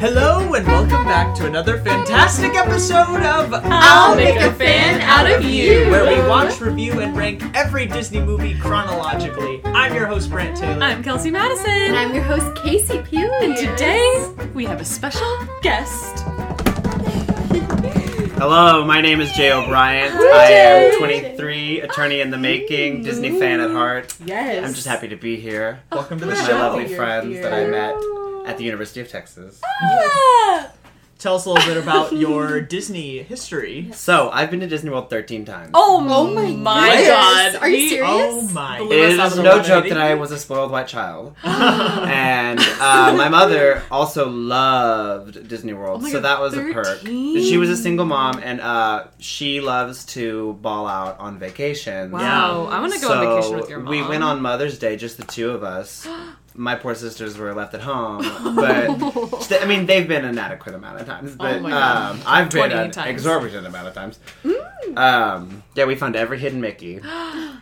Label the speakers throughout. Speaker 1: Hello and welcome back to another fantastic episode of
Speaker 2: I'll Make a Fan Out of You.
Speaker 1: where we watch, review, and rank every Disney movie chronologically. I'm your host Brant Taylor.
Speaker 2: I'm Kelsey Madison.
Speaker 3: And I'm your host, Casey Pugh.
Speaker 2: And today we have a special guest.
Speaker 4: Hello, my name is Jay O'Brien. I am 23, attorney in the making, Disney fan at heart.
Speaker 2: Yes.
Speaker 4: I'm just happy to be here
Speaker 1: welcome to the
Speaker 4: with
Speaker 2: Hi.
Speaker 4: my
Speaker 1: show.
Speaker 4: lovely
Speaker 2: You're
Speaker 4: friends
Speaker 2: here.
Speaker 4: that I met at the University of Texas.
Speaker 2: Ah!
Speaker 1: Tell us a little bit about your Disney history.
Speaker 4: So, I've been to Disney World 13 times.
Speaker 2: Oh, my,
Speaker 3: my
Speaker 2: god.
Speaker 3: goodness. Are you
Speaker 2: We-
Speaker 3: serious?
Speaker 1: Oh
Speaker 3: Yes.
Speaker 1: my!
Speaker 2: Blue-
Speaker 4: it is
Speaker 2: Blue House
Speaker 4: no
Speaker 2: Lemonade.
Speaker 4: joke that I was a spoiled white child. and uh, my mother also loved Disney World,
Speaker 2: Oh my
Speaker 4: so
Speaker 2: God,
Speaker 4: that was a perk.
Speaker 2: 13.
Speaker 4: She was a single mom, and uh, she loves to ball out on vacations.
Speaker 2: Wow. I want to go on
Speaker 4: So,
Speaker 2: vacation with your mom.
Speaker 4: We went on Mother's Day, just the two of us. My poor sisters were left at home, but st- I mean they've been an adequate amount of times, but
Speaker 2: Oh my God.
Speaker 4: um, I've been
Speaker 2: 20
Speaker 4: an
Speaker 2: times. Mm.
Speaker 4: exorbitant amount of times. Um, yeah, we found every hidden Mickey.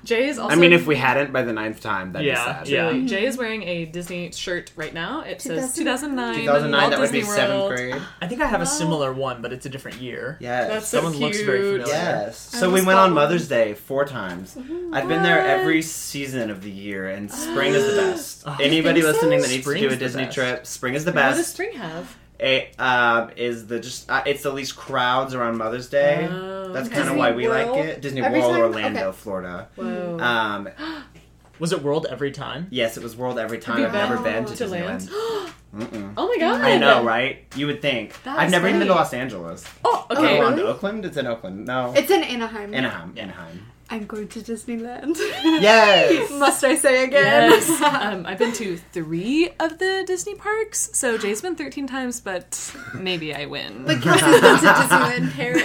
Speaker 2: Jay is also.
Speaker 4: I mean, if we hadn't by the ninth time, that'd
Speaker 1: Yeah,
Speaker 4: be sad.
Speaker 1: yeah.
Speaker 2: Really, Jay is wearing a Disney shirt right now. It says 2009.
Speaker 4: 2009,
Speaker 2: Walt
Speaker 4: that would be
Speaker 2: Disney
Speaker 4: seventh
Speaker 2: World.
Speaker 4: grade.
Speaker 1: I think I have a similar one, but it's a different year.
Speaker 4: Yes.
Speaker 2: That's so
Speaker 1: Someone
Speaker 2: cute.
Speaker 1: looks very familiar.
Speaker 4: Yes.
Speaker 2: I
Speaker 4: So we
Speaker 2: was
Speaker 4: went on
Speaker 2: following.
Speaker 4: Mother's Day four times. I've been there every
Speaker 2: What?
Speaker 4: season of the year, and spring is the best.
Speaker 1: Oh,
Speaker 4: Anybody
Speaker 2: you think so?
Speaker 4: listening that needs to
Speaker 1: Spring's
Speaker 4: do
Speaker 1: the
Speaker 4: a Disney
Speaker 1: best.
Speaker 4: trip, spring is the
Speaker 2: What does
Speaker 4: best.
Speaker 2: spring have?
Speaker 4: It um, is the just uh, it's the least crowds around Mother's Day.
Speaker 2: Oh,
Speaker 4: That's
Speaker 2: okay.
Speaker 4: kind of
Speaker 3: Disney
Speaker 4: why we
Speaker 3: World?
Speaker 4: like it. Disney
Speaker 3: Every
Speaker 4: World,
Speaker 3: time?
Speaker 4: Orlando,
Speaker 3: Okay.
Speaker 4: Florida.
Speaker 2: Whoa.
Speaker 4: Um,
Speaker 1: Was it World every time?
Speaker 4: yes, it was World every
Speaker 2: Have
Speaker 4: time.
Speaker 2: you
Speaker 4: I've never been to,
Speaker 2: to land?
Speaker 4: Disneyland. Mm-mm.
Speaker 2: Oh my god.
Speaker 4: I know, right? You would think.
Speaker 2: That's
Speaker 4: I've never even been to
Speaker 2: great.
Speaker 4: Los Angeles.
Speaker 2: Oh, okay.
Speaker 4: Oh,
Speaker 3: really?
Speaker 4: on to Oakland? It's in Oakland. No.
Speaker 3: It's in Anaheim.
Speaker 4: Anaheim. Anaheim.
Speaker 3: I'm going to Disneyland.
Speaker 4: Yes.
Speaker 3: Must I say again?
Speaker 2: Yes. um, I've been to three of the Disney parks, so Jay's been 13 times, but maybe I win.
Speaker 3: but Kelsey's been to Disneyland Paris.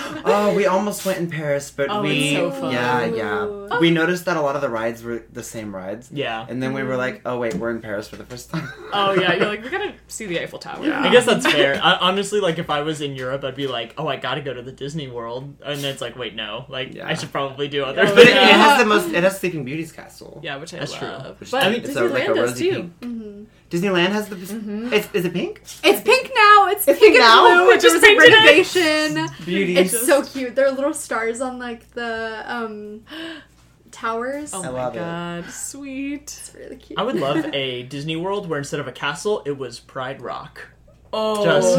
Speaker 4: Oh, we almost went in Paris, but
Speaker 2: Oh,
Speaker 4: we
Speaker 2: it's so fun.
Speaker 4: yeah, yeah.
Speaker 3: Ooh.
Speaker 4: We noticed that a lot of the rides were the same rides,
Speaker 1: Yeah.
Speaker 4: and then we were like, "Oh wait, we're in Paris for the first time."
Speaker 2: Mm-hmm. oh yeah, you're like we're gonna see the Eiffel Tower.
Speaker 4: Yeah.
Speaker 1: I guess that's fair. I, honestly, like if I was in Europe, I'd be like, "Oh, I gotta go to the Disney World," and it's like, "Wait, no! Like,
Speaker 4: Yeah.
Speaker 1: I should probably do other."
Speaker 2: Yeah.
Speaker 4: But it, it
Speaker 1: things.
Speaker 4: has the most. It has Sleeping Beauty's castle.
Speaker 2: Yeah, which I
Speaker 1: That's true.
Speaker 2: love.
Speaker 4: Which
Speaker 2: But
Speaker 1: I mean,
Speaker 4: it's a-
Speaker 2: Disneyland
Speaker 4: like a
Speaker 2: does
Speaker 4: rosy
Speaker 2: too.
Speaker 4: pink.
Speaker 3: Mhm.
Speaker 4: Disneyland has the.
Speaker 2: Mhm.
Speaker 4: It's, is it pink?
Speaker 3: It's pink now. It's,
Speaker 4: It's
Speaker 3: pink
Speaker 4: pink
Speaker 3: and
Speaker 4: now?
Speaker 3: blue.
Speaker 2: They
Speaker 3: Oh, It
Speaker 2: just
Speaker 3: was a
Speaker 2: painted it.
Speaker 3: renovation.
Speaker 4: Beauty.
Speaker 3: It's so cute. There are little stars on like the um towers.
Speaker 2: Oh
Speaker 4: I
Speaker 2: my
Speaker 4: love it.
Speaker 2: god, sweet.
Speaker 3: It's really cute.
Speaker 1: I would love a Disney World where instead of a castle, it was Pride Rock.
Speaker 2: Oh
Speaker 1: Just-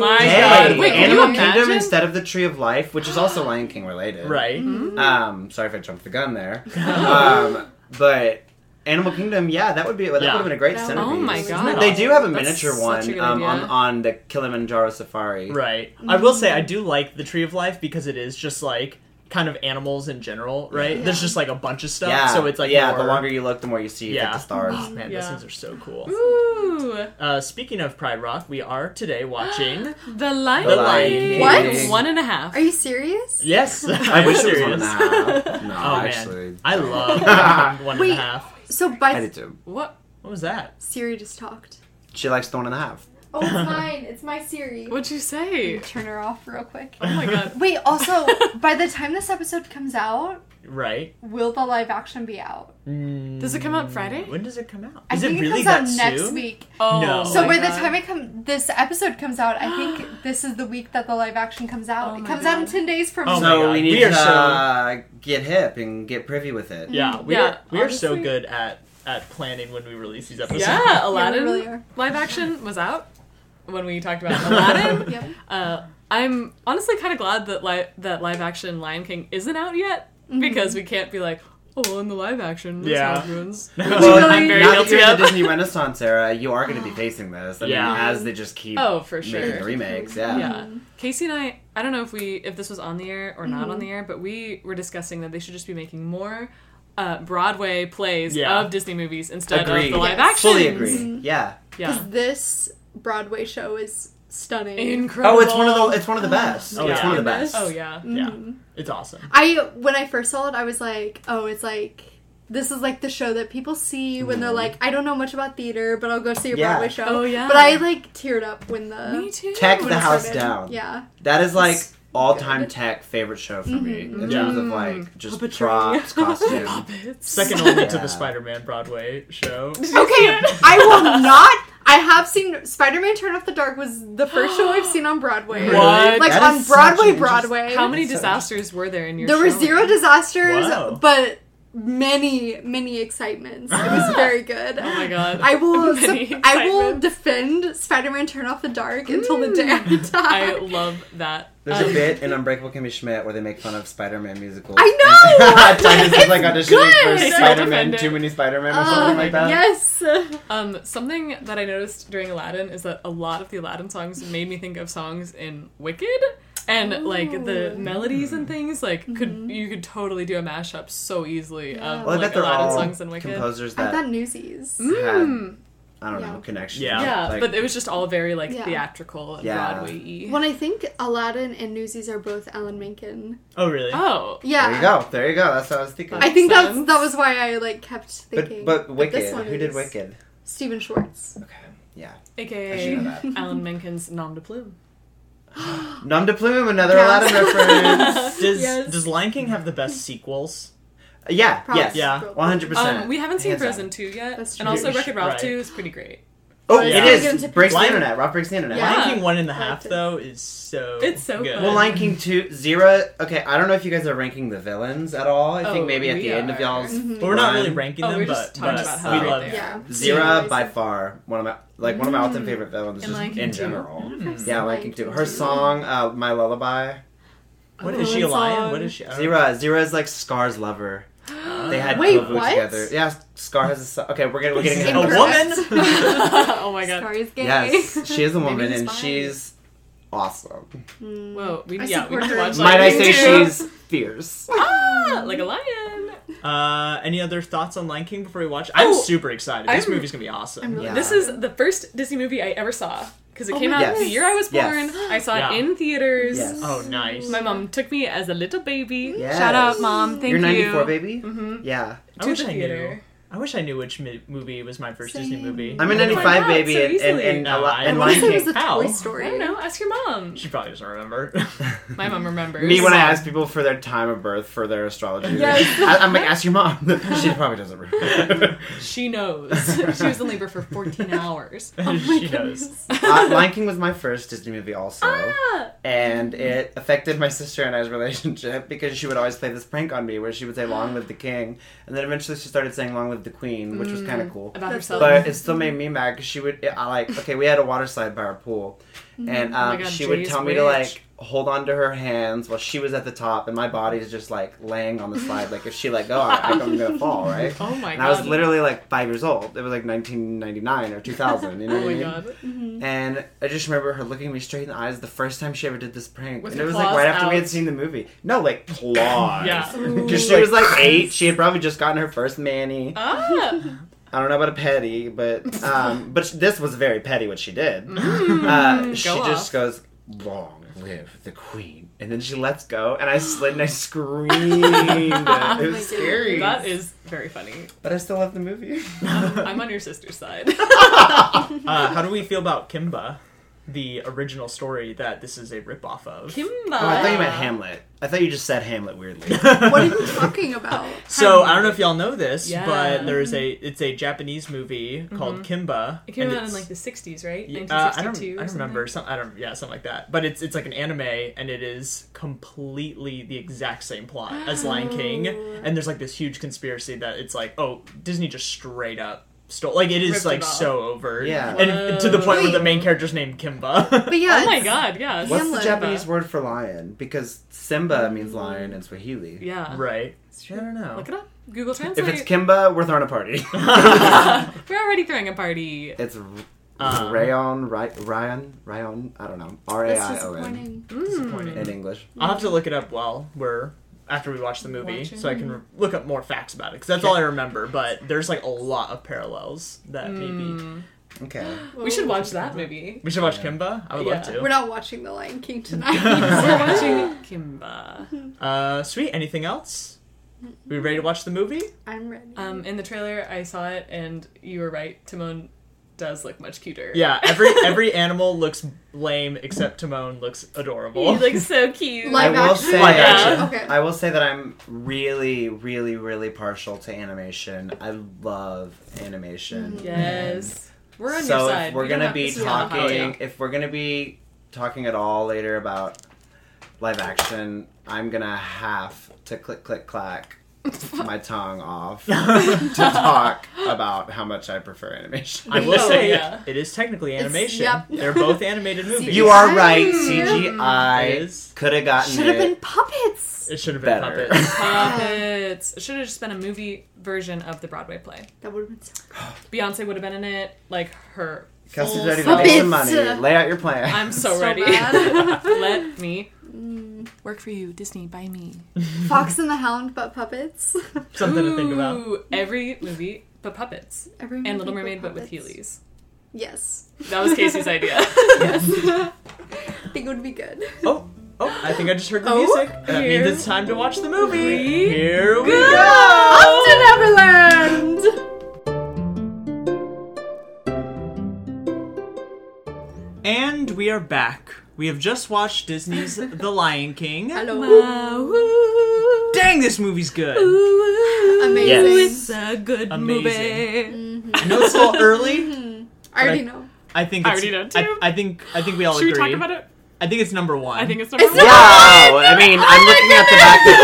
Speaker 2: my
Speaker 4: Hey,
Speaker 2: god. Wait, can you
Speaker 4: Animal Kingdom
Speaker 2: imagine?
Speaker 4: instead of the Tree of Life, which is also Lion King related.
Speaker 1: Right.
Speaker 3: Mm-hmm.
Speaker 4: Um, sorry if I jumped the gun there. um, but Animal Kingdom, yeah, that would be that
Speaker 1: Yeah.
Speaker 4: would have been a great
Speaker 3: That would-
Speaker 4: centerpiece.
Speaker 2: Oh my God.
Speaker 4: They do have a
Speaker 2: That's
Speaker 4: miniature
Speaker 2: such a
Speaker 4: one
Speaker 2: good
Speaker 4: um, on
Speaker 2: idea.
Speaker 4: on the Kilimanjaro Safari.
Speaker 1: Right. I will say I do like the Tree of Life because it is just like kind of animals in general, right?
Speaker 3: Yeah.
Speaker 1: There's just like a bunch of stuff,
Speaker 4: Yeah.
Speaker 1: so it's like
Speaker 4: yeah,
Speaker 1: more-
Speaker 4: the longer you look, the more you see
Speaker 1: Yeah.
Speaker 4: like the stars.
Speaker 1: Man,
Speaker 2: Yeah.
Speaker 1: those things are so cool.
Speaker 2: Ooh,
Speaker 1: Uh, speaking of Pride Rock, we are today watching.
Speaker 2: the Lion,
Speaker 4: The Lion
Speaker 2: King.
Speaker 3: What?
Speaker 2: One and a half.
Speaker 3: Are you serious?
Speaker 1: yes,
Speaker 4: I
Speaker 1: I'm
Speaker 4: wish
Speaker 1: serious.
Speaker 4: it was one and a half. No,
Speaker 1: Oh
Speaker 4: actually,
Speaker 1: man, I love one and a
Speaker 3: Wait.
Speaker 1: half.
Speaker 3: So
Speaker 4: I
Speaker 3: by
Speaker 4: did too.
Speaker 2: What?
Speaker 1: What was that?
Speaker 3: Siri just talked.
Speaker 4: She likes the one and a half.
Speaker 3: Oh, it's mine. It's my Siri.
Speaker 2: What'd you say?
Speaker 3: Turn her off real quick.
Speaker 2: Oh my god.
Speaker 3: Wait, also, by the time this episode comes out,
Speaker 1: Right.
Speaker 3: will the live action be out?
Speaker 4: Mm.
Speaker 2: Does it come out Friday?
Speaker 1: When does it come out?
Speaker 3: I
Speaker 1: Is
Speaker 3: think
Speaker 1: it really
Speaker 3: it
Speaker 1: that
Speaker 3: comes out
Speaker 1: soon?
Speaker 3: next week.
Speaker 2: Oh,
Speaker 1: No.
Speaker 3: So
Speaker 1: my
Speaker 3: by the time it come this episode comes out, I think this is the week that the live action comes out.
Speaker 2: Oh
Speaker 3: it
Speaker 2: my
Speaker 3: comes out in
Speaker 2: God.
Speaker 3: ten days from
Speaker 1: Oh my
Speaker 4: so
Speaker 1: God.
Speaker 4: we need
Speaker 1: We are
Speaker 4: to
Speaker 1: so-
Speaker 4: uh, get hip and get privy with it.
Speaker 1: Yeah, we
Speaker 2: Mm-hmm. Yeah,
Speaker 1: are, we are so
Speaker 2: honestly.
Speaker 1: good at at planning when we release these episodes.
Speaker 2: Yeah, Aladdin
Speaker 3: really are.
Speaker 2: live action was out when we talked about Aladdin.
Speaker 3: Yep.
Speaker 1: Mm-hmm.
Speaker 2: Uh, I'm honestly kind of glad that li- that live action Lion King isn't out yet because we can't be like, oh, well, in the live action, this
Speaker 1: Yeah.
Speaker 2: happens.
Speaker 4: Well,
Speaker 2: I'm very
Speaker 4: now
Speaker 2: guilty
Speaker 4: that you're in
Speaker 2: of.
Speaker 4: the Disney Renaissance era, you are going to be facing this. I
Speaker 1: Yeah.
Speaker 4: mean, as they just keep
Speaker 2: Oh, for
Speaker 4: making the
Speaker 2: sure.
Speaker 4: remakes. Yeah.
Speaker 2: Yeah. Casey and I, I don't know if we if this was on the air or not on the air, but we were discussing that they should just be making more uh, Broadway plays
Speaker 1: Yeah.
Speaker 2: of Disney movies instead of
Speaker 4: Agreed.
Speaker 2: the live
Speaker 3: Yes.
Speaker 2: action.
Speaker 4: Fully agree. Yeah.
Speaker 2: Yeah.
Speaker 3: Because this Broadway show is stunning.
Speaker 2: Incredible.
Speaker 4: Oh, it's one of the it's one of the best.
Speaker 1: Oh,
Speaker 4: it's
Speaker 1: yeah.
Speaker 4: one of the best.
Speaker 2: Oh yeah.
Speaker 1: Yeah.
Speaker 3: Mhm.
Speaker 1: It's awesome.
Speaker 3: I when I first saw it, I was like, oh, it's like this is like the show that people see when they're like, I don't know much about theater, but I'll go see your
Speaker 4: Yeah.
Speaker 3: Broadway show.
Speaker 2: Oh, Mm-hmm. yeah.
Speaker 3: But I like teared up when the
Speaker 2: Me too.
Speaker 4: Tech
Speaker 3: when
Speaker 4: the
Speaker 3: it
Speaker 4: house
Speaker 3: started.
Speaker 4: down.
Speaker 3: Yeah.
Speaker 4: That is like
Speaker 3: It's
Speaker 4: all time
Speaker 3: good.
Speaker 4: tech favorite show for me in
Speaker 1: Yeah.
Speaker 4: terms of like just
Speaker 2: Puppetry.
Speaker 4: props, costume.
Speaker 2: Puppets.
Speaker 1: Second only to
Speaker 4: Yeah.
Speaker 1: the Spider Man Broadway show.
Speaker 3: Okay, I will not. I have seen Spider Man Turn Off the Dark was the first show I've seen on Broadway.
Speaker 1: Really?
Speaker 3: Like
Speaker 4: That
Speaker 3: on
Speaker 4: is such an
Speaker 3: Broadway,
Speaker 4: interest-
Speaker 3: Broadway.
Speaker 2: How many
Speaker 4: That's so
Speaker 2: disasters were there in your
Speaker 3: There were
Speaker 2: showing?
Speaker 3: zero disasters,
Speaker 1: Wow.
Speaker 3: but many, many excitements. It was very good.
Speaker 2: Oh my god.
Speaker 3: I will.
Speaker 2: Many
Speaker 3: sup- I will
Speaker 2: excitements.
Speaker 3: defend Spider-Man: Turn Off the Dark until the day I die.
Speaker 2: Mm. I love that.
Speaker 4: There's
Speaker 2: Um,
Speaker 4: a bit in Unbreakable Kimmy Schmidt where they make fun of Spider-Man musicals.
Speaker 3: I know!
Speaker 4: Titus is like
Speaker 3: It's
Speaker 4: auditioning
Speaker 3: good!
Speaker 4: for
Speaker 3: They
Speaker 4: Spider-Man,
Speaker 2: defend
Speaker 4: too
Speaker 2: it.
Speaker 4: many Spider-Man or
Speaker 3: Uh,
Speaker 4: something like that.
Speaker 3: Yes.
Speaker 2: Um, something that I noticed during Aladdin is that a lot of the Aladdin songs made me think of songs in Wicked, and like the
Speaker 3: Ooh. Mm-hmm.
Speaker 2: melodies and things like could you could totally do a mashup so easily
Speaker 3: Yeah.
Speaker 2: of
Speaker 4: Well, I
Speaker 2: like
Speaker 4: bet they're
Speaker 2: Aladdin
Speaker 4: all
Speaker 2: songs and Wicked.
Speaker 4: composers
Speaker 3: I
Speaker 4: that
Speaker 3: thought Newsies. Mm.
Speaker 4: had, I don't know,
Speaker 3: Yeah.
Speaker 4: connections.
Speaker 1: Yeah.
Speaker 2: yeah,
Speaker 4: like,
Speaker 2: but it was just all very like
Speaker 3: Yeah.
Speaker 2: theatrical and
Speaker 4: Yeah.
Speaker 2: Broadway-y.
Speaker 3: When I think Aladdin and Newsies are both Alan Menken.
Speaker 1: Oh, really?
Speaker 2: Oh,
Speaker 3: Yeah.
Speaker 4: There you go. There you go. That's what I was thinking.
Speaker 3: I think that's
Speaker 2: Sense.
Speaker 3: that was why I like kept thinking.
Speaker 4: but but Wicked.
Speaker 3: this one
Speaker 4: Who did
Speaker 3: is-
Speaker 4: Wicked?
Speaker 3: Stephen Schwartz.
Speaker 4: Okay. Yeah. I should
Speaker 2: aka
Speaker 4: know that.
Speaker 2: Alan Menken's nom de plume.
Speaker 4: Nom de Plume, another
Speaker 3: Yeah.
Speaker 4: Aladdin reference.
Speaker 1: Does
Speaker 2: Yes.
Speaker 1: Does Lion King have the best sequels?
Speaker 4: yeah.
Speaker 3: Probably
Speaker 4: Yes.
Speaker 1: Yeah.
Speaker 3: Probably.
Speaker 4: One hundred percent.
Speaker 2: Um, we haven't seen
Speaker 4: Hands down.
Speaker 2: Frozen two yet,
Speaker 3: That's
Speaker 2: and
Speaker 3: true.
Speaker 2: also Wreck-It Ralph
Speaker 1: Right.
Speaker 2: two is pretty great.
Speaker 4: Oh,
Speaker 3: Yeah.
Speaker 4: it
Speaker 3: Get
Speaker 4: is.
Speaker 3: into
Speaker 4: Breaks the
Speaker 1: Lion-
Speaker 4: internet. Rob breaks the internet.
Speaker 3: Yeah.
Speaker 1: Lion King one and a half
Speaker 3: Liked it.
Speaker 1: though is so
Speaker 2: It's so
Speaker 1: good.
Speaker 2: fun.
Speaker 4: Well, Lion King 2, Zero. Okay, I don't know if you guys are ranking the villains at all. I
Speaker 2: Oh,
Speaker 4: think maybe at
Speaker 2: we
Speaker 4: the end of
Speaker 2: are.
Speaker 4: y'all's.
Speaker 1: But we're not really
Speaker 4: run.
Speaker 1: ranking
Speaker 2: Oh,
Speaker 1: them,
Speaker 2: we're
Speaker 1: but,
Speaker 2: just talking
Speaker 1: but
Speaker 2: about how
Speaker 1: we
Speaker 4: great
Speaker 1: love
Speaker 2: they
Speaker 1: them.
Speaker 2: are.
Speaker 3: Mm-hmm. Yeah.
Speaker 4: Zira by far one of my like one of my all-time favorite villains
Speaker 2: And
Speaker 4: just
Speaker 2: Lion King
Speaker 4: in
Speaker 2: too.
Speaker 4: general.
Speaker 3: Mm.
Speaker 2: Hmm.
Speaker 4: Yeah, Lion King too. Her song, uh, "My Lullaby."
Speaker 1: What is she a
Speaker 2: Villain
Speaker 1: lion?
Speaker 2: song.
Speaker 1: What is she? Oh. I don't-
Speaker 4: Zira, Zira is like Scar's lover. They had
Speaker 3: Wait,
Speaker 4: Kovu
Speaker 3: what?
Speaker 4: together. Yeah, Scar has a son. Okay, we're getting we're getting
Speaker 1: A woman.
Speaker 3: Incorrect.
Speaker 2: oh my god.
Speaker 3: Sorry, it's gay.
Speaker 4: Yes, she is a
Speaker 2: Maybe
Speaker 4: woman,
Speaker 2: he's
Speaker 4: and
Speaker 2: fine.
Speaker 4: she's awesome.
Speaker 3: Mm.
Speaker 2: Whoa, we,
Speaker 3: I
Speaker 2: yeah, we
Speaker 3: support
Speaker 2: can
Speaker 3: her.
Speaker 2: watch
Speaker 3: Might
Speaker 4: Might I
Speaker 2: Lion King
Speaker 4: say
Speaker 2: too.
Speaker 4: she's fierce?
Speaker 2: ah, like a lion.
Speaker 1: uh, any other thoughts on Lion King before we watch? I'm
Speaker 2: Oh,
Speaker 1: super excited. This
Speaker 2: I'm-
Speaker 1: movie's gonna be awesome.
Speaker 3: I'm really
Speaker 4: Yeah.
Speaker 2: This is the first Disney movie I ever saw because it
Speaker 3: Oh
Speaker 2: came
Speaker 3: my
Speaker 2: out
Speaker 4: goodness.
Speaker 2: the year I was born.
Speaker 4: Yes.
Speaker 2: I saw
Speaker 1: Yeah.
Speaker 2: it in theaters.
Speaker 4: Yes.
Speaker 1: Oh, nice.
Speaker 2: My mom took me as a little baby.
Speaker 4: Yes.
Speaker 2: Shout out, mom. Thank
Speaker 4: You're
Speaker 2: you. Mm-hmm.
Speaker 4: 94, baby. Yeah,
Speaker 1: I
Speaker 2: To
Speaker 1: wish
Speaker 2: the
Speaker 1: I knew.
Speaker 2: theater.
Speaker 1: I wish I knew which mi- movie was my first Disney
Speaker 3: Same.
Speaker 1: movie.
Speaker 4: I'm a
Speaker 2: Why
Speaker 4: '95
Speaker 2: not?
Speaker 4: baby,
Speaker 2: Oh So
Speaker 4: and and,
Speaker 2: easily.
Speaker 4: and,
Speaker 1: No,
Speaker 4: a lot-
Speaker 1: I-
Speaker 4: and
Speaker 1: I
Speaker 3: I
Speaker 4: Lion
Speaker 3: think it was
Speaker 4: King.
Speaker 3: a
Speaker 1: How?
Speaker 3: Toy
Speaker 2: I
Speaker 3: Story.
Speaker 2: don't know. Ask your mom.
Speaker 1: she probably doesn't remember.
Speaker 2: My mom remembers.
Speaker 4: Me when I ask people for their time of birth for their astrology,
Speaker 3: Yes.
Speaker 4: I, am like, ask your mom. she probably doesn't remember.
Speaker 2: She knows. she was in labor for 14 hours.
Speaker 3: Oh
Speaker 1: she knows.
Speaker 4: uh, Lion King was my first Disney movie, also,
Speaker 2: Ah!
Speaker 4: and it affected my sister and I's relationship because she would always play this prank on me, where she would say "Long live the king," and then eventually she started saying "Long live the queen," which was kind
Speaker 2: Mm.
Speaker 4: of cool.
Speaker 2: About herself.
Speaker 4: But it still made me mad because she would. I like okay, we had a water slide by our pool, and
Speaker 2: Mm-hmm. Oh my
Speaker 4: um,
Speaker 2: God,
Speaker 4: she would
Speaker 2: Jay's
Speaker 4: tell me to
Speaker 2: rich.
Speaker 4: like hold on to her hands while she was at the top, and my body is just like laying on the slide. Like if she let go, I, I'm gonna fall, right?
Speaker 2: oh my
Speaker 4: and
Speaker 2: god.
Speaker 4: I was literally like five years old. It was like 1999 or 2000. You
Speaker 2: Oh
Speaker 4: know what I
Speaker 2: my
Speaker 4: mean?
Speaker 2: god.
Speaker 4: And I just remember her looking me straight in the eyes the first time she ever did this prank.
Speaker 2: With
Speaker 4: and it
Speaker 2: her
Speaker 4: was like
Speaker 2: claws
Speaker 4: right after we
Speaker 2: out.
Speaker 4: had seen the movie. No, like claws.
Speaker 2: Yeah.
Speaker 4: Because she was like eight. She had probably just gotten her first Manny.
Speaker 2: Ah!
Speaker 4: I don't know about a petty, but um, but this was very petty what she did. uh, she
Speaker 2: Mm. go
Speaker 4: just
Speaker 2: off.
Speaker 4: goes, "Long live the queen," and then she lets go, and I slid and I screamed. it
Speaker 3: goodness.
Speaker 4: was scary,
Speaker 2: That is very funny.
Speaker 4: but I still love the movie. Oh,
Speaker 2: I'm on your sister's side.
Speaker 1: Uh, how do we feel about Kimba, the original story that this is a ripoff of?
Speaker 2: Kimba.
Speaker 4: Oh, I thought you meant Hamlet. I thought you just said Hamlet weirdly.
Speaker 3: What are you talking about?
Speaker 1: So I don't know if y'all know this,
Speaker 2: Yeah. Mm-hmm.
Speaker 1: but there's a it's a Japanese movie called Kimba.
Speaker 2: It came
Speaker 1: and
Speaker 2: out in
Speaker 1: it's-
Speaker 2: like the 60s, right?
Speaker 1: Yeah,
Speaker 2: 1962
Speaker 1: uh, I don't, I
Speaker 2: or
Speaker 1: don't
Speaker 2: something?
Speaker 1: remember some I don't yeah something like that but it's it's like an anime and it is completely the exact same plot as Lion King
Speaker 2: Oh.
Speaker 1: and there's like this huge conspiracy that it's like oh Disney just straight up stole like it is
Speaker 2: Ripped it
Speaker 1: like
Speaker 2: off.
Speaker 1: so over
Speaker 4: Yeah.
Speaker 1: and to the point where the
Speaker 3: Wait.
Speaker 1: main character's named Kimba
Speaker 3: But yeah.
Speaker 2: Oh my
Speaker 3: it's-
Speaker 2: god, yeah.
Speaker 4: What's
Speaker 3: Hamlet.
Speaker 4: the Japanese word for lion? Because Simba means lion in Swahili.
Speaker 2: Yeah.
Speaker 1: right I don't know
Speaker 2: Look it up. Google
Speaker 4: If
Speaker 2: Translate.
Speaker 4: it's Kimba, we're throwing a party.
Speaker 2: We're already throwing a party.
Speaker 4: it's
Speaker 1: Um,
Speaker 4: Rayon, Ry- Ryan, Ryan, I don't know. R A
Speaker 3: That's
Speaker 4: I O N
Speaker 3: disappointing.
Speaker 1: disappointing
Speaker 2: Hmm.
Speaker 4: in English.
Speaker 1: I'll have to look it up while we're after we watch the movie so I can re- look up more facts about it because that's all I remember but there's like a lot of parallels that maybe
Speaker 4: Okay.
Speaker 2: Hmm. We should watch that movie.
Speaker 1: we should watch Kimba I would love
Speaker 2: Yeah.
Speaker 1: to
Speaker 3: We're not watching The Lion King tonight.
Speaker 2: We're watching Kimba.
Speaker 1: Uh, sweet. Anything else? We ready to watch the movie?
Speaker 3: I'm ready.
Speaker 2: Um, in the trailer, I saw it, and you were right. Timon does look much cuter.
Speaker 1: Yeah. Every every animal looks lame except Timon looks adorable.
Speaker 2: He looks so cute.
Speaker 3: Like- Live
Speaker 4: I will
Speaker 3: action?
Speaker 4: say,
Speaker 1: Live
Speaker 3: action. Okay.
Speaker 4: I will say that I'm really,
Speaker 3: Mm-hmm.
Speaker 4: really, really partial to animation. I love animation.
Speaker 2: yes.
Speaker 4: And
Speaker 2: We're on
Speaker 4: so
Speaker 2: your
Speaker 4: if
Speaker 2: side.
Speaker 4: we're
Speaker 2: We don't
Speaker 4: gonna
Speaker 2: have
Speaker 4: be
Speaker 2: sit on the hot
Speaker 4: talking,
Speaker 2: take.
Speaker 4: if we're gonna be talking at all later about live action, I'm gonna have to click click clack my tongue off to talk about how much I prefer animation.
Speaker 1: I will say
Speaker 2: Oh, Yeah.
Speaker 1: it is technically
Speaker 3: It's-
Speaker 1: animation.
Speaker 3: yep.
Speaker 1: They're both animated movies.
Speaker 4: You are right.
Speaker 2: Mm.
Speaker 1: It
Speaker 4: CGI
Speaker 1: is.
Speaker 4: could have gotten
Speaker 3: Should have
Speaker 4: it
Speaker 3: been puppets.
Speaker 1: It should have been
Speaker 4: better.
Speaker 1: puppets.
Speaker 2: Puppets. It should have just been a movie version of the Broadway play.
Speaker 3: That would have been so
Speaker 2: Beyonce would have been in it, like her.
Speaker 4: Kelsey
Speaker 2: full
Speaker 4: Jody,
Speaker 2: self.
Speaker 3: Puppets.
Speaker 4: make some money. Lay out your plan.
Speaker 2: I'm so,
Speaker 3: So
Speaker 2: ready.
Speaker 3: bad.
Speaker 2: Let me
Speaker 3: Mm,
Speaker 2: work for you, Disney. Buy me.
Speaker 3: Fox and the Hound, but puppets.
Speaker 1: Something to think about.
Speaker 2: Ooh, Every movie, but puppets.
Speaker 3: Every
Speaker 2: And
Speaker 3: movie,
Speaker 2: Little Mermaid, but with
Speaker 3: puppets.
Speaker 2: Heelys.
Speaker 3: Yes.
Speaker 2: That was Casey's idea.
Speaker 3: Yes. I think it would be good.
Speaker 1: Oh, oh! I think I just heard the
Speaker 3: Oh,
Speaker 1: music. That
Speaker 2: here
Speaker 1: means it's time to watch the movie.
Speaker 2: we
Speaker 1: Here we
Speaker 2: go.
Speaker 1: go.
Speaker 3: Up to
Speaker 2: "Oh,
Speaker 3: Neverland!
Speaker 1: And we are back. We have just watched Disney's The Lion King.
Speaker 3: Hello.
Speaker 1: Dang, this movie's good.
Speaker 3: Amazing.
Speaker 4: Yes.
Speaker 2: a good
Speaker 1: Amazing.
Speaker 2: movie.
Speaker 1: I know it's a little early.
Speaker 3: Mm-hmm. I already
Speaker 1: Right.
Speaker 3: know.
Speaker 1: I think
Speaker 2: I
Speaker 1: it's,
Speaker 2: already know, too.
Speaker 1: I, I think I think we all
Speaker 2: Should we
Speaker 1: agree.
Speaker 2: talk about it?
Speaker 1: I think it's number one.
Speaker 2: I think it's number
Speaker 3: It's
Speaker 2: one.
Speaker 3: not-
Speaker 4: Wow! I mean, I'm looking at the back of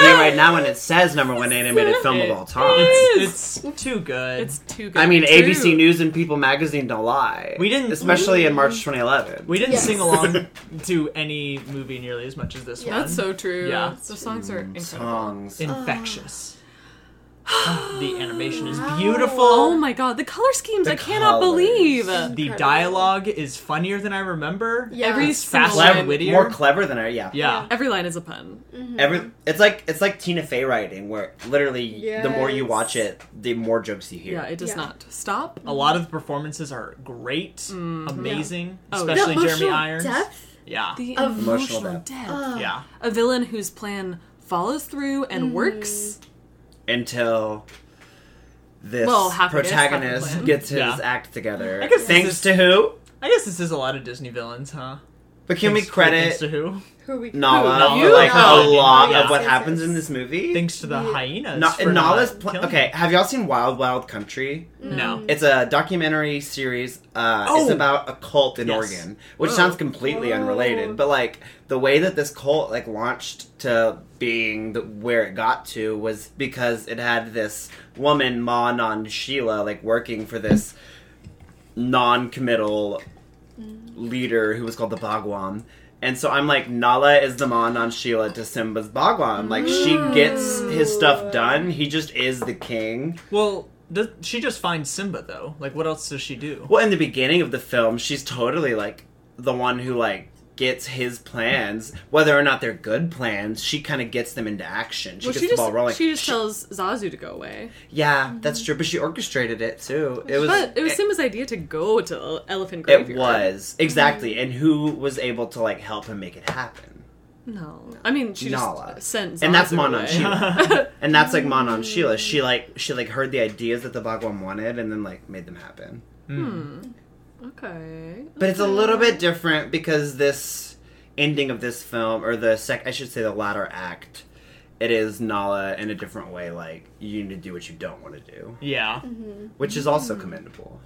Speaker 4: this DVD right now, and it says number one animated film of all time.
Speaker 1: it's, it's too good.
Speaker 2: It's too good.
Speaker 4: I mean,
Speaker 2: True.
Speaker 4: ABC News and People Magazine don't lie.
Speaker 1: We didn't-
Speaker 4: especially in March 2011.
Speaker 1: we didn't
Speaker 3: Yes.
Speaker 1: sing along to any movie nearly as much as this
Speaker 3: Yeah.
Speaker 1: one.
Speaker 2: That's so true.
Speaker 1: Yeah.
Speaker 2: The songs are incredible.
Speaker 4: songs.
Speaker 1: infectious. the animation is beautiful.
Speaker 2: Oh my god, the color schemes,
Speaker 4: The
Speaker 2: I cannot
Speaker 4: colors.
Speaker 2: believe.
Speaker 1: The
Speaker 3: Incredible.
Speaker 1: dialogue is funnier than I remember.
Speaker 3: Yeah.
Speaker 2: Every
Speaker 1: It's
Speaker 2: single
Speaker 1: faster.
Speaker 2: line,
Speaker 4: Clever,
Speaker 1: Whittier.
Speaker 4: more clever than I. Yeah.
Speaker 1: Yeah.
Speaker 2: every line is a pun.
Speaker 4: Every it's like it's like Tina Fey writing, where literally the more you
Speaker 3: Yes.
Speaker 4: watch it, the more jokes you hear.
Speaker 2: Yeah, it does
Speaker 3: Yeah.
Speaker 2: not stop.
Speaker 1: A lot of the performances are great, amazing,
Speaker 2: Mm-hmm. Oh, yeah.
Speaker 1: especially
Speaker 3: the
Speaker 1: Jeremy
Speaker 3: emotional
Speaker 1: Irons.
Speaker 3: depth. Oh.
Speaker 1: Yeah.
Speaker 2: The
Speaker 3: Of-
Speaker 2: emotional,
Speaker 4: Emotional
Speaker 2: depth.
Speaker 4: depth.
Speaker 3: Ugh.
Speaker 1: yeah.
Speaker 2: A villain whose plan follows through and
Speaker 4: Hmm.
Speaker 2: works.
Speaker 4: Until this
Speaker 2: Well, half of it is half of
Speaker 4: protagonist
Speaker 2: it.
Speaker 4: gets his
Speaker 1: Yeah.
Speaker 4: act together.
Speaker 1: I guess this
Speaker 4: thanks
Speaker 1: is-
Speaker 4: to who?
Speaker 1: I guess this is a lot of Disney villains, huh?
Speaker 4: But can we
Speaker 1: Thanks-
Speaker 4: credit
Speaker 1: thanks to who?
Speaker 3: Who are we?
Speaker 1: uh,
Speaker 4: Nala
Speaker 2: You?
Speaker 4: for like
Speaker 1: Nala.
Speaker 4: a lot
Speaker 1: Yeah.
Speaker 4: of what
Speaker 3: Yes,
Speaker 4: happens
Speaker 3: yes.
Speaker 4: in this movie?
Speaker 1: Thanks to the
Speaker 3: Yeah.
Speaker 1: hyenas.
Speaker 4: Na-
Speaker 1: for
Speaker 4: Nala's
Speaker 1: not
Speaker 4: pl-
Speaker 1: killing
Speaker 4: okay.
Speaker 1: them.
Speaker 4: Have y'all seen Wild Wild Country?
Speaker 1: No.
Speaker 4: It's a documentary series. Uh,
Speaker 1: Oh!
Speaker 4: It's about a cult in
Speaker 1: Yes.
Speaker 4: Oregon, which
Speaker 2: Whoa.
Speaker 4: sounds completely
Speaker 3: Whoa.
Speaker 4: unrelated. But like the way that this cult like launched to being the, where it got to was because it had this woman Ma Non Sheila like working for this non-committal leader who was called the Bagwan. And so I'm like, Nala is the Ma Non Sheila to Simba's Bagwan. Like she gets his stuff done. He just is the king.
Speaker 1: Well, does, she just finds Simba though. Like, what else does she do?
Speaker 4: Well, in the beginning of the film, she's totally like the one who like gets his plans, whether or not they're good plans. She kind of gets them into action. She
Speaker 2: Well,
Speaker 4: gets
Speaker 2: she
Speaker 4: the
Speaker 2: just,
Speaker 4: ball rolling.
Speaker 2: she just tells Zazu to go away.
Speaker 4: yeah, that's true. But she orchestrated it too. It was.
Speaker 2: but it was
Speaker 4: It,
Speaker 2: Simba's idea to go to Ele- Elephant
Speaker 4: it
Speaker 2: Graveyard.
Speaker 4: was exactly, and who was able to like help him make it happen?
Speaker 2: No. I mean, she
Speaker 4: Nala.
Speaker 2: just sent Zazu
Speaker 4: And that's
Speaker 2: away.
Speaker 4: Monon Sheila. And that's like Manon Sheila. She like she like heard the ideas that the Bhagwan wanted, and then like made them happen.
Speaker 2: Hmm.
Speaker 4: Hmm.
Speaker 2: okay.
Speaker 4: But it's a little bit different because this ending of this film, or the sec, I should say the latter act, it is Nala in a different way. Like you need to do what you don't want to do,
Speaker 1: Yeah.
Speaker 3: Mm-hmm.
Speaker 4: which is
Speaker 2: Mm.
Speaker 4: also commendable.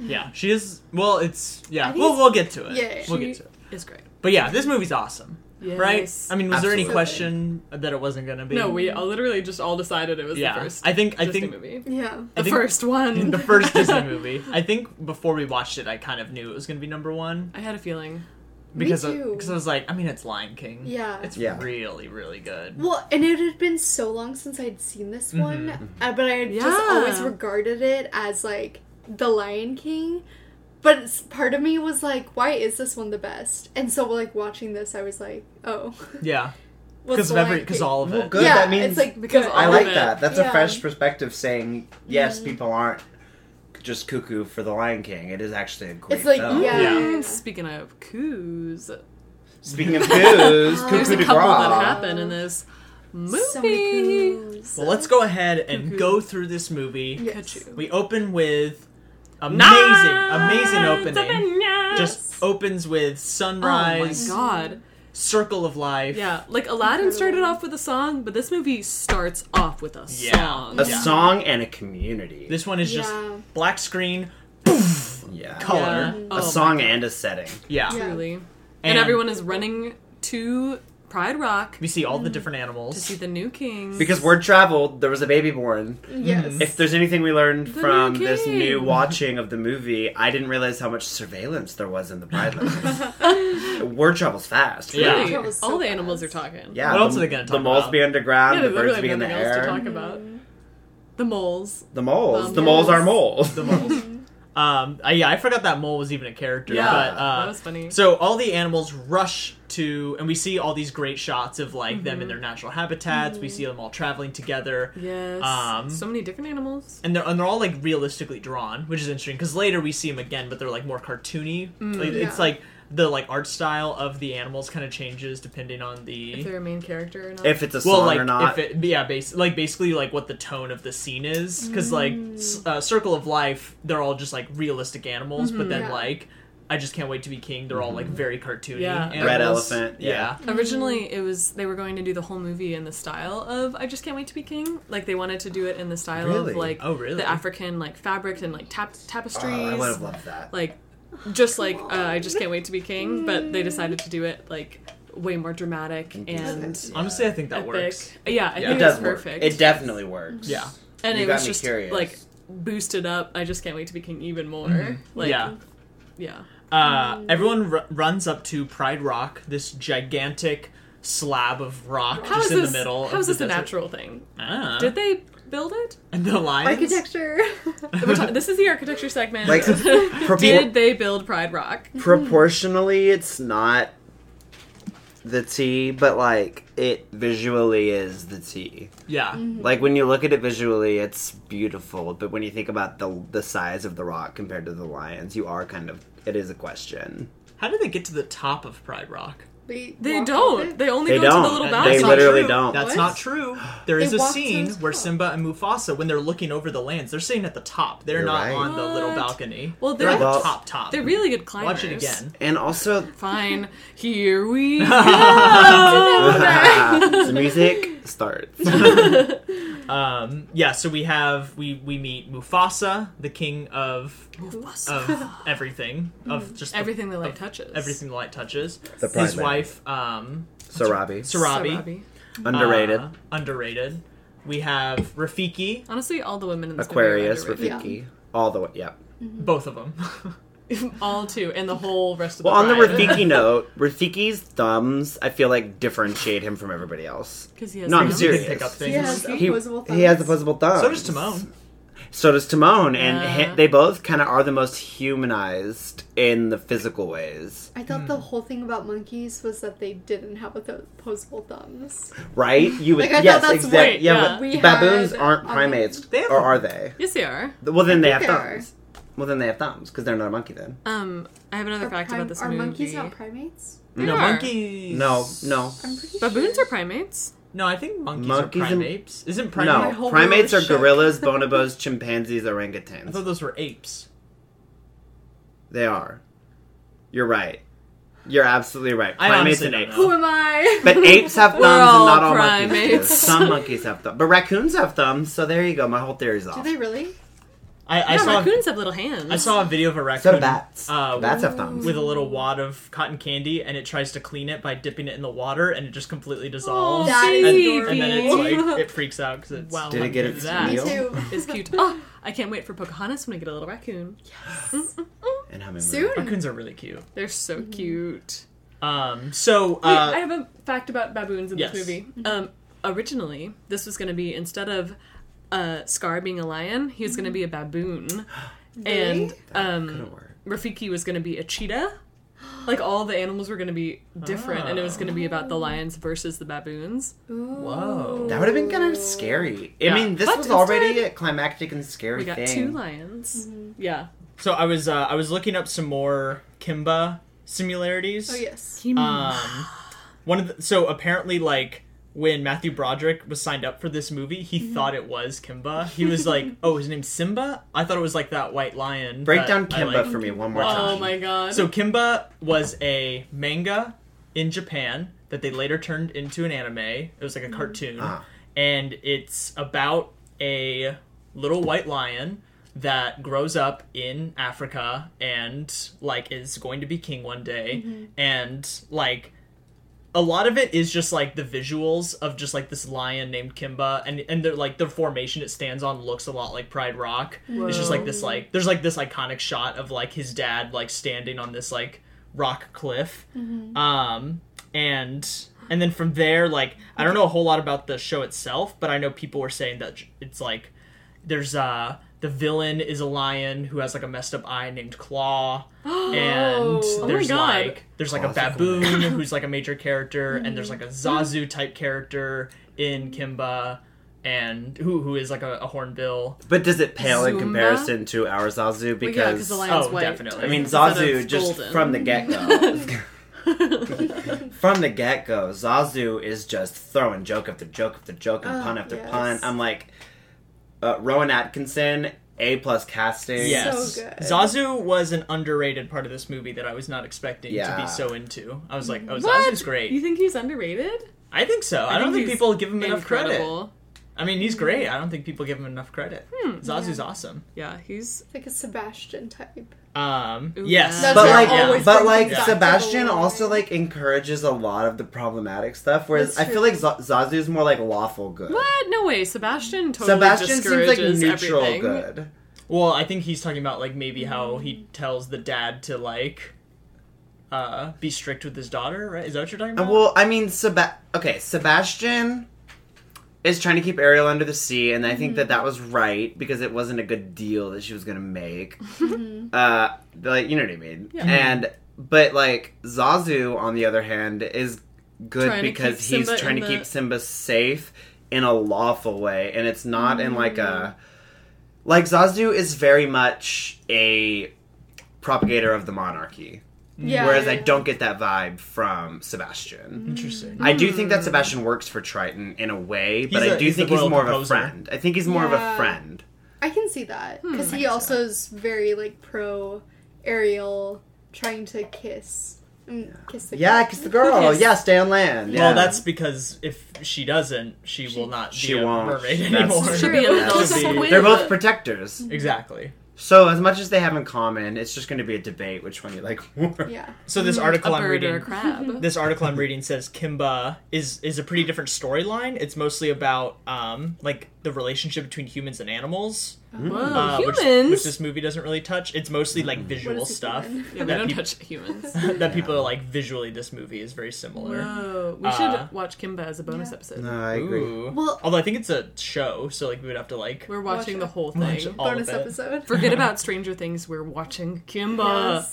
Speaker 1: Yeah. She is. Well, it's yeah.
Speaker 3: I think
Speaker 1: We'll
Speaker 3: it's-
Speaker 1: we'll get to it.
Speaker 3: yeah.
Speaker 1: We'll
Speaker 2: She
Speaker 1: get to it.
Speaker 2: is great.
Speaker 1: But yeah, this movie's awesome, right?
Speaker 2: Yes.
Speaker 1: I mean, was there any
Speaker 4: Absolutely.
Speaker 1: question that it wasn't gonna be?
Speaker 2: No, we all literally just all decided it was
Speaker 1: Yeah.
Speaker 2: the first.
Speaker 1: I think. I
Speaker 2: Disney
Speaker 1: think.
Speaker 2: movie.
Speaker 3: Yeah.
Speaker 1: I
Speaker 2: The
Speaker 1: think-
Speaker 2: first one.
Speaker 1: the first Disney movie. I think before we watched it, I kind of knew it was going to be number one
Speaker 2: I had a feeling.
Speaker 1: because I,
Speaker 3: too.
Speaker 1: because I was like, I mean, it's Lion King.
Speaker 3: Yeah.
Speaker 1: it's
Speaker 4: Yeah.
Speaker 1: really really good.
Speaker 3: Well, and it had been so long since I'd seen this
Speaker 1: Mm-hmm,
Speaker 3: one, uh, but I had just
Speaker 2: Yeah.
Speaker 3: always regarded it as like The Lion King. But it's- part of me was like, why is this one the best? And so, like watching this, I was was like, oh,
Speaker 1: Yeah,
Speaker 3: what's
Speaker 1: because
Speaker 3: The
Speaker 1: of every
Speaker 3: Lion
Speaker 1: because
Speaker 3: King?
Speaker 1: all of
Speaker 4: Well,
Speaker 1: it.
Speaker 4: good.
Speaker 3: Yeah,
Speaker 4: that means-
Speaker 3: it's like
Speaker 2: Because
Speaker 3: good.
Speaker 2: all
Speaker 4: I
Speaker 2: of
Speaker 4: like
Speaker 2: it.
Speaker 4: that. That's
Speaker 3: Yeah.
Speaker 4: a fresh perspective saying yes,
Speaker 2: Mm-hmm.
Speaker 4: people aren't just cuckoo for the Lion King. It is actually a great
Speaker 3: It's like
Speaker 4: film.
Speaker 3: yeah.
Speaker 1: Oh. Yeah.
Speaker 2: Speaking of coups,
Speaker 4: Speaking of coos,
Speaker 2: there's
Speaker 4: cuckoo
Speaker 2: a
Speaker 4: de
Speaker 2: couple that
Speaker 4: gras.
Speaker 2: happen in this movie.
Speaker 3: So many clues.
Speaker 1: Well, let's go ahead and
Speaker 2: Cuckoo.
Speaker 1: go through this movie.
Speaker 3: Yes.
Speaker 2: Cuckoo.
Speaker 1: We open with amazing amazing opening.
Speaker 2: Yes.
Speaker 1: Just opens with
Speaker 2: oh my
Speaker 1: sunrise,
Speaker 2: god.
Speaker 1: circle of life.
Speaker 2: Yeah, like Aladdin started off with a song, but this movie starts off with a
Speaker 1: Yeah.
Speaker 2: song.
Speaker 4: A
Speaker 1: Yeah.
Speaker 4: song and a community.
Speaker 1: This one is just
Speaker 3: Yeah.
Speaker 1: black screen, of
Speaker 4: Yeah.
Speaker 1: color.
Speaker 2: Yeah. Oh
Speaker 4: a song
Speaker 2: my God.
Speaker 4: and a setting.
Speaker 1: Yeah.
Speaker 3: Yeah.
Speaker 2: Truly. And,
Speaker 1: And-
Speaker 2: everyone is running to Pride Rock
Speaker 1: We see all the different
Speaker 2: Mm. to see
Speaker 1: animals.
Speaker 2: the new king.
Speaker 4: Because word traveled, there was a baby born.
Speaker 3: Yes.
Speaker 4: If there's anything we learned
Speaker 2: The
Speaker 4: from
Speaker 2: new
Speaker 4: this
Speaker 2: king.
Speaker 4: new watching of the movie, I didn't realize how much surveillance there was in the Pride Lands. Word travels fast.
Speaker 1: Yeah.
Speaker 2: Really,
Speaker 3: That was so
Speaker 2: all the
Speaker 3: fast.
Speaker 2: animals are talking.
Speaker 4: Yeah,
Speaker 1: What
Speaker 4: the,
Speaker 1: else are they gonna
Speaker 4: The
Speaker 1: talk
Speaker 4: moles
Speaker 1: about?
Speaker 4: be underground,
Speaker 2: Yeah,
Speaker 4: the
Speaker 2: they
Speaker 4: birds
Speaker 2: literally
Speaker 4: be
Speaker 2: have
Speaker 4: in the
Speaker 2: nothing else to
Speaker 4: air.
Speaker 2: talk about. The moles.
Speaker 4: The moles.
Speaker 2: Um,
Speaker 4: the moles
Speaker 2: yes.
Speaker 4: are moles.
Speaker 1: The moles.
Speaker 4: Mm-hmm.
Speaker 1: um, I, yeah, I forgot that mole was even a character.
Speaker 4: Yeah.
Speaker 1: but, uh,
Speaker 2: that was funny.
Speaker 1: So all the animals rush to, and we see all these great shots of like them
Speaker 2: Mm-hmm.
Speaker 1: in their natural habitats. We see them all traveling together,
Speaker 2: yes.
Speaker 1: um,
Speaker 2: so many different animals.
Speaker 1: and they're and they're all like realistically drawn, which is interesting because later we see them again, but they're like more cartoony.
Speaker 2: Mm,
Speaker 1: Like, It's
Speaker 3: Yeah.
Speaker 1: like the like art style of the animals kind of changes depending on
Speaker 2: If
Speaker 1: the
Speaker 2: they're a main character or not.
Speaker 4: If it's a
Speaker 1: well,
Speaker 4: song
Speaker 1: like
Speaker 4: or not.
Speaker 1: if it yeah, bas- like basically like what the tone of the scene is because like s-
Speaker 2: Mm.
Speaker 1: uh, Circle of Life, they're all just like realistic animals,
Speaker 2: Mm-hmm.
Speaker 1: but then
Speaker 3: Yeah.
Speaker 1: like. I just can't wait to be king. They're all like very cartoony.
Speaker 2: Yeah.
Speaker 1: Animals.
Speaker 4: Mm-hmm. Red elephant, yeah.
Speaker 2: Originally, it was they were going to do the whole movie in the style of "I Just Can't Wait to Be King." Like they wanted to do it in the style
Speaker 4: Really?
Speaker 2: of like
Speaker 1: Oh, really?
Speaker 2: the African like fabrics and like tap-
Speaker 4: Oh,
Speaker 2: tapestries,
Speaker 4: I would have loved that.
Speaker 2: like just like uh, "I Just Can't Wait to Be King." But they decided to do it like way more dramatic and
Speaker 4: Yeah.
Speaker 1: Honestly, I think that
Speaker 2: epic.
Speaker 1: works.
Speaker 2: Yeah, I
Speaker 1: Yeah.
Speaker 2: think
Speaker 4: it
Speaker 2: it was
Speaker 4: does work.
Speaker 2: perfect.
Speaker 4: It definitely works.
Speaker 1: Yeah.
Speaker 2: and
Speaker 4: You
Speaker 2: it
Speaker 4: got
Speaker 2: was
Speaker 4: me
Speaker 2: just
Speaker 4: curious.
Speaker 2: like boosted up. I just can't wait to be king even more. Like
Speaker 1: Mm-hmm. yeah.
Speaker 2: yeah.
Speaker 1: Uh, everyone r- runs up to Pride Rock, this gigantic slab of rock
Speaker 2: How is
Speaker 1: just in
Speaker 2: this?
Speaker 1: the middle.
Speaker 2: how
Speaker 1: of
Speaker 2: is
Speaker 1: the
Speaker 2: this a
Speaker 1: desert.
Speaker 2: natural thing?
Speaker 1: Ah.
Speaker 2: Did they build it?
Speaker 1: and the lions.
Speaker 3: Architecture.
Speaker 2: We're ta- this is the architecture segment.
Speaker 4: Like, propor-
Speaker 2: did they build Pride Rock?
Speaker 4: Proportionally, it's not the T, but like it visually is the T.
Speaker 1: Yeah.
Speaker 2: Mm.
Speaker 4: Like when you look at it visually, it's beautiful. But when you think about the the size of the rock compared to the lions, you are kind of it is a question.
Speaker 1: How did they get to the top of Pride Rock?
Speaker 3: They,
Speaker 2: They
Speaker 3: walked with
Speaker 2: don't.
Speaker 3: it.
Speaker 2: They only
Speaker 4: They
Speaker 2: go
Speaker 4: don't.
Speaker 2: to the little
Speaker 4: They
Speaker 1: That's
Speaker 2: bouncy.
Speaker 1: not
Speaker 4: literally
Speaker 1: true.
Speaker 4: don't.
Speaker 1: That's
Speaker 3: What?
Speaker 1: not true. There is
Speaker 3: They
Speaker 1: a
Speaker 3: walk to the
Speaker 1: scene where
Speaker 3: top.
Speaker 1: Simba and Mufasa, when they're looking over the lands, they're sitting at the top. They're
Speaker 4: You're
Speaker 1: not
Speaker 4: right.
Speaker 1: on the little
Speaker 2: What?
Speaker 1: balcony.
Speaker 2: Well,
Speaker 1: they're, at
Speaker 4: they're-
Speaker 1: the top top.
Speaker 2: They're really good climbers.
Speaker 1: Watch it again.
Speaker 4: And also,
Speaker 2: Fine. Here we go.
Speaker 4: the music starts.
Speaker 1: Um, yeah, so we have we we meet Mufasa, the king of of everything of just the-
Speaker 2: Everything the light
Speaker 1: of
Speaker 2: touches.
Speaker 1: everything the light touches.
Speaker 4: The Pride
Speaker 1: His
Speaker 4: Man.
Speaker 1: wife, um,
Speaker 4: Sarabi,
Speaker 1: Sarabi,
Speaker 2: Sarabi.
Speaker 4: underrated.
Speaker 1: uh, underrated. We have Rafiki,
Speaker 2: Honestly, all the women in this
Speaker 4: Aquarius,
Speaker 2: movie are
Speaker 4: Rafiki, all the way. Yeah.
Speaker 1: both of them.
Speaker 2: underrated. all two, and the whole rest of
Speaker 4: Well, on
Speaker 2: the
Speaker 4: the
Speaker 2: bride.
Speaker 4: Rafiki note, Rafiki's thumbs, I feel like differentiate him from everybody else.
Speaker 2: 'Cause he has
Speaker 4: no, I'm
Speaker 2: thumbs.
Speaker 1: You
Speaker 4: serious.
Speaker 1: can pick up
Speaker 3: He
Speaker 1: things.
Speaker 3: has
Speaker 4: He,
Speaker 3: opposable
Speaker 4: he has
Speaker 3: thumbs.
Speaker 4: opposable thumbs.
Speaker 1: So does Timon.
Speaker 4: So does Timon, and
Speaker 2: Yeah.
Speaker 4: he- they both kind of are the most humanized in the physical ways,
Speaker 3: I thought the whole thing about monkeys was that they didn't have oppo- opposable thumbs.
Speaker 4: right? You would,
Speaker 3: Like, I thought
Speaker 4: yes,
Speaker 3: that's
Speaker 4: exact-
Speaker 2: what-
Speaker 4: yeah,
Speaker 2: yeah.
Speaker 4: but
Speaker 3: We
Speaker 4: baboons
Speaker 3: had,
Speaker 4: aren't
Speaker 3: um,
Speaker 4: primates,
Speaker 1: They have-
Speaker 4: or are they?
Speaker 2: Yes, they are.
Speaker 4: Well, then they have
Speaker 3: think they are.
Speaker 4: thumbs. Well, then they have thumbs because they're not a monkey. Then
Speaker 2: Um, I have another
Speaker 3: Are
Speaker 2: fact
Speaker 3: prim-
Speaker 2: about this
Speaker 3: are
Speaker 2: movie.
Speaker 3: monkeys not primates?
Speaker 2: They
Speaker 1: no
Speaker 2: are.
Speaker 1: monkeys.
Speaker 4: no, no,
Speaker 3: I'm pretty
Speaker 2: Baboons
Speaker 3: sure.
Speaker 2: are primates.
Speaker 1: no. I think monkeys,
Speaker 4: Monkeys
Speaker 1: are
Speaker 4: and-
Speaker 1: primates. Isn't primate?
Speaker 3: my
Speaker 4: no.
Speaker 3: whole
Speaker 4: Primates are
Speaker 3: world shook.
Speaker 4: gorillas, bonobos, chimpanzees,
Speaker 1: I thought
Speaker 4: orangutans.
Speaker 1: those were apes.
Speaker 4: They are. You're right. You're absolutely right.
Speaker 1: I
Speaker 4: Primates
Speaker 1: honestly
Speaker 4: and
Speaker 1: don't
Speaker 4: apes.
Speaker 1: know.
Speaker 3: Who am I?
Speaker 4: But apes have thumbs,
Speaker 2: We're
Speaker 4: and
Speaker 2: all
Speaker 4: not all monkeys
Speaker 2: primates.
Speaker 4: do. Some monkeys have thumbs, but raccoons have thumbs. So there you go. My whole theory's
Speaker 3: Do
Speaker 4: off.
Speaker 3: they really?
Speaker 1: I, I
Speaker 2: yeah,
Speaker 1: saw
Speaker 2: raccoons have little hands.
Speaker 1: I saw a video of a
Speaker 4: So
Speaker 1: raccoon.
Speaker 4: do bats.
Speaker 1: Uh,
Speaker 4: bats have thumbs.
Speaker 1: with a little wad of cotton candy and it tries to clean it by dipping it in the water and it just completely dissolves
Speaker 3: that
Speaker 1: and,
Speaker 3: is
Speaker 1: and then it's
Speaker 2: adorable.
Speaker 1: like it freaks out because it's
Speaker 2: Wow.
Speaker 4: Did it get its
Speaker 2: That
Speaker 3: Me
Speaker 4: meal?
Speaker 3: too.
Speaker 2: is cute. Oh, I can't wait for Pocahontas when I get a little raccoon.
Speaker 4: And how many?
Speaker 3: Soon.
Speaker 1: raccoons are really cute
Speaker 2: They're so cute.
Speaker 1: um so
Speaker 2: Mm-hmm. Wait,
Speaker 1: uh
Speaker 2: I have a fact about baboons in
Speaker 1: yes.
Speaker 2: this movie. Um, originally, this was going to be instead of uh, Scar being a lion, he was going to be a baboon, and um,
Speaker 4: Could've worked.
Speaker 2: Rafiki was going to be a cheetah. Like all the animals were going to be different, and it was going to be about the lions versus the baboons.
Speaker 1: whoa
Speaker 4: That would have been kind of scary. I
Speaker 1: Yeah.
Speaker 4: mean, this
Speaker 2: But
Speaker 4: was already
Speaker 2: instead-
Speaker 4: a climactic and scary
Speaker 2: We got
Speaker 4: thing.
Speaker 2: two lions.
Speaker 3: Mm-hmm.
Speaker 2: Yeah,
Speaker 1: so i was uh i was looking up some more kimba similarities
Speaker 3: Oh yes.
Speaker 1: um one of the, so apparently like when Matthew Broderick was signed up for this movie, he thought it was Kimba. He was like, "Oh, his name's Simba." I thought it was like that white lion. that
Speaker 4: Break down
Speaker 1: I
Speaker 4: Kimba
Speaker 1: like.
Speaker 4: for me one more time.
Speaker 2: Oh my god.
Speaker 1: So Kimba was a manga in Japan that they later turned into an anime. It was like a cartoon,
Speaker 4: Ah.
Speaker 1: and it's about a little white lion that grows up in Africa and like is going to be king one day and like a lot of it is just like the visuals of just like this lion named Kimba and and they're like the formation it stands on looks a lot like Pride Rock. It's just like this like there's like this iconic shot of like his dad like standing on this like rock cliff. Um and and then from there like I don't know a whole lot about the show itself, but I know people were saying that it's like there's uh the villain is a lion who has like a messed up eye named Claw, and
Speaker 2: Oh my
Speaker 1: there's
Speaker 2: God.
Speaker 1: like there's like a
Speaker 4: Claw's a cool
Speaker 1: baboon who's like a major character, and there's like a Zazu type character in Kimba, and who who is like a, a hornbill.
Speaker 4: But does it pale in
Speaker 2: Zumba?
Speaker 4: comparison to our Zazu?
Speaker 2: Well, yeah, because
Speaker 4: Because
Speaker 2: the lion's
Speaker 1: oh,
Speaker 2: white.
Speaker 1: definitely.
Speaker 4: I mean,
Speaker 2: Instead
Speaker 4: Zazu
Speaker 2: of
Speaker 4: just
Speaker 2: golden.
Speaker 4: from the get go. from the get go, Zazu is just throwing joke after joke after joke and
Speaker 3: Oh,
Speaker 4: pun after
Speaker 3: yes.
Speaker 4: pun. I'm like, uh, Rowan Atkinson, A plus casting.
Speaker 1: Yes,
Speaker 3: So good.
Speaker 1: Zazu was an underrated part of this movie that I was not expecting to
Speaker 4: Yeah.
Speaker 1: be so into. I was like, oh,
Speaker 2: What?
Speaker 1: Zazu's
Speaker 2: You
Speaker 1: great.
Speaker 2: think he's underrated?
Speaker 1: I think so. I, don't
Speaker 2: think
Speaker 1: think
Speaker 2: he's
Speaker 1: people give him enough credit.
Speaker 2: Incredible.
Speaker 1: I mean, he's great. I don't think people give him enough credit. Zazu's awesome.
Speaker 2: Yeah, he's
Speaker 3: Like a Sebastian type.
Speaker 1: Um,
Speaker 2: Ooh,
Speaker 1: yes,
Speaker 2: yeah.
Speaker 4: But
Speaker 3: They're
Speaker 4: like,
Speaker 3: always
Speaker 4: but
Speaker 3: bringing
Speaker 4: like,
Speaker 1: back
Speaker 4: Sebastian
Speaker 3: the lore.
Speaker 4: also like encourages a lot of the problematic stuff. Whereas
Speaker 3: That's
Speaker 4: I
Speaker 3: true.
Speaker 4: feel like Z- Zazu's more like lawful good.
Speaker 2: what? No way. Sebastian totally
Speaker 4: Sebastian seems like
Speaker 2: discourages
Speaker 4: neutral
Speaker 2: everything.
Speaker 4: good.
Speaker 1: Well, I think he's talking about like maybe how he tells the dad to like uh be strict with his daughter, right? Is that what you're talking
Speaker 4: Uh,
Speaker 1: about?
Speaker 4: Well, I mean, Seba- okay, Sebastian is trying to keep Ariel under the sea, and I think that
Speaker 3: Mm-hmm.
Speaker 4: that was right because it wasn't a good deal that she was going to make.
Speaker 3: Mm-hmm.
Speaker 4: uh, like, you know what I mean?
Speaker 2: Yeah. Mm-hmm.
Speaker 4: And but like Zazu, on the other hand, is good
Speaker 2: Trying to
Speaker 4: because
Speaker 2: keep
Speaker 4: he's
Speaker 2: Simba
Speaker 4: trying to
Speaker 2: in the-
Speaker 4: keep Simba safe in a lawful way, and it's not in like
Speaker 2: Mm.
Speaker 4: a like Zazu is very much a propagator of the monarchy.
Speaker 3: Yeah.
Speaker 4: Whereas I don't get that vibe from Sebastian.
Speaker 1: Interesting.
Speaker 4: I do think that
Speaker 2: Mm.
Speaker 4: Sebastian works for Triton in a way, but I
Speaker 1: He's a-
Speaker 4: do
Speaker 1: he's
Speaker 4: think
Speaker 1: the
Speaker 4: he's
Speaker 1: royal
Speaker 4: more of a
Speaker 1: composer.
Speaker 4: friend. I think he's more of a
Speaker 3: Yeah.
Speaker 4: friend.
Speaker 3: I can see that because he also is very like pro Ariel trying to kiss, mm, kiss the
Speaker 4: Yeah,
Speaker 3: girl.
Speaker 4: kiss the girl.
Speaker 2: Yes.
Speaker 4: Yeah, stay on land. Yeah.
Speaker 1: Well, that's because if she doesn't, she, will not be
Speaker 4: she
Speaker 1: a
Speaker 4: won't.
Speaker 1: mermaid
Speaker 4: That's
Speaker 1: anymore.
Speaker 2: She'll be a
Speaker 4: That's
Speaker 2: little
Speaker 4: the-
Speaker 2: squid.
Speaker 4: They're both protectors.
Speaker 1: Exactly.
Speaker 4: So as much as they have in common, it's just going to be a debate which one you like more.
Speaker 3: Yeah.
Speaker 1: So this
Speaker 2: a
Speaker 1: article I'm
Speaker 2: bird or a
Speaker 1: reading
Speaker 2: crab.
Speaker 1: this article I'm reading says Kimba is is a pretty different storyline. It's mostly about um like the relationship between humans and animals.
Speaker 2: Whoa,
Speaker 1: uh, which-
Speaker 2: humans.
Speaker 1: Which, this movie doesn't really touch. It's mostly like
Speaker 4: Mm.
Speaker 1: visual
Speaker 3: What is a
Speaker 1: stuff.
Speaker 3: human?
Speaker 2: yeah, we
Speaker 1: that
Speaker 2: don't
Speaker 1: peop-
Speaker 2: touch humans.
Speaker 1: that people are like visually this movie is very similar.
Speaker 2: Whoa, we
Speaker 1: Uh,
Speaker 2: should watch Kimba as a bonus
Speaker 3: yeah.
Speaker 2: episode.
Speaker 4: No, I agree.
Speaker 1: Ooh.
Speaker 3: Well-
Speaker 1: although I think it's a show, so like we would have to like
Speaker 2: We're watching
Speaker 3: Watch
Speaker 2: the
Speaker 3: it.
Speaker 2: whole
Speaker 1: Watch
Speaker 2: thing.
Speaker 1: all
Speaker 3: Bonus
Speaker 1: of it.
Speaker 3: episode.
Speaker 2: Forget about Stranger Things. We're watching Kimba.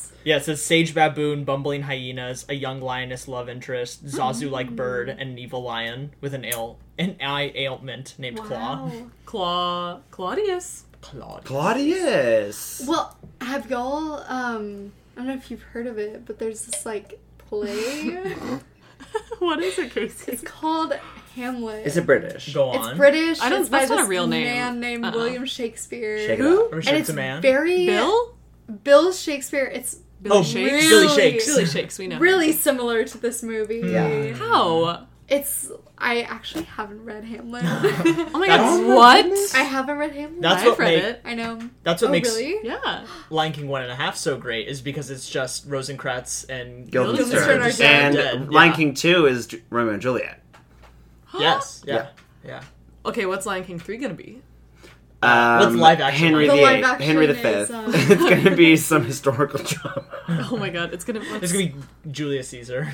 Speaker 1: Yeah,
Speaker 3: Yes.
Speaker 1: it says sage baboon, bumbling hyenas, a young lioness love interest,
Speaker 3: Hmm.
Speaker 1: Zazu-like bird, and an evil lion with an ail an eye ailment named Claw.
Speaker 3: Wow.
Speaker 2: Claw Claudius.
Speaker 1: Claw.
Speaker 4: Claudius.
Speaker 3: Well, have y'all? Um, I don't know if you've heard of it, but there's this like play.
Speaker 2: what is it, Casey?
Speaker 3: it's called Hamlet.
Speaker 4: Is it British?
Speaker 1: Go
Speaker 3: It's
Speaker 1: on.
Speaker 3: British.
Speaker 2: I don't-
Speaker 3: It's by
Speaker 2: that's not a
Speaker 3: this
Speaker 2: real name.
Speaker 3: Man named
Speaker 2: Uh-uh.
Speaker 3: William Shakespeare.
Speaker 4: Shake it
Speaker 2: Who?
Speaker 4: up.
Speaker 1: Or
Speaker 3: And
Speaker 1: Shakes
Speaker 3: it's
Speaker 1: a man.
Speaker 3: very
Speaker 2: uh, Bill?
Speaker 3: Bill Shakespeare. It's
Speaker 2: Billy
Speaker 1: Oh,
Speaker 2: Shakes.
Speaker 1: really? Billy
Speaker 2: Billy
Speaker 1: Shakes.
Speaker 2: Billy Shakes. We know.
Speaker 3: really similar to this movie.
Speaker 4: Yeah.
Speaker 2: How?
Speaker 3: It's I actually haven't read Hamlet.
Speaker 2: Oh my
Speaker 1: That's-
Speaker 2: god! What?
Speaker 3: I haven't read Hamlet.
Speaker 1: That's
Speaker 2: I've
Speaker 1: what
Speaker 2: read
Speaker 1: make-
Speaker 2: it.
Speaker 3: I know.
Speaker 1: That's what
Speaker 3: oh,
Speaker 1: makes
Speaker 3: really?
Speaker 2: Yeah.
Speaker 1: Lion King one and a half so great is because it's just Rosencrantz and
Speaker 4: Guildenstern.
Speaker 3: Guildenstern are
Speaker 4: And
Speaker 1: dead.
Speaker 4: Lion
Speaker 1: Yeah.
Speaker 4: King 2 is J- Romeo and Juliet.
Speaker 1: Yes, yeah,
Speaker 4: Yeah.
Speaker 1: yeah.
Speaker 2: Okay, what's Lion King three gonna be?
Speaker 4: Um,
Speaker 1: what's live action
Speaker 4: Henry
Speaker 1: like?
Speaker 3: The
Speaker 4: VIII.
Speaker 3: live action
Speaker 4: Henry V.
Speaker 3: is, um,
Speaker 4: it's going to be some historical drama.
Speaker 2: Oh my god, it's gonna.
Speaker 1: There's gonna be Julius Caesar.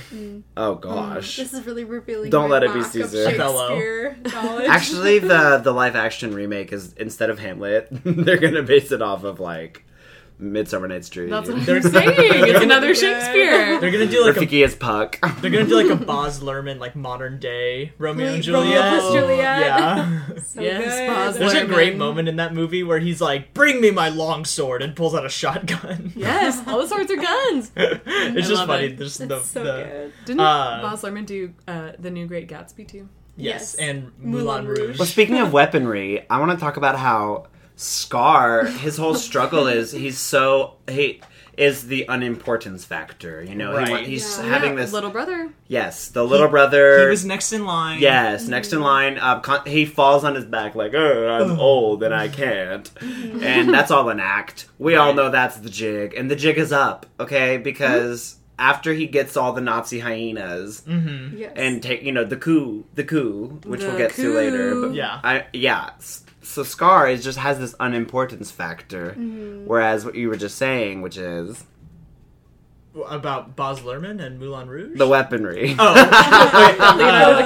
Speaker 4: Oh gosh.
Speaker 3: This is really revealing.
Speaker 4: Don't
Speaker 3: my
Speaker 4: let it be
Speaker 3: lack of
Speaker 4: Caesar.
Speaker 3: Shakespeare knowledge.
Speaker 4: Actually, the the live action remake is instead of Hamlet, they're gonna base it off of like Midsummer Night's Dream.
Speaker 2: That's what I'm
Speaker 1: They're-
Speaker 2: saying. It's another
Speaker 3: Yeah.
Speaker 2: Shakespeare.
Speaker 1: They're gonna do like a
Speaker 4: Rafiki is Puck.
Speaker 1: they're gonna do like a Boz Lerman like modern day Romeo and
Speaker 3: Wait,
Speaker 1: Juliet. Oh,
Speaker 3: Romeo plus Juliet.
Speaker 1: Yeah.
Speaker 3: So
Speaker 2: Yes,
Speaker 3: good.
Speaker 1: There's a
Speaker 2: Lerman.
Speaker 1: great moment in that movie where he's like, "Bring me my long sword," and pulls out a shotgun.
Speaker 2: Yes, all the swords are guns.
Speaker 1: it's
Speaker 2: I
Speaker 1: just
Speaker 2: love
Speaker 1: funny.
Speaker 2: it.
Speaker 1: There's
Speaker 3: That's
Speaker 1: the,
Speaker 3: so
Speaker 1: the-
Speaker 3: good.
Speaker 2: Didn't
Speaker 1: Uh,
Speaker 2: Boz Lerman do uh, the new Great Gatsby too?
Speaker 1: yes,
Speaker 3: Yes.
Speaker 1: and
Speaker 3: Moulin
Speaker 1: Moulin Rouge.
Speaker 3: Rouge.
Speaker 4: well, speaking of weaponry, I want to talk about how Scar, his whole struggle is he's so he is the unimportance factor. You know, He wa-
Speaker 1: Right.
Speaker 4: he's
Speaker 3: Yeah.
Speaker 4: having this.
Speaker 2: little brother.
Speaker 4: yes, the little brother.
Speaker 1: He was next in line.
Speaker 4: Yes, next in line, uh, con- he falls on his back like, "Oh, I'm old and I can't," and that's all an act. We all
Speaker 1: Right.
Speaker 4: know that's the jig, and the jig is up, okay? Because after he gets all the Nazi hyenas
Speaker 1: Mm-hmm.
Speaker 3: Yes.
Speaker 4: and take, you know, the coup, the coup, which
Speaker 2: The
Speaker 4: we'll get to later.
Speaker 2: coup.
Speaker 4: But
Speaker 1: Yeah.
Speaker 4: I yeah. s- So Scar is just has this unimportance factor,
Speaker 2: Mm-hmm.
Speaker 4: whereas what you were just saying, which is
Speaker 1: About Boz Lerman and Moulin Rouge.
Speaker 4: the weaponry.
Speaker 1: Oh.
Speaker 2: Leonardo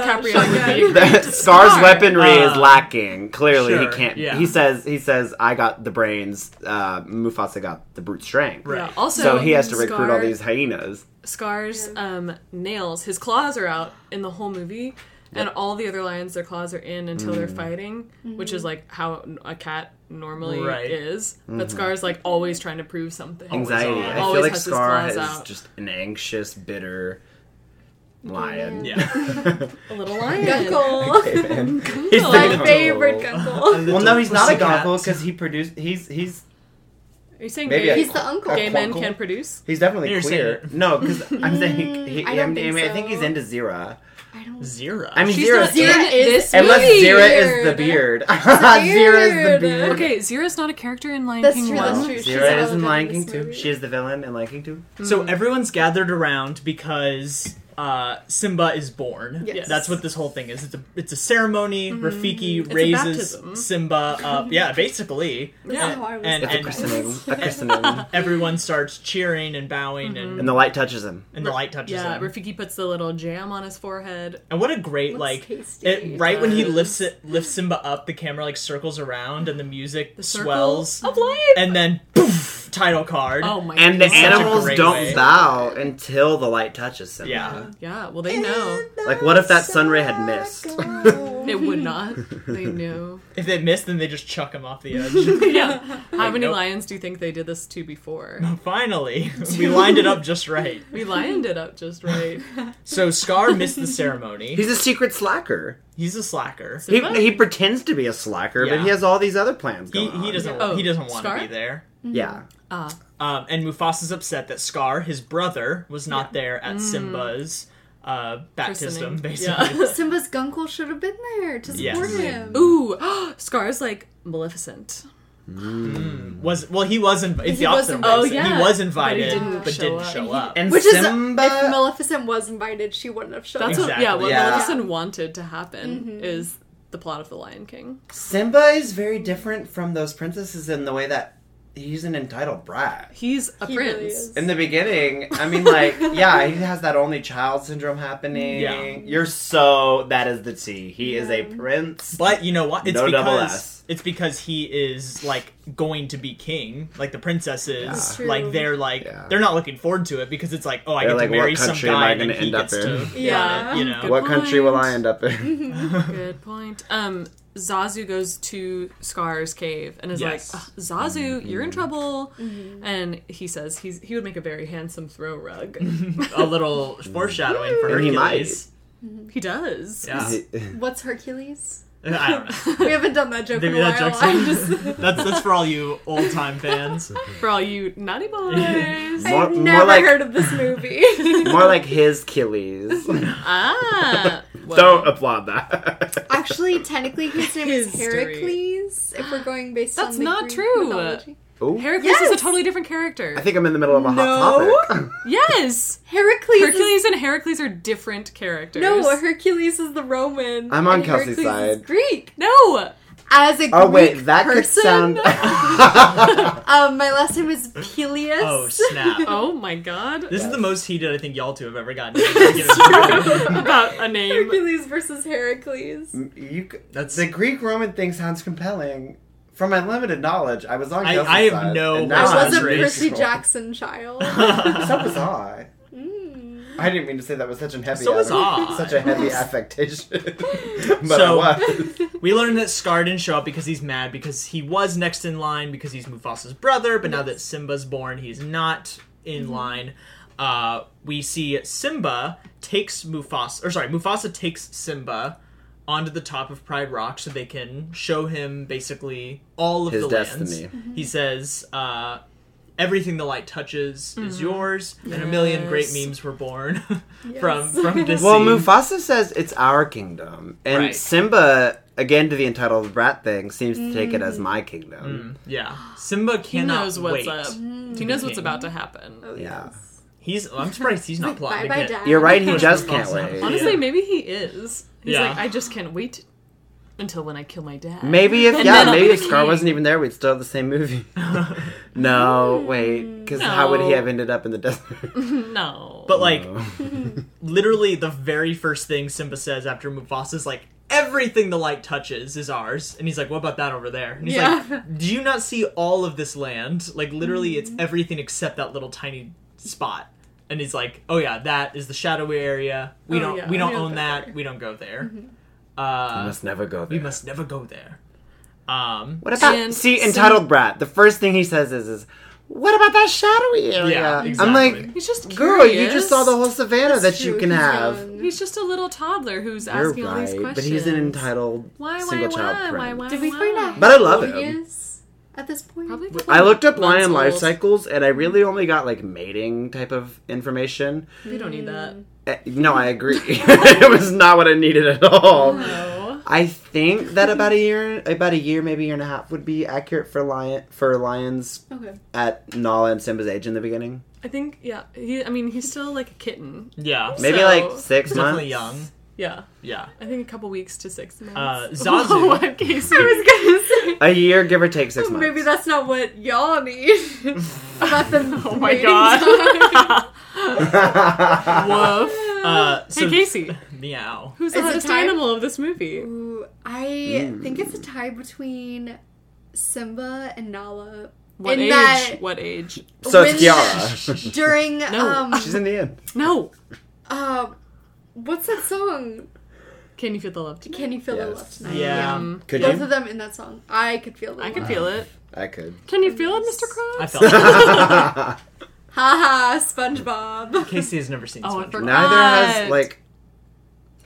Speaker 1: Okay, uh,
Speaker 2: DiCaprio.
Speaker 1: Sean
Speaker 2: Yeah.
Speaker 1: Connery.
Speaker 4: That Scar's
Speaker 2: Scar.
Speaker 4: weaponry is
Speaker 1: Uh,
Speaker 4: lacking. Clearly, he
Speaker 1: sure,
Speaker 4: can't.
Speaker 1: yeah.
Speaker 4: He says. He says, "I got the brains. Uh, Mufasa got the brute strength."
Speaker 1: Right.
Speaker 2: Yeah. Also,
Speaker 4: So he has to recruit all
Speaker 2: Scar-
Speaker 4: these hyenas.
Speaker 2: Scar's
Speaker 3: Yeah.
Speaker 2: um, nails, his claws are out in the whole movie, and all the other lions, their claws are in until
Speaker 4: Mm.
Speaker 2: they're fighting, which is like how a cat normally
Speaker 1: Right.
Speaker 2: is. But Scar's like always trying to prove something.
Speaker 4: Mm-hmm. Anxiety.
Speaker 1: on.
Speaker 4: I feel
Speaker 2: Always
Speaker 4: like
Speaker 2: has his
Speaker 4: Scar
Speaker 2: claws
Speaker 4: is
Speaker 2: out.
Speaker 4: just an anxious, bitter lion.
Speaker 1: Yeah.
Speaker 2: A little lion.
Speaker 3: Gunkle.
Speaker 2: Cool.
Speaker 4: He's the
Speaker 3: My
Speaker 4: Gunkle.
Speaker 3: favorite
Speaker 1: And
Speaker 3: Gunkle.
Speaker 1: the
Speaker 4: Well, no, he's not a
Speaker 1: pussycat.
Speaker 4: gothel because he produced. He's he's
Speaker 2: Are you saying
Speaker 4: Maybe
Speaker 2: gay,
Speaker 4: I-
Speaker 3: He's the uncle.
Speaker 2: gay men
Speaker 4: Gunkle?
Speaker 2: can produce?
Speaker 4: he's definitely
Speaker 1: You're
Speaker 4: queer.
Speaker 1: saying-
Speaker 4: No, because I'm saying he,
Speaker 3: I
Speaker 4: I,
Speaker 3: don't
Speaker 4: mean,
Speaker 3: think
Speaker 4: I think he's
Speaker 3: so.
Speaker 4: into Zira.
Speaker 3: I don't.
Speaker 1: Zira.
Speaker 4: I mean,
Speaker 2: She's
Speaker 4: Zira.
Speaker 2: not in
Speaker 3: Zira is-
Speaker 2: this
Speaker 4: Unless
Speaker 2: movie.
Speaker 4: Zira is the beard. Zira is the
Speaker 3: weird.
Speaker 4: beard.
Speaker 2: Okay, Zira's not a character in Lion
Speaker 3: That's
Speaker 2: King
Speaker 3: true,
Speaker 4: No,
Speaker 3: that's
Speaker 2: 1.
Speaker 3: true. She's
Speaker 4: Zira
Speaker 3: a
Speaker 4: is in
Speaker 3: villain
Speaker 4: Lion
Speaker 3: in
Speaker 4: King
Speaker 3: this
Speaker 4: 2.
Speaker 3: movie.
Speaker 4: She is the villain in Lion King 2.
Speaker 1: so everyone's gathered around because uh, Simba is born.
Speaker 3: Yes.
Speaker 1: That's what this whole thing is. It's a it's a ceremony. Rafiki
Speaker 2: a
Speaker 1: raises
Speaker 2: baptism.
Speaker 1: Simba up. Yeah, basically.
Speaker 3: Yeah.
Speaker 1: And-
Speaker 3: How I was
Speaker 1: and-
Speaker 4: It's a
Speaker 1: and-
Speaker 4: christening. A christening.
Speaker 1: Everyone starts cheering and bowing, and,
Speaker 4: and the light touches him.
Speaker 1: and the light touches
Speaker 2: Yeah,
Speaker 1: him.
Speaker 2: Rafiki puts the little jam on his forehead.
Speaker 1: And what a great
Speaker 3: Looks
Speaker 1: like
Speaker 3: tasty.
Speaker 1: it, right when he
Speaker 2: does.
Speaker 1: lifts it lifts Simba up, the camera like circles around and the music
Speaker 2: The circle
Speaker 1: swells,
Speaker 2: of life.
Speaker 1: and then poof, title card.
Speaker 2: oh my
Speaker 4: And the
Speaker 1: such a
Speaker 2: goodness.
Speaker 4: animals
Speaker 1: great
Speaker 4: don't
Speaker 1: way.
Speaker 4: bow until the light touches him.
Speaker 1: yeah,
Speaker 2: Yeah, well they know.
Speaker 4: Like, what if that sun ray had missed?
Speaker 2: It would not. They knew.
Speaker 1: if they miss, then they just chuck him off the edge.
Speaker 2: yeah. How many
Speaker 1: nope.
Speaker 2: lions do you think they did this to before?
Speaker 1: Finally, we lined it up just right.
Speaker 2: We lined it up just right.
Speaker 1: So Scar missed the ceremony.
Speaker 4: He's a secret slacker.
Speaker 1: He's a slacker.
Speaker 4: He,
Speaker 2: Simba?
Speaker 4: he pretends to be a slacker, but
Speaker 1: Yeah.
Speaker 4: he has all these other plans
Speaker 1: He,
Speaker 4: going
Speaker 1: he
Speaker 4: on.
Speaker 1: doesn't
Speaker 2: Oh,
Speaker 1: he doesn't want
Speaker 2: Scar?
Speaker 1: to be there.
Speaker 4: Yeah.
Speaker 2: Ah,
Speaker 1: Um, and Mufasa's upset that Scar, his brother, was not there at Simba's uh, baptism,
Speaker 2: Mm. Christening.
Speaker 1: basically.
Speaker 3: Simba's Gunkle should have been there to support
Speaker 1: Yes.
Speaker 3: him.
Speaker 2: ooh, Scar's like Maleficent.
Speaker 1: Mm. Was well, he was invited. It's
Speaker 3: He
Speaker 1: the
Speaker 3: was
Speaker 1: opposite. of
Speaker 3: invited.
Speaker 1: Maleficent.
Speaker 2: Oh, yeah.
Speaker 1: he was
Speaker 2: But he
Speaker 1: invited, but
Speaker 2: didn't
Speaker 1: didn't,
Speaker 2: show up.
Speaker 1: show up.
Speaker 4: And
Speaker 3: Which is
Speaker 4: Simba.
Speaker 3: if Maleficent was invited, she wouldn't have shown
Speaker 2: That's
Speaker 3: up.
Speaker 2: what yeah, what
Speaker 4: Yeah.
Speaker 2: Maleficent wanted to happen is the plot of The Lion King.
Speaker 4: Simba is very different from those princesses in the way that he's an entitled brat.
Speaker 2: He's a
Speaker 3: He
Speaker 2: prince.
Speaker 3: really is.
Speaker 4: In the beginning, I mean, like, yeah, he has that only child syndrome happening.
Speaker 1: Yeah.
Speaker 4: You're so, that is the T. He is a
Speaker 3: Yeah.
Speaker 4: prince.
Speaker 1: But you know what? It's
Speaker 4: No double S.
Speaker 1: because it's because he is like going to be king, like the princesses.
Speaker 3: Yeah.
Speaker 1: Like they're like
Speaker 4: Yeah.
Speaker 1: they're not looking forward to it because it's like, oh, I
Speaker 4: They're
Speaker 1: get
Speaker 4: like,
Speaker 1: to
Speaker 4: what
Speaker 1: marry some
Speaker 4: country am I
Speaker 1: guy, and then
Speaker 4: gonna
Speaker 1: he
Speaker 4: end up
Speaker 1: gets to
Speaker 4: in?
Speaker 3: Yeah.
Speaker 1: yeah, you know.
Speaker 2: Good
Speaker 4: what country will I
Speaker 2: point.
Speaker 4: end up in?
Speaker 2: Good point. Um, Zazu goes to Scar's cave and is
Speaker 1: Yes.
Speaker 2: like, "Ugh, "Zazu, you're in trouble," and he says he's he would make a very handsome throw rug.
Speaker 1: A little foreshadowing for
Speaker 4: Or he
Speaker 1: Hercules.
Speaker 2: he does.
Speaker 1: Yeah,
Speaker 3: What's Hercules?
Speaker 1: I don't know.
Speaker 3: We haven't done that joke
Speaker 1: Maybe
Speaker 3: in a
Speaker 1: that
Speaker 3: while.
Speaker 1: joke's
Speaker 3: I'm just,
Speaker 1: That's that's for all you old time fans.
Speaker 2: For all you naughty boys.
Speaker 4: More-
Speaker 3: I've
Speaker 4: more
Speaker 3: never
Speaker 4: like-
Speaker 3: heard of this movie.
Speaker 4: More like his Achilles.
Speaker 2: ah. Uh, well,
Speaker 4: Don't applaud that.
Speaker 3: Actually, technically, his name is
Speaker 2: History.
Speaker 3: Heracles. If we're going based
Speaker 2: That's
Speaker 3: on the
Speaker 2: not
Speaker 3: Greek
Speaker 2: true.
Speaker 3: mythology.
Speaker 4: Ooh.
Speaker 2: Heracles is a
Speaker 3: Yes!
Speaker 2: totally different character.
Speaker 4: I think I'm in the middle of a
Speaker 3: No.
Speaker 4: hot topic.
Speaker 2: yes.
Speaker 3: Heracles. is-
Speaker 2: Hercules and Heracles are different characters.
Speaker 3: no, Hercules is the Roman.
Speaker 4: I'm on
Speaker 3: and
Speaker 4: Kelsey's
Speaker 3: Heracles is
Speaker 4: side.
Speaker 3: Greek.
Speaker 2: no.
Speaker 3: As a Greek
Speaker 4: oh, wait, that
Speaker 3: person,
Speaker 4: could sound.
Speaker 3: um, my last name is Peleus.
Speaker 1: Oh snap!
Speaker 2: Oh my god.
Speaker 1: This is the most heated I think y'all two have ever gotten. into.
Speaker 2: About a name.
Speaker 3: Hercules versus Heracles.
Speaker 4: you, c-
Speaker 1: That's-
Speaker 4: the Greek Roman thing sounds compelling. From my limited knowledge, I was on
Speaker 1: I-
Speaker 4: Kelsey's
Speaker 1: I have
Speaker 4: side,
Speaker 1: no-
Speaker 4: and now
Speaker 1: That's
Speaker 3: I was a
Speaker 4: I'm
Speaker 1: not
Speaker 3: Percy
Speaker 4: racial.
Speaker 3: Jackson child.
Speaker 4: So was I.
Speaker 3: Mm.
Speaker 4: I didn't mean to say that with such a heavy
Speaker 1: So was
Speaker 4: affect-
Speaker 1: I.
Speaker 4: such a heavy affectation. but
Speaker 1: So-
Speaker 4: I was.
Speaker 1: We learned that Scar didn't show up because he's mad because he was next in line because he's Mufasa's brother, but now that Simba's born, he's not in line. Uh, we see Simba takes Mufasa, or sorry, Mufasa takes Simba onto the top of Pride Rock so they can show him basically all of
Speaker 4: His
Speaker 1: the
Speaker 4: destiny.
Speaker 1: lands. He says, uh, everything the light touches is yours, and a million great
Speaker 2: Yes.
Speaker 1: memes were born from
Speaker 3: Yes.
Speaker 1: from this.
Speaker 4: Well,
Speaker 1: scene.
Speaker 4: Mufasa says it's our kingdom, and
Speaker 1: Right.
Speaker 4: Simba, again to the entitled brat thing, seems to take it as my
Speaker 1: Mm,
Speaker 4: kingdom.
Speaker 1: yeah, Simba cannot
Speaker 2: He knows what's
Speaker 1: wait.
Speaker 2: up. Mm, He
Speaker 1: be
Speaker 2: knows what's
Speaker 1: king.
Speaker 2: about to happen.
Speaker 3: Oh,
Speaker 4: Yeah.
Speaker 3: yes.
Speaker 1: He's. I'm surprised he's not
Speaker 3: Like, bye
Speaker 1: plotting
Speaker 3: bye,
Speaker 1: to get
Speaker 3: dad.
Speaker 4: You're right; he
Speaker 1: Push
Speaker 4: just can't
Speaker 1: Mufasa.
Speaker 4: wait.
Speaker 1: Honest-
Speaker 2: Honestly,
Speaker 1: Yeah.
Speaker 2: maybe he is. He's
Speaker 1: Yeah.
Speaker 2: like, I just can't wait until when I kill my dad.
Speaker 4: Maybe if
Speaker 2: And
Speaker 4: yeah,
Speaker 2: then I'll
Speaker 4: maybe
Speaker 2: be
Speaker 4: if Scar
Speaker 2: king.
Speaker 4: wasn't even there, we'd still have the same movie. no, wait, because how would he
Speaker 2: No.
Speaker 4: have ended up in the desert?
Speaker 2: No.
Speaker 1: But like,
Speaker 4: No.
Speaker 1: literally, the very first thing Simba says after Mufasa's like, "Everything the light touches is ours," and he's like, "What about that over there?" And he's
Speaker 2: Yeah. Mm.
Speaker 1: like, "Do you not see all of this land? Like, literally, it's everything except that little tiny spot." And he's like, "Oh yeah, that is the shadowy area. We
Speaker 2: Oh,
Speaker 1: don't.
Speaker 2: yeah,
Speaker 1: We don't
Speaker 2: we don't
Speaker 1: own
Speaker 2: go
Speaker 1: that.
Speaker 2: there." Mm-hmm.
Speaker 1: We don't go there. Uh,
Speaker 4: We must never go
Speaker 1: we
Speaker 4: there.
Speaker 1: must never go there." Um,
Speaker 4: What about
Speaker 2: And
Speaker 4: see
Speaker 2: Sim-
Speaker 4: entitled brat? The first thing he says is, "Is what about that shadowy area?"
Speaker 1: Yeah,
Speaker 4: I'm
Speaker 1: exactly.
Speaker 4: like,
Speaker 2: he's just curious.
Speaker 4: girl, you just saw the whole savannah
Speaker 3: That's
Speaker 4: that you
Speaker 3: true,
Speaker 4: can
Speaker 3: he's
Speaker 4: have.
Speaker 3: young.
Speaker 2: He's just a little toddler who's
Speaker 4: You're
Speaker 2: asking all these
Speaker 4: right,
Speaker 2: questions.
Speaker 4: but he's an entitled
Speaker 2: why, why,
Speaker 4: single child
Speaker 2: why, why,
Speaker 4: parent.
Speaker 2: why,
Speaker 3: Did we
Speaker 2: why?
Speaker 3: find out?
Speaker 4: But I
Speaker 3: how
Speaker 4: love
Speaker 3: old he
Speaker 4: him.
Speaker 3: is at this point?
Speaker 2: Probably. a couple
Speaker 4: I looked up
Speaker 2: months
Speaker 4: lion life
Speaker 2: old.
Speaker 4: cycles, and I really only got like mating type of information.
Speaker 2: We don't need that.
Speaker 4: Uh, No, I agree. it was not what I needed at all.
Speaker 2: No.
Speaker 4: I think that about a year, about a year, maybe a year and a half would be accurate for lion for lions
Speaker 3: Okay.
Speaker 4: at Nala and Simba's age in the beginning.
Speaker 2: I think yeah. He. I mean, he's still like a kitten.
Speaker 1: yeah,
Speaker 4: Maybe
Speaker 2: So-
Speaker 4: like six months.
Speaker 1: definitely young.
Speaker 2: Yeah.
Speaker 1: Yeah.
Speaker 2: I think a couple weeks to six
Speaker 1: Uh,
Speaker 2: months. Whoa,
Speaker 1: Zazu.
Speaker 2: what, Casey?
Speaker 3: I was gonna say
Speaker 4: A year, give or take six months.
Speaker 3: maybe that's not what y'all need. About the
Speaker 2: Oh my
Speaker 3: waiting time.
Speaker 2: god. Woof.
Speaker 1: Uh, so
Speaker 2: hey Casey,
Speaker 1: Meow.
Speaker 2: who's
Speaker 3: Is
Speaker 2: the
Speaker 3: it
Speaker 2: hottest
Speaker 3: time?
Speaker 2: animal of this movie?
Speaker 3: Ooh, I
Speaker 4: Mm.
Speaker 3: think it's a tie between Simba and Nala.
Speaker 2: What
Speaker 3: In
Speaker 2: age?
Speaker 3: that-
Speaker 2: What age?
Speaker 4: so it's
Speaker 3: When-
Speaker 4: Kiara.
Speaker 3: During um
Speaker 4: She's in the end.
Speaker 2: No.
Speaker 3: uh, what's that song?
Speaker 2: Can you feel the love? Tonight?
Speaker 3: Can you feel the
Speaker 4: Yes.
Speaker 3: love tonight?
Speaker 1: Yeah.
Speaker 2: Um,
Speaker 4: Could
Speaker 3: Both of
Speaker 4: you?
Speaker 3: them in that song. I could feel the
Speaker 2: I
Speaker 3: love.
Speaker 2: can feel it.
Speaker 4: I could.
Speaker 2: Can you feel it, Mr. Krabs?
Speaker 1: Uh, I felt it.
Speaker 3: Haha, SpongeBob.
Speaker 1: Casey has never seen
Speaker 2: Oh, I
Speaker 1: SpongeBob.
Speaker 2: forgot.
Speaker 4: Neither has like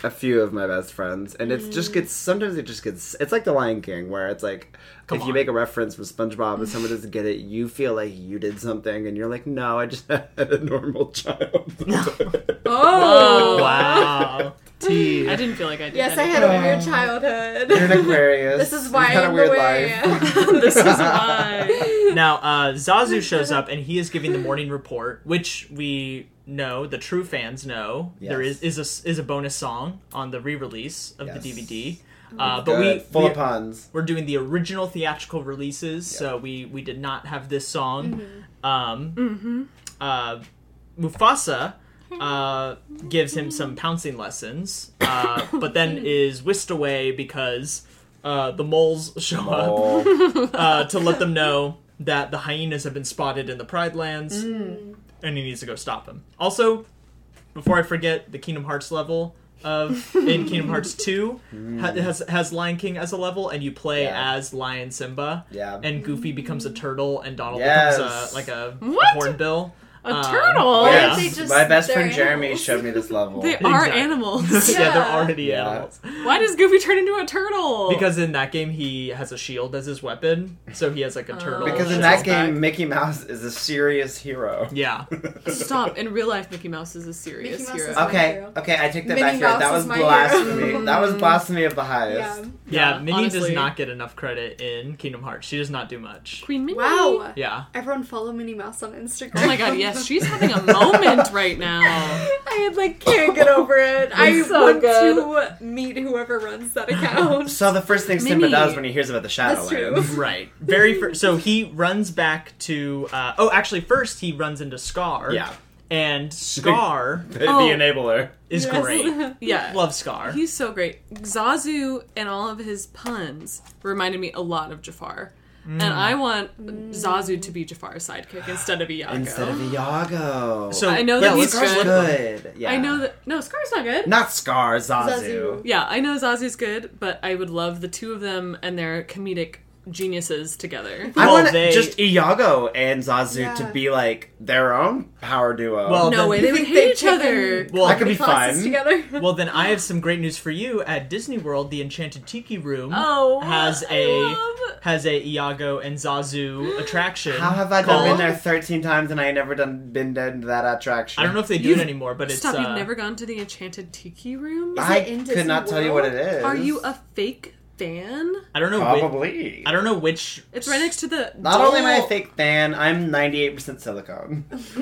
Speaker 4: a few of my best friends, and it
Speaker 3: Mm.
Speaker 4: just gets sometimes it just gets it's like The Lion King where it's like
Speaker 1: Come
Speaker 4: if
Speaker 1: on.
Speaker 4: you make a reference from SpongeBob and someone doesn't get it, you feel like you did something, and you're like, no, I just had a normal child.
Speaker 3: Oh.
Speaker 1: Wow. T.
Speaker 2: I didn't feel like I did.
Speaker 3: Yes, I
Speaker 2: anything.
Speaker 3: had a weird childhood.
Speaker 4: You're an Aquarius.
Speaker 3: This is
Speaker 4: You've
Speaker 3: why
Speaker 4: had a
Speaker 3: I'm the
Speaker 4: weird
Speaker 3: way I
Speaker 4: life.
Speaker 3: am.
Speaker 2: this is why.
Speaker 1: Now, uh, Zazu shows up and he is giving the morning report, which we know the true fans know there is
Speaker 4: Yes.
Speaker 1: is a is a bonus song on the re-release of
Speaker 4: Yes. Oh,
Speaker 1: the DVD. Uh, but
Speaker 4: Good.
Speaker 1: we
Speaker 4: full
Speaker 1: we,
Speaker 4: of puns.
Speaker 1: we're doing the original theatrical releases, so we we did not have this song.
Speaker 2: Mm-hmm.
Speaker 1: Um, uh, Mufasa uh, gives him some pouncing lessons, uh, but then is whisked away because uh, the moles show up
Speaker 4: Oh,
Speaker 1: uh, to let them know that the hyenas have been spotted in the Pride Lands, and he needs to go stop them. Also, before I forget, the Kingdom Hearts level of in Kingdom Hearts Two ha- has has Lion King as a level, and you play
Speaker 4: Mm. Yeah.
Speaker 1: as Lion Simba,
Speaker 4: yeah.
Speaker 1: and Goofy becomes a turtle, and Donald becomes
Speaker 4: Yes.
Speaker 1: a like a
Speaker 2: What?
Speaker 1: hornbill.
Speaker 2: A
Speaker 1: Um,
Speaker 2: turtle.
Speaker 3: Why
Speaker 4: Yes.
Speaker 3: don't they just-
Speaker 4: my best
Speaker 3: they're
Speaker 4: friend Jeremy
Speaker 3: animals?
Speaker 4: showed me this level.
Speaker 2: They are
Speaker 1: Exactly.
Speaker 2: animals.
Speaker 1: yeah, they're
Speaker 3: Yeah.
Speaker 1: already
Speaker 4: Yeah.
Speaker 1: animals.
Speaker 2: Why does Goofy turn into a turtle?
Speaker 1: Because in that game, he has a shield as his weapon, so he has like a turtle.
Speaker 4: because in
Speaker 1: shield
Speaker 4: that
Speaker 1: back.
Speaker 4: game, Mickey Mouse is a serious hero.
Speaker 1: yeah,
Speaker 2: stop. In real life, Mickey Mouse is a serious
Speaker 3: Mickey Mouse
Speaker 2: hero.
Speaker 3: is my
Speaker 4: Okay,
Speaker 3: hero.
Speaker 4: okay, I take that
Speaker 3: Minnie
Speaker 4: back here.
Speaker 3: Mouse
Speaker 4: That
Speaker 3: is
Speaker 4: was
Speaker 3: my
Speaker 4: blasphemy.
Speaker 3: hero.
Speaker 4: that was blasphemy of the
Speaker 3: Yeah.
Speaker 4: highest.
Speaker 1: yeah.
Speaker 2: Yeah,
Speaker 1: Minnie does
Speaker 2: honestly.
Speaker 1: not get enough credit in Kingdom Hearts. She does not do much.
Speaker 2: Queen Minnie.
Speaker 3: Wow.
Speaker 1: Yeah,
Speaker 3: Everyone follow Minnie Mouse on Instagram.
Speaker 2: Oh my god, yes, she's having a moment right now.
Speaker 3: I like can't get over it. I
Speaker 2: It's so
Speaker 3: want
Speaker 2: good.
Speaker 3: to meet whoever runs that account.
Speaker 4: So the first thing Simba
Speaker 2: Minnie.
Speaker 4: does when he hears about the
Speaker 3: That's true.
Speaker 4: Shadowlands.
Speaker 1: right. Very fir- so he runs back to. Uh, oh, actually, first he runs into Scar.
Speaker 4: Yeah.
Speaker 1: and Scar
Speaker 4: The,
Speaker 2: Oh.
Speaker 4: enabler.
Speaker 1: is
Speaker 3: Yes.
Speaker 1: great.
Speaker 2: Yeah.
Speaker 1: Love Scar.
Speaker 2: He's so great. Zazu and all of his puns reminded me a lot of Jafar. And
Speaker 4: Mm.
Speaker 1: Mm.
Speaker 2: I want Zazu to be Jafar's sidekick instead of Iago.
Speaker 4: Instead of Iago.
Speaker 1: So
Speaker 2: I know
Speaker 1: yeah,
Speaker 2: that
Speaker 1: let's
Speaker 2: he's
Speaker 1: just
Speaker 4: Scar's
Speaker 1: look-
Speaker 4: good. Yeah.
Speaker 2: I know that no, Scar's not good.
Speaker 4: Not Scar, Zazu.
Speaker 3: Zazu.
Speaker 2: Yeah, I know Zazu's good, but I would love the two of them and their comedic geniuses together.
Speaker 4: I
Speaker 1: Well,
Speaker 4: want
Speaker 1: they-
Speaker 4: just Iago and Zazu to
Speaker 3: Yeah.
Speaker 4: be like their own power duo.
Speaker 1: Well,
Speaker 2: no
Speaker 1: then-
Speaker 2: way,
Speaker 1: You
Speaker 2: they would hate each other.
Speaker 1: Well,
Speaker 4: that could be
Speaker 3: classes
Speaker 4: fun.
Speaker 3: together.
Speaker 1: Well, then I have some great news for you. At Disney World, the Enchanted Tiki Room
Speaker 2: Oh,
Speaker 1: has
Speaker 2: I
Speaker 1: a
Speaker 2: love-
Speaker 1: has a Iago and Zazu attraction.
Speaker 4: How have I
Speaker 1: called-
Speaker 4: done been there thirteen times and I ain't never done been done to that attraction?
Speaker 1: I don't know if they do
Speaker 2: You've-
Speaker 1: it anymore, but it's
Speaker 2: Stop!
Speaker 1: uh,
Speaker 2: You've never gone to the Enchanted Tiki Room?
Speaker 4: I
Speaker 3: it in
Speaker 4: could
Speaker 3: Disney
Speaker 4: not tell you what it
Speaker 3: World?
Speaker 4: is.
Speaker 2: Are you a fake fan?
Speaker 1: I don't know. Which,
Speaker 4: probably?
Speaker 1: I don't know which.
Speaker 2: It's right next to the.
Speaker 4: Not only am I a
Speaker 2: doll-
Speaker 4: fake fan, I'm ninety eight percent silicone.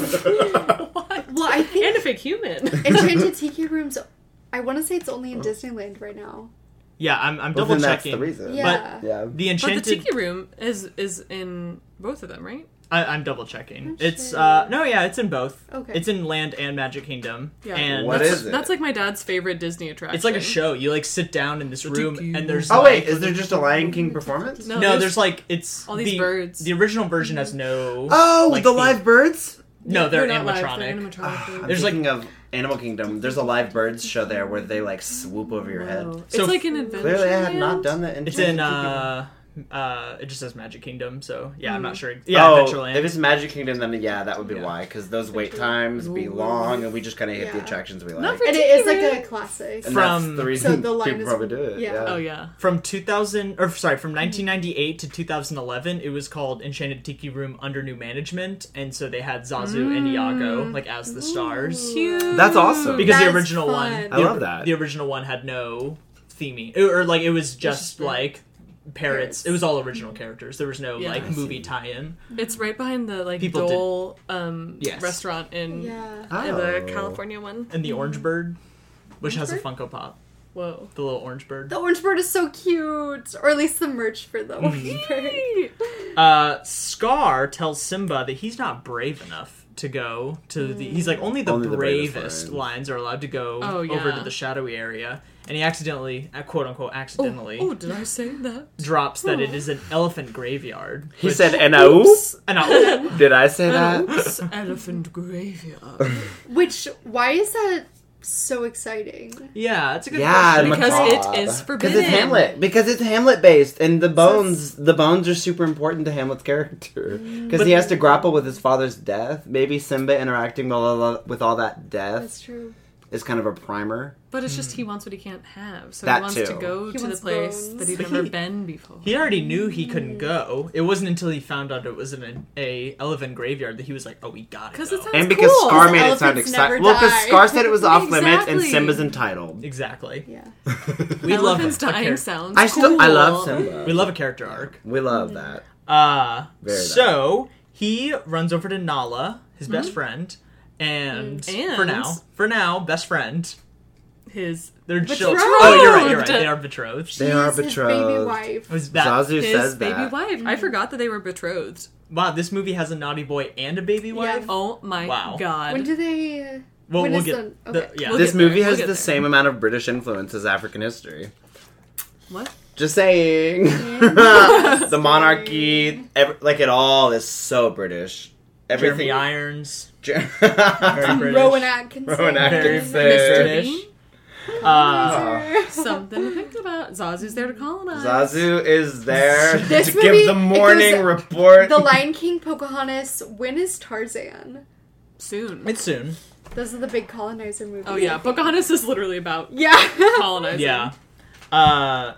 Speaker 2: What?
Speaker 3: Well, I think
Speaker 2: And a fake human.
Speaker 3: Enchanted Tiki Rooms. I want to say it's only in Disneyland right now.
Speaker 1: Yeah, I'm, I'm
Speaker 4: Well,
Speaker 1: double
Speaker 4: then that's
Speaker 1: checking.
Speaker 4: the reason.
Speaker 3: Yeah.
Speaker 4: Yeah.
Speaker 1: The
Speaker 2: But the
Speaker 1: Enchanted.
Speaker 2: Tiki Room is is in both of them, right?
Speaker 1: I, I'm double checking.
Speaker 3: Oh,
Speaker 1: It's
Speaker 3: shit.
Speaker 1: uh no, yeah, it's in both.
Speaker 3: Okay.
Speaker 1: It's in Land and Magic Kingdom.
Speaker 2: Yeah.
Speaker 1: And
Speaker 4: What
Speaker 1: that's-
Speaker 4: is it?
Speaker 2: That's like my dad's favorite Disney attraction.
Speaker 1: It's like a show. You like sit down in this
Speaker 2: The
Speaker 1: room
Speaker 2: Tiki
Speaker 1: and there's
Speaker 4: Oh wait,
Speaker 1: like,
Speaker 4: is there just a Lion King performance?
Speaker 2: No,
Speaker 1: no,
Speaker 2: there's,
Speaker 1: there's, like it's
Speaker 2: all these
Speaker 1: the,
Speaker 2: birds.
Speaker 1: The original version has no.
Speaker 4: Oh,
Speaker 1: like,
Speaker 4: the live birds.
Speaker 1: No, they're, animatronic.
Speaker 2: not live, they're animatronic.
Speaker 4: Ah, I'm
Speaker 1: There's, like-
Speaker 4: thinking of Animal Kingdom. There's a live birds show there where they like swoop over your
Speaker 2: Wow.
Speaker 4: head.
Speaker 1: So-
Speaker 2: it's like an adventure.
Speaker 4: Clearly, I had not done that.
Speaker 1: It's in uh uh it just says Magic Kingdom, so yeah,
Speaker 2: Hmm.
Speaker 1: I'm not sure. Yeah,
Speaker 4: Yeah, oh,
Speaker 1: Adventureland.
Speaker 4: if it's Magic Kingdom, then yeah, that would be
Speaker 1: Yeah.
Speaker 4: why. Because those wait times be long, and we just kind of hit the
Speaker 3: Yeah.
Speaker 4: attractions we like.
Speaker 2: Not for
Speaker 3: And it
Speaker 2: Tiki
Speaker 3: is like
Speaker 2: Room.
Speaker 3: a classic.
Speaker 4: and
Speaker 1: From-
Speaker 4: that's the reason
Speaker 3: the line
Speaker 4: people
Speaker 3: is-
Speaker 4: probably do it.
Speaker 3: yeah.
Speaker 4: Yeah.
Speaker 2: Oh yeah.
Speaker 1: from 2000 or sorry, from 1998 to 2011, it was called Enchanted Tiki Room under new management, and so they had Zazu and Iago like as the stars.
Speaker 2: Cute.
Speaker 4: That's awesome.
Speaker 1: Because the
Speaker 3: That's
Speaker 1: original
Speaker 3: fun.
Speaker 1: one,
Speaker 4: I
Speaker 1: the-
Speaker 4: love that.
Speaker 1: The original one had no theming, or, or, like it was just like parrots.
Speaker 3: Parrots.
Speaker 1: It was all original characters. There was no
Speaker 2: Yeah. I
Speaker 1: like
Speaker 2: see.
Speaker 1: movie tie-in.
Speaker 2: It's right behind the like
Speaker 1: People did-
Speaker 2: Dole um
Speaker 1: Yes.
Speaker 2: restaurant in
Speaker 3: Yeah.
Speaker 2: in
Speaker 4: Oh.
Speaker 2: the California one.
Speaker 1: And the Orange Bird, which
Speaker 3: Orange
Speaker 1: has
Speaker 3: Bird?
Speaker 1: a Funko Pop,
Speaker 2: Whoa.
Speaker 1: the little orange bird.
Speaker 3: The orange bird is so cute, or at least the merch for the orange bird.
Speaker 1: Uh, Scar tells Simba that he's not brave enough to go to the. He's like only the
Speaker 4: Only the bravest
Speaker 1: bravest
Speaker 4: lion.
Speaker 1: lions are allowed to go
Speaker 2: Oh,
Speaker 1: over
Speaker 2: yeah.
Speaker 1: to the shadowy area, and he accidentally, uh, quote unquote, accidentally
Speaker 2: Oh, did I say that?
Speaker 1: drops that it is an elephant graveyard.
Speaker 4: He
Speaker 1: which-
Speaker 4: said, "And oh,
Speaker 1: and I-
Speaker 4: did I say that?"
Speaker 2: Oops, elephant graveyard.
Speaker 3: Which, why is that so exciting?
Speaker 1: yeah, that's a good
Speaker 4: Yeah,
Speaker 1: question.
Speaker 2: Because
Speaker 4: macabre.
Speaker 2: it is
Speaker 4: Because
Speaker 2: forbidden.
Speaker 4: it's Hamlet. Because it's Hamlet based, and the bones, the bones are super important to Hamlet's character.
Speaker 2: Mm.
Speaker 4: Because
Speaker 1: But-
Speaker 4: he has to grapple with his father's death. Maybe Simba interacting with all, with all that
Speaker 3: That's
Speaker 4: death
Speaker 3: true.
Speaker 4: is kind of a primer.
Speaker 2: But it's just he wants what he can't have. So
Speaker 4: That
Speaker 2: he wants to
Speaker 4: too.
Speaker 2: go
Speaker 3: He
Speaker 2: to the
Speaker 3: wants
Speaker 2: place
Speaker 3: bones.
Speaker 2: that he'd
Speaker 1: But
Speaker 2: never
Speaker 1: he-
Speaker 2: been before.
Speaker 1: He already knew he
Speaker 2: Mm.
Speaker 1: couldn't go. It wasn't until he found out it was an a elephant graveyard that he was like, "Oh, we got
Speaker 2: Because
Speaker 1: it."
Speaker 2: it sounds
Speaker 4: and because
Speaker 2: cool.
Speaker 4: Scar made it
Speaker 3: Elephants
Speaker 4: sound
Speaker 3: never
Speaker 4: exciting. Well, because
Speaker 3: die.
Speaker 4: Scar said it was off limits, and
Speaker 2: Exactly.
Speaker 4: Simba's entitled.
Speaker 1: Exactly.
Speaker 3: Yeah.
Speaker 1: We love
Speaker 2: Elephants
Speaker 1: a
Speaker 2: dying
Speaker 1: char-
Speaker 2: sounds.
Speaker 4: I still, I
Speaker 2: cool.
Speaker 4: love
Speaker 1: We
Speaker 4: Simba.
Speaker 1: love a character arc.
Speaker 4: We love that.
Speaker 1: Uh,
Speaker 4: Very bad.
Speaker 1: so he runs over to Nala, his best friend, and,
Speaker 2: Mm. And-
Speaker 1: for now, for now, best friend.
Speaker 2: his
Speaker 1: They're
Speaker 2: Betrothed!
Speaker 1: children. Oh, you're right. You're right. They are betrothed.
Speaker 4: They are
Speaker 3: She's his baby
Speaker 4: betrothed.
Speaker 3: wife.
Speaker 1: Was that
Speaker 4: Zazu
Speaker 2: his
Speaker 4: says
Speaker 2: baby
Speaker 4: that.
Speaker 2: wife. I forgot that they were betrothed.
Speaker 1: wow? This movie has a naughty boy and a baby wife.
Speaker 3: Yeah.
Speaker 2: Oh my
Speaker 1: Wow.
Speaker 2: god.
Speaker 3: When do they?
Speaker 1: Well,
Speaker 3: When
Speaker 1: we'll
Speaker 3: is
Speaker 1: get
Speaker 3: the-
Speaker 1: the,
Speaker 3: okay.
Speaker 1: yeah.
Speaker 2: We'll
Speaker 4: This
Speaker 2: get there.
Speaker 4: movie
Speaker 2: We'll
Speaker 4: has
Speaker 2: get
Speaker 4: the
Speaker 2: there.
Speaker 4: same amount of British influence as African history.
Speaker 2: what? Mm.
Speaker 4: Just saying. the monarchy, ev like it all is so British.
Speaker 1: Jeremy
Speaker 4: Everything.
Speaker 1: Irons,
Speaker 4: Jer-
Speaker 1: very British,
Speaker 3: um, Rowan Atkinson. Oh,
Speaker 4: Rowan
Speaker 1: very
Speaker 4: Atkinson.
Speaker 1: very
Speaker 4: Mr.
Speaker 1: British. Uh,
Speaker 2: Something to think about. Zazu's there to colonize.
Speaker 4: Zazu is there
Speaker 3: This
Speaker 4: to
Speaker 3: movie,
Speaker 4: give the
Speaker 3: it
Speaker 4: morning
Speaker 3: goes-
Speaker 4: report.
Speaker 3: The Lion King, Pocahontas. When is Tarzan?
Speaker 2: soon.
Speaker 1: it's soon.
Speaker 3: Those are the big colonizer movies.
Speaker 2: oh yeah, Pocahontas is literally about
Speaker 3: Yeah.
Speaker 2: colonizing.
Speaker 1: Yeah. Uh,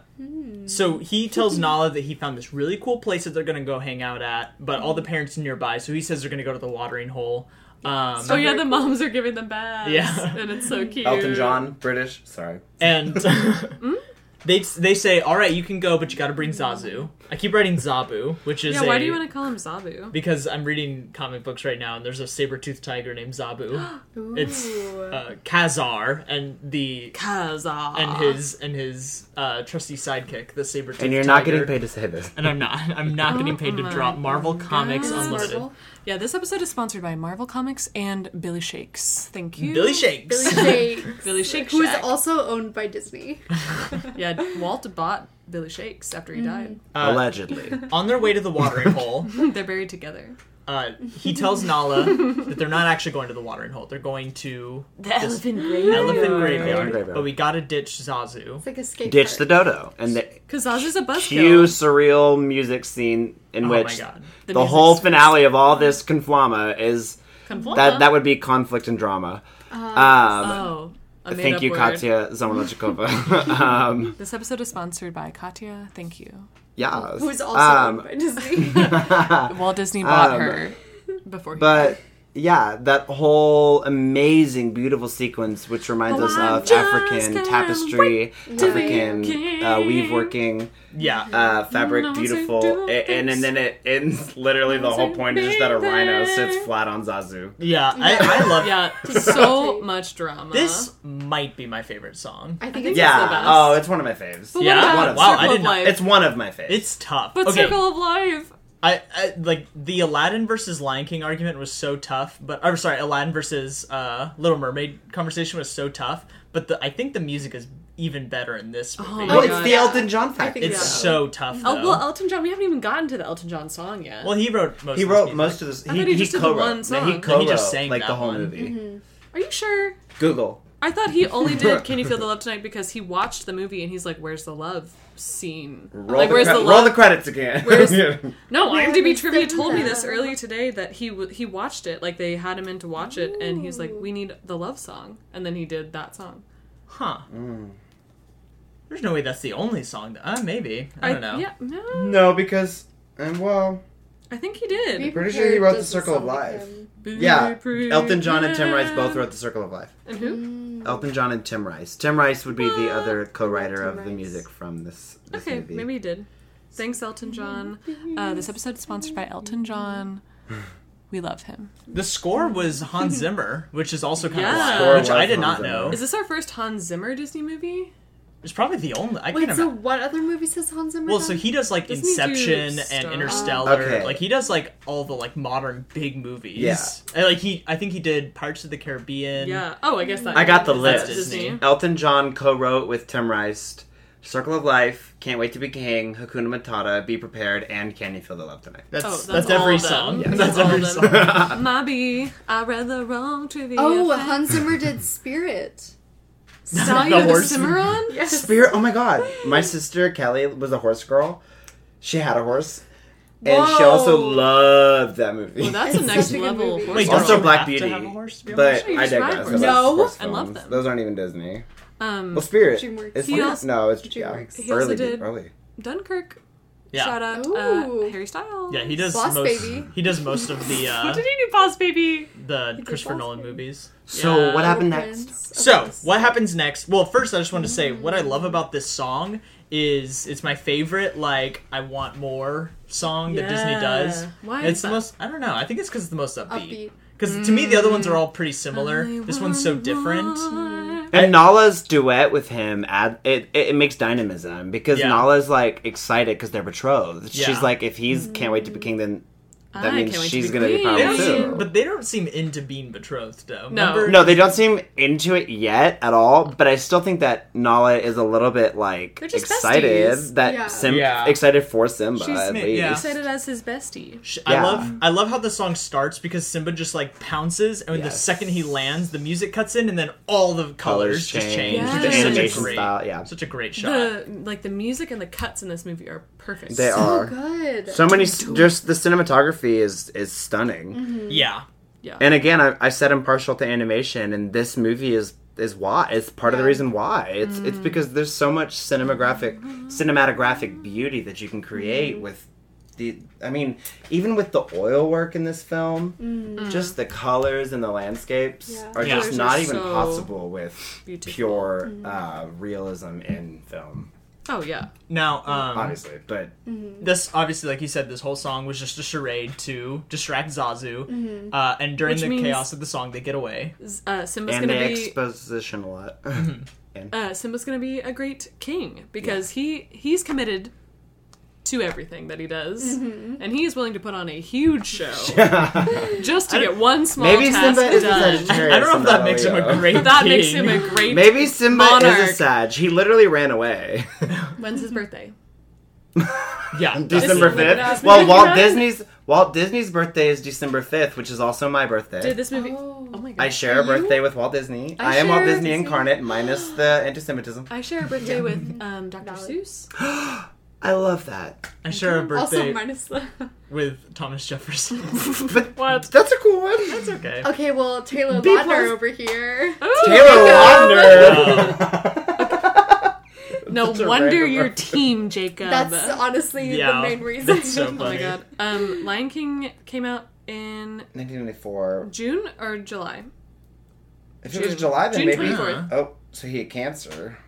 Speaker 1: so he tells Nala that he found this really cool place that they're gonna go hang out at, but all the parents are nearby. So he says they're gonna go to the watering hole. Um,
Speaker 2: Oh yeah, the moms are giving them baths.
Speaker 1: Yeah.
Speaker 2: and it's so cute.
Speaker 4: Elton John, British. Sorry.
Speaker 1: and
Speaker 2: Mm-hmm.
Speaker 1: they they say, "All right, you can go, but you got to bring Zazu." I keep writing Zabu, which is
Speaker 2: Yeah, why
Speaker 1: a-
Speaker 2: do you want to call him Zabu?
Speaker 1: because I'm reading comic books right now, and there's a saber-toothed tiger named Zabu. it's uh, Kazar, and the
Speaker 2: Kaza.
Speaker 1: and his and his uh, trusty sidekick, the saber-toothed.
Speaker 4: And you're not
Speaker 1: tiger.
Speaker 4: getting paid to say this.
Speaker 1: And I'm not. I'm not getting paid to
Speaker 2: my
Speaker 1: drop Marvel Comics
Speaker 2: goodness.
Speaker 1: Unlimited.
Speaker 3: Marvel.
Speaker 2: Yeah, this episode is sponsored by Marvel Comics and Billy Shakes. Thank you.
Speaker 1: Billy Shakes.
Speaker 3: Billy Shakes.
Speaker 2: Billy Shake
Speaker 3: Who is
Speaker 2: Shack.
Speaker 3: also owned by Disney.
Speaker 2: Yeah, Walt bought Billy Shakes after he died.
Speaker 1: Uh,
Speaker 4: Allegedly.
Speaker 1: on their way to the watering hole,
Speaker 2: They're buried together.
Speaker 1: uh, he tells Nala that they're not actually going to the watering hole. They're going to
Speaker 2: The
Speaker 1: This-
Speaker 2: elephant
Speaker 1: Elephant
Speaker 4: Elephant
Speaker 1: Graveyard.
Speaker 4: Graveyard.
Speaker 1: But we gotta ditch Zazu.
Speaker 3: It's like a skate
Speaker 4: Ditch
Speaker 3: park.
Speaker 4: the dodo. And the,
Speaker 2: Because Zazu's a buzzkill.
Speaker 4: huge surreal music scene in
Speaker 1: Oh my
Speaker 4: which
Speaker 1: God.
Speaker 4: the,
Speaker 2: The music
Speaker 4: whole
Speaker 2: space.
Speaker 4: finale of all this conflama is
Speaker 2: Conflama.
Speaker 4: that that would be conflict and drama.
Speaker 2: Uh,
Speaker 4: um,
Speaker 2: Oh, a
Speaker 4: thank
Speaker 2: made-up
Speaker 4: you,
Speaker 2: word.
Speaker 4: Katya Zamolodchikova. um,
Speaker 2: This episode is sponsored by Katya. Thank you.
Speaker 4: yes.
Speaker 3: Who's also owned
Speaker 4: Um,
Speaker 3: by Disney.
Speaker 2: Walt Disney bought
Speaker 4: Um,
Speaker 2: her before he
Speaker 4: but yeah, that whole amazing, beautiful sequence, which reminds
Speaker 2: Oh,
Speaker 4: us
Speaker 2: I
Speaker 4: of
Speaker 2: just
Speaker 4: African
Speaker 2: can't
Speaker 4: tapestry, African
Speaker 2: begin.
Speaker 4: uh, weave working.
Speaker 1: Yeah.
Speaker 4: uh, fabric,
Speaker 2: No,
Speaker 4: beautiful,
Speaker 2: do
Speaker 4: a- and and then it ends. Literally, the whole point is just that a rhino sits flat on Zazu.
Speaker 1: yeah. I, I love
Speaker 2: Yeah, Uh-huh. so much drama.
Speaker 1: This might be my favorite song.
Speaker 3: I think
Speaker 2: think
Speaker 3: it's
Speaker 2: Yeah.
Speaker 3: the
Speaker 4: Yeah.
Speaker 2: best.
Speaker 4: Oh, it's one of my faves.
Speaker 2: But
Speaker 1: Yeah?
Speaker 2: What about
Speaker 4: Wow, I
Speaker 2: Circle
Speaker 1: did
Speaker 2: of
Speaker 1: not-
Speaker 2: Life?
Speaker 4: It's one of my faves.
Speaker 1: It's tough.
Speaker 2: but
Speaker 1: okay.
Speaker 2: Circle of Life.
Speaker 1: I, I like the Aladdin versus Lion King argument was so tough, but I'm sorry, Aladdin versus uh, Little Mermaid conversation was so tough. But the, I think the music is even better in this movie.
Speaker 2: my
Speaker 4: oh,
Speaker 2: God.
Speaker 4: it's the
Speaker 2: Yeah.
Speaker 4: Elton John
Speaker 3: I
Speaker 4: fact.
Speaker 3: think
Speaker 1: it's
Speaker 3: yeah.
Speaker 1: so tough. Though.
Speaker 2: Oh well, Elton John. We haven't even gotten to the Elton John song yet.
Speaker 1: Well, he wrote most.
Speaker 4: He
Speaker 1: of
Speaker 4: wrote
Speaker 1: his music.
Speaker 4: most of this.
Speaker 2: thought he
Speaker 4: He, he
Speaker 2: just did the one
Speaker 4: co-wrote. No,
Speaker 2: song. Mm-hmm. No,
Speaker 4: he
Speaker 2: he
Speaker 4: co-wrote
Speaker 1: just sang
Speaker 4: like the
Speaker 1: that
Speaker 4: whole
Speaker 1: one.
Speaker 4: movie.
Speaker 2: Are you sure?
Speaker 4: Google.
Speaker 2: I thought he only did "Can You Feel the Love Tonight" because he watched the movie and he's like, "Where's the love scene?
Speaker 4: Roll,
Speaker 2: like,
Speaker 4: the,
Speaker 2: where's
Speaker 4: cre-
Speaker 2: the
Speaker 4: roll
Speaker 2: love?"
Speaker 4: the credits again.
Speaker 2: Where's-
Speaker 4: Yeah.
Speaker 2: no,
Speaker 3: Yeah,
Speaker 2: IMDb
Speaker 3: it's
Speaker 2: trivia
Speaker 3: the-
Speaker 2: told me this earlier today that he w- he watched it. Like they had him in to watch it, and he was like, "We need the love song," and then he did that song.
Speaker 1: Huh. There's no way that's the only song. That, uh, maybe I don't know.
Speaker 2: Yeah, no,
Speaker 4: no, because and well,
Speaker 2: I think he did.
Speaker 4: Pretty sure he wrote The Circle of Life. yeah,
Speaker 2: Be
Speaker 4: Elton John and Tim Rice
Speaker 2: prepared.
Speaker 4: both wrote The Circle of Life.
Speaker 2: And
Speaker 4: Mm,
Speaker 2: who?
Speaker 4: Elton John and Tim Rice. Tim Rice would be the other co-writer
Speaker 3: Tim
Speaker 4: of the
Speaker 3: Rice.
Speaker 4: music from this, this
Speaker 2: Okay,
Speaker 4: movie.
Speaker 2: maybe he did. Thanks, Elton John. Uh, this episode is sponsored by Elton John. We love him.
Speaker 1: The score was Hans Zimmer, which is also kind
Speaker 2: Yeah.
Speaker 1: of
Speaker 2: Score
Speaker 1: wild, which
Speaker 4: was
Speaker 1: I did
Speaker 4: Hans
Speaker 1: not
Speaker 4: Zimmer.
Speaker 1: know.
Speaker 2: Is this our first Hans Zimmer Disney movie?
Speaker 1: It's probably the only. I
Speaker 3: Wait,
Speaker 1: can't
Speaker 3: so
Speaker 1: remember.
Speaker 3: what other movies has Hans Zimmer
Speaker 1: Well,
Speaker 3: done?
Speaker 1: so he does like
Speaker 2: Doesn't he do
Speaker 1: Inception and
Speaker 2: Star-
Speaker 1: Interstellar.
Speaker 4: Okay.
Speaker 1: Like he does like all the like modern big movies.
Speaker 4: Yeah.
Speaker 1: And, like he, I think he did Pirates of the Caribbean.
Speaker 2: Yeah. Oh, I guess that.
Speaker 4: I got the
Speaker 2: that's
Speaker 4: list.
Speaker 1: Disney.
Speaker 4: Elton John co-wrote with Tim Rice "Circle of Life," "Can't Wait to Be King," "Hakuna Matata," "Be Prepared," and "Can You Feel the Love Tonight?"
Speaker 1: That's
Speaker 2: Oh,
Speaker 1: that's,
Speaker 2: that's,
Speaker 1: every
Speaker 2: all
Speaker 1: song.
Speaker 2: Them.
Speaker 1: That's
Speaker 2: all
Speaker 1: every
Speaker 2: them.
Speaker 1: song.
Speaker 2: Mobby, I read the wrong trivia.
Speaker 3: oh,
Speaker 2: fact.
Speaker 3: Hans Zimmer did Spirit.
Speaker 2: Stallion of the
Speaker 1: horse.
Speaker 2: Cimarron?
Speaker 3: Yes.
Speaker 4: Spirit. Oh my God! My sister Kelly was a horse girl. She had a horse, and she
Speaker 2: Whoa.
Speaker 4: also loved that movie.
Speaker 2: Well, that's a
Speaker 3: It's
Speaker 2: next
Speaker 3: such a good
Speaker 2: level.
Speaker 3: movie.
Speaker 2: horse
Speaker 1: Wait,
Speaker 4: Also
Speaker 1: don't you
Speaker 4: Black
Speaker 1: have to
Speaker 4: Beauty,
Speaker 1: have a horse to be a
Speaker 4: but
Speaker 1: horse?
Speaker 2: you
Speaker 4: I
Speaker 2: just ride
Speaker 4: digress.
Speaker 2: horses.
Speaker 3: No.
Speaker 4: horse
Speaker 2: I love
Speaker 4: films.
Speaker 2: them.
Speaker 4: Those aren't even Disney.
Speaker 2: Um,
Speaker 4: Well, Spirit.
Speaker 3: DreamWorks.
Speaker 4: It's
Speaker 2: He
Speaker 4: not-
Speaker 2: also-
Speaker 4: no, it's
Speaker 3: DreamWorks.
Speaker 4: Yeah,
Speaker 2: He also
Speaker 4: early,
Speaker 2: did-
Speaker 4: early.
Speaker 2: Dunkirk.
Speaker 1: Yeah.
Speaker 2: Shout out
Speaker 3: Ooh.
Speaker 2: uh, Harry Styles.
Speaker 1: Yeah, he does
Speaker 3: Boss
Speaker 1: most.
Speaker 3: Baby.
Speaker 1: He does most of the
Speaker 2: What
Speaker 1: uh,
Speaker 2: did he do, Boss Baby?
Speaker 1: the Christopher
Speaker 3: Boss
Speaker 1: Nolan
Speaker 3: Baby.
Speaker 1: movies.
Speaker 4: So
Speaker 2: Yeah.
Speaker 4: what happened
Speaker 3: Little
Speaker 4: next?
Speaker 3: Prince. Okay,
Speaker 1: So, what happens next? Well, first, I just want to say what I love about this song is it's my favorite, like, I want more song that Disney
Speaker 2: Yeah.
Speaker 1: does.
Speaker 2: Why
Speaker 1: And
Speaker 2: is
Speaker 1: It's the
Speaker 2: that?
Speaker 1: most, I don't know, I think it's because it's the most upbeat.
Speaker 3: Upbeat.
Speaker 1: Because to me, the other ones are all pretty similar.
Speaker 2: Only
Speaker 1: This one's so
Speaker 2: one
Speaker 1: different.
Speaker 2: Mm. more.
Speaker 4: And Nala's duet with him add it, it, it makes dynamism because
Speaker 1: Yeah.
Speaker 4: Nala's like excited because they're betrothed.
Speaker 1: Yeah.
Speaker 4: She's like, if he's can't wait to be king, then that
Speaker 2: Mm. I
Speaker 4: means
Speaker 2: can't wait to
Speaker 4: she's
Speaker 2: be
Speaker 4: gonna be
Speaker 2: queen.
Speaker 1: They
Speaker 4: powerful
Speaker 1: don't
Speaker 4: too.
Speaker 1: seem, but they don't seem into being betrothed, though.
Speaker 2: No.
Speaker 1: Remember-
Speaker 4: no, they don't seem into it yet at all. But I still think that Nala is a little bit like
Speaker 2: They're just
Speaker 4: excited
Speaker 2: besties.
Speaker 4: that
Speaker 3: Yeah.
Speaker 4: Sim
Speaker 1: Yeah.
Speaker 4: excited for Simba
Speaker 2: She's-
Speaker 4: at
Speaker 1: yeah.
Speaker 4: least.
Speaker 2: Excited as his bestie.
Speaker 1: Sh- I
Speaker 4: Yeah.
Speaker 1: love I love how the song starts because Simba just like pounces and the
Speaker 4: Yes.
Speaker 1: second he lands the music cuts in and then all the colors,
Speaker 4: Colors
Speaker 1: just change.
Speaker 4: change,
Speaker 1: which
Speaker 2: the
Speaker 1: is such a
Speaker 4: animation
Speaker 1: great-
Speaker 4: style, yeah.
Speaker 1: Such a great shot.
Speaker 2: The like the music and the cuts in this movie are perfect.
Speaker 4: They
Speaker 3: So
Speaker 4: are
Speaker 3: Oh, good.
Speaker 4: so many. s- Just the cinematography is is stunning.
Speaker 3: Mm-hmm.
Speaker 1: Yeah.
Speaker 2: Yeah.
Speaker 4: And again, I, I said I'm partial to animation, and this movie is is why it's part of the
Speaker 3: Yeah. Mm.
Speaker 4: reason why it's it's because there's so much cinematographic
Speaker 3: Mm-hmm.
Speaker 4: cinematographic beauty that you can create with the I mean even with the oil work in this film just the colors and the landscapes
Speaker 3: Yeah.
Speaker 4: are
Speaker 1: Yeah.
Speaker 4: just
Speaker 2: Colors
Speaker 4: not
Speaker 2: are
Speaker 4: even
Speaker 2: so
Speaker 4: possible with
Speaker 2: beautiful.
Speaker 4: pure
Speaker 2: Mm.
Speaker 4: uh, realism in film
Speaker 2: oh yeah.
Speaker 1: Now, um,
Speaker 4: obviously but
Speaker 3: Mm-hmm.
Speaker 1: this obviously, like you said, this whole song was just a charade to distract Zazu. Uh, and during
Speaker 2: Mm-hmm. Which
Speaker 1: the
Speaker 2: means-
Speaker 1: chaos of the song, they get away.
Speaker 2: Z- Uh, Simba's
Speaker 4: and
Speaker 2: gonna be
Speaker 4: they exposition a lot
Speaker 1: Oh.
Speaker 2: uh, Simba's gonna be a great king because he he's committed to everything that he does,
Speaker 3: Mm-hmm.
Speaker 2: and he is willing to put on a huge show just to get one small
Speaker 4: maybe
Speaker 2: task
Speaker 4: Simba is a
Speaker 2: done.
Speaker 4: Sagittarius
Speaker 1: I don't know
Speaker 4: and
Speaker 1: if that
Speaker 4: not a
Speaker 1: makes him a
Speaker 4: Leo.
Speaker 1: great
Speaker 2: that
Speaker 1: king.
Speaker 2: makes him a great.
Speaker 4: Maybe Simba
Speaker 2: monarch.
Speaker 4: is a Sag. He literally ran away.
Speaker 2: When's his birthday?
Speaker 1: Yeah. that's-
Speaker 4: December
Speaker 2: Disney would not
Speaker 4: fifth. Well,
Speaker 2: be
Speaker 4: Walt
Speaker 2: around.
Speaker 4: Disney's Walt Disney's birthday is December fifth, which is also my birthday.
Speaker 2: Did this movie?
Speaker 1: Mm-hmm.
Speaker 2: Oh,
Speaker 3: Oh.
Speaker 2: my god!
Speaker 4: I share a birthday with Walt Disney.
Speaker 2: I
Speaker 4: I, am Walt
Speaker 2: share-
Speaker 4: Disney incarnate, minus the anti-Semitism.
Speaker 2: I share a birthday with um, Dr.
Speaker 3: Valid.
Speaker 2: Seuss.
Speaker 4: I love that.
Speaker 1: I share a
Speaker 3: Also
Speaker 1: birthday
Speaker 3: minus the.
Speaker 1: with Thomas Jefferson.
Speaker 4: But
Speaker 2: What?
Speaker 4: that's a cool one.
Speaker 1: That's okay.
Speaker 3: Okay, well Taylor
Speaker 4: B
Speaker 3: Lautner
Speaker 4: plus.
Speaker 3: over here.
Speaker 2: Oh
Speaker 4: Taylor
Speaker 2: No
Speaker 4: That's a
Speaker 2: wonder
Speaker 4: random
Speaker 2: you're
Speaker 4: reference.
Speaker 2: team Jacob.
Speaker 3: That's honestly
Speaker 1: Yeah,
Speaker 3: the main reason.
Speaker 1: that's so
Speaker 2: oh my
Speaker 1: funny.
Speaker 2: god. Um, Lion King came out in
Speaker 4: 1994.
Speaker 2: June or July.
Speaker 4: If it was
Speaker 2: June-
Speaker 4: July, then
Speaker 2: June
Speaker 4: maybe.
Speaker 2: 24th.
Speaker 4: Oh, so he had cancer.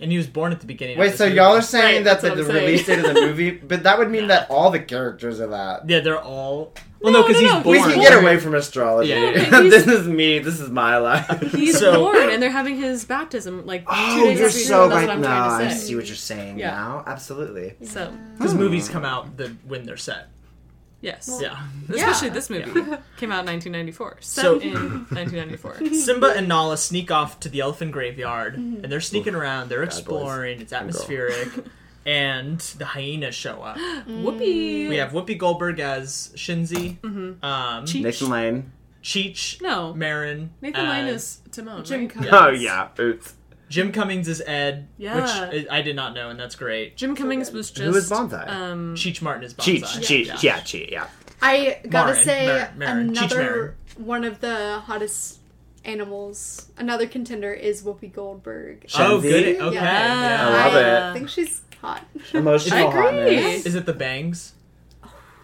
Speaker 1: And he was born at the beginning. of
Speaker 4: Wait,
Speaker 1: this
Speaker 4: so
Speaker 1: movie.
Speaker 4: y'all are saying
Speaker 2: Right, that's
Speaker 4: that the,
Speaker 2: what
Speaker 4: the
Speaker 2: I'm saying.
Speaker 4: release date of the movie, but that would mean that all the characters are that.
Speaker 1: Yeah, they're all. Well, no,
Speaker 2: No,
Speaker 1: because
Speaker 2: no,
Speaker 1: he's
Speaker 2: no,
Speaker 1: born.
Speaker 4: We can get away from astrology.
Speaker 1: Yeah, yeah,
Speaker 2: yeah.
Speaker 4: this is me. This is my life.
Speaker 2: He's
Speaker 1: So-
Speaker 2: born, and they're having his baptism like two
Speaker 4: Oh,
Speaker 2: days
Speaker 4: you're
Speaker 2: after.
Speaker 4: so
Speaker 2: that's
Speaker 4: right.
Speaker 2: what I'm
Speaker 4: now.
Speaker 2: trying
Speaker 4: I
Speaker 2: to
Speaker 4: see
Speaker 2: say.
Speaker 4: what you're saying
Speaker 2: Yeah.
Speaker 4: now. Absolutely.
Speaker 2: So
Speaker 1: Because movies come out the, when they're set.
Speaker 2: yes,
Speaker 1: Yeah.
Speaker 2: especially this movie came out in 1994. Set
Speaker 1: So-
Speaker 2: in 1994.
Speaker 1: Simba and Nala sneak off to the elephant graveyard,
Speaker 2: Mm-hmm.
Speaker 1: and they're sneaking around. They're exploring. It's atmospheric, and the hyenas show up.
Speaker 2: Whoopee.
Speaker 1: We have Whoopi Goldberg as Shinzi,
Speaker 2: Mm-hmm.
Speaker 1: um,
Speaker 2: Cheech.
Speaker 4: Nathan Lane.
Speaker 1: Cheech,
Speaker 2: No.
Speaker 1: Marin,
Speaker 2: Nathan Lane
Speaker 1: as-
Speaker 2: is Timon.
Speaker 3: Jim
Speaker 2: right?
Speaker 3: Cummings.
Speaker 1: Yeah.
Speaker 4: Oh yeah. Oops.
Speaker 1: Jim Cummings is Ed,
Speaker 2: Yeah.
Speaker 1: which I I did not know, and that's great.
Speaker 2: Jim Cummings was just
Speaker 4: Who is Bonsai?
Speaker 2: um
Speaker 1: Cheech Martin is Bonsai.
Speaker 4: Cheech. Cheech. Yeah. Cheech. Yeah.
Speaker 3: I gotta
Speaker 1: Marin,
Speaker 3: say
Speaker 1: Marin, Marin, Cheech Marin.
Speaker 3: another one of the hottest animals. Another contender is Whoopi Goldberg.
Speaker 1: Oh,
Speaker 4: Shenzi?
Speaker 1: good. Okay.
Speaker 2: Yeah.
Speaker 1: Yeah.
Speaker 4: I love it.
Speaker 3: I uh, think she's hot.
Speaker 4: Emotional
Speaker 2: I agree.
Speaker 4: hotness.
Speaker 1: Is it the bangs?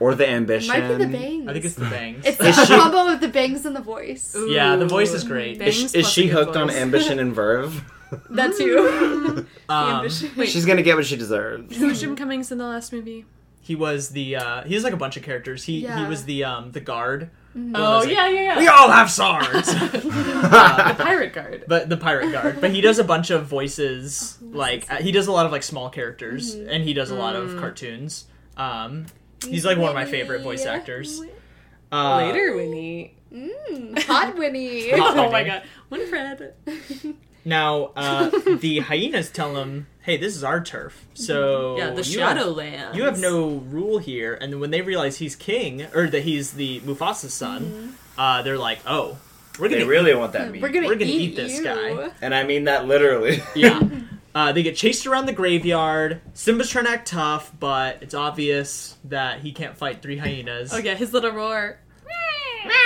Speaker 4: Or the ambition.
Speaker 3: Might be the bangs.
Speaker 1: I think it's the bangs.
Speaker 3: It's
Speaker 4: Is
Speaker 3: the
Speaker 4: she-
Speaker 3: combo of the bangs and the voice.
Speaker 2: Ooh.
Speaker 1: Yeah, the voice is great.
Speaker 2: Bangs
Speaker 4: Is, is
Speaker 2: plus a
Speaker 4: she
Speaker 2: good
Speaker 4: hooked on
Speaker 2: voice.
Speaker 4: ambition and verve?
Speaker 3: That too.
Speaker 1: um,
Speaker 2: Wait.
Speaker 4: She's gonna get what she deserves.
Speaker 2: Who was Jim Cummings in the last movie?
Speaker 1: he was the uh, he was like a bunch of characters. He he
Speaker 3: Yeah.
Speaker 1: was the um the guard.
Speaker 2: Oh
Speaker 1: was it?
Speaker 2: yeah, yeah,
Speaker 1: We
Speaker 2: yeah.
Speaker 1: all have swords.
Speaker 2: The pirate guard.
Speaker 1: but the pirate guard. But he does a bunch of
Speaker 2: Oh,
Speaker 1: voices. Like uh, he does a lot of like small characters,
Speaker 2: Mm-hmm.
Speaker 1: and he does a lot of cartoons. Um, he's like one of my favorite voice actors. Uh,
Speaker 2: Later, Winnie.
Speaker 3: Mm, hot Winnie.
Speaker 1: Hot
Speaker 2: oh my
Speaker 1: Winnie.
Speaker 2: god, Winifred.
Speaker 1: Now uh, the hyenas tell him, "Hey, this is our turf." So
Speaker 2: Yeah, the
Speaker 1: you have-
Speaker 2: Shadowlands.
Speaker 1: You have no rule here, and then when they realize he's king or that he's the Mufasa's son,
Speaker 2: Mm-hmm.
Speaker 1: uh, they're like, "Oh, we're gonna
Speaker 4: They really want that meat.
Speaker 3: We're gonna,
Speaker 1: We're gonna
Speaker 3: eat,
Speaker 1: eat this
Speaker 3: you.
Speaker 1: guy.
Speaker 4: And I mean that literally.
Speaker 1: yeah." Uh, they get chased around the graveyard. Simba's trying to act tough, but it's obvious that he can't fight three hyenas.
Speaker 2: Oh yeah, his little roar.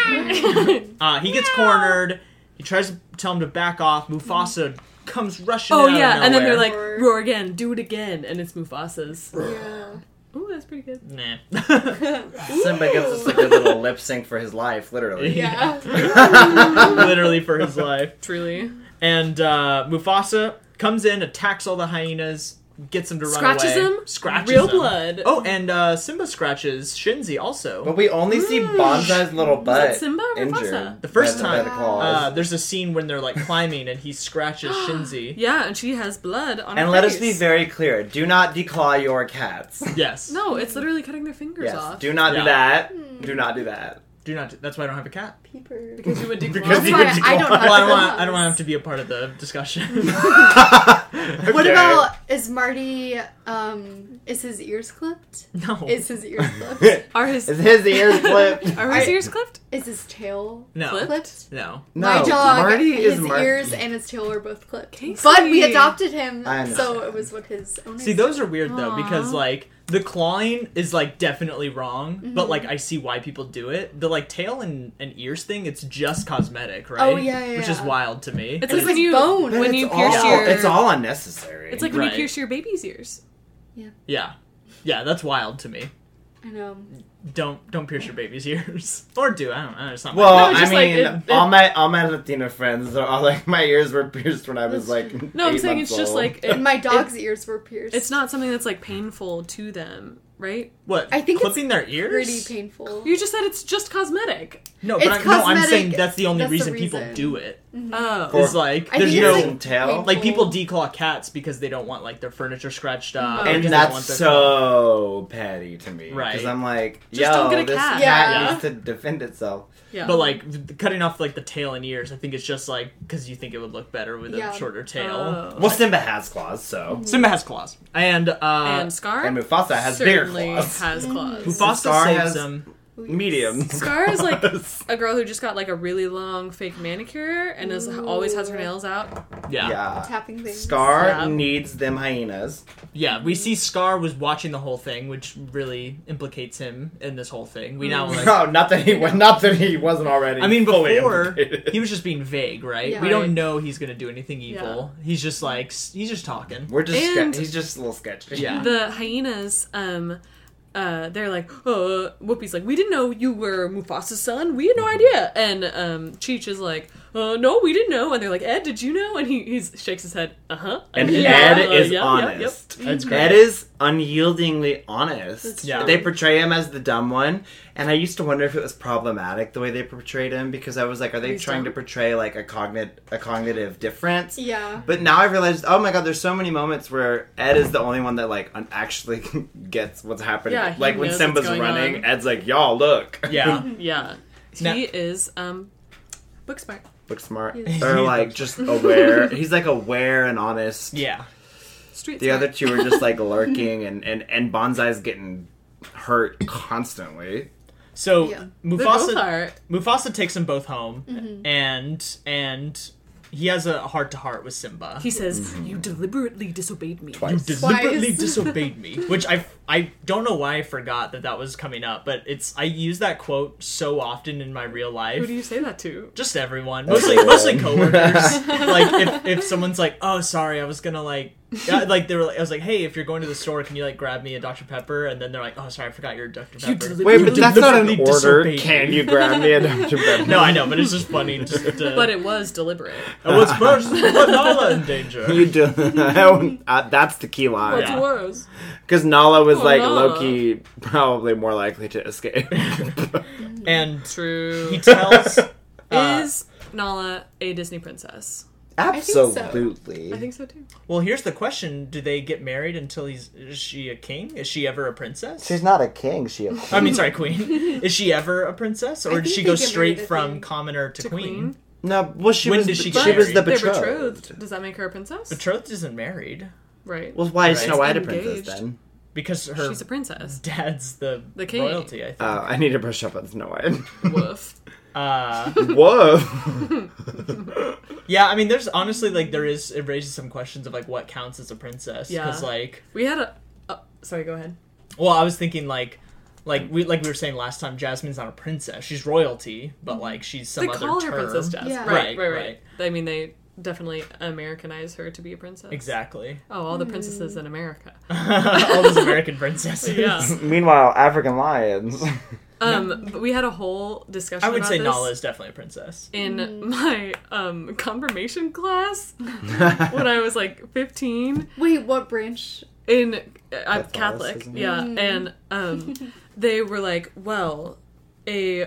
Speaker 1: Uh, he gets cornered. He tries to tell him to back off. Mufasa comes rushing.
Speaker 2: oh
Speaker 1: out of
Speaker 2: yeah, and then they're
Speaker 1: nowhere.
Speaker 2: like,
Speaker 3: Roar.
Speaker 2: roar again, do it again, and it's Mufasa's.
Speaker 3: Yeah.
Speaker 2: Ooh, that's pretty good.
Speaker 1: nah.
Speaker 4: Simba gives us a good little lip sync for his life, literally.
Speaker 3: Yeah.
Speaker 1: Literally for his life.
Speaker 2: Truly.
Speaker 1: And uh, Mufasa comes in, attacks all the hyenas, gets them to run
Speaker 2: Scratches
Speaker 1: away.
Speaker 2: him?
Speaker 1: Scratches
Speaker 2: Real
Speaker 1: them.
Speaker 2: blood.
Speaker 1: Oh, and uh, Simba scratches Shinzi also.
Speaker 4: But we only see Bonsai's little butt
Speaker 2: that Simba or
Speaker 4: injured
Speaker 2: Mufasa?
Speaker 1: The first
Speaker 4: by the- by the
Speaker 1: time,
Speaker 4: claws.
Speaker 1: Uh, there's a scene when they're like climbing and he scratches Shinzi.
Speaker 2: Yeah, and she has blood on her
Speaker 4: and let us be
Speaker 2: face.
Speaker 4: very clear: do not declaw your cats.
Speaker 1: Yes.
Speaker 2: No, it's literally cutting their fingers
Speaker 4: Yes,
Speaker 2: off. Hmm.
Speaker 4: do not
Speaker 1: Yeah.
Speaker 4: do that. Do not do that.
Speaker 1: Do not. That's why I don't have a cat.
Speaker 3: Peeper.
Speaker 2: because you would declaw.
Speaker 4: Because
Speaker 3: That's
Speaker 4: you
Speaker 3: why
Speaker 4: would
Speaker 3: I don't
Speaker 4: go-
Speaker 3: have
Speaker 1: Well, I don't
Speaker 3: gloves.
Speaker 1: want. I don't want to have to be a part of the discussion.
Speaker 3: What
Speaker 4: Okay.
Speaker 3: about is Marty? Um, is his ears clipped?
Speaker 1: no.
Speaker 3: Is his ears clipped?
Speaker 2: Are his
Speaker 4: Is his ears clipped?
Speaker 2: are his
Speaker 3: I-
Speaker 2: ears clipped?
Speaker 3: is his tail
Speaker 1: No.
Speaker 3: clipped?
Speaker 1: No.
Speaker 4: no,
Speaker 3: My dog,
Speaker 4: Marty
Speaker 3: his
Speaker 4: is Marty.
Speaker 3: ears and his tail are both clipped.
Speaker 2: Casey.
Speaker 3: But we adopted him,
Speaker 4: I understand.
Speaker 3: so it was what his own.
Speaker 1: See,
Speaker 3: is.
Speaker 1: those are weird though because
Speaker 2: Aw.
Speaker 1: like the clawing is like definitely wrong, but
Speaker 3: Mm-hmm.
Speaker 1: like I see why people do it. The like tail and, and ears thing, it's just cosmetic, right?
Speaker 3: Oh, yeah, yeah,
Speaker 1: Which is
Speaker 3: yeah.
Speaker 1: wild to me. And
Speaker 2: It's like when
Speaker 3: his
Speaker 2: you
Speaker 3: bone. But
Speaker 2: when
Speaker 4: it's
Speaker 2: you pierce
Speaker 4: all,
Speaker 2: your
Speaker 4: It's all unnecessary.
Speaker 2: It's like when you
Speaker 1: Right.
Speaker 2: pierce your baby's ears.
Speaker 1: yeah, yeah, that's wild to me.
Speaker 3: I know.
Speaker 1: Don't don't pierce your baby's ears or do I don't know. It's not. my
Speaker 4: Well,
Speaker 2: No,
Speaker 4: I
Speaker 2: just like,
Speaker 4: mean,
Speaker 2: it- it-
Speaker 4: all my all my Latino friends are all like, my ears were pierced when I was like.
Speaker 2: No, i I'm
Speaker 4: eight
Speaker 2: saying
Speaker 4: months
Speaker 2: it's just
Speaker 4: old.
Speaker 2: like it-
Speaker 3: And my dog's ears were pierced.
Speaker 2: it's not something that's like painful to them, right?
Speaker 1: what
Speaker 3: I think
Speaker 1: clipping their ears.
Speaker 3: pretty painful.
Speaker 2: You just said it's just cosmetic.
Speaker 1: No, but
Speaker 3: It's
Speaker 1: I'm, no, I'm
Speaker 3: cosmetic.
Speaker 1: saying that's the only
Speaker 3: That's the
Speaker 1: reason, people
Speaker 3: reason.
Speaker 1: do it.
Speaker 2: Oh,
Speaker 4: For-
Speaker 1: It's like
Speaker 3: I
Speaker 1: there's
Speaker 3: think
Speaker 1: no
Speaker 3: it's,
Speaker 4: like, tail.
Speaker 3: painful.
Speaker 1: like people declaw cats because they don't want like their furniture scratched up
Speaker 2: And
Speaker 1: because
Speaker 4: and
Speaker 1: they don't
Speaker 4: that's
Speaker 1: want their
Speaker 4: so petty to me,
Speaker 1: Right.
Speaker 4: Because I'm like,
Speaker 2: Just
Speaker 4: yo,
Speaker 2: don't get a
Speaker 4: this
Speaker 2: cat.
Speaker 4: cat
Speaker 3: Yeah.
Speaker 4: needs to defend itself.
Speaker 2: Yeah.
Speaker 1: But like v- cutting off like the tail and ears, I think it's just like because you think it would look better with
Speaker 3: Yeah.
Speaker 1: a shorter tail.
Speaker 2: Oh.
Speaker 4: Well, Simba has claws, so.
Speaker 1: Simba has claws, and uh,
Speaker 2: and Scar
Speaker 4: And Mufasa has bigger
Speaker 2: certainly
Speaker 4: claws.
Speaker 2: has claws.
Speaker 1: Mufasa
Speaker 4: Scar
Speaker 1: saves
Speaker 4: has-
Speaker 1: them.
Speaker 4: Medium.
Speaker 2: Scar is like
Speaker 4: claws.
Speaker 2: a girl who just got like a really long fake manicure and is always has her nails out.
Speaker 1: Yeah. yeah,
Speaker 4: Yeah.
Speaker 3: Tapping things.
Speaker 4: Scar
Speaker 2: Yeah.
Speaker 4: needs them hyenas.
Speaker 1: We see Scar was watching the whole thing, which really implicates him in this whole thing. We now Oh,
Speaker 2: Mm.
Speaker 1: like.
Speaker 4: No, not that he wa- not that he wasn't already.
Speaker 1: I mean,
Speaker 4: fully
Speaker 1: before
Speaker 4: implicated.
Speaker 1: he was just being vague, right?
Speaker 3: Yeah.
Speaker 1: We don't
Speaker 2: Right.
Speaker 1: know he's gonna do anything evil. He's just like s- he's just talking.
Speaker 4: we're just ske-
Speaker 2: And-
Speaker 4: he's just a little sketchy.
Speaker 1: Yeah.
Speaker 2: The hyenas, um, uh, they're like, uh, Whoopi's like, we didn't know you were Mufasa's son. We had
Speaker 4: Mm-hmm.
Speaker 2: no idea. And um, Cheech is like, uh, no, we didn't know. And they're like, Ed, did you know? And he he's, shakes his head, uh huh.
Speaker 4: And
Speaker 2: yeah,
Speaker 4: Ed
Speaker 2: uh, yep, yep,
Speaker 4: is
Speaker 2: yep."
Speaker 4: honest.
Speaker 1: That's great.
Speaker 4: Ed is unyieldingly honest.
Speaker 3: That's
Speaker 1: Yeah. true.
Speaker 4: They portray him as the dumb one, and I used to wonder if it was problematic the way they portrayed him because I was like, are they
Speaker 2: He's
Speaker 4: trying to
Speaker 2: dumb.
Speaker 4: portray like a cognit a cognitive difference?
Speaker 3: Yeah.
Speaker 4: But now I realized, oh my god, there's so many moments where Ed is the only one that like un- actually gets what's happening.
Speaker 2: Yeah, he
Speaker 4: like when
Speaker 2: knows
Speaker 4: Simba's
Speaker 2: what's going
Speaker 4: running,
Speaker 2: on.
Speaker 4: Ed's like, y'all look,
Speaker 1: Yeah.
Speaker 2: Yeah.
Speaker 1: Now-
Speaker 2: he is um, book smart.
Speaker 4: look smart.
Speaker 3: Yes.
Speaker 4: Or
Speaker 1: He
Speaker 4: like
Speaker 1: looks-
Speaker 4: just aware. He's like aware and honest.
Speaker 1: yeah.
Speaker 2: Street
Speaker 4: The other two are just like lurking, and and and Bonsai's getting hurt constantly.
Speaker 1: So
Speaker 3: Yeah.
Speaker 2: They
Speaker 1: Mufasa
Speaker 2: both are.
Speaker 1: Mufasa takes them both home,
Speaker 2: Mm-hmm.
Speaker 1: and and he has a heart to heart with Simba.
Speaker 2: He says,
Speaker 1: Mm-hmm.
Speaker 2: "You deliberately disobeyed me."
Speaker 1: you
Speaker 4: Twice.
Speaker 1: deliberately
Speaker 3: Twice.
Speaker 1: disobeyed me, which I I don't know why I forgot that that was coming up, but it's I use that quote so often in my real life.
Speaker 2: Who do you say that to?
Speaker 1: just everyone, mostly
Speaker 4: Everyone.
Speaker 1: mostly coworkers. like if, if someone's like, "Oh, sorry, I was gonna like," I- like they were, like- I was like, "Hey, if you're going to the store, can you like grab me a Dr Pepper?" And then they're like, "Oh, sorry, I forgot your Dr Pepper."
Speaker 2: deliberately-
Speaker 4: Wait,
Speaker 2: You
Speaker 4: but that's not an
Speaker 1: deliberately
Speaker 4: order.
Speaker 1: disobeyed
Speaker 4: Can
Speaker 1: me.
Speaker 4: you grab me a Dr. Pepper?
Speaker 1: No, I know, but it's just funny. Just to,
Speaker 2: But it was deliberate.
Speaker 1: I was first put Nala in danger.
Speaker 4: You do. uh, that's the key
Speaker 2: What's
Speaker 4: line.
Speaker 2: worse?
Speaker 4: Because Nala was
Speaker 2: Oh,
Speaker 4: like
Speaker 2: Nala.
Speaker 4: Loki, probably more likely to escape.
Speaker 1: And he
Speaker 2: True.
Speaker 1: tells uh,
Speaker 2: is Nala a Disney princess?
Speaker 4: Absolutely.
Speaker 2: I think so too.
Speaker 1: well. Here's the question: Do they get married until he's? Is she a king? Is she ever a princess?
Speaker 4: She's not a king. She. A
Speaker 1: I mean, sorry, queen. Is she ever a princess, or
Speaker 3: I
Speaker 1: did
Speaker 3: think
Speaker 1: she
Speaker 3: they
Speaker 1: go
Speaker 3: get
Speaker 1: straight
Speaker 3: married, I
Speaker 1: from
Speaker 3: think.
Speaker 1: commoner to,
Speaker 2: To
Speaker 1: queen?
Speaker 2: queen.
Speaker 4: no. Well, she
Speaker 1: When
Speaker 4: was.
Speaker 1: did she
Speaker 4: she
Speaker 1: get
Speaker 4: was the
Speaker 1: married?
Speaker 4: betrothed.
Speaker 2: They're betrothed. Does that make her a princess?
Speaker 1: Betrothed isn't married
Speaker 2: right.
Speaker 4: Well, why is
Speaker 1: Right.
Speaker 4: Snow White a
Speaker 2: Engaged.
Speaker 4: princess then?
Speaker 1: because her
Speaker 2: She's a princess.
Speaker 1: dad's the,
Speaker 2: The king.
Speaker 1: royalty. I think.
Speaker 4: Uh, I need to brush up on Snow White.
Speaker 1: Mm-hmm.
Speaker 2: Woof.
Speaker 1: Uh,
Speaker 4: Whoa.
Speaker 1: yeah, I mean, there's honestly like there is it raises some questions of like what counts as a princess
Speaker 2: Yeah.
Speaker 1: because like
Speaker 2: We had a. Uh, sorry, go ahead.
Speaker 1: well, I was thinking like. Like we like we were saying last time, Jasmine's not a princess. She's royalty, but like she's some
Speaker 2: they
Speaker 1: other
Speaker 2: call her
Speaker 1: term.
Speaker 2: Princess Jasmine.
Speaker 3: Yeah.
Speaker 1: Right,
Speaker 2: Right, right, right, I mean, they definitely Americanize her to be a princess.
Speaker 1: Exactly.
Speaker 2: Oh, all the princesses in America.
Speaker 1: All those American princesses.
Speaker 2: Yeah.
Speaker 4: Meanwhile, African lions.
Speaker 2: Um, but we had a whole discussion.
Speaker 1: I would
Speaker 2: about
Speaker 1: say
Speaker 2: this
Speaker 1: Nala is definitely a princess.
Speaker 2: in my um confirmation class when I was like fifteen
Speaker 3: Wait, what branch?
Speaker 2: in uh, I'm Catholic,
Speaker 4: Catholicism.
Speaker 2: yeah, and um they were like, well, a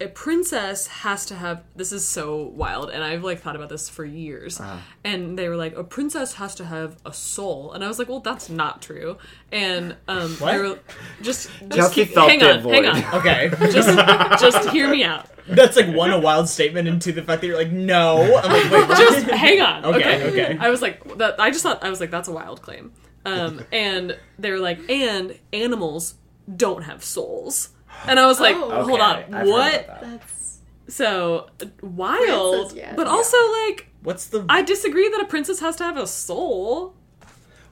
Speaker 2: a princess has to have this is so wild and I've like thought about this for years.
Speaker 4: Uh-huh.
Speaker 2: And they were like, a princess has to have a soul. And I was like, well, that's not true. And um
Speaker 1: What?
Speaker 2: they were just just
Speaker 4: Kelsey
Speaker 2: keep,
Speaker 4: felt
Speaker 2: hang
Speaker 4: that
Speaker 2: on,
Speaker 4: void.
Speaker 2: hang on.
Speaker 1: Okay,
Speaker 2: Just just hear me out.
Speaker 1: that's like one a wild statement, and two the fact that you're like no. I'm like wait, what?
Speaker 2: just hang on.
Speaker 1: Okay,
Speaker 2: Okay,
Speaker 1: okay.
Speaker 2: I was like, that, I just thought I was like, that's a wild claim. Um, and they were like, and animals don't have souls. And I was like,
Speaker 3: Oh.
Speaker 2: hold on,
Speaker 4: Okay, I've heard about
Speaker 2: what?
Speaker 4: that.
Speaker 3: That's
Speaker 2: So wild,
Speaker 3: Princess, yes.
Speaker 2: but
Speaker 3: Yeah.
Speaker 2: also like,
Speaker 1: What's the?
Speaker 2: I disagree that a princess has to have a soul,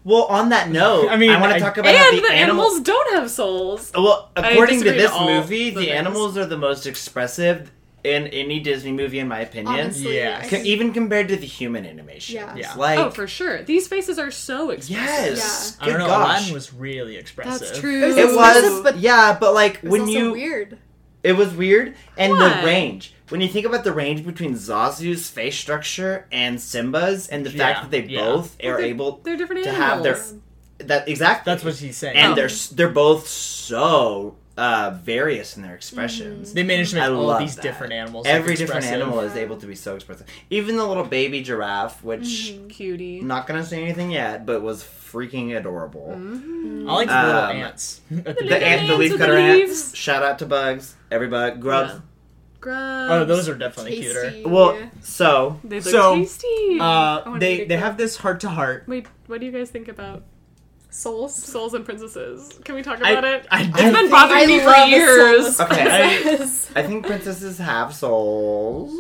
Speaker 4: Well, on that note,
Speaker 1: I
Speaker 4: I
Speaker 1: mean,
Speaker 4: mean, I want
Speaker 1: I-
Speaker 4: to talk about how
Speaker 2: and
Speaker 4: the
Speaker 2: that
Speaker 4: animals.
Speaker 2: animals don't have souls.
Speaker 4: Well,
Speaker 2: I
Speaker 4: according to
Speaker 2: disagree
Speaker 4: this
Speaker 2: to all the
Speaker 4: movie, the
Speaker 2: things.
Speaker 4: animals are the most expressive in any Disney movie, in my opinion.
Speaker 3: honestly.
Speaker 1: Yeah.
Speaker 3: I
Speaker 4: Co-
Speaker 3: think-
Speaker 4: Even compared to the human animation.
Speaker 3: Yeah.
Speaker 1: Yeah.
Speaker 4: Like,
Speaker 2: Oh, for sure. These faces are so expressive.
Speaker 4: yes.
Speaker 1: I
Speaker 4: Good
Speaker 1: don't know.
Speaker 4: gosh.
Speaker 1: Aladdin was really expressive.
Speaker 2: That's true.
Speaker 3: It was
Speaker 4: it was,
Speaker 3: expressive, but-
Speaker 4: yeah, but like
Speaker 3: it's
Speaker 4: when
Speaker 3: also
Speaker 4: you,
Speaker 3: weird.
Speaker 4: it was weird, and
Speaker 2: Why?
Speaker 4: the range. When you think about the range between Zazu's face structure and Simba's, and the
Speaker 1: Yeah,
Speaker 4: fact that they
Speaker 1: yeah.
Speaker 4: both
Speaker 2: Well,
Speaker 4: are
Speaker 2: they're-
Speaker 4: able
Speaker 2: They're different
Speaker 4: to
Speaker 2: animals.
Speaker 4: have their that exactly.
Speaker 1: That's what he's saying.
Speaker 4: and
Speaker 2: Oh.
Speaker 4: they're s- they're both so uh, various in their expressions.
Speaker 1: They managed to make
Speaker 4: I
Speaker 1: all
Speaker 4: love
Speaker 1: these
Speaker 4: that.
Speaker 1: different animals.
Speaker 4: Every
Speaker 1: like,
Speaker 4: different
Speaker 1: expressive.
Speaker 4: animal is able to be so expressive. Even the little baby giraffe, which
Speaker 3: Mm-hmm.
Speaker 2: cutie.
Speaker 4: I'm not gonna say anything yet, but was freaking adorable.
Speaker 1: I like the little
Speaker 4: Um,
Speaker 1: ants. at the
Speaker 4: The
Speaker 1: beginning.
Speaker 4: ant,
Speaker 2: Mm-hmm.
Speaker 4: the
Speaker 2: Ants with
Speaker 4: leaf
Speaker 2: the
Speaker 4: cutter ant.
Speaker 2: leaves.
Speaker 4: Shout out to bugs, everybody, grubs.
Speaker 2: Yeah. grubs.
Speaker 1: Oh, those are definitely cuter.
Speaker 3: Tasty.
Speaker 4: Well, so
Speaker 2: They look
Speaker 1: So,
Speaker 2: tasty.
Speaker 1: Uh,
Speaker 2: wanna eat
Speaker 1: they
Speaker 2: a
Speaker 1: they
Speaker 2: grub.
Speaker 1: have this heart to heart.
Speaker 2: Wait, what do you guys think about
Speaker 3: souls.
Speaker 2: souls and princesses? Can we talk
Speaker 1: I-
Speaker 2: about it?
Speaker 1: I
Speaker 2: it's
Speaker 1: don't
Speaker 2: been
Speaker 1: think-
Speaker 2: bothering
Speaker 3: I
Speaker 2: me for
Speaker 3: love the
Speaker 2: years.
Speaker 3: soulless
Speaker 4: Okay,
Speaker 3: princess.
Speaker 4: I think princesses have souls.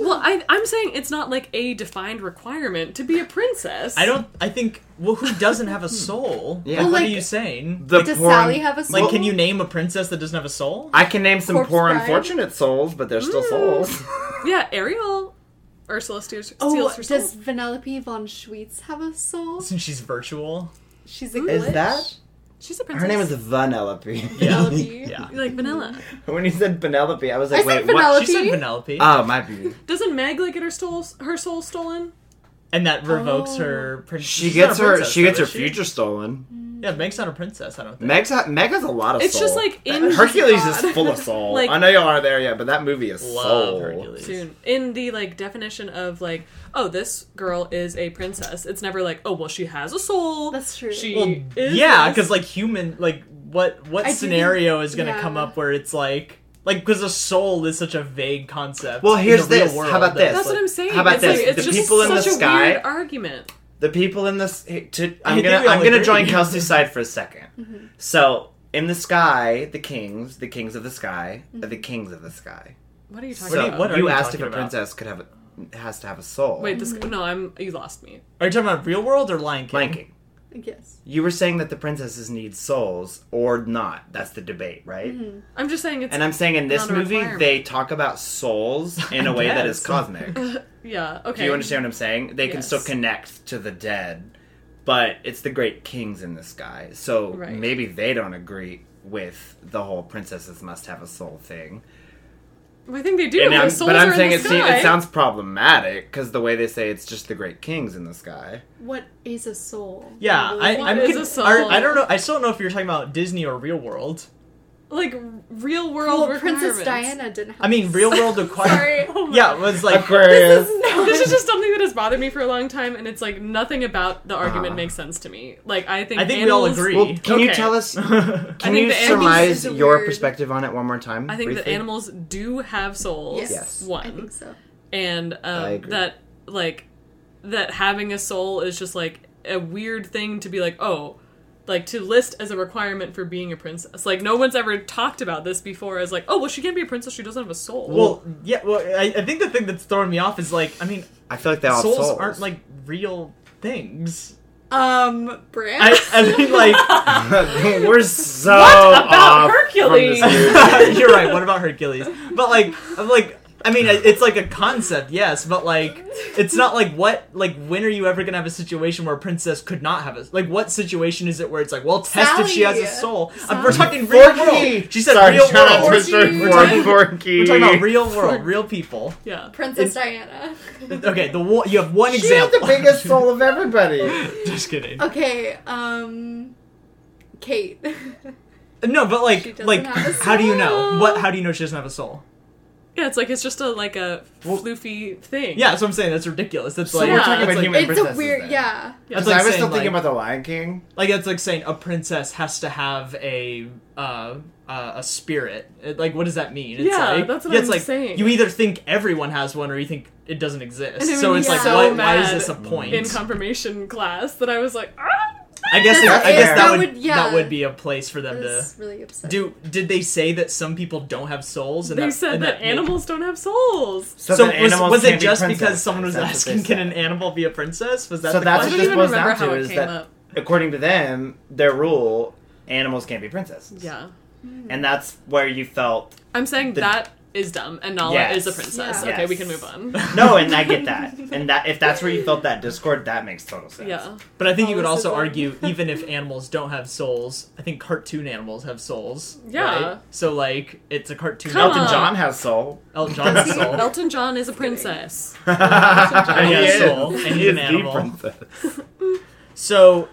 Speaker 2: Well, I, I'm saying it's not like a defined requirement to be a princess.
Speaker 1: I don't. I think. Well, who doesn't have a soul?
Speaker 4: Hmm. Yeah.
Speaker 1: Like,
Speaker 4: Well,
Speaker 1: what are
Speaker 3: like,
Speaker 1: you saying?
Speaker 4: The
Speaker 3: Does
Speaker 4: poor-
Speaker 3: Sally have a soul?
Speaker 1: Like, can you name a princess that doesn't have a soul?
Speaker 4: I can name some
Speaker 3: Corpse
Speaker 4: poor
Speaker 3: bride?
Speaker 4: unfortunate souls, but they're
Speaker 2: Mm.
Speaker 4: still souls.
Speaker 2: Yeah, Ariel. Ursula steals,
Speaker 3: Oh,
Speaker 2: steals her soul.
Speaker 3: does Vanellope von Schweetz have a soul?
Speaker 1: Since she's virtual.
Speaker 3: She's a
Speaker 2: Is
Speaker 3: glitch.
Speaker 4: Is that
Speaker 2: She's a princess.
Speaker 4: her name is Vanellope?
Speaker 3: Vanellope.
Speaker 1: Yeah.
Speaker 2: You're like vanilla.
Speaker 4: when you said Penelope, I was like,
Speaker 3: I
Speaker 4: wait,
Speaker 3: said
Speaker 4: what?
Speaker 1: She said Penelope,
Speaker 3: Penelope?
Speaker 4: Oh, my beauty.
Speaker 2: Doesn't Meg like get her soul her soul stolen?
Speaker 1: and that revokes
Speaker 3: Oh.
Speaker 1: her. Prin-
Speaker 4: She
Speaker 1: she's not
Speaker 4: gets
Speaker 1: a
Speaker 4: her.
Speaker 1: princess,
Speaker 4: she
Speaker 1: though,
Speaker 4: gets her
Speaker 1: is she?
Speaker 4: future stolen.
Speaker 1: Yeah, Meg's not a princess. I don't think.
Speaker 4: Meg's ha- Meg has a lot of.
Speaker 2: It's
Speaker 4: soul.
Speaker 2: just like in
Speaker 4: Hercules is
Speaker 2: God.
Speaker 4: full of soul.
Speaker 2: Like-
Speaker 4: I know y'all aren't there yet, but that movie is
Speaker 1: Love
Speaker 4: soul.
Speaker 1: Hercules.
Speaker 2: Soon. In the like definition of like, oh, this girl is a princess. It's never like, oh well she has a soul.
Speaker 3: That's true.
Speaker 2: She
Speaker 1: Well,
Speaker 2: is
Speaker 1: yeah,
Speaker 2: this.
Speaker 1: because like human, like what what
Speaker 3: I do
Speaker 1: scenario is going to
Speaker 3: yeah.
Speaker 1: come up where it's like like because a soul is such a vague concept.
Speaker 4: Well,
Speaker 1: in
Speaker 4: here's
Speaker 1: the real
Speaker 4: this. How
Speaker 1: world
Speaker 4: about
Speaker 1: that-
Speaker 4: this?
Speaker 2: That's what I'm saying.
Speaker 4: How about
Speaker 2: it's
Speaker 4: this?
Speaker 2: Like, it's
Speaker 4: The
Speaker 2: just
Speaker 4: people in the
Speaker 2: such a
Speaker 4: sky-
Speaker 2: weird argument.
Speaker 4: The people in this. To, I'm
Speaker 1: think
Speaker 4: gonna.
Speaker 1: we all
Speaker 4: I'm gonna
Speaker 1: agree.
Speaker 4: join Kelsey's side for a 2nd
Speaker 2: Mm-hmm.
Speaker 4: So in the sky, the kings, the kings of the sky, uh, the kings of the sky.
Speaker 2: What are you talking
Speaker 1: do
Speaker 4: So
Speaker 1: you-
Speaker 2: Mm-hmm. about?
Speaker 1: what are
Speaker 4: you
Speaker 1: you
Speaker 4: asked if
Speaker 1: talking
Speaker 4: a
Speaker 1: about?
Speaker 4: princess could have a, has to have a soul.
Speaker 2: Wait, this
Speaker 3: Um,
Speaker 2: no, I'm you lost me.
Speaker 1: Are you talking about real world or Lion King?
Speaker 4: Lion King.
Speaker 3: yes.
Speaker 4: You were saying that the princesses need souls or not. That's the debate, right?
Speaker 2: I'm just saying it's
Speaker 4: And I'm saying in this
Speaker 2: Not a
Speaker 4: movie,
Speaker 2: requirement.
Speaker 4: they talk about souls in a way that is
Speaker 1: Yes.
Speaker 4: cosmic.
Speaker 2: yeah, okay.
Speaker 4: Do you understand what I'm saying? They can still
Speaker 2: Yes.
Speaker 4: connect to the dead, but it's the great kings in the sky. So
Speaker 2: Right.
Speaker 4: maybe they don't agree with the whole princesses must have a soul thing.
Speaker 2: I think they do.
Speaker 4: And
Speaker 2: their
Speaker 4: I'm-
Speaker 2: souls
Speaker 4: but
Speaker 2: are
Speaker 4: I'm
Speaker 2: in
Speaker 4: saying
Speaker 2: the
Speaker 4: it, se-
Speaker 2: sky.
Speaker 4: it sounds problematic because the way they say it's just the great kings in the sky.
Speaker 3: What is a soul?
Speaker 1: Yeah, I,
Speaker 2: What
Speaker 1: I'm.
Speaker 2: is
Speaker 1: conf-
Speaker 2: a soul?
Speaker 1: are- I don't know. I still don't know if you're talking about Disney or real world.
Speaker 2: like real world
Speaker 3: well, Princess
Speaker 2: requirements.
Speaker 3: Diana didn't have
Speaker 1: I mean, real world
Speaker 2: Sorry.
Speaker 1: requires.
Speaker 2: Oh my
Speaker 1: yeah, it was like
Speaker 4: Aquarius.
Speaker 2: this is just something that has bothered me for a long time, and it's like nothing about the argument
Speaker 4: Ah.
Speaker 2: makes sense to me. Like I think
Speaker 1: I think we all
Speaker 2: animals,
Speaker 1: agree.
Speaker 4: well, can you
Speaker 2: Okay.
Speaker 4: tell us? Can
Speaker 2: think
Speaker 4: you
Speaker 2: the animals
Speaker 4: surmise
Speaker 3: is a
Speaker 4: your
Speaker 3: weird-
Speaker 4: perspective on it one more time?
Speaker 2: I think that
Speaker 4: briefly?
Speaker 2: animals do have souls.
Speaker 3: Yes.
Speaker 4: Yes.
Speaker 2: one
Speaker 3: I think so.
Speaker 2: and
Speaker 4: I
Speaker 2: um,
Speaker 4: agree.
Speaker 2: that like that having a soul is just like a weird thing to be like oh like to list as a requirement for being a princess like no one's ever talked about this before as like oh well she can't be a princess she doesn't have a soul
Speaker 1: Well, yeah. Well, I, I think the thing that's throwing me off is like, I mean,
Speaker 4: I feel like they all have
Speaker 1: souls,
Speaker 4: souls
Speaker 1: aren't like real things.
Speaker 3: Um, Bran.
Speaker 1: I, I mean, like,
Speaker 4: We're so
Speaker 2: What about
Speaker 4: off
Speaker 2: Hercules?
Speaker 4: From this movie.
Speaker 1: you're right. What about Hercules? But like, I'm like, I mean, it's like a concept, yes, but like, it's not like what, like, when are you ever gonna have a situation where a princess could not have a like? What situation is it where it's like, well, test if she has a
Speaker 3: Sally.
Speaker 1: soul. Uh, we're talking real world. She said real
Speaker 4: shout out
Speaker 1: world.
Speaker 4: to
Speaker 3: Forky.
Speaker 4: Mr.
Speaker 3: We're
Speaker 1: talking-
Speaker 4: Forky.
Speaker 1: We're talking about real world, real people.
Speaker 2: yeah
Speaker 3: Princess Diana.
Speaker 1: Okay, the one you have one
Speaker 4: She has
Speaker 1: example.
Speaker 4: the biggest soul of everybody.
Speaker 1: Just kidding.
Speaker 3: okay, um, Kate.
Speaker 1: No, but
Speaker 3: She
Speaker 1: like,
Speaker 3: doesn't
Speaker 1: like,
Speaker 3: have a
Speaker 1: how do you know?
Speaker 2: soul.
Speaker 1: What? How do you know she doesn't have a soul?
Speaker 2: yeah it's like it's just a like a floofy thing
Speaker 1: Yeah, that's what I'm saying. That's ridiculous. That's
Speaker 4: So
Speaker 1: like
Speaker 2: we're
Speaker 1: yeah,
Speaker 2: talking
Speaker 1: that's
Speaker 4: about
Speaker 1: like,
Speaker 4: human-
Speaker 3: it's a
Speaker 4: princesses
Speaker 3: weird,
Speaker 4: then.
Speaker 3: yeah.
Speaker 1: That's
Speaker 4: So I
Speaker 1: like
Speaker 4: was
Speaker 1: saying,
Speaker 4: still thinking
Speaker 1: like-
Speaker 4: about the Lion King.
Speaker 1: like that's like saying a princess has to have a uh, uh, a spirit. It- like, what does that mean? It's
Speaker 2: Yeah,
Speaker 1: like,
Speaker 2: that's what
Speaker 1: yeah, it's
Speaker 2: I'm
Speaker 1: like,
Speaker 2: saying.
Speaker 1: You either think everyone has one, or you think it doesn't exist.
Speaker 2: And it
Speaker 1: so
Speaker 2: made
Speaker 1: it's
Speaker 3: me
Speaker 1: like,
Speaker 3: so
Speaker 1: why, why is
Speaker 2: mad
Speaker 1: this a point?
Speaker 2: in confirmation class that i was like ah!
Speaker 1: I guess
Speaker 3: That's
Speaker 1: I guess that
Speaker 4: fair. That
Speaker 1: would
Speaker 3: would- yeah.
Speaker 1: that would be a place for them to.
Speaker 3: That's really upsetting.
Speaker 1: Do did they say that some people don't have souls? And
Speaker 2: they
Speaker 1: that,
Speaker 2: said
Speaker 1: and
Speaker 2: that,
Speaker 1: that make-
Speaker 2: animals don't have souls
Speaker 1: So,
Speaker 4: then
Speaker 1: was,
Speaker 4: animals
Speaker 1: was it
Speaker 4: can't be
Speaker 1: just because
Speaker 4: princesses.
Speaker 1: someone was
Speaker 4: That's
Speaker 1: asking,
Speaker 4: what they
Speaker 1: can an
Speaker 4: said.
Speaker 1: animal be a princess? Was that
Speaker 4: So
Speaker 1: the
Speaker 4: that's
Speaker 2: i don't
Speaker 4: what
Speaker 1: question?
Speaker 4: this
Speaker 2: even
Speaker 4: boils down
Speaker 2: remember
Speaker 4: to
Speaker 2: how it
Speaker 4: is
Speaker 2: came
Speaker 4: that-
Speaker 2: up
Speaker 4: According to them, their rule, animals can't be princesses.
Speaker 2: yeah
Speaker 4: And that's where you felt
Speaker 2: i'm saying
Speaker 4: The-
Speaker 2: that is dumb and nala
Speaker 4: Yes.
Speaker 2: is a princess
Speaker 3: Yeah.
Speaker 2: okay we
Speaker 4: Yes.
Speaker 2: can move on
Speaker 4: no, and I get that. And that if that's where you felt that discord, that makes total sense.
Speaker 2: yeah
Speaker 1: But I think
Speaker 2: Oh,
Speaker 1: you could also
Speaker 3: Catholicism.
Speaker 1: argue, even if animals don't have souls, I think cartoon animals have souls.
Speaker 2: Yeah.
Speaker 1: right? So like, it's a cartoon.
Speaker 2: Come
Speaker 4: Elton
Speaker 2: on.
Speaker 4: John has soul.
Speaker 1: Elton John has a soul.
Speaker 2: Elton John is a princess.
Speaker 4: Uh,
Speaker 1: John
Speaker 4: He
Speaker 1: has
Speaker 4: is.
Speaker 1: soul, and he's
Speaker 4: He is
Speaker 1: an
Speaker 4: the
Speaker 1: animal.
Speaker 4: princess.
Speaker 1: So,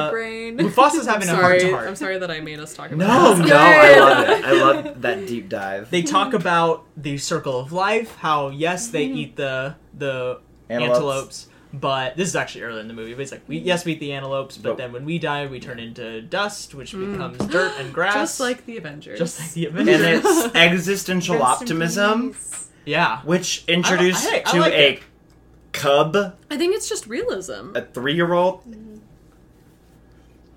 Speaker 1: uh,
Speaker 3: brain.
Speaker 1: Mufasa's having a heart
Speaker 2: sorry,
Speaker 1: to
Speaker 2: I'm
Speaker 1: heart.
Speaker 2: sorry that I made us talk about.
Speaker 4: No,
Speaker 2: this.
Speaker 4: no, I love it. I love that deep dive.
Speaker 1: They talk
Speaker 2: Mm-hmm.
Speaker 1: about the circle of life. How yes, they eat the the
Speaker 4: Antelopes.
Speaker 1: antelopes, But this is actually earlier in the movie. But he's like, we yes, we eat the antelopes, but
Speaker 4: But-
Speaker 1: then when we die, we turn into dust, which becomes dirt and grass,
Speaker 2: Mm. Just like the Avengers.
Speaker 1: just like the
Speaker 4: and
Speaker 1: Avengers.
Speaker 4: it's existential
Speaker 3: Rest in
Speaker 4: optimism,
Speaker 3: peace.
Speaker 1: yeah,
Speaker 4: which introduced
Speaker 1: hey, I
Speaker 4: to
Speaker 1: like
Speaker 4: a
Speaker 1: it.
Speaker 4: cub,
Speaker 2: I think it's just realism.
Speaker 4: a three-year-old.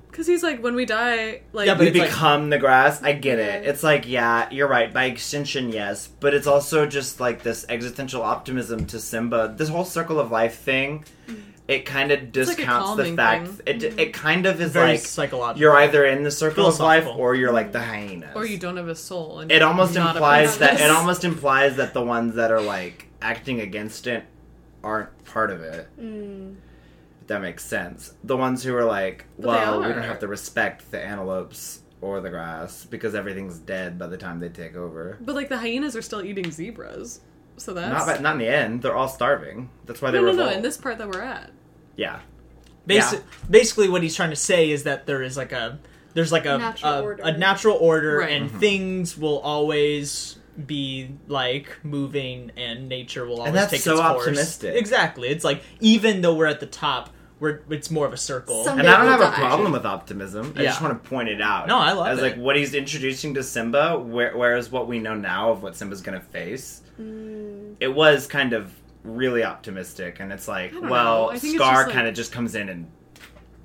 Speaker 2: Because he's like, when we die, like,
Speaker 1: Yeah,
Speaker 4: we
Speaker 1: it's like-
Speaker 4: become the grass. I get it.
Speaker 3: Yeah.
Speaker 4: It's like, yeah, you're right. By extension, yes. But it's also just like this existential optimism to Simba. This whole circle of life thing,
Speaker 3: Mm.
Speaker 4: it kind of
Speaker 2: like a
Speaker 4: discounts the
Speaker 2: calming
Speaker 4: fact.
Speaker 2: thing.
Speaker 4: It, it kind of is
Speaker 1: very
Speaker 4: like
Speaker 1: psychological.
Speaker 4: you're either in the circle of life
Speaker 1: Philosophical.
Speaker 4: or you're like the hyenas.
Speaker 2: or you don't have a soul. And
Speaker 4: It almost
Speaker 2: not a
Speaker 4: implies that it
Speaker 2: purpose.
Speaker 4: almost implies that the ones that are like acting against it aren't part of it.
Speaker 3: Mm.
Speaker 4: If that makes sense. The ones who are like,
Speaker 2: they
Speaker 4: well, we
Speaker 2: are.
Speaker 4: don't have to respect the antelopes or the grass because everything's dead by the time they take over.
Speaker 2: But like the hyenas are still eating zebras, so that's
Speaker 4: Not, but not in the end. They're all starving. That's why they
Speaker 2: no,
Speaker 4: were.
Speaker 2: no, no. In this part that we're at,
Speaker 4: yeah,
Speaker 1: Basi-
Speaker 4: Yeah.
Speaker 1: Basically, what he's trying to say is that there is like a there's like a
Speaker 3: Natural
Speaker 1: a,
Speaker 3: order.
Speaker 1: a natural order,
Speaker 2: Right.
Speaker 4: Mm-hmm.
Speaker 1: and things will always be like moving, and nature will always
Speaker 4: that's
Speaker 1: take
Speaker 4: so
Speaker 1: its course.
Speaker 4: optimistic.
Speaker 1: Exactly, it's like even though we're at the top, we're it's more of a circle.
Speaker 3: Some-
Speaker 4: and I don't
Speaker 3: They
Speaker 4: have
Speaker 3: will
Speaker 4: a
Speaker 3: die.
Speaker 4: problem with optimism. I just
Speaker 1: Yeah.
Speaker 4: want to point it out.
Speaker 1: No, I love
Speaker 4: As
Speaker 1: it.
Speaker 4: like what he's introducing to Simba, where, whereas what we know now of what Simba's going to face,
Speaker 1: Mm.
Speaker 4: it was kind of really optimistic, and it's like,
Speaker 2: I don't know.
Speaker 4: well,
Speaker 2: I think it's
Speaker 4: Scar
Speaker 2: just, like-
Speaker 4: kind of just comes in and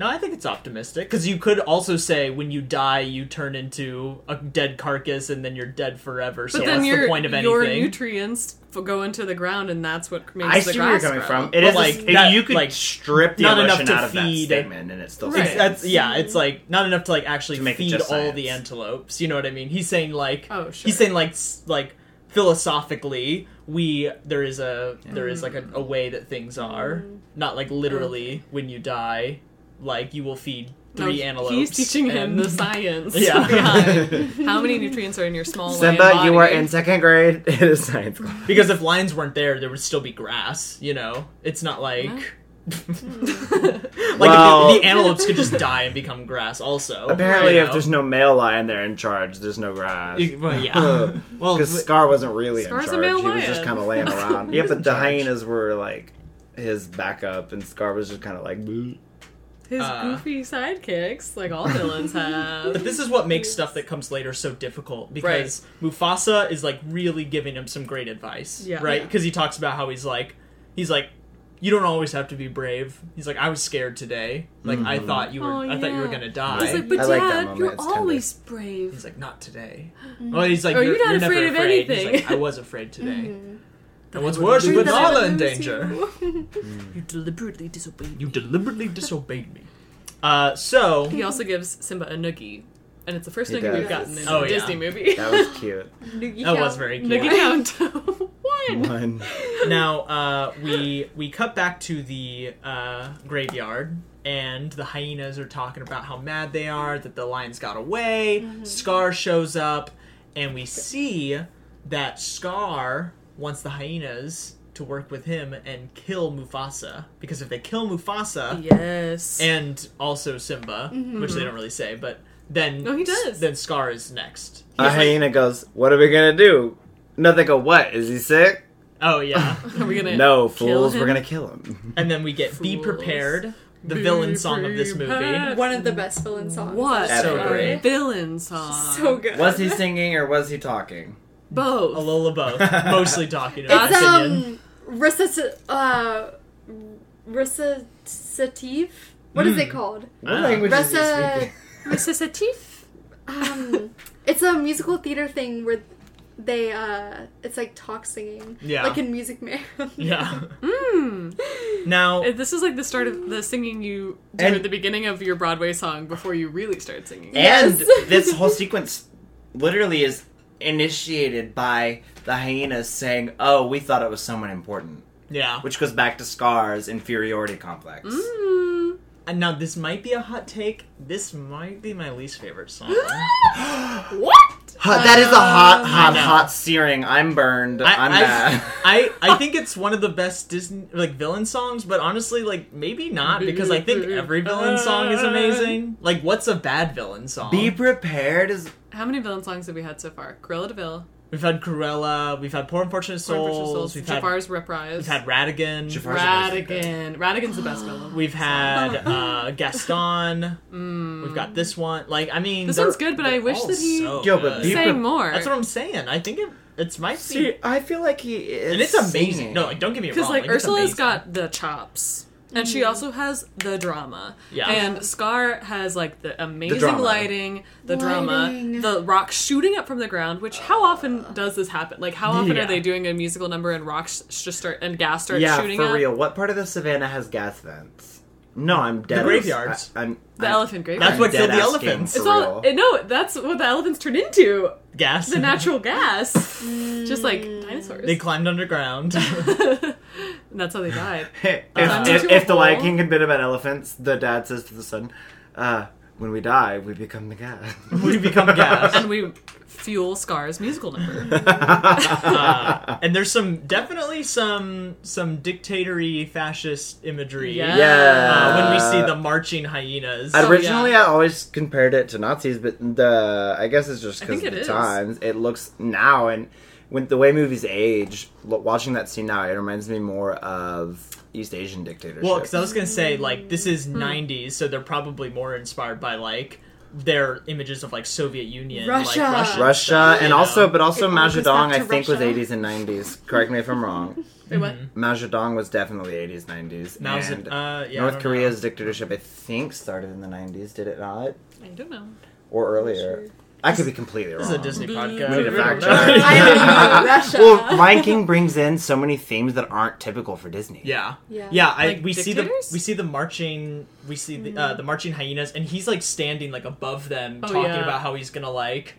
Speaker 1: no, I think it's optimistic because you could also say when you die, you turn into a dead carcass, and then you're dead forever. so
Speaker 2: but then
Speaker 1: what's
Speaker 2: your
Speaker 1: the point of
Speaker 2: your
Speaker 1: anything?
Speaker 2: nutrients f- go into the ground, and that's what makes the
Speaker 4: I see where you're
Speaker 2: grass grow.
Speaker 4: coming from. It
Speaker 1: But,
Speaker 4: is
Speaker 1: like,
Speaker 4: like
Speaker 1: that-
Speaker 4: you could
Speaker 1: like,
Speaker 4: strip the
Speaker 1: not
Speaker 4: emotion
Speaker 1: enough to
Speaker 4: out of that
Speaker 1: feed-
Speaker 4: statement, and it's still
Speaker 2: Right.
Speaker 1: It's, that's yeah. It's like not enough to like actually
Speaker 4: To make it
Speaker 1: feed
Speaker 4: just
Speaker 1: all the
Speaker 4: science.
Speaker 1: antelopes. You know what I mean? He's saying like
Speaker 2: Oh, sure.
Speaker 1: he's saying like s- like philosophically we there is a there is like a, a way that things are
Speaker 2: Mm.
Speaker 1: not like literally when you die like you will feed
Speaker 2: No,
Speaker 1: three antelopes.
Speaker 2: He's teaching him
Speaker 1: and-
Speaker 2: the science.
Speaker 1: Yeah.
Speaker 2: behind How many nutrients are in your small
Speaker 4: Simba,
Speaker 2: lion
Speaker 4: you
Speaker 2: body.
Speaker 4: were in second grade. It is science class.
Speaker 1: because if lions weren't there, there would still be grass. You know, it's not like.
Speaker 2: Yeah.
Speaker 1: like
Speaker 4: Well-
Speaker 1: if the, the antelopes could just die and become grass. Also,
Speaker 4: Apparently,
Speaker 1: you
Speaker 4: if
Speaker 1: know?
Speaker 4: there's no male lion there in charge, there's no grass.
Speaker 1: You- well, yeah,
Speaker 4: Because
Speaker 1: well,
Speaker 4: Scar wasn't really
Speaker 2: Scar's a
Speaker 4: in charge.
Speaker 2: male
Speaker 4: he was
Speaker 2: lion.
Speaker 4: just kind of laying around. yeah, but the
Speaker 1: charge.
Speaker 4: hyenas were like his backup, and Scar was just kind of like, "Boo."
Speaker 2: His
Speaker 1: Uh.
Speaker 2: goofy sidekicks, like all villains
Speaker 1: But
Speaker 2: have.
Speaker 1: this is what makes stuff that comes later so difficult because Mufasa is like really giving him some great advice,
Speaker 2: Yeah.
Speaker 1: right?
Speaker 2: Yeah.
Speaker 1: Because he talks about how he's like, he's like, you don't always have to be brave. He's like, I was scared today. Like I thought you were,
Speaker 2: Oh,
Speaker 1: I thought you were
Speaker 2: yeah.
Speaker 1: gonna die.
Speaker 2: He's like, but
Speaker 4: I like that
Speaker 2: Dad,
Speaker 4: moment.
Speaker 2: you're
Speaker 4: It's kinda-
Speaker 2: always brave.
Speaker 1: he's like, not today. Well, he's like,
Speaker 2: Or
Speaker 1: you're,
Speaker 2: you're Mm-hmm. not
Speaker 1: you're never
Speaker 2: afraid of
Speaker 1: afraid. He's
Speaker 2: anything. Mm-hmm.
Speaker 1: like, I was afraid today. and what's
Speaker 2: would
Speaker 1: worse,
Speaker 2: lose
Speaker 1: we
Speaker 2: you.
Speaker 1: all in
Speaker 3: Mm-hmm. Lose
Speaker 1: danger.
Speaker 3: you.
Speaker 2: You deliberately disobeyed.
Speaker 1: You deliberately disobeyed me. Uh, so
Speaker 2: He also gives Simba a noogie, and it's the first
Speaker 4: He
Speaker 2: noogie
Speaker 4: does.
Speaker 2: we've gotten in
Speaker 1: Oh,
Speaker 2: a
Speaker 1: yeah.
Speaker 2: Disney movie.
Speaker 4: that was cute.
Speaker 3: Noogie
Speaker 1: that was
Speaker 3: count.
Speaker 1: very cute.
Speaker 2: noogie count one.
Speaker 4: One.
Speaker 1: now uh, we we cut back to the uh, graveyard and the hyenas are talking about how mad they are that the lions got away
Speaker 2: Mm-hmm.
Speaker 1: scar shows up and we see that scar wants the hyenas to work with him and kill mufasa because if they kill mufasa
Speaker 2: Yes. Mm-hmm.
Speaker 1: and also simba which they don't really say but then
Speaker 2: No, he does.
Speaker 1: then scar is next
Speaker 4: A hyena goes, "What are we gonna do?" No, they go, "What? Is he sick?"
Speaker 1: oh yeah
Speaker 2: Are we gonna
Speaker 4: No,
Speaker 2: kill
Speaker 4: fools,
Speaker 2: him?
Speaker 4: we're gonna kill him.
Speaker 1: and then we get be
Speaker 2: Fools.
Speaker 1: prepared the
Speaker 2: Be
Speaker 1: villain song of this movie
Speaker 2: prepared.
Speaker 3: One of the best villain songs.
Speaker 2: What
Speaker 4: So
Speaker 2: a
Speaker 1: great.
Speaker 2: villain song.
Speaker 3: So good.
Speaker 4: Was he singing or was he talking?
Speaker 2: both.
Speaker 1: A little of both. Mostly talking, in
Speaker 3: It's
Speaker 1: my opinion.
Speaker 3: um recessi- uh recitative. What is it called?
Speaker 1: Ah.
Speaker 4: What language is he
Speaker 3: Rasa-
Speaker 4: speaking?
Speaker 2: Recitative.
Speaker 3: Um, it's a musical theater thing where they uh it's like talk singing.
Speaker 1: Yeah.
Speaker 3: Like in Music Man.
Speaker 1: yeah.
Speaker 2: Mm.
Speaker 1: Now,
Speaker 2: Uh, This is like the start of the singing you do
Speaker 4: And-
Speaker 2: at the beginning of your Broadway song before you really start singing.
Speaker 4: And
Speaker 3: Yes.
Speaker 4: this whole sequence literally is initiated by the hyenas saying, "Oh, we thought it was someone important,"
Speaker 1: yeah.
Speaker 4: which goes back to Scar's inferiority complex.
Speaker 2: Mm.
Speaker 1: And now this might be a hot take. This might be my least favorite song.
Speaker 2: What?
Speaker 4: Hot- that is a hot, hot,
Speaker 1: know.
Speaker 4: hot searing. I'm burned.
Speaker 1: Oh I-
Speaker 4: I, am
Speaker 1: I-
Speaker 4: bad.
Speaker 1: I I think it's one of the best Disney like villain songs, but honestly, like maybe not because I think every villain song is amazing.
Speaker 2: Uh.
Speaker 1: Like, what's a bad villain song?
Speaker 4: Be prepared is
Speaker 2: How many villain songs have we had so far? Cruella de Vil,
Speaker 1: We've had Cruella. We've had Poor Unfortunate
Speaker 2: Poor
Speaker 1: Souls.
Speaker 2: Unfortunate Souls,
Speaker 1: We've had
Speaker 2: Jafar's Reprise.
Speaker 1: we've had Radigan.
Speaker 4: Jafar-
Speaker 2: Radigan. Radigan's the best villain.
Speaker 1: We've had
Speaker 2: Oh.
Speaker 1: uh, Gaston. We've got this one. Like I mean,
Speaker 2: Mm. This
Speaker 1: they're-
Speaker 2: one's good, but I
Speaker 1: they're
Speaker 2: wish
Speaker 1: all
Speaker 2: that he-
Speaker 1: so
Speaker 4: Yo, but
Speaker 1: good.
Speaker 4: these-
Speaker 2: Say
Speaker 4: Deeper-
Speaker 2: more.
Speaker 1: That's what I'm saying. I think it it's might
Speaker 4: See,
Speaker 1: be,
Speaker 4: I feel like he is.
Speaker 1: and it's amazing.
Speaker 4: singing.
Speaker 1: No, like don't get me wrong.
Speaker 2: Because like
Speaker 1: it's
Speaker 2: Ursula's
Speaker 1: amazing.
Speaker 2: got the chops, and she also has the drama.
Speaker 1: Yeah.
Speaker 2: And Scar has like the amazing
Speaker 4: drama.
Speaker 2: lighting, the
Speaker 3: Lighting.
Speaker 2: drama, the rock shooting up from the ground. Which how often does this happen? Like how often
Speaker 1: Yeah.
Speaker 2: are they doing a musical number and rocks sh- just start and gas starts
Speaker 4: yeah,
Speaker 2: shooting
Speaker 4: for
Speaker 2: up?
Speaker 4: real. What part of the savannah has gas vents? No, I'm dead.
Speaker 1: graveyards.
Speaker 4: I, am
Speaker 2: The elephant grave.
Speaker 1: That's
Speaker 4: I'm
Speaker 1: what
Speaker 4: dead
Speaker 1: killed the
Speaker 4: ass game
Speaker 1: elephants.
Speaker 4: for
Speaker 2: It's all
Speaker 4: real.
Speaker 2: it, no. That's what the elephants turn into
Speaker 1: gas.
Speaker 2: the natural gas, just like dinosaurs.
Speaker 1: they climbed underground.
Speaker 2: and that's how they died.
Speaker 4: if,
Speaker 2: Climbed
Speaker 4: if,
Speaker 2: into a
Speaker 4: if the Lion
Speaker 2: hole.
Speaker 4: King had been about elephants, the dad says to the son, uh, "When we die, we become the gas."
Speaker 1: we become gas.
Speaker 2: and we fuel Scar's musical number.
Speaker 1: Uh, and there's some definitely some some dictatory fascist imagery.
Speaker 2: Yeah.
Speaker 1: Uh,
Speaker 4: yeah.
Speaker 1: when we see the marching hyenas.
Speaker 2: I-
Speaker 4: Originally,
Speaker 2: yeah.
Speaker 4: I always compared it to Nazis, but the I guess it's just
Speaker 2: I
Speaker 4: because
Speaker 2: think
Speaker 4: of the
Speaker 2: it is.
Speaker 4: times. It looks now and when the way movies age, lo- watching that scene now, it reminds me more of East Asian dictatorship.
Speaker 1: Well, because I was gonna say like this is
Speaker 2: Hmm.
Speaker 1: '90s, so they're probably more inspired by like their images of like Soviet Union,
Speaker 3: Russia.
Speaker 1: like Russia,
Speaker 4: Russia
Speaker 1: stuff,
Speaker 4: and
Speaker 1: you
Speaker 4: also,
Speaker 1: know?
Speaker 4: but also
Speaker 2: It all goes
Speaker 4: Majadong,
Speaker 2: back
Speaker 4: I
Speaker 2: to
Speaker 4: think was
Speaker 2: Russia.
Speaker 4: 80s and 90s. Correct me if I'm wrong.
Speaker 2: Wait, what?
Speaker 4: Majadong was definitely 80s, 90s.
Speaker 1: Mm-hmm. Now is it-
Speaker 4: and
Speaker 1: uh, yeah, I don't
Speaker 4: North
Speaker 1: know.
Speaker 4: Korea's dictatorship, I think, started in the 90s. Did it not?
Speaker 1: Mm-hmm.
Speaker 2: I don't know.
Speaker 4: Or earlier? I could be completely wrong.
Speaker 1: This is a Disney podcast.
Speaker 2: We
Speaker 4: need to
Speaker 1: We
Speaker 4: fact
Speaker 1: don't know.
Speaker 4: check.
Speaker 3: I didn't know Russia.
Speaker 4: Well, Lion King brings in so many themes that aren't typical for Disney.
Speaker 1: Yeah.
Speaker 3: Yeah.
Speaker 1: Yeah, I,
Speaker 2: Like
Speaker 1: we see the
Speaker 2: dictators? Hmm.
Speaker 1: we see the marching we see the uh, the marching hyenas and he's like standing like above them
Speaker 2: Oh,
Speaker 1: talking
Speaker 2: yeah.
Speaker 1: about how he's gonna like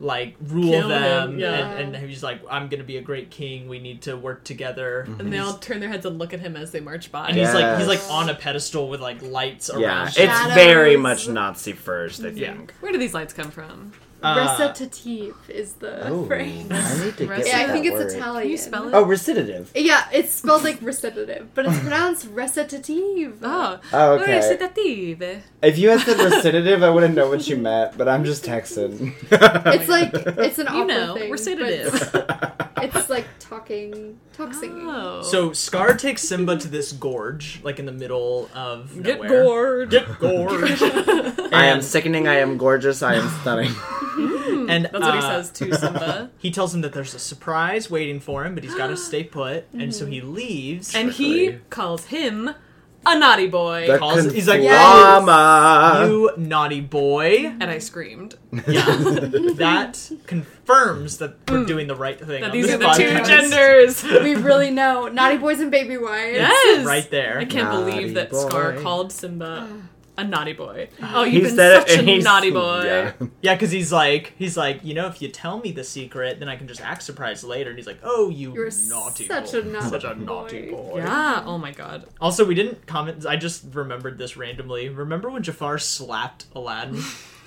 Speaker 1: like rule
Speaker 2: Kill
Speaker 1: them
Speaker 2: him, yeah.
Speaker 1: and, and he's like I'm gonna be a great king we need to work together
Speaker 4: Mm-hmm.
Speaker 2: And they all turn their heads and look at him as they march by.
Speaker 1: and he's like he's like
Speaker 3: Yes.
Speaker 1: on a pedestal with like lights
Speaker 4: Yeah,
Speaker 1: around
Speaker 4: it's
Speaker 1: him.
Speaker 3: Shadows.
Speaker 4: very much Nazi first, I
Speaker 1: Yeah.
Speaker 4: think.
Speaker 2: Where do these lights come from?
Speaker 1: Uh,
Speaker 3: recitative is the
Speaker 4: Oh,
Speaker 3: phrase.
Speaker 4: I need to
Speaker 2: Recit-
Speaker 4: get
Speaker 3: Yeah, I
Speaker 4: that
Speaker 3: think it's
Speaker 4: word.
Speaker 3: Italian.
Speaker 2: Can you spell it?
Speaker 4: Oh, recitative.
Speaker 3: Yeah, it's spelled like recitative, but it's pronounced recitative.
Speaker 2: Oh,
Speaker 4: Oh, okay.
Speaker 2: Recitative.
Speaker 4: If you had said recitative, I wouldn't know what you meant, but I'm just Texan.
Speaker 3: It's like it's an
Speaker 2: You
Speaker 3: opera
Speaker 2: know,
Speaker 3: thing.
Speaker 2: recitative.
Speaker 3: but It's like talking, talk singing.
Speaker 2: Oh.
Speaker 1: so Scar takes Simba to this gorge like in the middle of
Speaker 2: get
Speaker 1: nowhere.
Speaker 2: gored.
Speaker 1: Get gorge.
Speaker 4: I am sickening, I am gorgeous, I am stunning.
Speaker 1: and
Speaker 2: That's what he
Speaker 1: uh,
Speaker 2: says to Simba.
Speaker 1: He tells him that there's a surprise waiting for him, but he's got to stay put, and so he leaves.
Speaker 2: and he calls him a naughty boy.
Speaker 4: The
Speaker 1: calls- he's like,
Speaker 4: conflama.
Speaker 1: you naughty boy.
Speaker 2: and I screamed.
Speaker 1: That confirms that we're doing the right thing.
Speaker 2: Hmm. That
Speaker 1: on
Speaker 2: these
Speaker 1: this
Speaker 2: are the two
Speaker 1: podcast.
Speaker 2: genders.
Speaker 3: We really know naughty boys and baby wives.
Speaker 2: Yes.
Speaker 1: Right there.
Speaker 2: I can't
Speaker 4: Naughty
Speaker 2: believe that Scar
Speaker 4: boy.
Speaker 2: called Simba a naughty boy.
Speaker 1: Uh,
Speaker 2: Oh,
Speaker 4: He
Speaker 2: you've been
Speaker 4: said it,
Speaker 2: such
Speaker 4: and
Speaker 2: a
Speaker 4: he's-
Speaker 2: naughty boy.
Speaker 4: Yeah.
Speaker 1: Yeah, because he's like, he's like, you know, if you tell me the secret, then I can just act surprised later. And he's like, oh, you
Speaker 3: You're
Speaker 1: naughty,
Speaker 3: such
Speaker 1: boy.
Speaker 3: a naughty
Speaker 1: such a
Speaker 3: boy."
Speaker 1: naughty boy.
Speaker 2: Yeah, Oh my god.
Speaker 1: Also, we didn't comment. I just remembered this randomly. Remember when Jafar slapped Aladdin?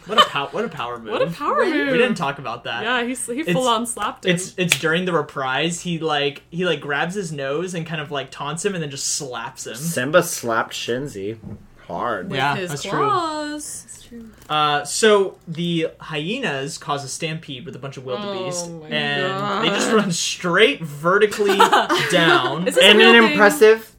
Speaker 1: what a pow- what a power move!
Speaker 2: What a power
Speaker 3: When-
Speaker 2: move.
Speaker 1: we didn't talk about that.
Speaker 2: Yeah, he he full on slapped him.
Speaker 1: It's it's during the reprise. He like he like grabs his nose and kind of like taunts him and then just slaps him.
Speaker 4: Simba slapped Shinzi hard.
Speaker 2: with
Speaker 1: Yeah,
Speaker 2: his
Speaker 1: that's true.
Speaker 2: claws.
Speaker 3: It's true.
Speaker 1: Uh, so the hyenas cause a stampede with a bunch of wildebeest,
Speaker 2: Oh my
Speaker 1: and they just
Speaker 2: God.
Speaker 1: run straight vertically down.
Speaker 2: Is this a
Speaker 4: In
Speaker 2: real
Speaker 4: an
Speaker 2: thing?
Speaker 4: impressive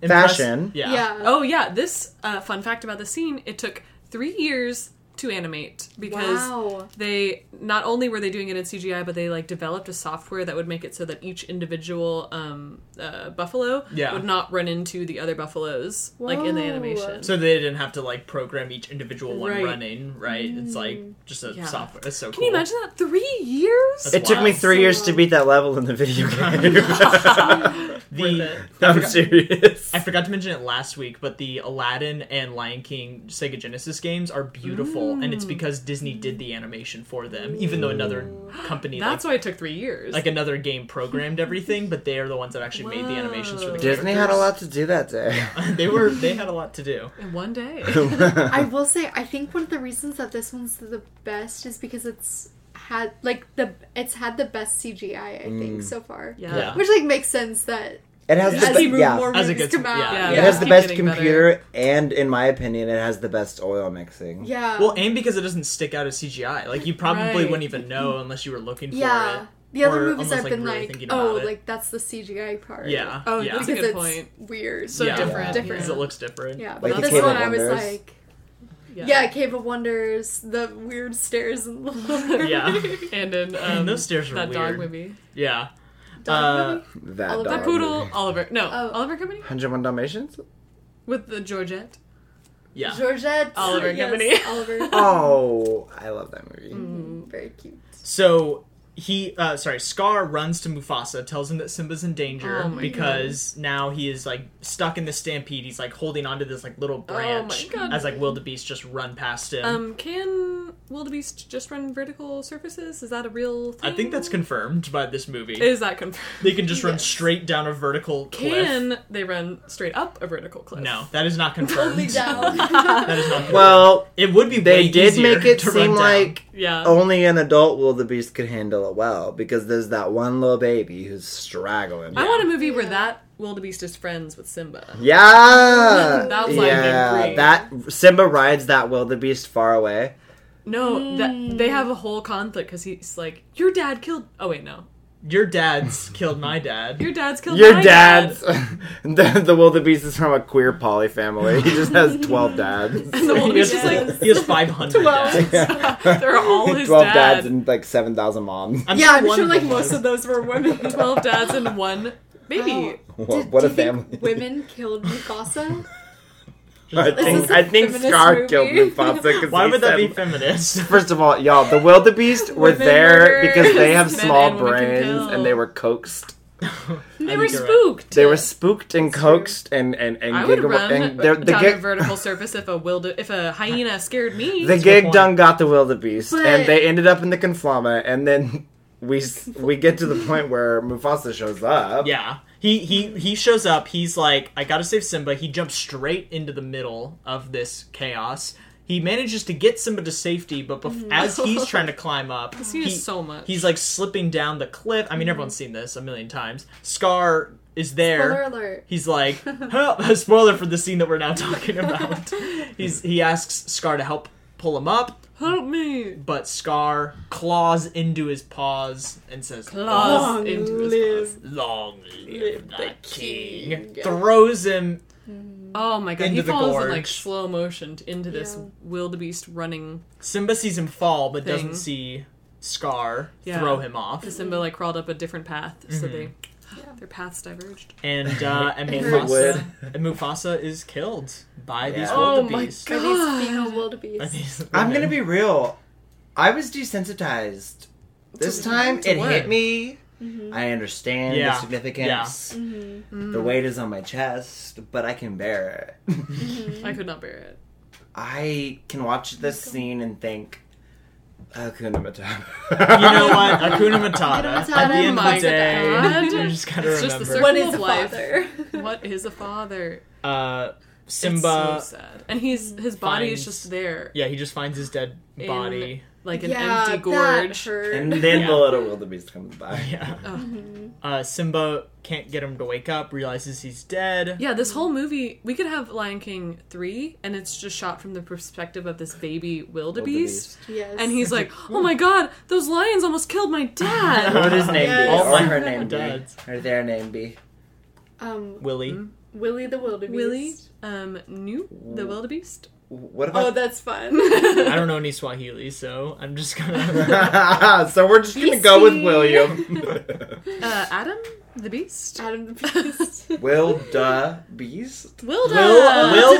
Speaker 1: Impress-
Speaker 4: fashion.
Speaker 1: yeah.
Speaker 3: Yeah.
Speaker 2: Oh yeah, this uh, fun fact about the scene: it took three years to animate because
Speaker 3: wow.
Speaker 2: they not only were they doing it in CGI, but they like developed a software that would make it so that each individual um, uh, buffalo
Speaker 1: Yeah.
Speaker 2: would not run into the other buffaloes like in the
Speaker 3: Whoa.
Speaker 2: animation.
Speaker 1: So they didn't have to like program each individual one
Speaker 2: Right. Mm.
Speaker 1: running, right? It's like just a
Speaker 2: Yeah.
Speaker 1: software. That's so
Speaker 2: Can
Speaker 1: cool.
Speaker 2: you imagine that? Three years.
Speaker 1: That's
Speaker 4: It took me
Speaker 1: Wow.
Speaker 4: three
Speaker 3: So
Speaker 4: years to
Speaker 3: long.
Speaker 4: beat that level in the video game.
Speaker 2: Worth
Speaker 1: The
Speaker 2: it.
Speaker 4: I'm serious.
Speaker 1: I forgot to mention it last week, but the Aladdin and Lion King Sega Genesis games are beautiful, and
Speaker 2: Mm.
Speaker 1: it's because Disney did the animation for them, even though another company like
Speaker 2: That's why it took three years.
Speaker 1: like another game programmed everything, but they are the ones that actually made the animations for the
Speaker 4: Disney had a lot to do that day.
Speaker 1: characters. they were they had a lot to do.
Speaker 2: in one day.
Speaker 3: I will say, I think one of the reasons that this one's the best is because it's had like the it's had the best CGI I think so far.
Speaker 2: Yeah.
Speaker 1: Yeah.
Speaker 3: Which like makes sense that
Speaker 4: It Mm. has
Speaker 3: as
Speaker 4: the,
Speaker 3: he
Speaker 4: be-
Speaker 3: moved
Speaker 4: yeah.
Speaker 3: more
Speaker 1: As it
Speaker 3: movies
Speaker 1: gets-
Speaker 3: come out.
Speaker 1: yeah.
Speaker 2: Yeah.
Speaker 4: It has the
Speaker 2: Keep
Speaker 4: best
Speaker 2: getting better.
Speaker 4: computer, and in my opinion, it has the best oil mixing.
Speaker 3: Yeah.
Speaker 1: Well, and because it doesn't stick out as CGI, like you probably
Speaker 2: Oh. Right.
Speaker 1: wouldn't even know unless you were looking for
Speaker 3: yeah.
Speaker 1: it.
Speaker 3: The other
Speaker 1: Or
Speaker 3: movies
Speaker 1: almost,
Speaker 3: I've
Speaker 1: like,
Speaker 3: been
Speaker 1: really
Speaker 3: thinking like, oh,
Speaker 1: about it.
Speaker 3: like that's the CGI part.
Speaker 1: Yeah.
Speaker 2: Oh,
Speaker 1: yeah.
Speaker 2: that's a
Speaker 3: Because
Speaker 2: good
Speaker 3: it's
Speaker 2: point.
Speaker 3: weird.
Speaker 2: So
Speaker 1: Yeah.
Speaker 2: different.
Speaker 3: Different.
Speaker 1: Because it looks different.
Speaker 3: yeah, but
Speaker 4: Like
Speaker 2: the
Speaker 3: this
Speaker 2: Cave
Speaker 3: one
Speaker 2: of
Speaker 3: I was
Speaker 4: Wonders.
Speaker 3: like, yeah. Cave of Wonders, the weird stairs in the library.
Speaker 1: Yeah.
Speaker 2: And then um,
Speaker 1: And those stairs are
Speaker 2: that dog
Speaker 1: weird.
Speaker 2: movie.
Speaker 1: Yeah.
Speaker 3: Dog
Speaker 1: Uh,
Speaker 3: movie?
Speaker 4: That
Speaker 3: Oliver
Speaker 2: The
Speaker 4: dog
Speaker 2: poodle
Speaker 4: movie.
Speaker 2: Oliver. No,
Speaker 3: Oh.
Speaker 2: Oliver Company
Speaker 4: 101 Dalmatians?
Speaker 2: with the Georgette.
Speaker 1: Yeah.
Speaker 3: Georgette.
Speaker 2: Oliver
Speaker 3: yes,
Speaker 2: Company.
Speaker 3: Oliver. Mm,
Speaker 4: Oh, I love that movie.
Speaker 2: Mm.
Speaker 3: Very cute.
Speaker 1: So he, uh, sorry, Scar runs to Mufasa, tells him that Simba's in danger
Speaker 2: Oh my
Speaker 1: because now he is like stuck in the stampede. He's like holding onto this like little
Speaker 2: Oh my
Speaker 1: branch
Speaker 2: God.
Speaker 1: as like wildebeest just run past him.
Speaker 2: Um, can wildebeest just run vertical surfaces? Is that a real thing?
Speaker 1: I think that's confirmed by this movie.
Speaker 2: Is that confirmed?
Speaker 1: they can just run
Speaker 3: Yes.
Speaker 1: straight down a vertical cliff.
Speaker 2: Can they run straight up a vertical cliff?
Speaker 1: No, that is not confirmed.
Speaker 3: Only down.
Speaker 1: That is not confirmed.
Speaker 4: Well,
Speaker 1: it would be.
Speaker 4: they
Speaker 1: way
Speaker 4: did
Speaker 1: easier
Speaker 4: make it
Speaker 1: to run
Speaker 4: seem
Speaker 1: down.
Speaker 4: like
Speaker 2: Yeah.
Speaker 4: only an adult wildebeest could handle it well because there's that one little baby who's straggling.
Speaker 2: I want a movie where that wildebeest is friends with Simba.
Speaker 4: Yeah,
Speaker 2: That's like
Speaker 4: yeah.
Speaker 2: angry.
Speaker 4: That Simba rides that wildebeest far away.
Speaker 2: No, that they have a whole conflict because he's like, "Your dad killed." Oh wait, no,
Speaker 1: Your dad's killed my dad.
Speaker 2: your dad's killed.
Speaker 4: Your
Speaker 2: my
Speaker 4: dad's
Speaker 2: dad.
Speaker 4: the, the wildebeest is from a queer poly family. He just has twelve dads.
Speaker 2: And the
Speaker 1: He
Speaker 2: wildebeest
Speaker 1: has,
Speaker 2: is like,
Speaker 1: he has five hundred dads.
Speaker 2: "They're all his
Speaker 4: twelve
Speaker 2: dad."
Speaker 4: dads and like seven thousand moms.
Speaker 1: I'm
Speaker 3: yeah, I'm
Speaker 1: one
Speaker 3: sure like
Speaker 1: them
Speaker 3: most
Speaker 1: was-
Speaker 3: of those were women.
Speaker 2: Twelve dads and one ba
Speaker 3: Wow.
Speaker 2: baby.
Speaker 4: What,
Speaker 3: Did-
Speaker 4: what
Speaker 3: do
Speaker 4: a
Speaker 3: you think
Speaker 4: family!
Speaker 3: Women killed Mufasa.
Speaker 4: I
Speaker 3: This
Speaker 4: think
Speaker 3: is a
Speaker 4: I think
Speaker 3: feminist
Speaker 4: Scar
Speaker 3: movie.
Speaker 4: killed Mufasa because
Speaker 1: Why would that be feminist?
Speaker 4: First of all, y'all, the wildebeest were
Speaker 2: Women
Speaker 4: there
Speaker 2: murderers.
Speaker 4: because they have
Speaker 2: Men
Speaker 4: small
Speaker 2: and women can
Speaker 4: brains
Speaker 2: kill.
Speaker 4: and they were coaxed.
Speaker 2: They
Speaker 1: I
Speaker 2: were
Speaker 1: think you're right.
Speaker 2: spooked.
Speaker 4: They were spooked and coaxed and and and
Speaker 2: I would
Speaker 4: giggle-
Speaker 2: run
Speaker 4: and they're- the
Speaker 2: down a
Speaker 4: gig
Speaker 2: vertical surface if a wilde- if a hyena scared me.
Speaker 4: the
Speaker 1: a good
Speaker 4: gig
Speaker 1: point.
Speaker 4: done got the wildebeest
Speaker 3: But-
Speaker 4: and they ended up in the conflama and then we s- we get to the point where Mufasa shows up.
Speaker 1: Yeah. He he he shows up. He's like, I gotta save Simba. He jumps straight into the middle of this chaos. He manages to get Simba to safety, but bef- as he's trying to climb up,
Speaker 2: scene Mm-hmm. is so much.
Speaker 1: He's like slipping down the cliff. I mean, everyone's seen this a million times. Scar is there.
Speaker 3: Spoiler alert.
Speaker 1: He's like, help! spoiler for the scene that we're now talking about. he's he asks Scar to help pull him up,
Speaker 2: Help me!
Speaker 1: but Scar claws into his paws and says,
Speaker 2: Claws
Speaker 1: "Long
Speaker 2: into his
Speaker 1: live, long live the king."
Speaker 3: king.
Speaker 1: Throws him.
Speaker 2: Oh my god, he
Speaker 1: Into the
Speaker 2: falls in like
Speaker 1: gorge.
Speaker 2: slow motion t- into this
Speaker 3: Yeah.
Speaker 2: wildebeest running.
Speaker 1: Simba sees him fall, but
Speaker 2: Thing.
Speaker 1: doesn't see Scar
Speaker 2: Yeah.
Speaker 1: throw him off.
Speaker 2: Simba like crawled up a different path, so
Speaker 1: Mm-hmm.
Speaker 2: they their paths diverged.
Speaker 1: And uh, and
Speaker 3: It
Speaker 1: Mufasa
Speaker 4: would.
Speaker 1: and Mufasa is killed by these
Speaker 4: Yeah.
Speaker 2: Oh my
Speaker 1: wildebeest.
Speaker 3: By these female wildebeest.
Speaker 4: I'm gonna be real. I was desensitized. This time
Speaker 2: to
Speaker 4: it
Speaker 2: what?
Speaker 4: hit me.
Speaker 3: Mm-hmm.
Speaker 4: I understand
Speaker 1: Yeah.
Speaker 4: the significance. The
Speaker 2: Mm.
Speaker 4: weight is on my chest, but I can bear it.
Speaker 2: I could not bear it.
Speaker 4: I can watch this scene and think, "Oh, Hakuna Matata.
Speaker 1: You know what? Akuna Matata. At
Speaker 3: Hakuna
Speaker 1: the
Speaker 3: Matata,
Speaker 1: end of
Speaker 2: my
Speaker 1: the day,
Speaker 2: God.
Speaker 1: you just gotta
Speaker 2: It's just
Speaker 1: remember.
Speaker 2: the
Speaker 3: What
Speaker 2: Circle
Speaker 3: is
Speaker 2: of
Speaker 3: a
Speaker 2: life.
Speaker 3: father?
Speaker 2: What is a father?
Speaker 1: uh,
Speaker 2: It's
Speaker 1: Simba.
Speaker 2: so sad, and he's his body is
Speaker 1: finds-
Speaker 2: just there,
Speaker 1: yeah, he just finds his dead
Speaker 2: In-
Speaker 1: body.
Speaker 2: like an
Speaker 3: yeah,
Speaker 2: empty
Speaker 3: That
Speaker 2: gorge.
Speaker 3: hurt.
Speaker 4: and then
Speaker 1: Yeah.
Speaker 4: the little wildebeest comes by.
Speaker 1: yeah.
Speaker 2: Oh.
Speaker 4: Mm-hmm.
Speaker 1: Uh, Simba can't get him to wake up. Realizes he's dead.
Speaker 2: Yeah, this whole movie, we could have Lion King 3, and it's just shot from the perspective of this baby wildebeest.
Speaker 3: yes.
Speaker 2: And he's like, oh my god, those lions almost killed my dad.
Speaker 4: What would his name
Speaker 3: Yes.
Speaker 4: be? What would
Speaker 1: Oh
Speaker 4: her
Speaker 1: my
Speaker 4: name be?
Speaker 1: gods.
Speaker 4: Or their name be?
Speaker 3: um,
Speaker 1: Willie.
Speaker 3: Willie the wildebeest.
Speaker 2: Willie, um, New, the wildebeest.
Speaker 4: What
Speaker 3: Oh,
Speaker 4: about?
Speaker 3: that's fun.
Speaker 1: I don't know any Swahili, so I'm just gonna.
Speaker 4: so we're just gonna go with
Speaker 3: BC.
Speaker 4: William.
Speaker 2: Uh, Adam, the beast.
Speaker 3: Adam the Beast.
Speaker 4: Will da beast?
Speaker 2: Wilda.
Speaker 1: Will- Will-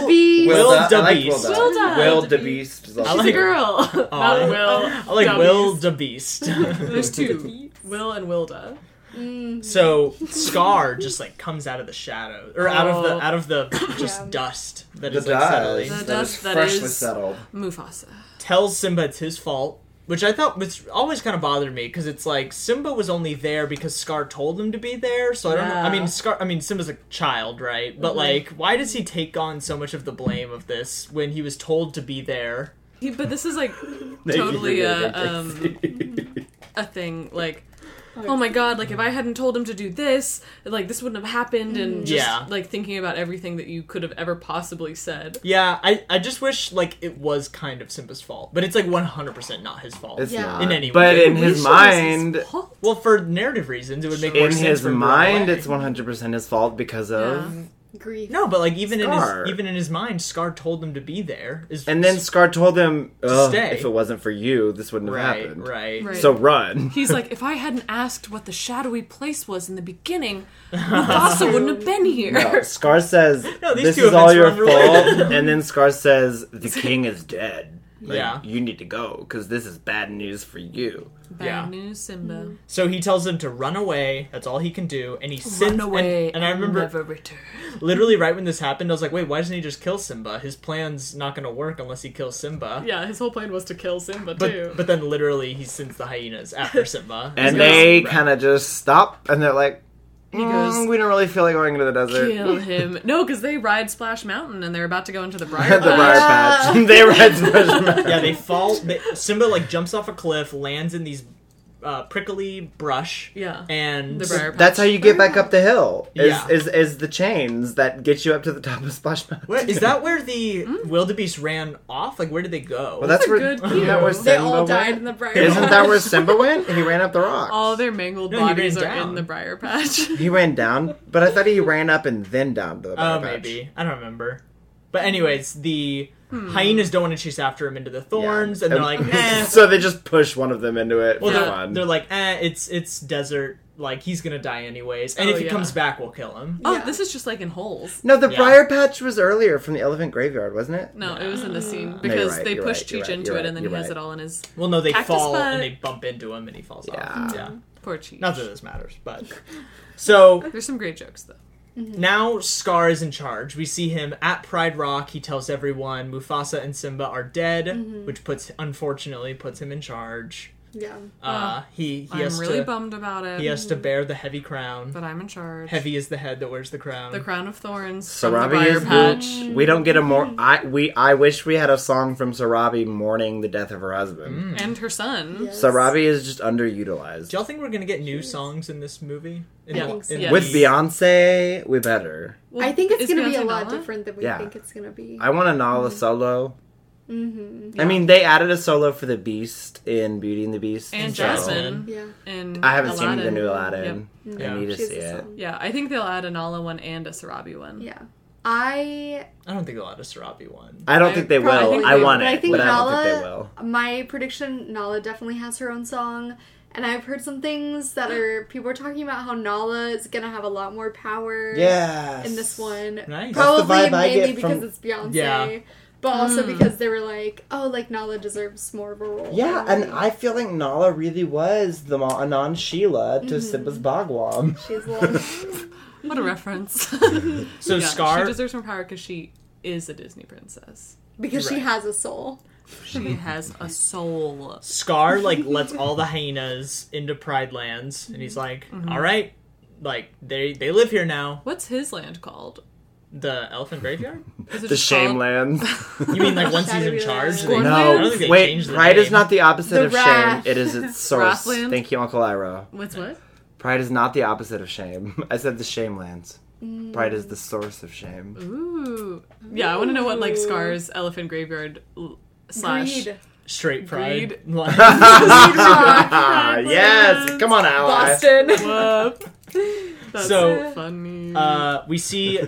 Speaker 3: Wildebeest.
Speaker 1: Will-
Speaker 4: I like
Speaker 1: Wildebeest.
Speaker 4: Will da.
Speaker 2: Wilda.
Speaker 4: Will da beast. is
Speaker 1: I
Speaker 2: She's
Speaker 4: also
Speaker 1: like-
Speaker 2: a
Speaker 4: good.
Speaker 2: girl. Not Will.
Speaker 1: I like
Speaker 2: Dummies.
Speaker 1: Will the Beast.
Speaker 2: There's two. Will and Wilda.
Speaker 3: Mm,
Speaker 1: so Scar just like comes out of the shadow or out of
Speaker 2: Oh.
Speaker 1: the out of the just
Speaker 3: Yeah.
Speaker 1: dust that
Speaker 4: The
Speaker 1: is like, settling.
Speaker 4: dust.
Speaker 2: The
Speaker 4: that is
Speaker 2: dust that
Speaker 4: freshly
Speaker 2: is-
Speaker 4: settled.
Speaker 2: Mufasa.
Speaker 1: tells Simba it's his fault, which I thought was always kind of bothered me because it's like Simba was only there because Scar told him to be there. So I don't know. I
Speaker 2: Yeah.
Speaker 1: mean, Scar. I mean, Simba's a child, right? But like, why does he take on so much of the blame of this when he was told to be there?
Speaker 2: He, but this is like
Speaker 4: Thank you for
Speaker 2: totally
Speaker 4: getting
Speaker 2: a,
Speaker 4: that,
Speaker 2: um,
Speaker 4: Casey.
Speaker 2: a thing. Like, oh my god, like if I hadn't told him to do this, like this wouldn't have happened, and just
Speaker 1: Mm. Yeah.
Speaker 2: like thinking about everything that you could have ever possibly said.
Speaker 1: Yeah, I, I just wish like it was kind of Simba's fault, but it's like 100% not his fault.
Speaker 4: It's
Speaker 3: Yeah.
Speaker 4: not.
Speaker 1: In any
Speaker 4: but
Speaker 1: way.
Speaker 4: in his mind,
Speaker 1: well, for narrative reasons, it would make more
Speaker 4: in
Speaker 1: sense
Speaker 4: his
Speaker 1: for him to run
Speaker 4: mind,
Speaker 1: away.
Speaker 4: it's 100% his fault because of.
Speaker 3: grief.
Speaker 1: No, but like even in
Speaker 4: Scar.
Speaker 1: his even in his mind, Scar told him to be there. Is
Speaker 4: And then Scar told him, "Ugh,
Speaker 1: Stay.
Speaker 4: if it wasn't for you, this wouldn't have
Speaker 1: right,
Speaker 4: happened.
Speaker 1: right,
Speaker 2: Right.
Speaker 4: So run.
Speaker 2: He's like, if I hadn't asked what the shadowy place was in the beginning, Mufasa wouldn't have been here.
Speaker 4: No, Scar says,
Speaker 1: No, these
Speaker 4: "This
Speaker 1: two
Speaker 4: is all
Speaker 1: events
Speaker 4: your
Speaker 1: were unrelated.
Speaker 4: fault," and then Scar says, "The king is dead. Like,
Speaker 1: Yeah.
Speaker 4: you need to go because this is bad news for you."
Speaker 2: Bad
Speaker 1: Yeah.
Speaker 2: news, Simba.
Speaker 1: So he tells him to run away. That's all he can do, and he sends.
Speaker 2: Run away,
Speaker 1: and, and I remember
Speaker 2: never return.
Speaker 1: literally right when this happened, I was like, "Wait, why doesn't he just kill Simba? His plan's not going to work unless he kills Simba."
Speaker 2: Yeah, his whole plan was to kill Simba too.
Speaker 1: But, but then literally he sends the hyenas after Simba,
Speaker 4: And
Speaker 1: So-
Speaker 4: they
Speaker 1: Right.
Speaker 4: kind of just stop, and they're like,
Speaker 2: he goes,
Speaker 4: "Mm, "We don't really feel like going into the desert."
Speaker 2: kill him. No, because they ride Splash Mountain and they're about to go into the
Speaker 4: the
Speaker 2: Briar Patch.
Speaker 4: briar patch. they ride Splash Mountain.
Speaker 1: yeah, they fall. They, Simba like jumps off a cliff, lands in these uh, prickly brush,
Speaker 2: Yeah.
Speaker 1: and
Speaker 2: The Briar Patch.
Speaker 4: That's how you get back up the hill. Is,
Speaker 1: Yeah.
Speaker 4: is is the chains that get you up to the top of Splash Mountain?
Speaker 1: Where, is that where the
Speaker 2: Hmm?
Speaker 1: wildebeast ran off? Like, where did they go?
Speaker 4: Well, that's,
Speaker 2: a
Speaker 4: where
Speaker 2: good
Speaker 4: isn't that where
Speaker 2: cue.
Speaker 3: They
Speaker 4: Simba
Speaker 3: all died in
Speaker 4: went?
Speaker 3: the briar.
Speaker 4: Isn't that
Speaker 3: patch.
Speaker 4: where Simba went? He ran up the rocks.
Speaker 2: All their mangled
Speaker 1: No, he ran
Speaker 2: bodies are
Speaker 1: down.
Speaker 2: in the Briar Patch.
Speaker 4: He ran down, but I thought he ran up and then down to the
Speaker 1: Oh,
Speaker 4: Briar Patch.
Speaker 1: maybe. I don't remember. But anyways, the
Speaker 2: Hmm.
Speaker 1: hyenas don't want to chase after him into the thorns, and they're like, eh.
Speaker 4: so they just push one of them into it
Speaker 1: well,
Speaker 4: for
Speaker 1: they're,
Speaker 4: fun.
Speaker 1: they're like, eh, it's it's desert. Like he's gonna die anyways, and
Speaker 2: Oh,
Speaker 1: if he
Speaker 2: yeah.
Speaker 1: comes back, we'll kill him.
Speaker 2: Oh,
Speaker 3: Yeah.
Speaker 2: this is just like in holes.
Speaker 4: no, the
Speaker 1: Yeah.
Speaker 4: Briar Patch was earlier from the Elephant Graveyard, wasn't it?
Speaker 2: No, it was in the scene because
Speaker 4: right,
Speaker 2: they
Speaker 4: you're
Speaker 2: push
Speaker 4: right,
Speaker 2: Cheech
Speaker 4: you're right,
Speaker 2: into
Speaker 4: you're
Speaker 2: it, and then
Speaker 4: right,
Speaker 2: he
Speaker 4: you're
Speaker 2: has it
Speaker 4: right.
Speaker 2: all in his
Speaker 1: Well, no, they
Speaker 2: Cactus
Speaker 1: fall
Speaker 2: butt.
Speaker 1: and they bump into him, and he falls
Speaker 4: Yeah.
Speaker 1: off. Yeah,
Speaker 2: poor Cheech.
Speaker 1: not that this matters, but so
Speaker 2: There's some great jokes though.
Speaker 1: Now Scar is in charge. We see him at Pride Rock. He tells everyone Mufasa and Simba are dead,
Speaker 2: Mm-hmm.
Speaker 1: which puts unfortunately puts him in charge.
Speaker 3: yeah.
Speaker 1: Uh, he he
Speaker 2: I'm
Speaker 1: has
Speaker 2: really
Speaker 1: to
Speaker 2: bummed about it.
Speaker 1: he has to bear the heavy crown.
Speaker 2: Um, but I'm in charge.
Speaker 1: Heavy is the head that wears the crown.
Speaker 2: The crown of thorns from the
Speaker 4: Sarabi
Speaker 2: briar
Speaker 4: is
Speaker 2: patch.
Speaker 4: the, we don't get a more I we I wish we had a song from Sarabi mourning the death of her husband.
Speaker 2: and her son.
Speaker 3: Yes.
Speaker 4: Sarabi is just
Speaker 1: Do
Speaker 4: underutilized.
Speaker 1: Mm. y'all think we're gonna get new songs in this movie? In
Speaker 2: Yeah.
Speaker 1: the- E?
Speaker 2: I think so.
Speaker 1: in
Speaker 2: Yes.
Speaker 4: With Beyonce, we better.
Speaker 2: Well,
Speaker 3: I think it's
Speaker 2: is
Speaker 3: gonna be
Speaker 2: Beyonce
Speaker 3: a lot
Speaker 2: Nala?
Speaker 3: different than we
Speaker 4: Yeah.
Speaker 3: think it's gonna be.
Speaker 4: I want a Nala solo.
Speaker 3: hmm
Speaker 4: I mean, they added a solo for the Beast in Beauty and the Beast.
Speaker 2: And
Speaker 4: so-
Speaker 2: Jasmine.
Speaker 3: Yeah.
Speaker 2: And
Speaker 4: I haven't seen the
Speaker 2: Aladdin.
Speaker 4: new Aladdin.
Speaker 1: Yeah.
Speaker 4: I need to
Speaker 3: She has
Speaker 4: see
Speaker 3: a
Speaker 4: it.
Speaker 3: song.
Speaker 2: Yeah, I think they'll add a Nala one and a Sarabi one.
Speaker 3: Yeah. I
Speaker 1: I don't think a lot of Sarabi one.
Speaker 4: I don't
Speaker 2: I
Speaker 4: think they
Speaker 2: probably
Speaker 4: will.
Speaker 2: think
Speaker 4: I
Speaker 2: they
Speaker 4: want
Speaker 3: will. But I
Speaker 4: it,
Speaker 3: think
Speaker 4: but I don't think
Speaker 3: Nala-
Speaker 4: they will.
Speaker 3: my prediction Nala definitely has her own song. And I've heard some things that are people are talking about how Nala is gonna have a lot more power
Speaker 4: Yeah.
Speaker 3: in this one.
Speaker 1: Nice. That's the
Speaker 3: Probably
Speaker 4: vibe I
Speaker 3: mainly
Speaker 4: get
Speaker 3: because
Speaker 4: from-
Speaker 3: it's Beyonce.
Speaker 1: Yeah.
Speaker 3: But also
Speaker 1: Hmm.
Speaker 3: because they were like, Oh, like Nala deserves more of a role.
Speaker 4: Yeah, and I feel like Nala really was the Ma- Anon Sheila to Simba's Bagwam.
Speaker 3: she's like
Speaker 2: What a reference.
Speaker 1: So
Speaker 2: Yeah, She
Speaker 1: Scar
Speaker 2: deserves more power because she is a Disney princess.
Speaker 3: because she
Speaker 1: Right.
Speaker 3: has a soul.
Speaker 2: She has a soul.
Speaker 1: Scar like lets all the hyenas into Pride Lands, and he's like,
Speaker 2: Mm-hmm.
Speaker 1: "All right, like they they live here now."
Speaker 2: What's his land called?
Speaker 1: The elephant graveyard.
Speaker 2: Is it
Speaker 4: The
Speaker 2: just
Speaker 4: Shame
Speaker 2: called-
Speaker 4: Land.
Speaker 1: You mean like once he's in
Speaker 3: Shadowy
Speaker 1: charge? they-
Speaker 3: Land.
Speaker 2: Scorn
Speaker 1: I don't
Speaker 2: Land?
Speaker 1: think they
Speaker 4: Wait,
Speaker 1: changed the
Speaker 4: pride is
Speaker 1: name.
Speaker 4: not the opposite
Speaker 3: The
Speaker 4: of
Speaker 3: wrath.
Speaker 4: shame. It is its source.
Speaker 2: Wrathland?
Speaker 4: Thank you, Uncle Iro.
Speaker 2: What's what?
Speaker 4: Pride is not the opposite of shame. I said the shame lands. Pride is the source of shame.
Speaker 2: Ooh. Yeah, I want to know what like Scar's elephant graveyard l- slash
Speaker 3: Greed.
Speaker 1: straight pride.
Speaker 2: Greed.
Speaker 1: Like,
Speaker 4: Ah, yes! Come on, ally.
Speaker 3: Boston.
Speaker 2: Whoop. That's
Speaker 1: So,
Speaker 2: so funny.
Speaker 1: uh, we see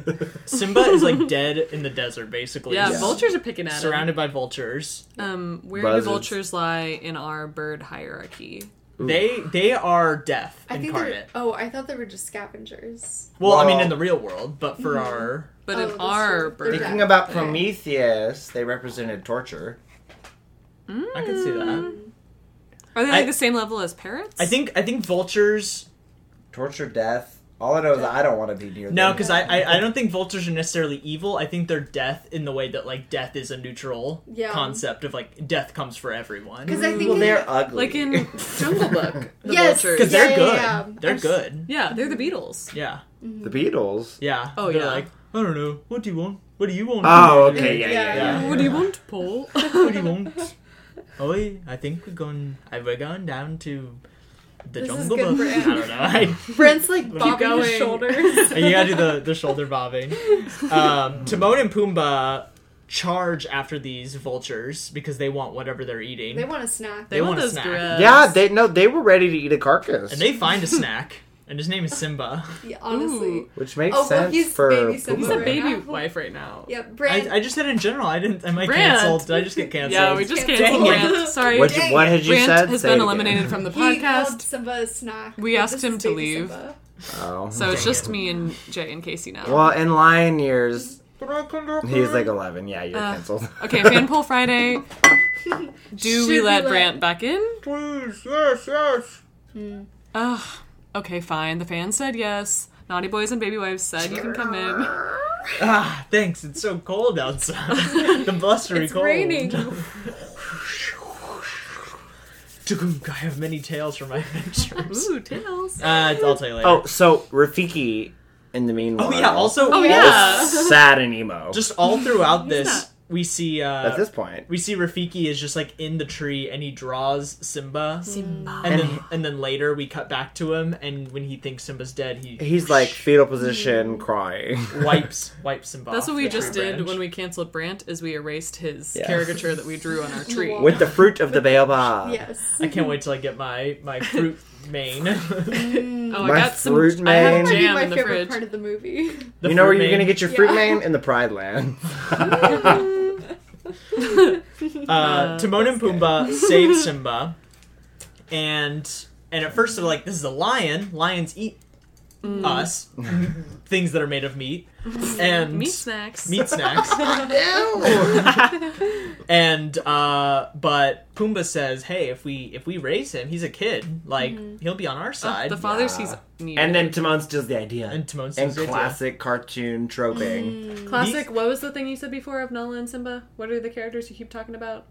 Speaker 1: Simba is like dead in the desert, basically.
Speaker 2: yeah,
Speaker 1: He's
Speaker 2: vultures are picking at him.
Speaker 1: Surrounded by vultures,
Speaker 2: Um, where
Speaker 4: Buzzards.
Speaker 2: do vultures lie in our bird hierarchy?
Speaker 1: they they are death
Speaker 3: I think they're
Speaker 1: incarnate.
Speaker 3: oh, I thought they were just scavengers.
Speaker 1: Well, I mean
Speaker 4: Well-
Speaker 1: in the real world, but for our
Speaker 2: But
Speaker 3: Oh,
Speaker 2: in
Speaker 3: that's
Speaker 2: our
Speaker 3: true. They're
Speaker 2: bird,
Speaker 4: Thinking about Prometheus, they represented torture.
Speaker 1: I can see
Speaker 3: Mm,
Speaker 1: that.
Speaker 2: are they like
Speaker 1: I-
Speaker 2: the same level as parrots?
Speaker 1: I think I think vultures.
Speaker 4: Torture, death. All I know is I don't want to be near
Speaker 1: No,
Speaker 4: them.
Speaker 1: because I, I I don't think vultures are necessarily evil. I think they're death in the way that like death is a neutral
Speaker 3: Yeah.
Speaker 1: concept of like death comes for everyone.
Speaker 3: 'Cause I think
Speaker 4: Well,
Speaker 3: it-
Speaker 4: they're ugly.
Speaker 2: like in Jungle Book, the
Speaker 3: Yes.
Speaker 1: because
Speaker 2: vultures.
Speaker 3: Yeah,
Speaker 1: they're
Speaker 3: yeah,
Speaker 1: good.
Speaker 3: yeah.
Speaker 1: They're
Speaker 3: I'm s-
Speaker 1: good.
Speaker 2: Yeah, they're the Beatles.
Speaker 1: Yeah.
Speaker 4: the Beatles.
Speaker 1: Yeah.
Speaker 2: Oh,
Speaker 1: They're
Speaker 2: yeah.
Speaker 1: Like I don't know. What do you want? What do you want?
Speaker 4: Oh, okay, yeah,
Speaker 3: Yeah,
Speaker 4: yeah, yeah.
Speaker 1: yeah.
Speaker 2: What do you want, Paul?
Speaker 1: What do you want? Oh, I think we're going. We're going down to the
Speaker 3: This is
Speaker 1: jungle
Speaker 3: good
Speaker 1: book.
Speaker 3: for
Speaker 1: I don't know. I,
Speaker 3: Brent's like bobbing his
Speaker 2: going.
Speaker 3: shoulders.
Speaker 1: and you gotta do the, the shoulder bobbing. Um, Timon and Pumbaa charge after these vultures because they want whatever they're eating.
Speaker 3: they want a snack.
Speaker 2: They,
Speaker 1: They
Speaker 2: want
Speaker 1: want a
Speaker 2: those
Speaker 1: snack.
Speaker 2: grubs.
Speaker 4: Yeah, they no, they were ready to eat a carcass,
Speaker 1: and they find a snack, and his name is Simba.
Speaker 3: Yeah, honestly.
Speaker 2: Ooh.
Speaker 4: which makes
Speaker 3: Oh, well,
Speaker 4: sense
Speaker 3: he's
Speaker 4: for
Speaker 3: baby Simba
Speaker 2: He's
Speaker 4: Pumbaa.
Speaker 2: a
Speaker 3: Right
Speaker 2: baby
Speaker 3: now?
Speaker 2: wife right now.
Speaker 3: Yeah,
Speaker 1: I,
Speaker 3: Brent.
Speaker 1: I just said in general. I didn't. Am I
Speaker 2: Brand.
Speaker 1: canceled? Did I just get canceled?
Speaker 2: Yeah, we just
Speaker 3: Dang
Speaker 2: canceled
Speaker 1: it.
Speaker 2: Rant. Sorry.
Speaker 4: What, you- what had you
Speaker 2: Rant
Speaker 4: said?
Speaker 2: has
Speaker 4: Say
Speaker 2: been
Speaker 4: it
Speaker 2: eliminated
Speaker 4: again.
Speaker 2: from the
Speaker 3: he called
Speaker 2: podcast,
Speaker 3: Simba a snack.
Speaker 2: We
Speaker 3: But
Speaker 2: asked
Speaker 3: this
Speaker 2: him
Speaker 3: is
Speaker 2: to
Speaker 3: baby
Speaker 2: leave.
Speaker 3: Simba.
Speaker 4: Oh.
Speaker 2: so it's
Speaker 1: Dang
Speaker 2: just me and Jay and Casey now.
Speaker 4: well, in lion years, he's
Speaker 1: He's
Speaker 4: like 11. Yeah, you're
Speaker 2: Uh,
Speaker 4: canceled.
Speaker 2: Okay, fan poll Friday. Do
Speaker 3: Should
Speaker 2: we
Speaker 3: we
Speaker 2: let
Speaker 3: let-
Speaker 2: Brant back in?
Speaker 1: please, yes, yes.
Speaker 2: Ugh. Okay, fine. The fans said yes. Naughty boys and baby wives said you can come in.
Speaker 1: Ah, thanks. It's so cold outside. the blustery
Speaker 3: It's
Speaker 1: cold.
Speaker 3: raining.
Speaker 1: Tugunk, I have many tales for my adventures.
Speaker 2: Ooh, tails.
Speaker 1: Uh, I'll tell you later.
Speaker 4: Oh, so Rafiki, in the meanwhile,
Speaker 1: Oh, yeah. Also,
Speaker 2: Oh
Speaker 1: all-
Speaker 2: yeah.
Speaker 4: sad and emo.
Speaker 1: just all throughout
Speaker 2: not-
Speaker 1: this, we see uh,
Speaker 4: at this point,
Speaker 1: we see Rafiki is just like in the tree, and he draws Simba.
Speaker 2: Simba.
Speaker 1: And then, and then later we cut back to him, and when he thinks Simba's dead, he
Speaker 4: he's like fetal
Speaker 2: Mm.
Speaker 4: position, crying.
Speaker 1: wipes wipes Simba.
Speaker 2: That's what
Speaker 1: off
Speaker 2: we
Speaker 1: the
Speaker 2: just
Speaker 1: tree
Speaker 2: did
Speaker 1: branch.
Speaker 2: when we canceled Brant, is we erased his
Speaker 4: Yeah.
Speaker 2: caricature that we drew on our tree.
Speaker 3: wall.
Speaker 4: With the fruit of the baobab.
Speaker 3: Yes.
Speaker 1: I can't wait till I get my my fruit mane. the
Speaker 2: Oh, I
Speaker 4: My
Speaker 2: got some.
Speaker 4: fruit
Speaker 2: I have
Speaker 3: Mm. That
Speaker 4: man.
Speaker 3: might be
Speaker 2: jam
Speaker 3: my
Speaker 2: in the
Speaker 3: favorite
Speaker 2: fridge.
Speaker 3: part of the movie.
Speaker 4: you know where
Speaker 1: fruit
Speaker 4: you're gonna
Speaker 1: mane.
Speaker 4: get your fruit
Speaker 3: Yeah.
Speaker 4: mane in the Pride Land.
Speaker 1: uh, Timon and Pumbaa save Simba, and and at first they're like, "This is a lion. Lions eat
Speaker 2: Mm.
Speaker 1: us, things that are made of meat and
Speaker 2: Meat snacks.
Speaker 1: meat snacks." and uh, but Pumbaa says, "Hey, if we if we raise him, he's a kid. Like he'll be on our side."
Speaker 2: Mm-hmm. Oh, The father
Speaker 4: Yeah.
Speaker 2: sees needed.
Speaker 4: and then Timon steals the idea.
Speaker 1: and Timon
Speaker 4: in
Speaker 1: says,
Speaker 4: classic cartoon
Speaker 2: Mm.
Speaker 4: troping.
Speaker 2: classic. What was the thing you said before of Nala and Simba? What are the characters you keep talking about?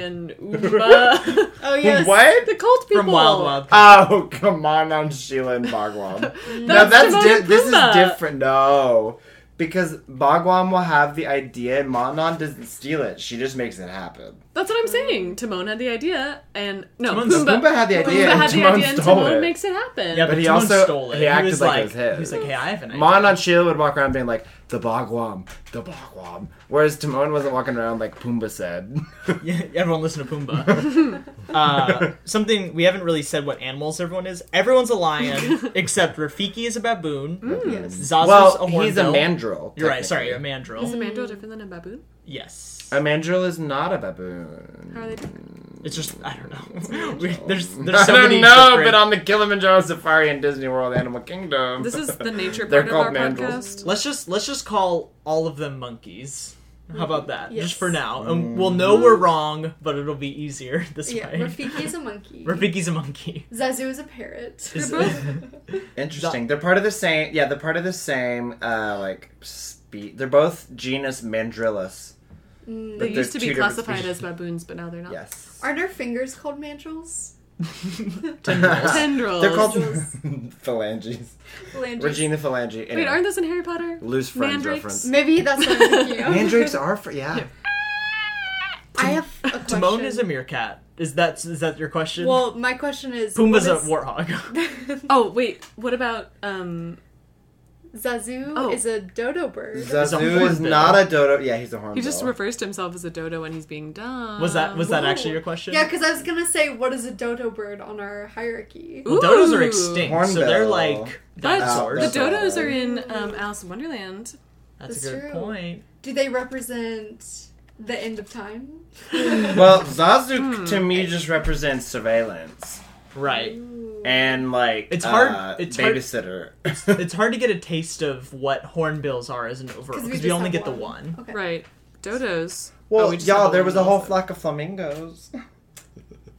Speaker 2: and Oomba.
Speaker 3: Oh yes.
Speaker 4: What?
Speaker 2: the cult people
Speaker 1: "From Wild Wild."
Speaker 4: Oh, come on, on Sheila and Bagwam. no,
Speaker 2: That's
Speaker 4: that's
Speaker 2: Timon
Speaker 4: di-
Speaker 2: and
Speaker 4: this is
Speaker 2: Pumbaa.
Speaker 4: different. No, because Bagwam will have the idea, and Manon doesn't steal it. She just makes it happen.
Speaker 2: That's what I'm saying. Timon had the idea, and no,
Speaker 1: Timon's-
Speaker 2: Pumbaa,
Speaker 4: Pumbaa had the idea,
Speaker 2: Pumbaa
Speaker 4: and
Speaker 2: had
Speaker 4: Timon
Speaker 2: the idea, and
Speaker 4: stole
Speaker 2: Timon
Speaker 4: it.
Speaker 2: makes it happen.
Speaker 1: Yeah, but,
Speaker 4: he
Speaker 1: Timon
Speaker 4: also-
Speaker 1: stole it.
Speaker 4: he acted
Speaker 1: was
Speaker 4: like
Speaker 1: like,
Speaker 4: it was his.
Speaker 1: He was like, "Hey, I have an idea."
Speaker 4: Mon on Sheila would walk around being like, the Bagwam, the Bagwam. Whereas Timon wasn't walking around like Pumbaa said.
Speaker 1: Yeah, everyone listen to Pumbaa. uh, something we haven't really said what animals everyone is. Everyone's a lion except Rafiki is a baboon.
Speaker 3: Mm.
Speaker 1: Zazu's
Speaker 4: well,
Speaker 1: a hornbill.
Speaker 4: he's a mandrill.
Speaker 1: You're right. Sorry, a
Speaker 4: technically.
Speaker 3: Mm-hmm.
Speaker 4: Um,
Speaker 2: Is a
Speaker 1: mandrill.
Speaker 2: mandrill different than a baboon?
Speaker 1: Yes,
Speaker 4: A mandrill is not a baboon.
Speaker 2: How are they different?
Speaker 1: it's just I don't know. We- there's there's so
Speaker 4: I don't
Speaker 1: many.
Speaker 4: know,
Speaker 1: different-
Speaker 4: but on the Kilimanjaro Safari in Disney World Animal Kingdom.
Speaker 2: This is the nature
Speaker 4: They're
Speaker 2: part of
Speaker 4: called
Speaker 2: our
Speaker 4: mandrels.
Speaker 2: podcast.
Speaker 1: let's just let's just call all of them monkeys. How about that?
Speaker 3: Yes.
Speaker 1: Just for now,
Speaker 4: Mm.
Speaker 1: and we'll know we're wrong, but it'll be easier this
Speaker 3: Yeah,
Speaker 1: way.
Speaker 3: Rafiki's a monkey.
Speaker 1: Rafiki's a monkey.
Speaker 3: Zazu is a parrot.
Speaker 1: Is-
Speaker 4: Interesting. They're part of the same. Yeah, they're part of the same. Uh, like spe- They're both genus Mandrillus.
Speaker 3: Mm.
Speaker 2: They
Speaker 4: But
Speaker 2: used to be
Speaker 4: they're two different
Speaker 2: classified as
Speaker 4: species.
Speaker 2: baboons, but now they're not.
Speaker 4: Yes.
Speaker 3: Aren't our fingers called mandrels?
Speaker 2: Tendrils.
Speaker 4: They're called
Speaker 3: Mandrels.
Speaker 4: phalanges.
Speaker 3: Phalanges.
Speaker 4: Regina phalange. Anyway,
Speaker 2: Wait, aren't those in Harry Potter?
Speaker 4: loose friends
Speaker 2: mandrakes?
Speaker 4: reference.
Speaker 3: Maybe that's what I'm thinking of.
Speaker 4: Mandrakes are for yeah.
Speaker 3: I have a question.
Speaker 1: Timon is a meerkat. Is that is that your question?
Speaker 3: Well, my question is.
Speaker 1: Pumbaa's a
Speaker 3: what is-
Speaker 1: warthog.
Speaker 2: Oh wait, what about um?
Speaker 3: Zazu
Speaker 2: Oh.
Speaker 3: is a dodo bird.
Speaker 1: a
Speaker 4: Zazu is
Speaker 1: hornbill.
Speaker 4: not a dodo. Yeah, he's a
Speaker 2: He
Speaker 4: hornbill.
Speaker 2: just refers to himself as a dodo when he's being dumb.
Speaker 1: Was that was that
Speaker 3: Whoa.
Speaker 1: actually your question?
Speaker 3: yeah, because I was gonna say, what is a dodo bird on our hierarchy?
Speaker 2: Ooh.
Speaker 1: Well, dodos are extinct, so
Speaker 4: Hornbill.
Speaker 1: they're like
Speaker 2: But
Speaker 1: dinosaurs.
Speaker 2: the
Speaker 4: that's all.
Speaker 2: dodos are in um, Alice in Wonderland.
Speaker 1: That's
Speaker 3: That's
Speaker 1: a good
Speaker 3: true.
Speaker 1: point.
Speaker 3: Do they represent the end of time?
Speaker 4: Well, Zazu
Speaker 2: Hmm.
Speaker 4: to me just represents surveillance
Speaker 1: Right.
Speaker 4: and like
Speaker 1: It's
Speaker 4: uh,
Speaker 1: hard- it's hard-
Speaker 4: babysitter.
Speaker 1: It's hard to get a taste of what hornbills are as an overall
Speaker 3: 'Cause we
Speaker 1: because we,
Speaker 3: just
Speaker 1: only
Speaker 3: have
Speaker 1: get the
Speaker 3: one.
Speaker 1: one.
Speaker 3: Okay.
Speaker 2: Right. Dodos.
Speaker 4: well,
Speaker 2: Oh, we just have
Speaker 4: y'all,
Speaker 2: a
Speaker 4: there was a
Speaker 2: one
Speaker 4: whole
Speaker 2: also.
Speaker 4: flock of flamingos.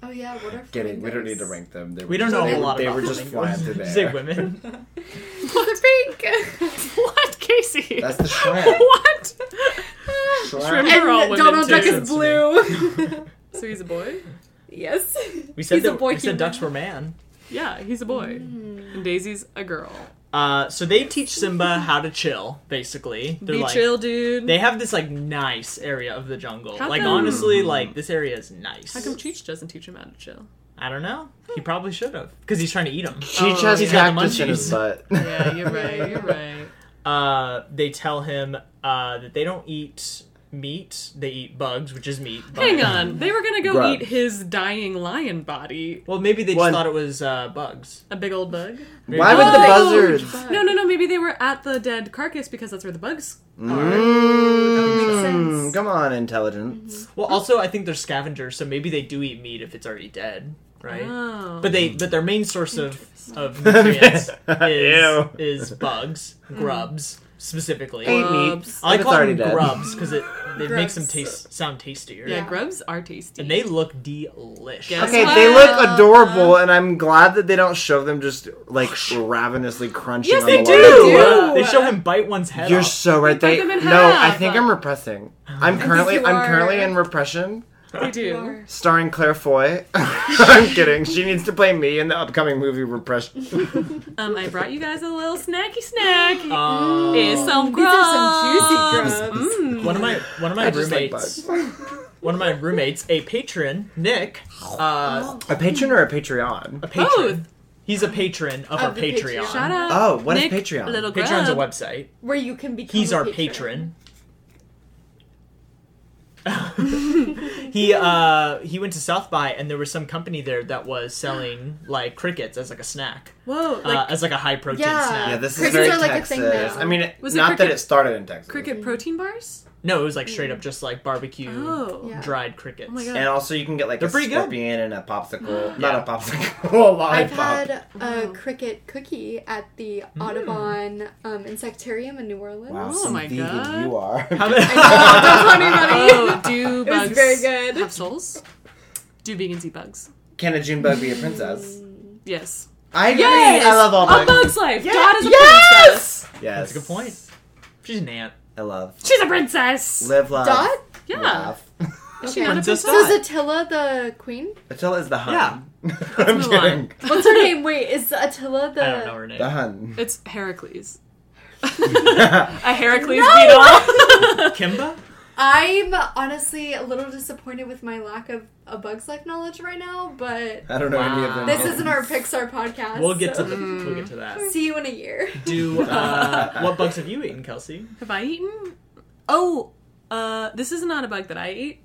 Speaker 3: Oh yeah. What are
Speaker 4: Kidding, we don't need to
Speaker 3: flamingos?
Speaker 4: rank them. They were
Speaker 1: We don't
Speaker 4: just-
Speaker 1: know a
Speaker 4: they-
Speaker 1: whole lot
Speaker 4: They
Speaker 1: about
Speaker 4: were just
Speaker 1: flamingos.
Speaker 4: flying through
Speaker 1: Did
Speaker 4: there.
Speaker 1: you say women.
Speaker 3: They're pink.
Speaker 2: What, Casey?
Speaker 4: That's the shrimp.
Speaker 2: what?
Speaker 4: shrimp.
Speaker 2: They're all
Speaker 3: and
Speaker 2: women,
Speaker 3: Donald Duck
Speaker 2: too.
Speaker 3: is blue.
Speaker 2: So he's a boy?
Speaker 3: yes.
Speaker 1: We said
Speaker 3: He's a
Speaker 1: that,
Speaker 3: boy
Speaker 1: we said
Speaker 3: human.
Speaker 1: ducks were man.
Speaker 2: Yeah, he's a boy. And Daisy's a girl.
Speaker 1: Uh, so they teach Simba how to chill. Basically, they're
Speaker 2: Be
Speaker 1: like
Speaker 2: chill, dude.
Speaker 1: they have this like nice area of the jungle.
Speaker 2: How
Speaker 1: like
Speaker 2: come-
Speaker 4: Hmm.
Speaker 1: honestly, like this area is nice.
Speaker 2: How come Cheech doesn't teach him how to chill?
Speaker 1: I don't know. He probably should have because he's trying to eat them.
Speaker 4: Cheech
Speaker 2: Oh,
Speaker 4: has
Speaker 2: he's
Speaker 1: got the
Speaker 4: cactus in his
Speaker 1: munchies.
Speaker 4: butt.
Speaker 2: Yeah, you're right. You're right.
Speaker 1: Uh, they tell him uh, that they don't eat meat; they eat bugs, which is meat. but-
Speaker 2: Hang on. They were gonna go
Speaker 4: Grubs.
Speaker 2: eat his dying lion body.
Speaker 1: Well, maybe they just
Speaker 4: One.
Speaker 1: thought it was uh, bugs.
Speaker 2: A big old bug.
Speaker 1: Maybe
Speaker 4: Why would the
Speaker 3: Huge
Speaker 4: buzzards?
Speaker 3: bug.
Speaker 2: No, no, no. Maybe they were at the dead carcass because that's where the bugs.
Speaker 1: Mm.
Speaker 3: That makes
Speaker 4: Mm,
Speaker 3: sense.
Speaker 4: come on, intelligence.
Speaker 1: Well, also I think they're scavengers, so maybe they do eat meat if it's already dead, right?
Speaker 2: Oh.
Speaker 1: But they, but their main source of of nutrients is,
Speaker 4: Ew.
Speaker 1: is bugs,
Speaker 2: Mm.
Speaker 1: grubs specifically.
Speaker 4: Ain't meat.
Speaker 2: Grubs.
Speaker 1: I like
Speaker 4: If it's
Speaker 1: calling
Speaker 4: already
Speaker 1: them
Speaker 4: dead.
Speaker 1: grubs because it, it makes them
Speaker 3: Grubs.
Speaker 1: taste sound tastier.
Speaker 2: yeah,
Speaker 3: Yeah.
Speaker 2: grubs are tasty.
Speaker 1: And they look delish.
Speaker 2: Yes.
Speaker 4: Okay,
Speaker 2: That's
Speaker 4: they
Speaker 2: why-
Speaker 4: look adorable, and I'm glad that they don't show them just like ravenously crunching.
Speaker 2: Yes,
Speaker 4: on
Speaker 2: they
Speaker 4: the
Speaker 2: do! do!
Speaker 4: wall.
Speaker 1: They show him bite one's head
Speaker 4: You're
Speaker 1: off.
Speaker 4: so right. They
Speaker 2: They cut them in
Speaker 4: no, I
Speaker 2: half.
Speaker 4: think I'm repressing. I'm currently
Speaker 3: you
Speaker 4: I'm
Speaker 3: are.
Speaker 4: currently in repression,
Speaker 2: They do.
Speaker 3: Or-
Speaker 4: starring Claire Foy. I'm kidding. She needs to play me in the upcoming movie Repression.
Speaker 2: Um, I brought you guys a little snacky snack.
Speaker 1: Oh.
Speaker 2: It's some Mm.
Speaker 3: These
Speaker 2: grubs.
Speaker 3: are some juicy grubs.
Speaker 1: one of my one of my
Speaker 4: I just like
Speaker 1: roommates,
Speaker 4: bugs.
Speaker 1: one of my roommates, a patron, Nick, uh,
Speaker 4: A patron or a Patreon?
Speaker 1: a patron.
Speaker 2: Both.
Speaker 1: He's a patron of,
Speaker 3: Of
Speaker 1: our
Speaker 3: the
Speaker 1: Patreon.
Speaker 3: Patreon.
Speaker 2: Shout out.
Speaker 4: Oh, what is
Speaker 2: Nick,
Speaker 4: Patreon?
Speaker 2: Little
Speaker 1: Patreon's a
Speaker 2: grub.
Speaker 1: website.
Speaker 3: Where you can become.
Speaker 1: He's
Speaker 3: a
Speaker 1: our patron. he uh he went to South by and there was some company there that was selling like crickets as like a snack,
Speaker 2: Whoa, like
Speaker 1: uh, as like a high protein
Speaker 3: Yeah.
Speaker 1: snack.
Speaker 4: Yeah, this is
Speaker 3: Crickets
Speaker 4: very
Speaker 3: are like a
Speaker 4: Texas.
Speaker 3: thing now.
Speaker 4: I mean, it,
Speaker 2: Was it
Speaker 4: not that
Speaker 2: cricket-
Speaker 4: it started in Texas.
Speaker 2: cricket protein bars.
Speaker 1: No, it was like straight up just like barbecue
Speaker 2: Mm. Oh.
Speaker 3: Yeah.
Speaker 1: dried crickets.
Speaker 2: Oh my God.
Speaker 4: And also, you can get like
Speaker 1: They're
Speaker 4: a
Speaker 1: pretty good.
Speaker 4: scorpion and a popsicle.
Speaker 1: Yeah.
Speaker 4: Not a popsicle, a lollipop.
Speaker 3: I've had a
Speaker 2: Wow.
Speaker 3: cricket cookie at the
Speaker 1: Hmm.
Speaker 3: Audubon um, Insectarium in New Orleans.
Speaker 4: wow,
Speaker 2: Oh
Speaker 4: some
Speaker 2: my
Speaker 4: thieving
Speaker 2: God.
Speaker 4: you are.
Speaker 1: How
Speaker 3: I know, that's funny, buddy.
Speaker 2: Oh, do
Speaker 3: It was
Speaker 2: bugs
Speaker 3: very good.
Speaker 2: have souls? Do vegans eat bugs?
Speaker 4: Can a June bug be a princess?
Speaker 2: Yes.
Speaker 4: I agree.
Speaker 2: Yes!
Speaker 4: I love all
Speaker 2: A
Speaker 4: bugs.
Speaker 2: bug's life. Dot is a princess.
Speaker 4: Yes,
Speaker 1: That's a good point. She's an ant.
Speaker 4: I love
Speaker 2: She's a princess.
Speaker 4: live, love,
Speaker 3: Dot?
Speaker 2: yeah.
Speaker 4: laugh.
Speaker 2: Is she
Speaker 3: Okay.
Speaker 2: not a
Speaker 1: Princess
Speaker 2: princess?
Speaker 3: So is Attila the queen?
Speaker 4: Attila is the Hun.
Speaker 1: Yeah.
Speaker 4: I'm
Speaker 2: move
Speaker 4: kidding.
Speaker 3: What's her name? Wait, is Attila the.
Speaker 1: I don't know her name.
Speaker 4: The Hun.
Speaker 2: It's Heracles. a Heracles beetle.
Speaker 1: Kimba?
Speaker 3: I'm honestly a little disappointed with my lack of a Bug's Life knowledge right now, but
Speaker 4: I don't know any of
Speaker 1: Wow.
Speaker 4: them.
Speaker 3: this isn't our Pixar podcast.
Speaker 1: Oh. We'll get to
Speaker 3: so-
Speaker 1: the, Oh. we'll get to
Speaker 2: Mm.
Speaker 1: that.
Speaker 3: See you in a year.
Speaker 1: Do uh, what bugs have you eaten, Kelsey?
Speaker 2: have I eaten? Oh, uh, this is not a bug that I ate.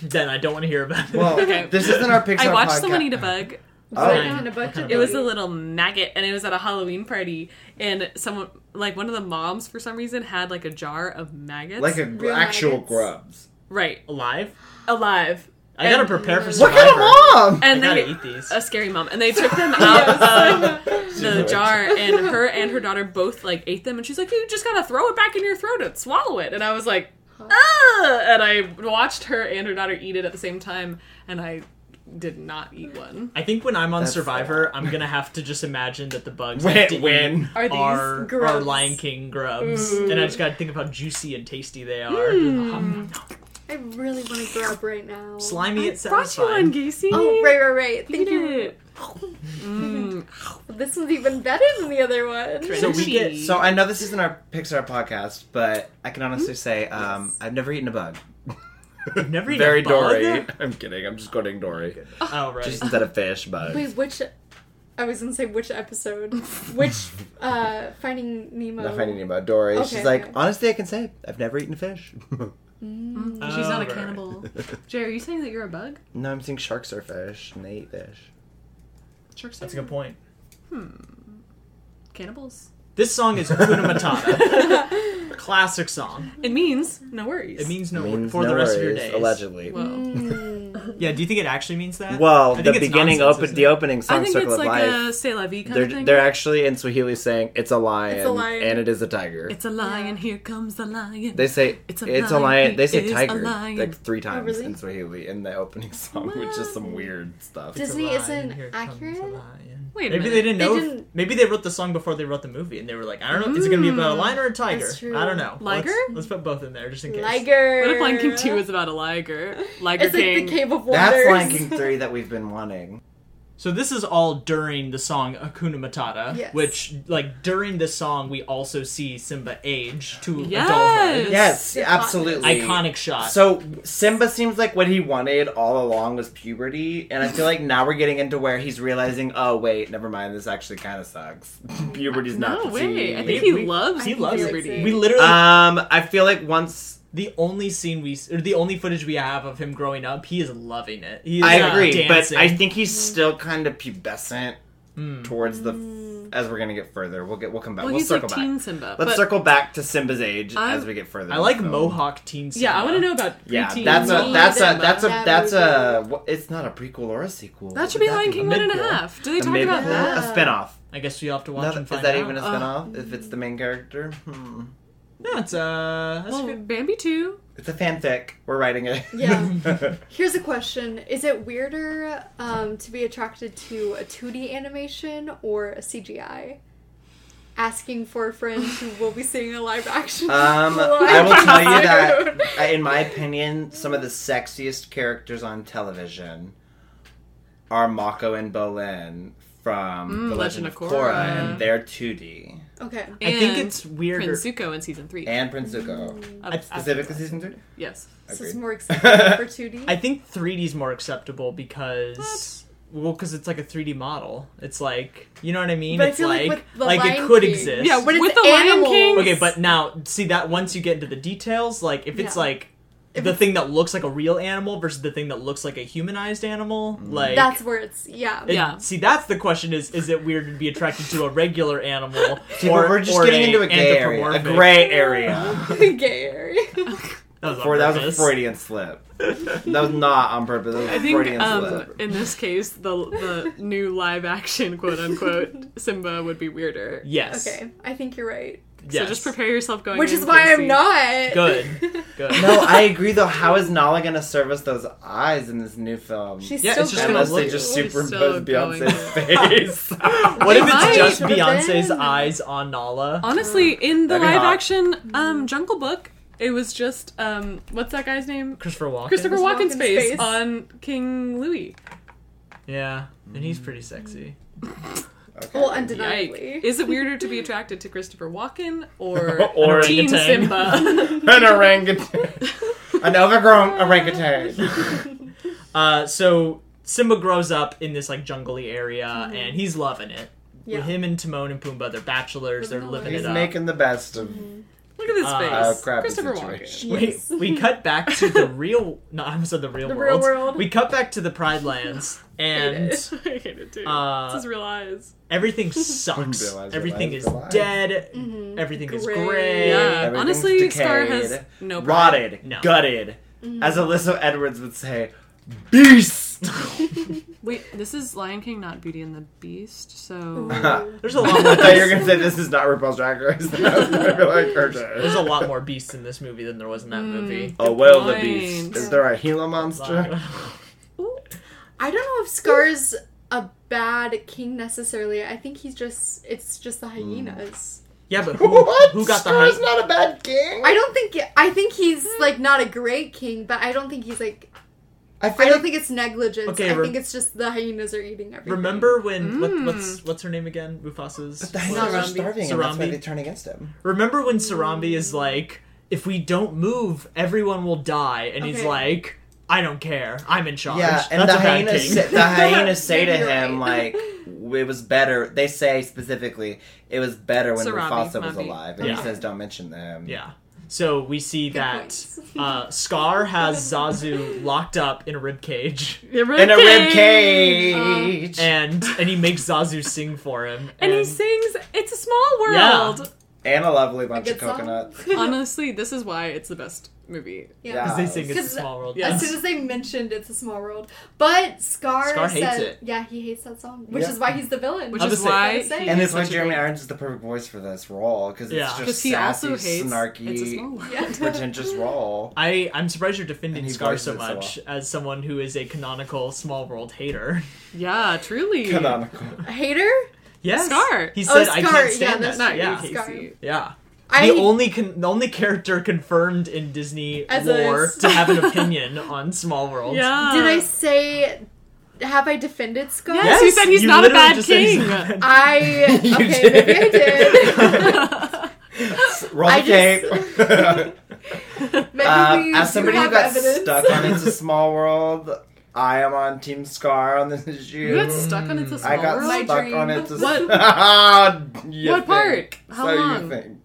Speaker 1: Then I don't want to hear about it.
Speaker 4: Well,
Speaker 2: Okay.
Speaker 4: this isn't our Pixar.
Speaker 2: I watched
Speaker 4: podcast.
Speaker 2: someone eat a bug.
Speaker 4: Oh.
Speaker 3: What kind of bug did
Speaker 2: It was
Speaker 3: you
Speaker 2: a
Speaker 3: eat?
Speaker 2: little maggot, and it was at a Halloween party, and someone, like one of the moms, for some reason, had like a jar of maggots.
Speaker 4: like a
Speaker 3: Real
Speaker 4: actual
Speaker 3: maggots.
Speaker 4: grubs.
Speaker 2: right
Speaker 1: Alive?
Speaker 2: alive,
Speaker 1: I gotta
Speaker 2: And-
Speaker 1: prepare for
Speaker 4: What
Speaker 1: survivor.
Speaker 4: kind of mom?
Speaker 1: I
Speaker 2: and Uh,
Speaker 1: gotta
Speaker 2: they
Speaker 1: eat these.
Speaker 2: a scary mom, and they took them
Speaker 1: uh,
Speaker 2: out of the
Speaker 4: She's
Speaker 2: jar, and her and her daughter both like ate them, and she's like, "You just gotta throw it back in your throat and swallow it," and I was like, "Ah!" And I watched her and her daughter eat it at the same time, and I did not eat one.
Speaker 1: I think when I'm on
Speaker 4: That's
Speaker 1: Survivor, I'm gonna have to just imagine that the bugs
Speaker 4: Win-
Speaker 1: have to eat
Speaker 4: win.
Speaker 1: are
Speaker 3: Are
Speaker 1: these
Speaker 3: these
Speaker 1: are,
Speaker 3: grubs?
Speaker 1: Lion King grubs, and I just gotta think of how juicy and tasty they are. Um,
Speaker 3: I really want to grub right now.
Speaker 1: slimy, it's
Speaker 2: Brought you
Speaker 1: satisfying.
Speaker 2: one, Gacy.
Speaker 3: Oh, right, right, right.
Speaker 2: Eat
Speaker 3: Thank you.
Speaker 2: it. Mm.
Speaker 3: This one's even better than the other one.
Speaker 2: Right.
Speaker 1: So we get
Speaker 4: So I know this isn't our Pixar podcast, but I can honestly say um, I've never eaten a bug.
Speaker 1: Hmm? never eaten
Speaker 4: Very
Speaker 1: a bug?
Speaker 4: Dory. I'm kidding. I'm just quoting Dory.
Speaker 1: Oh right.
Speaker 4: Just instead of fish, bug.
Speaker 3: Wait, which? I was gonna say which episode? Which uh, Finding Nemo?
Speaker 4: Not finding about Dory.
Speaker 3: Okay,
Speaker 4: She's like,
Speaker 3: okay.
Speaker 4: honestly, I can say I've never eaten fish.
Speaker 3: Mm.
Speaker 2: She's not a
Speaker 1: Alright.
Speaker 2: cannibal. Jay, are you saying that you're a bug?
Speaker 4: no, I'm saying sharks are fish and they eat fish.
Speaker 2: Sharks
Speaker 1: That's a
Speaker 2: are
Speaker 1: good point.
Speaker 2: cannibals.
Speaker 1: This song is Hakuna Matata, classic song.
Speaker 2: It means no worries.
Speaker 1: It means no
Speaker 4: Means
Speaker 1: for
Speaker 4: no
Speaker 1: the rest of your
Speaker 4: worries,
Speaker 1: days.
Speaker 4: Allegedly.
Speaker 2: Whoa.
Speaker 3: Mm.
Speaker 1: Yeah. Do you think it actually means that?
Speaker 4: Well,
Speaker 1: I think
Speaker 4: the
Speaker 1: it's
Speaker 4: beginning
Speaker 1: nonsense,
Speaker 4: open
Speaker 1: isn't
Speaker 4: the
Speaker 1: it?
Speaker 4: opening song
Speaker 2: I think
Speaker 4: Circle
Speaker 2: it's
Speaker 4: of
Speaker 2: like a
Speaker 4: Life.
Speaker 2: c'est la vie kind
Speaker 4: They're
Speaker 2: of thing.
Speaker 4: they're actually in Swahili saying it's a lion,
Speaker 3: It's a lion.
Speaker 4: and it is a tiger.
Speaker 2: It's a lion. Here comes the lion.
Speaker 4: they say
Speaker 2: It's
Speaker 4: it's
Speaker 2: a
Speaker 4: a,
Speaker 2: lion,
Speaker 4: lion. They
Speaker 2: it
Speaker 4: say
Speaker 2: is a
Speaker 4: tiger
Speaker 2: lion. Oh,
Speaker 4: like three times
Speaker 3: really?
Speaker 4: in Swahili in the opening song, which is some weird stuff.
Speaker 3: Does-
Speaker 1: It's a
Speaker 3: Disney
Speaker 1: lion,
Speaker 3: isn't
Speaker 1: here comes a
Speaker 3: accurate?
Speaker 1: lion.
Speaker 2: Wait a
Speaker 1: Maybe
Speaker 2: minute.
Speaker 1: they didn't
Speaker 3: They
Speaker 1: know. if-
Speaker 3: didn't-
Speaker 1: maybe they wrote the song before they wrote the movie, and they were like, "I don't know, is it going to be about a lion or a tiger?
Speaker 3: That's true.
Speaker 1: I don't know." Let's-
Speaker 2: Liger?
Speaker 1: Let's, put both in there just in case.
Speaker 3: Liger.
Speaker 2: What if Lion King 2 is about a liger? Liger
Speaker 3: It's like
Speaker 2: King.
Speaker 3: the Cave of Wonders.
Speaker 4: That's Lion King three that we've been wanting.
Speaker 1: So this is all during the song Akuna Matata,
Speaker 3: Yes.
Speaker 1: which like during this song we also see Simba age to
Speaker 2: Yes.
Speaker 1: adulthood.
Speaker 4: Yes,
Speaker 3: Iconic.
Speaker 4: absolutely.
Speaker 1: Iconic shot.
Speaker 4: So Simba seems like what he wanted all along was puberty, and I feel like now we're getting into where he's realizing, oh wait, never mind, this actually kind of sucks. Puberty's not.
Speaker 2: No
Speaker 4: the
Speaker 2: way. I
Speaker 4: scene.
Speaker 2: think
Speaker 1: We-
Speaker 2: he
Speaker 1: we-
Speaker 2: loves
Speaker 1: he
Speaker 3: I think
Speaker 1: loves
Speaker 3: he
Speaker 1: it.
Speaker 3: likes
Speaker 2: puberty.
Speaker 3: it.
Speaker 1: We literally
Speaker 4: Um, I feel like once
Speaker 1: the only scene we or the only footage we have of him growing up, he is loving it. He is
Speaker 4: I
Speaker 1: uh,
Speaker 4: agree,
Speaker 1: dancing.
Speaker 4: but I think he's still kind of pubescent
Speaker 1: Mm.
Speaker 4: towards the. As we're gonna get further, we'll get we'll come back.
Speaker 2: Well,
Speaker 4: We'll,
Speaker 2: he's
Speaker 4: circle
Speaker 2: like
Speaker 4: back.
Speaker 2: teen Simba.
Speaker 4: Let's
Speaker 2: but-
Speaker 4: circle back to Simba's age
Speaker 2: I'm-
Speaker 4: as we get further.
Speaker 1: I like
Speaker 4: So-
Speaker 1: Mohawk teen. Simba.
Speaker 2: Yeah, I want to know about
Speaker 4: Yeah,
Speaker 2: preteen
Speaker 4: that's a
Speaker 2: Simba.
Speaker 4: that's a that's a
Speaker 3: That
Speaker 4: that's a.
Speaker 3: movie.
Speaker 4: wha- It's not a prequel or a sequel.
Speaker 2: That should
Speaker 4: Would
Speaker 2: be Lion King
Speaker 1: one?
Speaker 2: one and a
Speaker 1: Midquel.
Speaker 2: half. Do they
Speaker 4: A
Speaker 2: talk
Speaker 4: mid-
Speaker 2: about that?
Speaker 4: A spinoff.
Speaker 1: I guess we have to watch
Speaker 4: Not-
Speaker 1: and
Speaker 4: is
Speaker 1: find
Speaker 4: that
Speaker 1: out.
Speaker 4: even a
Speaker 2: Ugh.
Speaker 4: spinoff? If it's the main character, hmm.
Speaker 1: yeah, it's uh, that's a
Speaker 2: Well,
Speaker 1: good-
Speaker 2: Bambi too.
Speaker 4: it's a fanfic. We're writing it.
Speaker 3: Yeah. Here's a question: Is it weirder um, to be attracted to a 2D animation or a CGI? Asking for a friend who will be seeing a live action.
Speaker 4: um, I will tell you that, uh, in my opinion, some of the sexiest characters on television are Mako and Bolin from
Speaker 2: Mm,
Speaker 4: The Legend, of Korra, and they're 2D,
Speaker 3: Okay.
Speaker 1: I think
Speaker 2: And
Speaker 1: it's weirder.
Speaker 2: Prince Zuko in season three.
Speaker 4: and Prince Zuko,
Speaker 2: of
Speaker 1: I-
Speaker 2: Avatar.
Speaker 4: specifically season two.
Speaker 2: Yes.
Speaker 3: This is
Speaker 4: Agreed.
Speaker 3: more acceptable for 2D.
Speaker 1: I think 3D is more acceptable because well, because it's like a 3D model. It's like you know what I mean.
Speaker 3: But I
Speaker 1: it's
Speaker 3: feel like
Speaker 1: like
Speaker 3: with The
Speaker 1: like it
Speaker 3: Lion
Speaker 1: could
Speaker 3: King-
Speaker 1: exist.
Speaker 2: Yeah,
Speaker 3: But it's
Speaker 2: with the Lion
Speaker 3: animals.
Speaker 2: King.
Speaker 1: Okay, but now see that once you get into the details, like if it's
Speaker 3: Yeah.
Speaker 1: like
Speaker 3: If
Speaker 1: the
Speaker 3: it's-
Speaker 1: thing that looks like a real animal versus the thing that looks like a humanized animal,
Speaker 4: Mm.
Speaker 1: like
Speaker 3: That's where it's yeah.
Speaker 1: it-
Speaker 2: Yeah.
Speaker 1: See, that's the question: is is it weird to be attracted to a regular animal,
Speaker 4: See, but we're just
Speaker 1: or
Speaker 4: getting into a gay area, a
Speaker 1: anthropomorphic?
Speaker 4: gray area.
Speaker 3: Gay area.
Speaker 1: That was, on
Speaker 4: For that was a
Speaker 1: purpose.
Speaker 4: Freudian slip. That was not on purpose. That was a
Speaker 2: I think
Speaker 4: Freudian
Speaker 2: um,
Speaker 4: slip.
Speaker 2: in this case, the the new live action quote unquote Simba would be weirder.
Speaker 1: Yes.
Speaker 3: okay, I think you're right.
Speaker 1: Yes.
Speaker 2: So just prepare yourself going.
Speaker 3: Which
Speaker 2: in,
Speaker 3: is why
Speaker 2: Casey.
Speaker 3: I'm not
Speaker 1: Oh, Good. Good.
Speaker 4: No, I agree though. How is Nala gonna service those eyes in this new film?
Speaker 3: She's
Speaker 1: Yeah,
Speaker 3: still
Speaker 1: it's just gonna
Speaker 4: Unless
Speaker 1: look-
Speaker 4: they just
Speaker 2: She's still
Speaker 4: superimpose Beyonce's face.
Speaker 1: What if
Speaker 2: Right.
Speaker 1: it's just
Speaker 3: But then-
Speaker 1: Beyonce's eyes on Nala?
Speaker 2: Honestly, in the
Speaker 4: That'd be
Speaker 2: live
Speaker 4: hot.
Speaker 2: action um, Jungle Book, it was just um, what's that guy's name?
Speaker 1: Christopher Walken.
Speaker 2: Christopher
Speaker 3: Christopher
Speaker 2: Walken's
Speaker 3: Walken's
Speaker 2: face,
Speaker 3: face.
Speaker 2: on King Louis.
Speaker 1: Yeah, and he's pretty sexy.
Speaker 4: Okay.
Speaker 3: well,
Speaker 2: Yike.
Speaker 3: undeniably.
Speaker 2: Is it weirder to be attracted to Christopher Walken or,
Speaker 4: Or
Speaker 2: Teen
Speaker 1: orangutan.
Speaker 2: Simba?
Speaker 4: An orangutan. An overgrown orangutan.
Speaker 1: Uh, so Simba grows up in this like jungly area, and he's loving it.
Speaker 3: Mm-hmm. Yeah.
Speaker 1: With him and Timon and Pumbaa, they're bachelors. They're
Speaker 2: Living the
Speaker 1: living
Speaker 4: He's
Speaker 1: it up.
Speaker 4: making the best of
Speaker 2: Look at this
Speaker 1: Uh,
Speaker 2: face.
Speaker 4: Ah, a crappy
Speaker 2: Christopher
Speaker 4: situation.
Speaker 1: we,
Speaker 3: Yes.
Speaker 1: we cut back to the real. No, I almost said the real
Speaker 3: The real
Speaker 1: world.
Speaker 3: world.
Speaker 1: We cut back to the Pride Lands,
Speaker 2: Walken.
Speaker 1: and
Speaker 2: I hate it. I hate it too.
Speaker 1: Uh,
Speaker 2: it's his real eyes.
Speaker 1: everything sucks.
Speaker 4: Realize,
Speaker 1: Everything
Speaker 4: realize,
Speaker 1: is
Speaker 4: realize.
Speaker 1: dead. Everything is
Speaker 3: Mm-hmm. Gray.
Speaker 1: gray.
Speaker 2: Yeah.
Speaker 4: everything's
Speaker 2: Honestly, Scar
Speaker 4: decayed,
Speaker 2: has no pride.
Speaker 4: rotted,
Speaker 1: No. Mm.
Speaker 4: gutted, as Alyssa Edwards would say, beast.
Speaker 2: Wait, this is Lion King, not Beauty and the Beast. So
Speaker 4: I
Speaker 1: There's a lot more.
Speaker 4: thought you were gonna say this is not RuPaul's Drag Race. I was gonna be like,
Speaker 1: There's
Speaker 4: okay.
Speaker 1: a lot more beasts in this movie than there was in that
Speaker 3: Hmm.
Speaker 1: movie.
Speaker 4: Oh well, the
Speaker 2: point.
Speaker 4: beast. Is there a Gila monster?
Speaker 3: I don't know if Scar's a bad king necessarily. I think he's just it's just the
Speaker 1: Mm.
Speaker 3: hyenas.
Speaker 1: Yeah, but who,
Speaker 4: What?
Speaker 1: who got the
Speaker 4: Scar's
Speaker 1: hype?
Speaker 4: not a bad king.
Speaker 3: I don't think I think he's like not a great king, but I don't think he's like
Speaker 4: I feel
Speaker 3: I
Speaker 4: like
Speaker 3: don't think it's negligence.
Speaker 1: Okay,
Speaker 3: I
Speaker 1: rem-
Speaker 3: think it's just the hyenas are eating everything.
Speaker 1: Remember when
Speaker 3: Hmm.
Speaker 1: what, what's what's her name again? Mufasa's.
Speaker 4: the hyenas are
Speaker 2: Sarambi.
Speaker 4: starving, and that's why
Speaker 1: Sarambi.
Speaker 4: they turn against him.
Speaker 1: Remember when Sarambi is like, if we don't move, everyone will die, and he's
Speaker 3: Okay.
Speaker 1: like, I don't care, I'm in charge.
Speaker 4: Yeah, and
Speaker 1: That's
Speaker 4: the
Speaker 1: a bad
Speaker 4: hyenas,
Speaker 1: king.
Speaker 4: say, the hyenas say to
Speaker 3: You're
Speaker 4: him like, "It was better." They say specifically, "It was better when
Speaker 2: Sarabi,
Speaker 4: Mufasa was
Speaker 2: Mabi.
Speaker 4: alive," and
Speaker 1: Yeah.
Speaker 4: he says, "Don't mention them."
Speaker 1: yeah. So we see that
Speaker 3: points.
Speaker 1: uh, Scar has Zazu locked up in a rib cage,
Speaker 4: in a rib cage.
Speaker 1: Uh, and and he makes Zazu sing for him,
Speaker 2: And he sings "It's a Small World."
Speaker 4: and a lovely bunch
Speaker 3: Good
Speaker 4: of
Speaker 3: song.
Speaker 4: coconuts.
Speaker 2: Honestly, this is why it's the best movie.
Speaker 3: yeah.
Speaker 1: 'cause they sing "It's a
Speaker 3: 'Cause
Speaker 1: Small World."
Speaker 2: as
Speaker 1: Yeah.
Speaker 3: As soon as they mentioned it's a small world, but Scar,
Speaker 1: Scar hates
Speaker 3: said,
Speaker 1: it.
Speaker 3: Yeah, he hates that song, which
Speaker 4: Yeah.
Speaker 3: is why he's the villain.
Speaker 2: Which
Speaker 1: I'll
Speaker 2: is
Speaker 1: just say-
Speaker 2: why
Speaker 3: Gotta say.
Speaker 2: he
Speaker 4: And
Speaker 2: is
Speaker 4: it's why
Speaker 2: such a
Speaker 4: Jeremy
Speaker 2: great-
Speaker 4: Irons is the perfect voice for this role because it's
Speaker 1: Yeah.
Speaker 4: just
Speaker 2: 'Cause he
Speaker 4: sassy,
Speaker 2: also hates
Speaker 4: snarky,
Speaker 2: It's a Small World.
Speaker 3: yeah.
Speaker 4: pretentious role.
Speaker 1: I, I'm surprised you're defending
Speaker 4: And he
Speaker 1: Scar
Speaker 4: voices
Speaker 1: so
Speaker 4: it so
Speaker 1: much as someone who is a canonical small world hater.
Speaker 2: Yeah, truly.
Speaker 4: Canonical.
Speaker 3: Hater?
Speaker 1: Yes,
Speaker 2: Scar.
Speaker 1: He said,
Speaker 3: oh,
Speaker 1: "I
Speaker 3: Scar.
Speaker 1: can't stand
Speaker 3: yeah,
Speaker 1: that."
Speaker 3: that's
Speaker 2: Not
Speaker 3: true.
Speaker 2: you,
Speaker 1: yeah,
Speaker 2: Casey.
Speaker 3: Scar.
Speaker 1: yeah.
Speaker 3: I
Speaker 1: the only con- the only character confirmed in Disney
Speaker 3: As a-
Speaker 1: lore to have an opinion on Small World.
Speaker 2: Yeah.
Speaker 3: Did I say have I defended Scar?
Speaker 2: Yes, you said he's
Speaker 1: you
Speaker 2: not a
Speaker 1: literally
Speaker 2: bad
Speaker 1: just said he's
Speaker 2: king.
Speaker 1: not a bad-
Speaker 3: I
Speaker 4: You
Speaker 3: okay,
Speaker 4: did.
Speaker 3: maybe I did.
Speaker 4: Roll
Speaker 3: I
Speaker 4: the tape.
Speaker 3: just- Maybe
Speaker 4: um,
Speaker 3: we
Speaker 4: as
Speaker 3: do
Speaker 4: somebody who
Speaker 3: have
Speaker 4: got
Speaker 3: evidence.
Speaker 4: stuck on It's a Small World, I am on Team Scar on this issue.
Speaker 2: You got stuck on It's a Small
Speaker 4: I got
Speaker 2: World?
Speaker 3: My
Speaker 4: stuck
Speaker 3: dream.
Speaker 4: on it. To
Speaker 2: What-
Speaker 4: what
Speaker 2: What part? How
Speaker 4: so
Speaker 2: long?
Speaker 4: you think?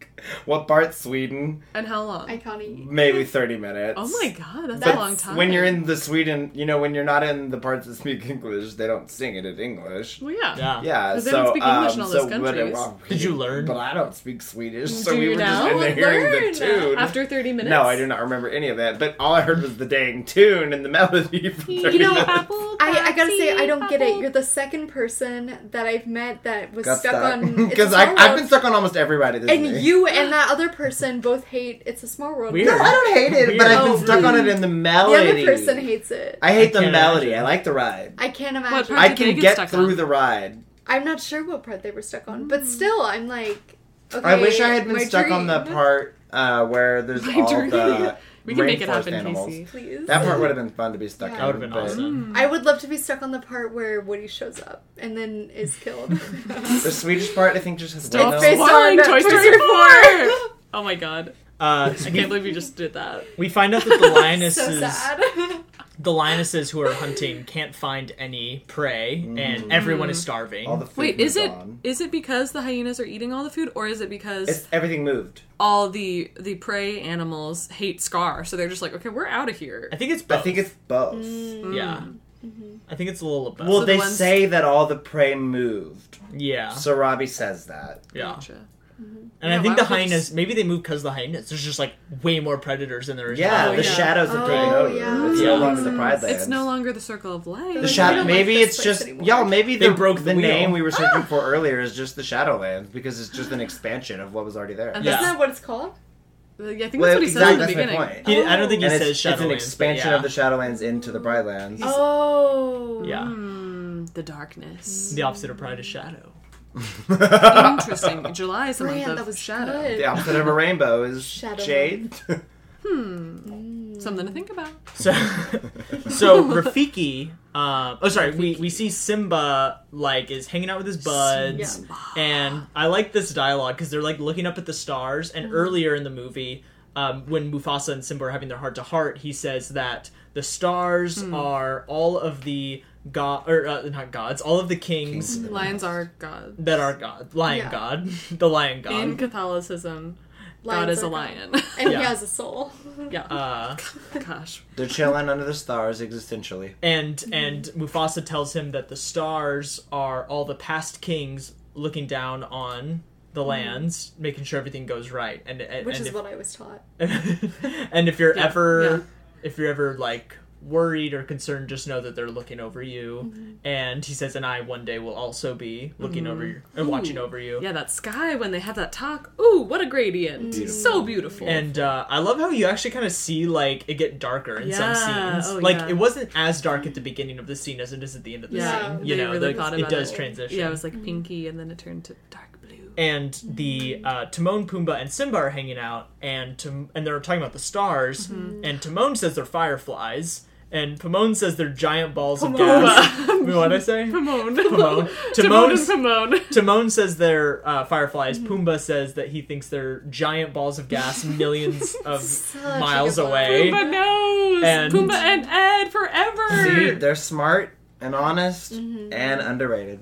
Speaker 4: What part? Sweden?
Speaker 2: and how long?
Speaker 3: Iconic.
Speaker 4: Maybe thirty minutes.
Speaker 2: oh my god, that's,
Speaker 3: But
Speaker 2: a long time.
Speaker 4: When you're in the Sweden, you know, when you're not in the parts that speak English, they don't sing it in English.
Speaker 2: Well, yeah.
Speaker 1: Yeah.
Speaker 4: Yeah,
Speaker 2: 'Cause
Speaker 4: so
Speaker 2: they don't speak English
Speaker 4: um,
Speaker 2: in all
Speaker 4: so
Speaker 2: those
Speaker 4: what-
Speaker 2: countries.
Speaker 4: well,
Speaker 1: Did you learn?
Speaker 4: But I don't speak Swedish, so
Speaker 2: Do
Speaker 4: we
Speaker 2: you
Speaker 4: were just
Speaker 2: now?
Speaker 4: in there hearing the
Speaker 3: Learn!
Speaker 4: tune.
Speaker 2: After 30 minutes?
Speaker 4: No, I do not remember any of that. But all I heard was the dang tune and the melody. For 30
Speaker 2: You know,
Speaker 4: minutes.
Speaker 2: apple,
Speaker 3: I, I gotta say I don't get it.
Speaker 2: apple.
Speaker 3: You're the second person that I've met that was
Speaker 4: got
Speaker 3: stuck, on It's a
Speaker 4: because
Speaker 3: Small
Speaker 4: I've
Speaker 3: World.
Speaker 4: been stuck on almost everybody this
Speaker 3: and
Speaker 4: day.
Speaker 3: you and that other person both hate It's a Small World.
Speaker 1: Weird.
Speaker 4: No, I don't hate it, but I've
Speaker 1: Oh,
Speaker 4: been stuck on it in the
Speaker 3: The
Speaker 4: melody.
Speaker 3: other person hates it.
Speaker 4: I hate
Speaker 1: I
Speaker 4: the
Speaker 1: can't
Speaker 4: melody.
Speaker 1: imagine.
Speaker 4: I like the ride.
Speaker 3: I can't
Speaker 2: What
Speaker 3: imagine.
Speaker 2: part-
Speaker 4: I
Speaker 2: did
Speaker 4: can
Speaker 2: they get
Speaker 4: get
Speaker 2: stuck
Speaker 4: through
Speaker 2: on?
Speaker 4: the ride.
Speaker 3: I'm not sure what part they were stuck on, but still, I'm like, okay.
Speaker 4: I wish I had been
Speaker 3: my
Speaker 4: stuck on
Speaker 3: dream.
Speaker 4: the part uh, where there's
Speaker 2: My
Speaker 4: all
Speaker 2: dream.
Speaker 4: the
Speaker 2: We can make it
Speaker 4: rainforest
Speaker 2: happen,
Speaker 4: animals.
Speaker 2: Casey. Mm.
Speaker 3: Please.
Speaker 4: That part would have been fun to be stuck
Speaker 3: Yeah.
Speaker 4: on.
Speaker 3: That
Speaker 1: would've been
Speaker 4: but-
Speaker 1: awesome.
Speaker 3: I would love to be stuck on the part where Woody shows up and then is killed.
Speaker 4: The Swedish part, I think, just has
Speaker 2: Stop
Speaker 4: Wayno.
Speaker 3: Based
Speaker 2: spoiling
Speaker 3: on
Speaker 2: Toy
Speaker 3: Toy
Speaker 2: Story
Speaker 3: Story
Speaker 2: 4! oh my god.
Speaker 1: Uh,
Speaker 2: I
Speaker 1: we,
Speaker 2: can't believe you just did that.
Speaker 1: we find out that the lionesses,
Speaker 3: so sad.
Speaker 1: the lionesses who are hunting, can't find any prey, and everyone
Speaker 2: Mm.
Speaker 1: is starving.
Speaker 4: Mm. All the food
Speaker 2: Wait, is
Speaker 4: was
Speaker 2: it
Speaker 4: gone.
Speaker 2: is it because the hyenas are eating all the food, or is it because
Speaker 4: It's everything moved.
Speaker 2: all the the prey animals hate Scar, so they're just like, okay, we're out of here.
Speaker 1: I think it's both.
Speaker 4: I think it's both.
Speaker 2: Mm.
Speaker 1: yeah.
Speaker 2: Mm-hmm.
Speaker 1: I think it's a little of both.
Speaker 4: Well,
Speaker 2: So the
Speaker 4: they
Speaker 2: ones-
Speaker 4: say that all the prey moved.
Speaker 1: yeah,
Speaker 4: So Robbie says that.
Speaker 1: yeah.
Speaker 2: Gotcha.
Speaker 1: And
Speaker 2: Yeah,
Speaker 1: I think
Speaker 2: why
Speaker 1: the
Speaker 2: would they
Speaker 1: hyenas
Speaker 2: just-
Speaker 1: maybe they move because the hyenas. There's just like way more predators than there is.
Speaker 4: Yeah,
Speaker 1: now.
Speaker 2: Oh,
Speaker 4: the
Speaker 2: yeah.
Speaker 4: shadows have taken
Speaker 3: Oh,
Speaker 4: over.
Speaker 3: yeah.
Speaker 4: It's
Speaker 1: Yeah.
Speaker 4: no longer the Pride Lands.
Speaker 2: It's no longer the circle of life.
Speaker 4: the
Speaker 3: We
Speaker 4: shadow.
Speaker 3: don't like
Speaker 4: Maybe
Speaker 3: this
Speaker 4: it's
Speaker 3: place
Speaker 4: just
Speaker 3: anymore.
Speaker 4: y'all. Maybe
Speaker 1: They
Speaker 4: the,
Speaker 1: broke the
Speaker 4: the
Speaker 1: wheel.
Speaker 4: name we were searching
Speaker 2: Ah!
Speaker 4: for earlier is just the Shadowlands because it's just an expansion of what was already there.
Speaker 2: And
Speaker 1: Yeah.
Speaker 3: Isn't that what it's called?
Speaker 2: I think that's
Speaker 4: Well,
Speaker 2: what he said
Speaker 4: exactly,
Speaker 2: in the
Speaker 4: that's my
Speaker 2: beginning.
Speaker 4: point.
Speaker 1: He, I don't think he
Speaker 4: And
Speaker 1: says
Speaker 4: it's, it's
Speaker 1: Shadowlands,
Speaker 4: an
Speaker 1: but
Speaker 4: expansion
Speaker 1: yeah.
Speaker 4: of the Shadowlands into the Pride Lands.
Speaker 3: Oh.
Speaker 1: Yeah,
Speaker 2: Mm, the darkness.
Speaker 1: the opposite of pride is shadow.
Speaker 2: Interesting. July is the month
Speaker 3: Brand,
Speaker 2: of
Speaker 3: that was
Speaker 2: shadow.
Speaker 3: good.
Speaker 4: the opposite of a rainbow is
Speaker 3: Shadowlands.
Speaker 4: shade.
Speaker 2: Something to think about.
Speaker 1: So, so Rafiki. Um, oh, sorry. We, we see Simba like is hanging out with his buds, and I like this dialogue because they're like looking up at the stars.
Speaker 2: Mm-hmm.
Speaker 1: And earlier in the movie, um, when Mufasa and Simba are having their heart to heart, he says that the stars
Speaker 2: Mm.
Speaker 1: are all of the god or uh, not gods, all of the kings
Speaker 2: Lions are God.
Speaker 1: that are god, lion
Speaker 3: Yeah.
Speaker 1: god, the lion god.
Speaker 2: In Catholicism, God
Speaker 3: Lions
Speaker 2: is
Speaker 3: are
Speaker 2: a lion.
Speaker 3: And
Speaker 1: Yeah.
Speaker 3: he has a soul.
Speaker 2: yeah. oh
Speaker 1: uh,
Speaker 2: Gosh.
Speaker 4: They're chilling under the stars existentially.
Speaker 1: and and Mufasa tells him that the stars are all the past kings looking down on the lands, making sure everything goes right. And and,
Speaker 3: Which
Speaker 1: and
Speaker 3: is
Speaker 1: if,
Speaker 3: what I was taught.
Speaker 1: and if you're
Speaker 2: Yeah,
Speaker 1: ever
Speaker 2: yeah.
Speaker 1: if you're ever like worried or concerned, just know that they're looking over you. And he says, and I one day will also be looking over you and watching over you.
Speaker 2: Yeah, that sky when they have that talk. Ooh, what a gradient. So beautiful.
Speaker 1: And uh, I love how you actually kind of see like it get darker in some
Speaker 2: Yeah.
Speaker 1: scenes.
Speaker 2: Oh,
Speaker 1: like
Speaker 2: yeah.
Speaker 1: it wasn't as dark at the beginning of the scene as it is at the end of the
Speaker 2: yeah,
Speaker 1: scene. You
Speaker 2: they
Speaker 1: know,
Speaker 2: really
Speaker 1: the-
Speaker 2: thought
Speaker 1: it
Speaker 2: about
Speaker 1: does transition.
Speaker 2: Yeah, it was like pinky and then it turned to dark blue.
Speaker 1: and the uh, Timon, Pumbaa, and Simba are hanging out, and Tim- and they're talking about the stars.
Speaker 2: Mm-hmm.
Speaker 1: And Timon says they're fireflies, and Pomone says they're giant balls of gas. what did I say?
Speaker 2: Timon.
Speaker 1: Timon.
Speaker 2: Timon and
Speaker 1: Timon.
Speaker 2: Timon.
Speaker 1: Timon says they're uh, fireflies.
Speaker 2: Mm-hmm.
Speaker 1: Pumbaa says that he thinks they're giant balls of gas, millions of
Speaker 3: a
Speaker 1: miles
Speaker 3: good one.
Speaker 1: away.
Speaker 2: Pumbaa knows.
Speaker 1: And-
Speaker 2: Pumbaa and Ed forever.
Speaker 4: See, they're smart and honest and underrated.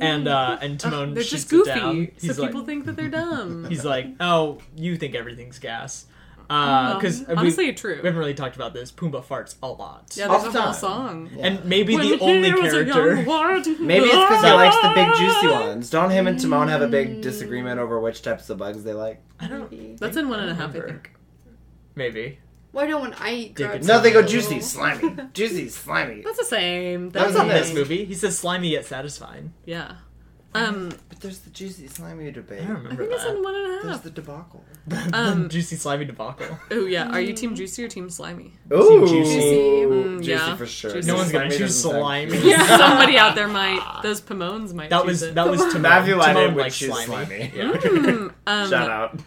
Speaker 1: And uh, and Timon
Speaker 2: They're
Speaker 1: shoots
Speaker 2: just
Speaker 1: it
Speaker 2: goofy, so
Speaker 1: down. He's like,
Speaker 2: people think that they're dumb.
Speaker 1: he's like, oh, you think everything's gas? Because
Speaker 2: Honestly,
Speaker 1: uh, we,
Speaker 2: true.
Speaker 1: we haven't really talked about this. Pumbaa farts a lot.
Speaker 2: yeah, there's
Speaker 4: Off
Speaker 2: a whole
Speaker 4: time.
Speaker 2: song.
Speaker 1: and maybe
Speaker 2: When
Speaker 1: the only
Speaker 2: he was a young
Speaker 1: character.
Speaker 2: lord-
Speaker 4: Maybe it's
Speaker 2: Mm-hmm.
Speaker 4: because he likes the big juicy ones. Don't him and Timon have a big disagreement over which types of bugs they like?
Speaker 1: I don't.
Speaker 3: Maybe.
Speaker 2: That's in one and a half, I
Speaker 1: Remember.
Speaker 2: think.
Speaker 1: Maybe.
Speaker 3: Why don't when I eat
Speaker 1: Dick
Speaker 3: grubs?
Speaker 1: and
Speaker 4: No, they go
Speaker 3: I'm a
Speaker 4: juicy,
Speaker 3: little-
Speaker 4: slimy, juicy, slimy.
Speaker 2: That's the same.
Speaker 4: That was
Speaker 1: That's
Speaker 4: on
Speaker 1: in
Speaker 2: the
Speaker 1: this
Speaker 2: same.
Speaker 1: movie. He says slimy yet satisfying.
Speaker 2: Yeah. Um,
Speaker 4: But there's the juicy, slimy debate.
Speaker 1: I don't
Speaker 2: I
Speaker 1: remember
Speaker 2: think it's in one and a
Speaker 4: There's
Speaker 2: half.
Speaker 4: the debacle.
Speaker 1: that.
Speaker 2: um,
Speaker 1: juicy slimy debacle.
Speaker 2: Oh yeah. Are
Speaker 4: Mm.
Speaker 2: you team juicy or team slimy?
Speaker 4: Ooh,
Speaker 1: juicy.
Speaker 3: Mm,
Speaker 4: juicy
Speaker 2: yeah.
Speaker 4: for sure.
Speaker 2: Juicy.
Speaker 1: No one's gonna
Speaker 4: Slimy
Speaker 1: choose
Speaker 4: doesn't sound
Speaker 1: slimy.
Speaker 4: cute.
Speaker 1: Yeah.
Speaker 2: Somebody out there might. Those Pomones might.
Speaker 1: That
Speaker 2: choose
Speaker 1: was
Speaker 2: it.
Speaker 1: that was Timon.
Speaker 4: Matthew Lydon
Speaker 1: Timon
Speaker 4: would
Speaker 1: likes
Speaker 4: choose
Speaker 1: slimy.
Speaker 4: slimy.
Speaker 1: Yeah.
Speaker 2: um,
Speaker 4: Shout out.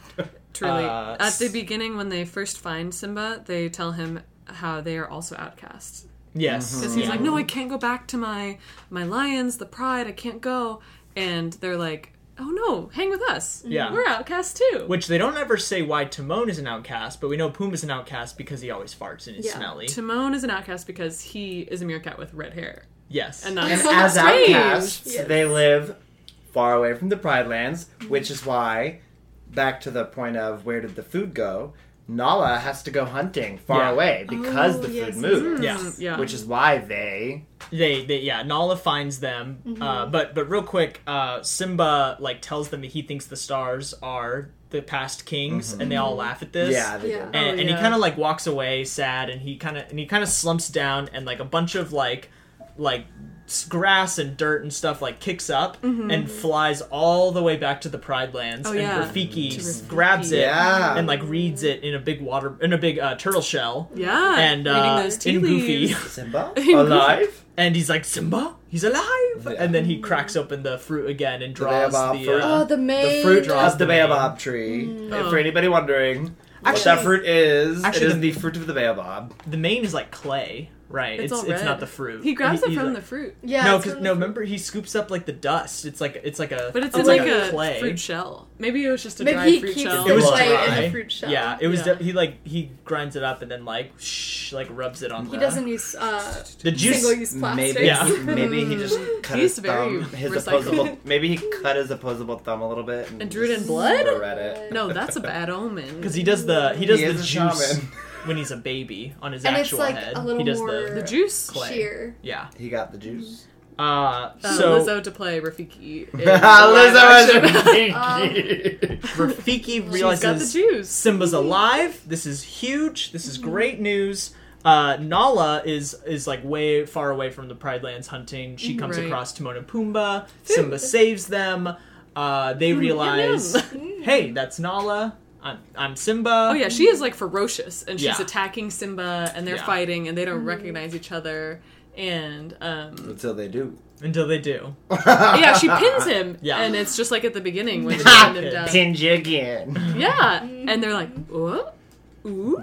Speaker 2: Truly,
Speaker 1: Uh,
Speaker 2: at the beginning when they first find Simba, they tell him how they are also outcasts.
Speaker 1: Yes.
Speaker 2: Because he's like, no, I can't go back to my my lions, the pride. I can't go. And they're like, oh no, hang with us.
Speaker 1: Yeah.
Speaker 2: we're outcasts too.
Speaker 1: Which they don't ever say why Timon is an outcast, but we know Pumbaa's an outcast because he always farts and he's
Speaker 3: Yeah.
Speaker 1: smelly.
Speaker 2: Timon is an outcast because he is a meerkat with red hair,
Speaker 1: yes.
Speaker 2: and
Speaker 4: And
Speaker 2: that's
Speaker 4: as
Speaker 2: strange.
Speaker 4: outcasts,
Speaker 3: Yes.
Speaker 4: they live far away from the Pride Lands, which is why, back to the point of where did the food go, Nala has to go hunting far
Speaker 1: Yeah.
Speaker 4: away because
Speaker 3: Oh,
Speaker 4: the food
Speaker 3: yes, yes,
Speaker 4: moved.
Speaker 1: Yeah.
Speaker 2: Mm, yeah.
Speaker 4: Which is why they.
Speaker 1: they, they yeah nala finds them
Speaker 2: Mm-hmm.
Speaker 1: uh, but but real quick uh, simba like tells them that he thinks the stars are the past kings and they all laugh at this
Speaker 4: Yeah, they
Speaker 3: Yeah.
Speaker 4: do.
Speaker 1: and,
Speaker 2: Mm-hmm. Oh,
Speaker 1: and he
Speaker 2: yeah.
Speaker 1: kind of like walks away sad and he kind of and he kind of slumps down and like a bunch of like like s- grass and dirt and stuff like kicks up and flies all the way back to the pride lands
Speaker 2: Mm-hmm. Oh,
Speaker 1: and
Speaker 2: yeah.
Speaker 1: rafiki
Speaker 2: To
Speaker 1: s-
Speaker 2: Rafiki.
Speaker 1: grabs it
Speaker 4: Yeah.
Speaker 1: and like reads it in a big water in a big uh, turtle shell
Speaker 2: yeah,
Speaker 1: and uh,
Speaker 2: reading those tea
Speaker 1: in goofy
Speaker 2: leaves.
Speaker 4: Simba?
Speaker 2: Goofy.
Speaker 4: Alive?
Speaker 1: and he's like Simba, he's alive,
Speaker 4: Yeah.
Speaker 1: and then he cracks open the fruit again and draws
Speaker 4: baobab
Speaker 1: the.
Speaker 4: fruit.
Speaker 1: Uh,
Speaker 3: Oh, the maid.
Speaker 4: The fruit
Speaker 1: draws
Speaker 4: of the
Speaker 1: the name.
Speaker 4: baobab tree. And for
Speaker 2: Oh.
Speaker 4: anybody wondering what
Speaker 1: Actually-
Speaker 4: that fruit is,
Speaker 1: actually
Speaker 4: it is
Speaker 1: the-
Speaker 4: the fruit of the baobab.
Speaker 1: the mane is like clay, right?
Speaker 2: It's
Speaker 1: It's it's,
Speaker 2: all red.
Speaker 1: not the fruit.
Speaker 2: He grabs it
Speaker 1: he's
Speaker 2: from the
Speaker 1: like-
Speaker 2: fruit,
Speaker 3: Yeah.
Speaker 1: no,
Speaker 3: it's
Speaker 1: because
Speaker 3: from
Speaker 1: no,
Speaker 3: the-
Speaker 1: remember he scoops up like the dust. It's like it's like a.
Speaker 2: but it's
Speaker 1: it's
Speaker 2: in like a
Speaker 1: clay.
Speaker 2: fruit shell. Maybe it was just a
Speaker 3: Maybe
Speaker 2: dry
Speaker 3: he
Speaker 2: fruit
Speaker 3: keeps
Speaker 2: shell.
Speaker 3: the
Speaker 1: It was
Speaker 3: clay
Speaker 1: dry.
Speaker 3: in the fruit shell.
Speaker 1: Yeah, it was.
Speaker 2: Yeah.
Speaker 1: de- he like he grinds it up and then like shh, like rubs it on.
Speaker 3: He
Speaker 1: the,
Speaker 3: doesn't use uh,
Speaker 1: The juice.
Speaker 3: single-use plastics.
Speaker 4: Maybe,
Speaker 1: Yeah.
Speaker 4: maybe he just cut
Speaker 2: He's
Speaker 4: his
Speaker 2: very
Speaker 4: thumb, his
Speaker 2: recycled.
Speaker 4: opposable. Maybe he cut his opposable thumb a little bit and,
Speaker 2: And drew it
Speaker 4: just
Speaker 2: in blood?
Speaker 4: spread it.
Speaker 2: No, that's a bad omen.
Speaker 1: because he does the he does
Speaker 4: He
Speaker 1: the
Speaker 4: is a
Speaker 1: juice
Speaker 4: shaman.
Speaker 1: when he's a baby on his
Speaker 3: And it's,
Speaker 1: actual
Speaker 3: like,
Speaker 1: head.
Speaker 3: a little
Speaker 1: he does
Speaker 3: more-
Speaker 1: the
Speaker 2: the juice.
Speaker 1: clay.
Speaker 3: Sheer.
Speaker 1: yeah.
Speaker 4: He got the juice.
Speaker 1: Uh,
Speaker 2: Uh,
Speaker 1: so
Speaker 2: Lizzo to play Rafiki. in the live
Speaker 4: Lizzo
Speaker 2: action.
Speaker 4: is a
Speaker 1: Rafiki
Speaker 2: She's got the
Speaker 1: realizes
Speaker 2: juice.
Speaker 1: Simba's alive. This is huge. This
Speaker 2: Mm-hmm.
Speaker 1: is great news. Uh, Nala is is like way far away from the Pride Lands hunting. She comes
Speaker 2: Mm-hmm. Right.
Speaker 1: across Timon and Pumbaa. Simba saves them. Uh,
Speaker 2: Mm-hmm.
Speaker 1: they realize, hey, that's Nala. I'm, I'm Simba.
Speaker 2: Mm. Oh yeah, she is like ferocious, and she's
Speaker 1: Yeah.
Speaker 2: attacking Simba, and they're
Speaker 1: Yeah.
Speaker 2: fighting, and they don't recognize each other. And um,
Speaker 4: Until they do.
Speaker 1: Until they do.
Speaker 2: yeah, she pins him,
Speaker 1: Yeah.
Speaker 2: and it's just like at the beginning when she pinned him down.
Speaker 4: Pinned you again.
Speaker 2: Yeah, and they're like, what? Ooh,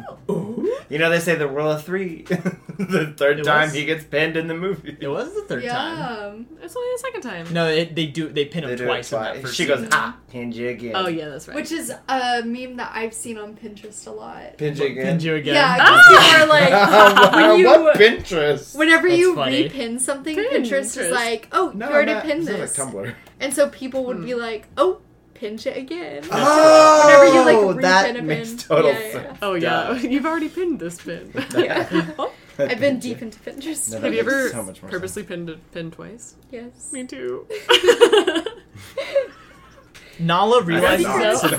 Speaker 4: You know they say the rule of three. the third
Speaker 1: It
Speaker 4: time
Speaker 1: was-
Speaker 4: he gets pinned in the movie.
Speaker 1: It was the third time.
Speaker 3: Yeah.
Speaker 2: it's only the second time.
Speaker 1: No, it, they do. They pin
Speaker 4: They
Speaker 1: him
Speaker 4: do it
Speaker 1: twice. In that
Speaker 4: twice.
Speaker 1: first
Speaker 4: She goes,
Speaker 1: scene.
Speaker 4: ah, pinned you again.
Speaker 2: Oh yeah, that's right.
Speaker 3: Which is a meme that I've seen on Pinterest a lot.
Speaker 4: Pinned you again.
Speaker 1: Pinned you again.
Speaker 3: Yeah,
Speaker 2: Ah!
Speaker 3: because people are like,
Speaker 4: wow,
Speaker 2: When
Speaker 4: what Pinterest?
Speaker 3: whenever
Speaker 1: That's
Speaker 3: you
Speaker 1: funny.
Speaker 3: repin something,
Speaker 2: Pin
Speaker 3: Pinterest
Speaker 2: Pinterest.
Speaker 3: is like, oh,
Speaker 4: No,
Speaker 3: you already
Speaker 4: not-
Speaker 3: pinned
Speaker 4: this
Speaker 3: this.
Speaker 4: is like Tumblr.
Speaker 3: and so people would
Speaker 1: Hmm.
Speaker 3: be like, oh, pinch it again.
Speaker 4: Oh,
Speaker 3: Whenever you, like, repin a
Speaker 4: that
Speaker 3: pin.
Speaker 4: makes total
Speaker 3: Yeah, yeah.
Speaker 4: sense.
Speaker 2: oh yeah, you've already pinned this pin.
Speaker 3: Yeah.
Speaker 2: Oh,
Speaker 3: I've been deep into Pinterest.
Speaker 4: No, that
Speaker 2: Have you
Speaker 4: makes
Speaker 2: ever
Speaker 4: so much more
Speaker 2: purposely pinned a pin twice?
Speaker 3: Yes.
Speaker 1: Mm.
Speaker 2: Me too.
Speaker 1: Nala realizes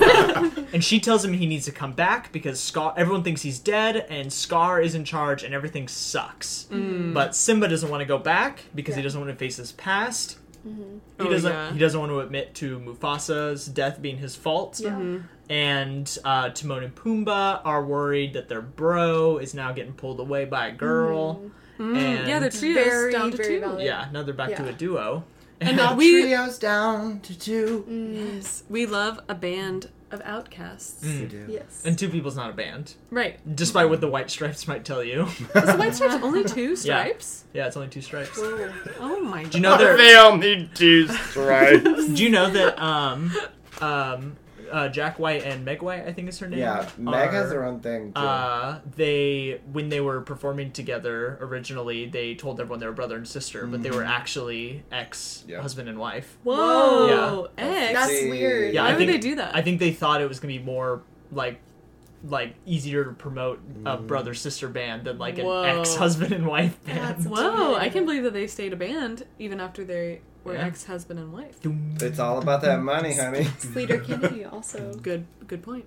Speaker 4: not.
Speaker 1: And she tells him he needs to come back because Scar. Everyone thinks he's dead, and Scar is in charge, and everything sucks.
Speaker 2: Mm.
Speaker 1: But Simba doesn't want to go back because he
Speaker 3: Mm. Yeah.
Speaker 1: doesn't want to face his past. He
Speaker 2: Oh,
Speaker 1: doesn't.
Speaker 2: yeah.
Speaker 1: He doesn't want to admit to Mufasa's death being his fault.
Speaker 3: Yeah.
Speaker 2: Mm-hmm.
Speaker 1: And uh, Timon and Pumbaa are worried that their bro is now getting pulled away by a girl.
Speaker 3: Mm.
Speaker 1: And
Speaker 2: yeah, they're trios
Speaker 3: Very,
Speaker 2: down to
Speaker 3: very
Speaker 2: two.
Speaker 3: valid.
Speaker 1: yeah. Now they're back to
Speaker 3: Yeah.
Speaker 1: a duo.
Speaker 2: And
Speaker 4: Now
Speaker 2: we
Speaker 4: trios down to two.
Speaker 3: Mm.
Speaker 2: Yes, we love a band of outcasts.
Speaker 1: Mm.
Speaker 4: We do.
Speaker 3: Yes.
Speaker 1: And two people's not a band,
Speaker 2: Right.
Speaker 1: despite what the White Stripes might tell you.
Speaker 2: Is the White Stripes only two stripes?
Speaker 1: yeah, it's only two stripes.
Speaker 3: Whoa.
Speaker 2: Oh my god.
Speaker 1: Do you know they're
Speaker 4: They only do stripes.
Speaker 1: Do you know that um, um, uh, Jack White and Meg White, I think is her name.
Speaker 4: yeah, Meg has
Speaker 1: are,
Speaker 4: her own thing too.
Speaker 1: Uh, they when they were performing together originally, they told everyone they were brother and sister, but they were actually ex
Speaker 4: Mm-hmm. Yeah.
Speaker 1: husband and wife.
Speaker 2: Whoa. X.
Speaker 3: That's
Speaker 4: See.
Speaker 3: weird.
Speaker 1: Yeah,
Speaker 2: Why
Speaker 1: I
Speaker 2: would
Speaker 1: think-
Speaker 2: they do that?
Speaker 1: I think they thought it was gonna be more like like easier to promote a
Speaker 4: Mm.
Speaker 1: brother sister band than like
Speaker 2: Whoa.
Speaker 1: an ex husband and wife band.
Speaker 3: That's-
Speaker 2: Whoa, I can't believe that they stayed a band even after they were
Speaker 1: Yeah.
Speaker 2: ex husband and wife.
Speaker 4: it's all about that money, honey.
Speaker 3: Sleater Kennedy also.
Speaker 2: Good good point.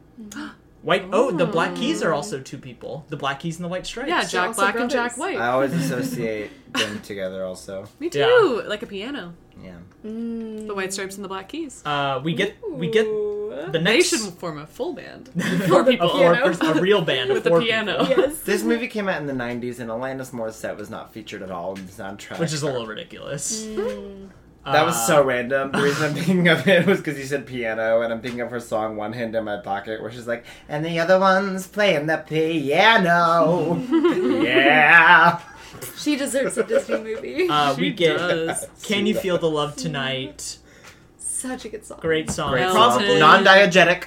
Speaker 1: White. Oh, the Black Keys are also two people. The Black Keys and the White Stripes.
Speaker 2: Yeah, Jack
Speaker 3: also
Speaker 2: Black and
Speaker 3: brothers.
Speaker 2: Jack White.
Speaker 4: I always associate them together. Also,
Speaker 2: Me too. Like a piano.
Speaker 4: yeah.
Speaker 3: Mm.
Speaker 2: The White Stripes and the Black Keys.
Speaker 1: Uh, we get we get
Speaker 3: Ooh.
Speaker 1: the
Speaker 2: They
Speaker 1: next
Speaker 2: should form a full band. Four people.
Speaker 1: a, four
Speaker 3: piano.
Speaker 1: pers- a real band of
Speaker 2: With a
Speaker 1: four
Speaker 2: piano.
Speaker 1: people,
Speaker 3: Yes.
Speaker 4: This movie came out in the '90s, and Alanis Morissette was not featured at all in the soundtrack,
Speaker 1: which is a little ridiculous.
Speaker 4: That was so
Speaker 1: Uh,
Speaker 4: random. The reason I'm thinking of it was because you said piano, and I'm thinking of her song "One Hand in My Pocket," where she's like, "And the other one's playing the piano." yeah.
Speaker 3: She deserves a Disney movie.
Speaker 1: Uh, we
Speaker 2: She
Speaker 1: get
Speaker 2: does.
Speaker 1: Can You Feel the Love Tonight?
Speaker 3: Such a good song.
Speaker 1: Great song.
Speaker 4: Great
Speaker 2: Elton.
Speaker 4: song. Non-diegetic,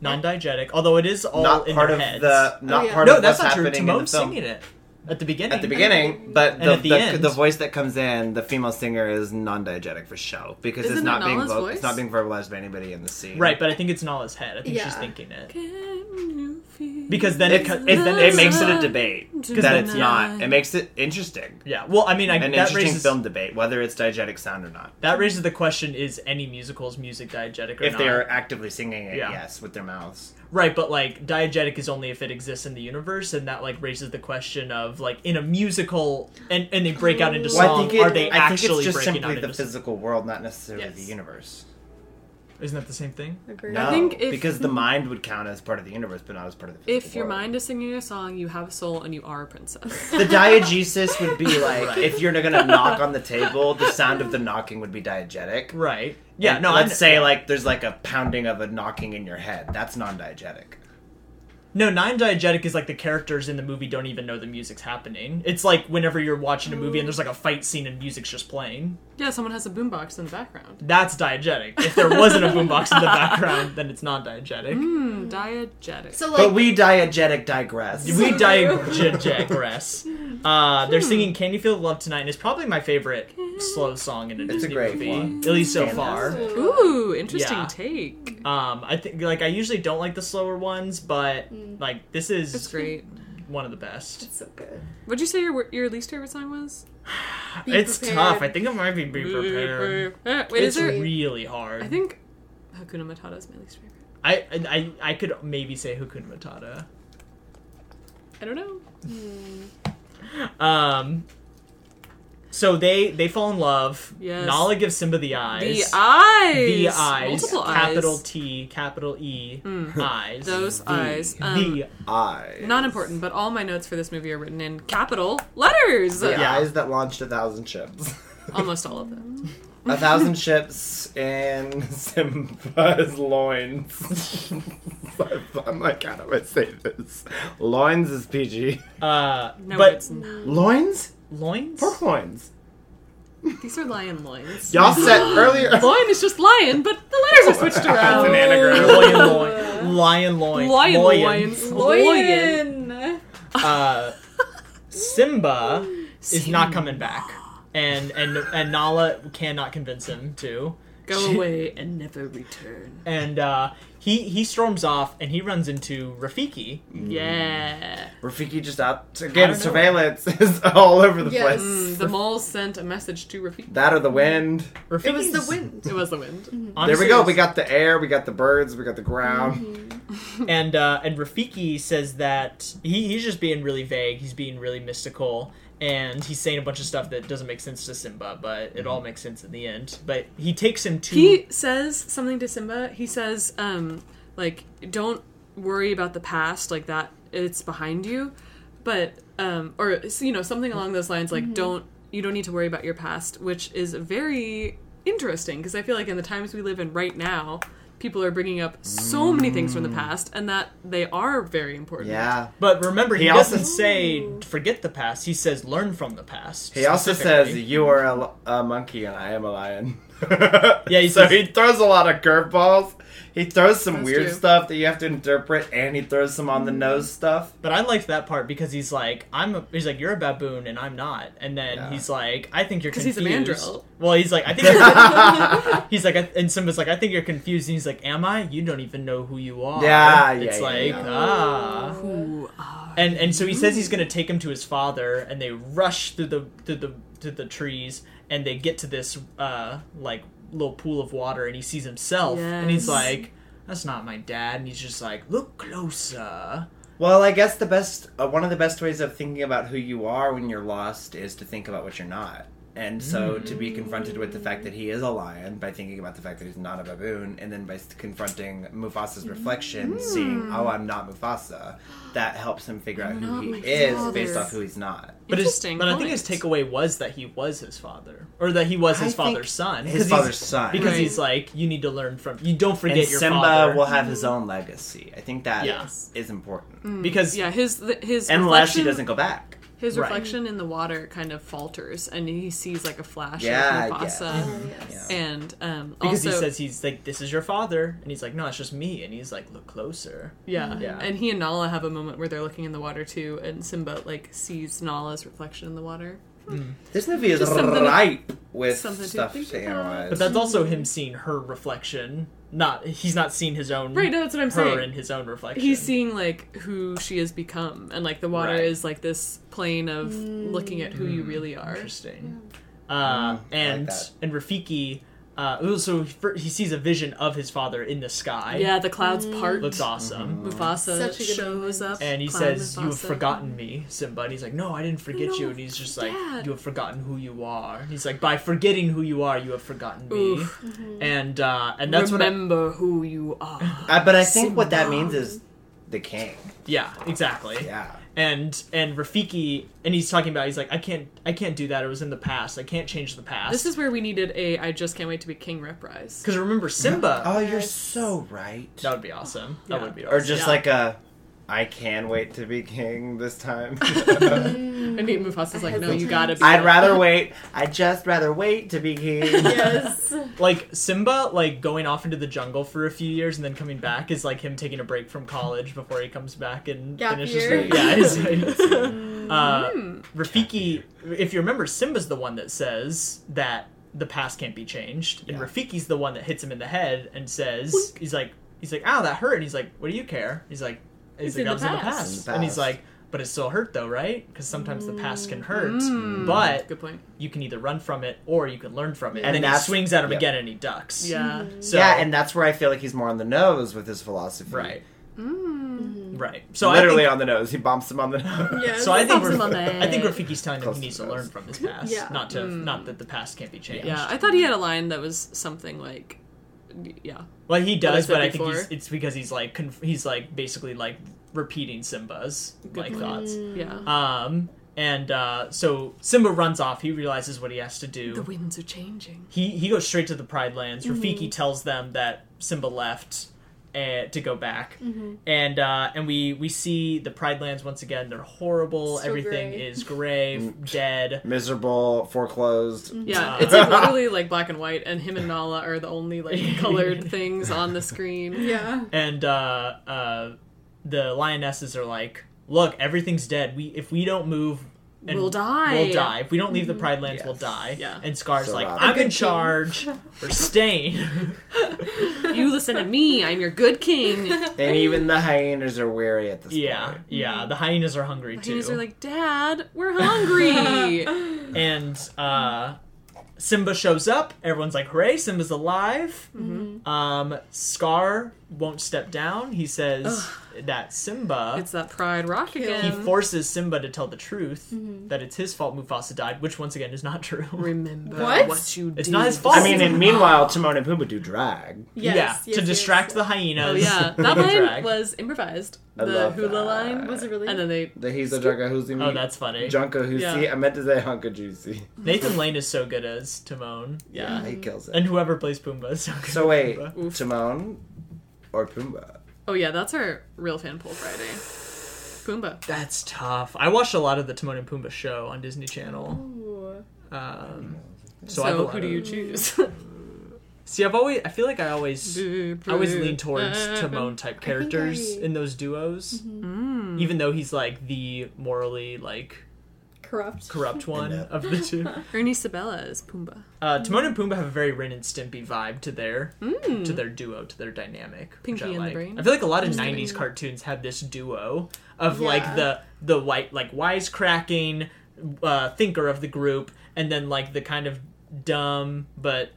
Speaker 1: Non diegetic, although it is all
Speaker 4: not
Speaker 1: in
Speaker 4: part
Speaker 1: your
Speaker 4: of
Speaker 1: heads.
Speaker 4: the not
Speaker 3: Oh, yeah.
Speaker 4: part
Speaker 1: no,
Speaker 4: of
Speaker 1: that's
Speaker 4: what's
Speaker 1: not true.
Speaker 4: happening in the
Speaker 1: Timon's
Speaker 4: film.
Speaker 1: singing it at the beginning.
Speaker 4: At the beginning, but
Speaker 1: And
Speaker 4: the,
Speaker 1: at the
Speaker 4: the,
Speaker 1: end.
Speaker 4: the voice that comes in, the female singer is non-diegetic for show because
Speaker 2: Isn't
Speaker 4: it's
Speaker 2: it
Speaker 4: not being
Speaker 2: Nala's
Speaker 4: vo-
Speaker 2: voice?
Speaker 4: it's not being verbalized by anybody in the scene.
Speaker 1: Right, but I think it's Nala's head. I think she's
Speaker 3: Yeah.
Speaker 1: thinking it.
Speaker 2: Can you feel
Speaker 1: Because then it,
Speaker 4: it, it,
Speaker 1: cut-
Speaker 4: it,
Speaker 1: then-
Speaker 4: it makes it a debate that
Speaker 1: then-
Speaker 4: it's not. It makes it interesting,
Speaker 1: Yeah, well, I mean, I,
Speaker 4: an
Speaker 1: that
Speaker 4: interesting
Speaker 1: raises
Speaker 4: film debate whether it's diegetic sound or not.
Speaker 1: that raises the question: Is any musicals music diegetic or
Speaker 4: If
Speaker 1: not?
Speaker 4: they are actively singing it,
Speaker 1: Yeah.
Speaker 4: yes, with their mouths.
Speaker 1: Right, but like diegetic is only if it exists in the universe, and that like raises the question of like in a musical, and and they break out into song.
Speaker 4: Well, I think it,
Speaker 1: are they
Speaker 4: I think
Speaker 1: actually
Speaker 4: it's just
Speaker 1: breaking out
Speaker 4: simply the
Speaker 1: into? song?
Speaker 4: physical world, not necessarily the
Speaker 2: Yes.
Speaker 4: universe.
Speaker 1: Isn't that the same thing?
Speaker 3: Agreed.
Speaker 4: No,
Speaker 2: think if-
Speaker 4: because the mind would count as part of the universe, but not as part of the. Physical
Speaker 2: If your
Speaker 4: world.
Speaker 2: mind is singing a song, you have a soul and you are a princess.
Speaker 4: the diegesis would be like
Speaker 1: Right.
Speaker 4: if you're gonna knock on the table, the sound of the knocking would be diegetic.
Speaker 1: Right. Yeah.
Speaker 4: And
Speaker 1: no.
Speaker 4: let's
Speaker 1: I,
Speaker 4: say like there's like a pounding of a knocking in your head. That's non-diegetic.
Speaker 1: No, nine diegetic is like the characters in the movie don't even know the music's happening. It's like whenever you're watching a movie and there's like a fight scene and music's just playing.
Speaker 2: yeah, someone has a boombox in the background.
Speaker 1: That's diegetic. If there wasn't a boombox in the background, then it's not diegetic.
Speaker 2: Hmm, diegetic.
Speaker 3: So
Speaker 4: But
Speaker 3: like
Speaker 4: we diegetic digress.
Speaker 1: We digress. Uh,
Speaker 2: Hmm.
Speaker 1: they're singing "Can You Feel the Love Tonight" and it's probably my favorite slow song in a
Speaker 4: It's a
Speaker 1: Disney
Speaker 4: great
Speaker 1: movie,
Speaker 4: one.
Speaker 1: at least so far.
Speaker 4: Fantastic.
Speaker 2: Ooh, interesting
Speaker 1: Yeah.
Speaker 2: take.
Speaker 1: Um, I think like I usually don't like the slower ones, but like this
Speaker 2: That's
Speaker 1: is
Speaker 2: Hmm. great.
Speaker 1: one of the best.
Speaker 3: It's so good.
Speaker 2: Would you say your your least favorite song was?
Speaker 3: Be
Speaker 1: it's
Speaker 3: prepared.
Speaker 1: tough. I think it might be "Be Prepared."
Speaker 2: Eh, Wait,
Speaker 1: It's
Speaker 2: is there?
Speaker 1: really hard.
Speaker 2: I think Hakuna Matata is my least favorite.
Speaker 1: I I I could maybe say Hakuna Matata.
Speaker 2: I don't know.
Speaker 3: Hmm.
Speaker 1: Um. So they they fall in love.
Speaker 2: Yes.
Speaker 1: Nala gives Simba the eyes.
Speaker 2: The eyes.
Speaker 1: The eyes.
Speaker 2: Multiple
Speaker 1: Capital
Speaker 2: eyes. Hmm.
Speaker 1: T, capital E, eyes.
Speaker 2: Those
Speaker 1: the,
Speaker 2: eyes. Um,
Speaker 1: The
Speaker 4: eyes.
Speaker 2: Not important, but all my notes for this movie are written in capital letters.
Speaker 4: The
Speaker 1: Yeah.
Speaker 4: eyes that launched a thousand ships.
Speaker 2: Almost all of them.
Speaker 4: a thousand ships in Simba's loins. I'm like, how do I say this? Loins is PG.
Speaker 1: uh,
Speaker 2: No,
Speaker 1: but
Speaker 2: it's not.
Speaker 4: Loins?
Speaker 1: loins.
Speaker 4: Pork loins.
Speaker 2: These are lion loins.
Speaker 4: Y'all said earlier.
Speaker 2: Lion is just lion, but the letters are switched
Speaker 4: That's an
Speaker 2: around.
Speaker 4: anagram.
Speaker 1: Lion loin. Lion loin.
Speaker 2: Lion
Speaker 1: Loins.
Speaker 2: loins. Lion.
Speaker 3: Loyan.
Speaker 1: Uh, Simba is not coming back, and and and Nala cannot convince him to.
Speaker 2: Go away and never return.
Speaker 1: and uh, he he storms off and he runs into Rafiki.
Speaker 2: Yeah.
Speaker 4: Rafiki just out to
Speaker 1: don't
Speaker 4: again.
Speaker 1: know.
Speaker 4: Surveillance is all over the
Speaker 3: Yes.
Speaker 4: place.
Speaker 2: The mole sent a message to Rafiki.
Speaker 4: That or the wind.
Speaker 1: Rafiki's,
Speaker 3: It was the wind.
Speaker 2: It was the wind.
Speaker 1: honestly, Mm-hmm.
Speaker 4: there we go.
Speaker 1: it was-
Speaker 4: We got the air. We got the birds. We got the ground.
Speaker 1: and uh, and Rafiki says that he, he's just being really vague. He's being really mystical, and he's saying a bunch of stuff that doesn't make sense to Simba, but
Speaker 4: Mm-hmm.
Speaker 1: it all makes sense in the end. But he takes him to
Speaker 2: He says something to Simba. He says, um, like, don't worry about the past, like that it's behind you. But um or you know, something along those lines
Speaker 1: Mm-hmm.
Speaker 2: like don't you don't need to worry about your past, which is very interesting because I feel like in the times we live in right now, people are bringing up so many things
Speaker 1: Mm.
Speaker 2: from the past and that they are very important.
Speaker 4: Yeah.
Speaker 1: But remember, he,
Speaker 4: He also-
Speaker 1: doesn't say forget the past. He says learn from the past.
Speaker 4: He also says,
Speaker 1: specifically.
Speaker 4: "You are a, li- a monkey and I am a lion."
Speaker 1: Yeah, he
Speaker 4: so
Speaker 1: says-
Speaker 4: he throws a lot of curveballs. He throws some
Speaker 2: That's
Speaker 4: weird
Speaker 2: true. Mm.
Speaker 4: stuff that you have to interpret, and he throws some on the nose stuff.
Speaker 1: But I liked that part because he's like, I'm. A, he's like, you're a baboon and I'm not. And then
Speaker 4: Yeah.
Speaker 1: he's like, I think you're
Speaker 2: 'Cause
Speaker 1: confused.
Speaker 2: he's a mandrill.
Speaker 1: Well, he's like, I think. You're, he's like, I- and Simba's like, I think you're confused. And he's like, Am I? You don't even know who you are.
Speaker 4: Yeah, yeah,
Speaker 1: It's
Speaker 4: yeah,
Speaker 1: like
Speaker 4: yeah.
Speaker 1: ah.
Speaker 2: Ooh, ah.
Speaker 1: And and so he says he's gonna take him to his father, and they rush through the through the through the trees, and they get to this uh like little pool of water, and he sees himself, and he's
Speaker 2: Yes.
Speaker 1: like, That's not my dad. And he's just like, Look closer.
Speaker 4: Well, I guess the best, uh, one of the best ways of thinking about who you are when you're lost is to think about what you're not. And so to be confronted with the fact that he is a lion by thinking about the fact that he's not a baboon, and then by s- confronting Mufasa's
Speaker 2: Mm.
Speaker 4: reflection, seeing, oh, I'm not Mufasa, that helps him figure out who
Speaker 2: not
Speaker 4: he
Speaker 2: my
Speaker 4: is
Speaker 2: father.
Speaker 4: based off who he's not.
Speaker 1: But his,
Speaker 2: Interesting.
Speaker 1: but I think his
Speaker 2: point.
Speaker 1: takeaway was that he was his father, or that he was his
Speaker 4: I think
Speaker 1: father's son.
Speaker 4: His
Speaker 1: 'cause
Speaker 4: father's
Speaker 1: he's,
Speaker 4: son.
Speaker 1: because
Speaker 2: Right.
Speaker 1: he's like, you need to learn from. You don't forget
Speaker 4: and
Speaker 1: your
Speaker 4: Simba
Speaker 1: father.
Speaker 4: will have
Speaker 2: Mm-hmm.
Speaker 4: his own legacy. I think that is
Speaker 1: Yeah.
Speaker 4: important.
Speaker 1: because
Speaker 2: yeah, his his
Speaker 4: Unless he
Speaker 2: Mm. reflection-
Speaker 4: doesn't go back.
Speaker 2: his
Speaker 1: Right.
Speaker 2: reflection in the water kind of falters, and he sees like a flash
Speaker 4: Yeah,
Speaker 2: of
Speaker 4: yeah.
Speaker 2: Mufasa.
Speaker 3: Oh, yes.
Speaker 1: Mm,
Speaker 4: Yeah.
Speaker 2: And um,
Speaker 1: Because
Speaker 2: also,
Speaker 1: he says he's like, this is your father, and he's like, no, it's just me, and he's like, look closer.
Speaker 2: yeah.
Speaker 1: Yeah.
Speaker 2: and he and Nala have a moment where they're looking in the water too, and Simba like sees Nala's reflection in the water.
Speaker 4: This movie is
Speaker 2: Just something to-
Speaker 4: ripe with
Speaker 2: something to
Speaker 4: stuff to,
Speaker 2: think about.
Speaker 4: analyze.
Speaker 1: But that's also
Speaker 2: Mm.
Speaker 1: him seeing her reflection. Not he's not seen his own
Speaker 2: Right, no, that's what I'm
Speaker 1: Mm-hmm. her
Speaker 2: saying.
Speaker 1: in his own reflection.
Speaker 2: He's seeing like who she has become, and like the water
Speaker 1: Right. Hmm.
Speaker 2: is like this plane of looking at who you really are.
Speaker 1: Mm. interesting. Uh,
Speaker 4: Mm, I
Speaker 1: and
Speaker 4: like that.
Speaker 1: and Rafiki, uh, so he, fir- he sees a vision of his father in the sky.
Speaker 2: Yeah, the clouds part.
Speaker 1: looks
Speaker 4: Mm-hmm.
Speaker 1: awesome.
Speaker 2: Mufasa
Speaker 3: Such a good
Speaker 2: shows
Speaker 3: moment.
Speaker 2: up,
Speaker 1: And he
Speaker 2: Cloud
Speaker 1: says, "You have
Speaker 2: Mufasa.
Speaker 1: forgotten me, Simba." And he's like, "No, I didn't forget
Speaker 2: No,
Speaker 1: you." And he's just like,
Speaker 2: Dad.
Speaker 1: "You have forgotten who you are." And he's like, "By forgetting who you are, you have forgotten me."
Speaker 2: Oof.
Speaker 4: Mm-hmm.
Speaker 1: And uh, and that's what I-
Speaker 2: remember who you are.
Speaker 4: Uh, but I think what that means is the king.
Speaker 1: yeah, exactly.
Speaker 4: Yeah.
Speaker 1: and and Rafiki and he's talking about he's like I can't I can't do that it was in the past I can't change the past
Speaker 2: This is where we needed a I just can't wait to be king reprise.
Speaker 1: because remember Simba
Speaker 4: Oh, you're
Speaker 3: Yes.
Speaker 4: so right.
Speaker 1: that would be awesome that
Speaker 2: Yeah.
Speaker 1: would be awesome
Speaker 4: Or just
Speaker 2: Yeah.
Speaker 4: like a, I can wait to be king this time.
Speaker 3: Hmm.
Speaker 2: And Mufasa's like, no, you
Speaker 3: hesitate.
Speaker 2: gotta be.
Speaker 4: I'd rather wait. I'd just rather wait to be king.
Speaker 3: yes.
Speaker 1: like Simba like going off into the jungle for a few years and then coming back is like him taking a break from college before he comes back and
Speaker 3: Gap
Speaker 1: finishes
Speaker 3: year.
Speaker 1: it. yeah it's- it's- uh,
Speaker 2: Mm-hmm. Hmm.
Speaker 1: Rafiki if you remember Simba's the one that says that the past can't be changed and
Speaker 4: Yeah.
Speaker 1: Rafiki's the one that hits him in the head and says he's like he's like ow that hurt and he's like what do you care he's like he's
Speaker 2: It's
Speaker 1: like
Speaker 2: in
Speaker 1: that
Speaker 2: the
Speaker 1: was in the
Speaker 2: past."
Speaker 1: past.
Speaker 4: It's in the
Speaker 1: and he's
Speaker 4: past.
Speaker 1: like but it still hurt though right because sometimes the past can hurt
Speaker 2: Mm.
Speaker 1: but
Speaker 2: Hmm. Good point.
Speaker 1: you can either run from it or you can learn from it.
Speaker 4: And
Speaker 1: And, then he
Speaker 4: that's-
Speaker 1: swings at him
Speaker 4: yeah.
Speaker 1: again and he ducks.
Speaker 2: Yeah.
Speaker 1: So,
Speaker 4: yeah, and that's where I feel like he's more on the nose with his philosophy.
Speaker 1: right,
Speaker 2: Hmm.
Speaker 1: right. So
Speaker 4: So literally
Speaker 1: I
Speaker 4: on the nose. He bumps him on the nose.
Speaker 1: think,
Speaker 3: Yes.
Speaker 1: so I think
Speaker 2: Bumps him on
Speaker 1: Raf-
Speaker 2: the
Speaker 1: I think
Speaker 2: head.
Speaker 1: Rafiki's telling him
Speaker 4: Close
Speaker 1: he
Speaker 4: to
Speaker 1: needs to
Speaker 4: the
Speaker 1: learn
Speaker 4: nose.
Speaker 1: from his past,
Speaker 3: Yeah.
Speaker 1: not to not that the past can't be changed.
Speaker 2: Hmm. Yeah, I thought he had a line that was something like, yeah,
Speaker 1: Well, he
Speaker 2: I
Speaker 1: does,
Speaker 2: said
Speaker 1: but I think
Speaker 2: before.
Speaker 1: he's, it's because he's like conf- he's like basically like repeating Simba's like
Speaker 2: point.
Speaker 1: thoughts.
Speaker 2: yeah.
Speaker 1: Um, and uh, so Simba runs off. He realizes what he has to do.
Speaker 2: the winds are changing.
Speaker 1: he he goes straight to the Pride Lands.
Speaker 2: Mm-hmm.
Speaker 1: Rafiki tells them that Simba left uh, to go back,
Speaker 2: Mm-hmm.
Speaker 1: and uh, and we we see the Pride Lands once again. They're horrible.
Speaker 3: So
Speaker 1: Everything
Speaker 3: gray.
Speaker 1: is gray, dead.
Speaker 4: Miserable, foreclosed.
Speaker 2: Yeah,
Speaker 1: Wow.
Speaker 2: it's like literally like black and white, and him and Nala are the only like colored things on the screen.
Speaker 3: Yeah.
Speaker 1: And uh, uh, the lionesses are like, "Look, everything's dead. We if we don't move." And
Speaker 2: We'll die." Mm-hmm.
Speaker 1: We'll die. If we don't leave the Pride Lands, we'll
Speaker 4: Yes.
Speaker 1: die.
Speaker 2: Yeah.
Speaker 1: And Scar's
Speaker 4: So
Speaker 1: like,
Speaker 4: loud.
Speaker 1: I'm
Speaker 3: Good
Speaker 1: in
Speaker 3: king.
Speaker 1: charge. We're staying.
Speaker 2: You listen to me, I'm your good king.
Speaker 4: And even the hyenas are weary at this
Speaker 1: yeah,
Speaker 4: point.
Speaker 1: yeah. The hyenas are hungry too.
Speaker 2: Mm-hmm. Hyenas are like, Dad, we're hungry.
Speaker 1: and uh, Simba shows up. Everyone's like, "Hooray! Simba's alive!"
Speaker 2: Mm-hmm.
Speaker 1: Um, Scar won't step down. He says that Simba.
Speaker 2: it's that pride rock
Speaker 1: he
Speaker 2: again.
Speaker 1: forces Simba to tell the truth
Speaker 2: Mm-hmm.
Speaker 1: that it's his fault Mufasa died, which once again is not true.
Speaker 2: Remember
Speaker 3: What?
Speaker 2: what, you did.
Speaker 1: It's not his fault.
Speaker 4: I mean, and meanwhile, Timon and Pumbaa do drag.
Speaker 3: Yes. yes,
Speaker 1: yeah, to
Speaker 3: yes,
Speaker 1: distract
Speaker 3: yes.
Speaker 1: the hyenas.
Speaker 2: Oh yeah,
Speaker 1: with
Speaker 2: that
Speaker 1: the
Speaker 2: line
Speaker 1: drag.
Speaker 2: was improvised.
Speaker 4: I
Speaker 2: the
Speaker 4: love
Speaker 2: hula
Speaker 4: that.
Speaker 2: line
Speaker 3: Was it really?
Speaker 2: and then they
Speaker 4: The he's a junker who's
Speaker 1: Oh, that's funny.
Speaker 4: junker who's
Speaker 2: Yeah.
Speaker 4: I meant to say hunka juicy.
Speaker 1: Nathan Lane is so good as Timon,
Speaker 2: yeah.
Speaker 4: He kills it.
Speaker 1: and whoever plays Pumbaa is so good.
Speaker 4: so
Speaker 1: as
Speaker 4: wait,
Speaker 1: Pumbaa.
Speaker 2: Oof.
Speaker 4: Timon or Pumbaa?
Speaker 2: Oh yeah, that's our real fan poll Friday. Pumbaa.
Speaker 1: that's tough. I watched a lot of the Timon and Pumbaa show on Disney Channel.
Speaker 3: Ooh.
Speaker 1: Um, so
Speaker 2: So,
Speaker 1: I've a lot
Speaker 2: who do
Speaker 1: of-
Speaker 2: you choose?
Speaker 1: See, I've always I feel like I always I always lean
Speaker 2: Uh,
Speaker 1: towards Timon type characters
Speaker 3: I-
Speaker 1: in those duos,
Speaker 2: Mm-hmm. Mm.
Speaker 1: even though he's like the morally like
Speaker 3: Corrupt.
Speaker 1: corrupt one
Speaker 4: that.
Speaker 1: of the two.
Speaker 2: Ernie Sabella is Pumbaa.
Speaker 1: Uh, Timon and Pumbaa have a very Ren and Stimpy vibe to their to their duo to their dynamic.
Speaker 2: Mm. Pinky
Speaker 1: which I
Speaker 2: and the
Speaker 1: like.
Speaker 2: Brain?
Speaker 1: I feel like a lot of '90s cartoons had this duo of like
Speaker 3: Yeah.
Speaker 1: the the white like wisecracking uh, thinker of the group, and then like the kind of dumb but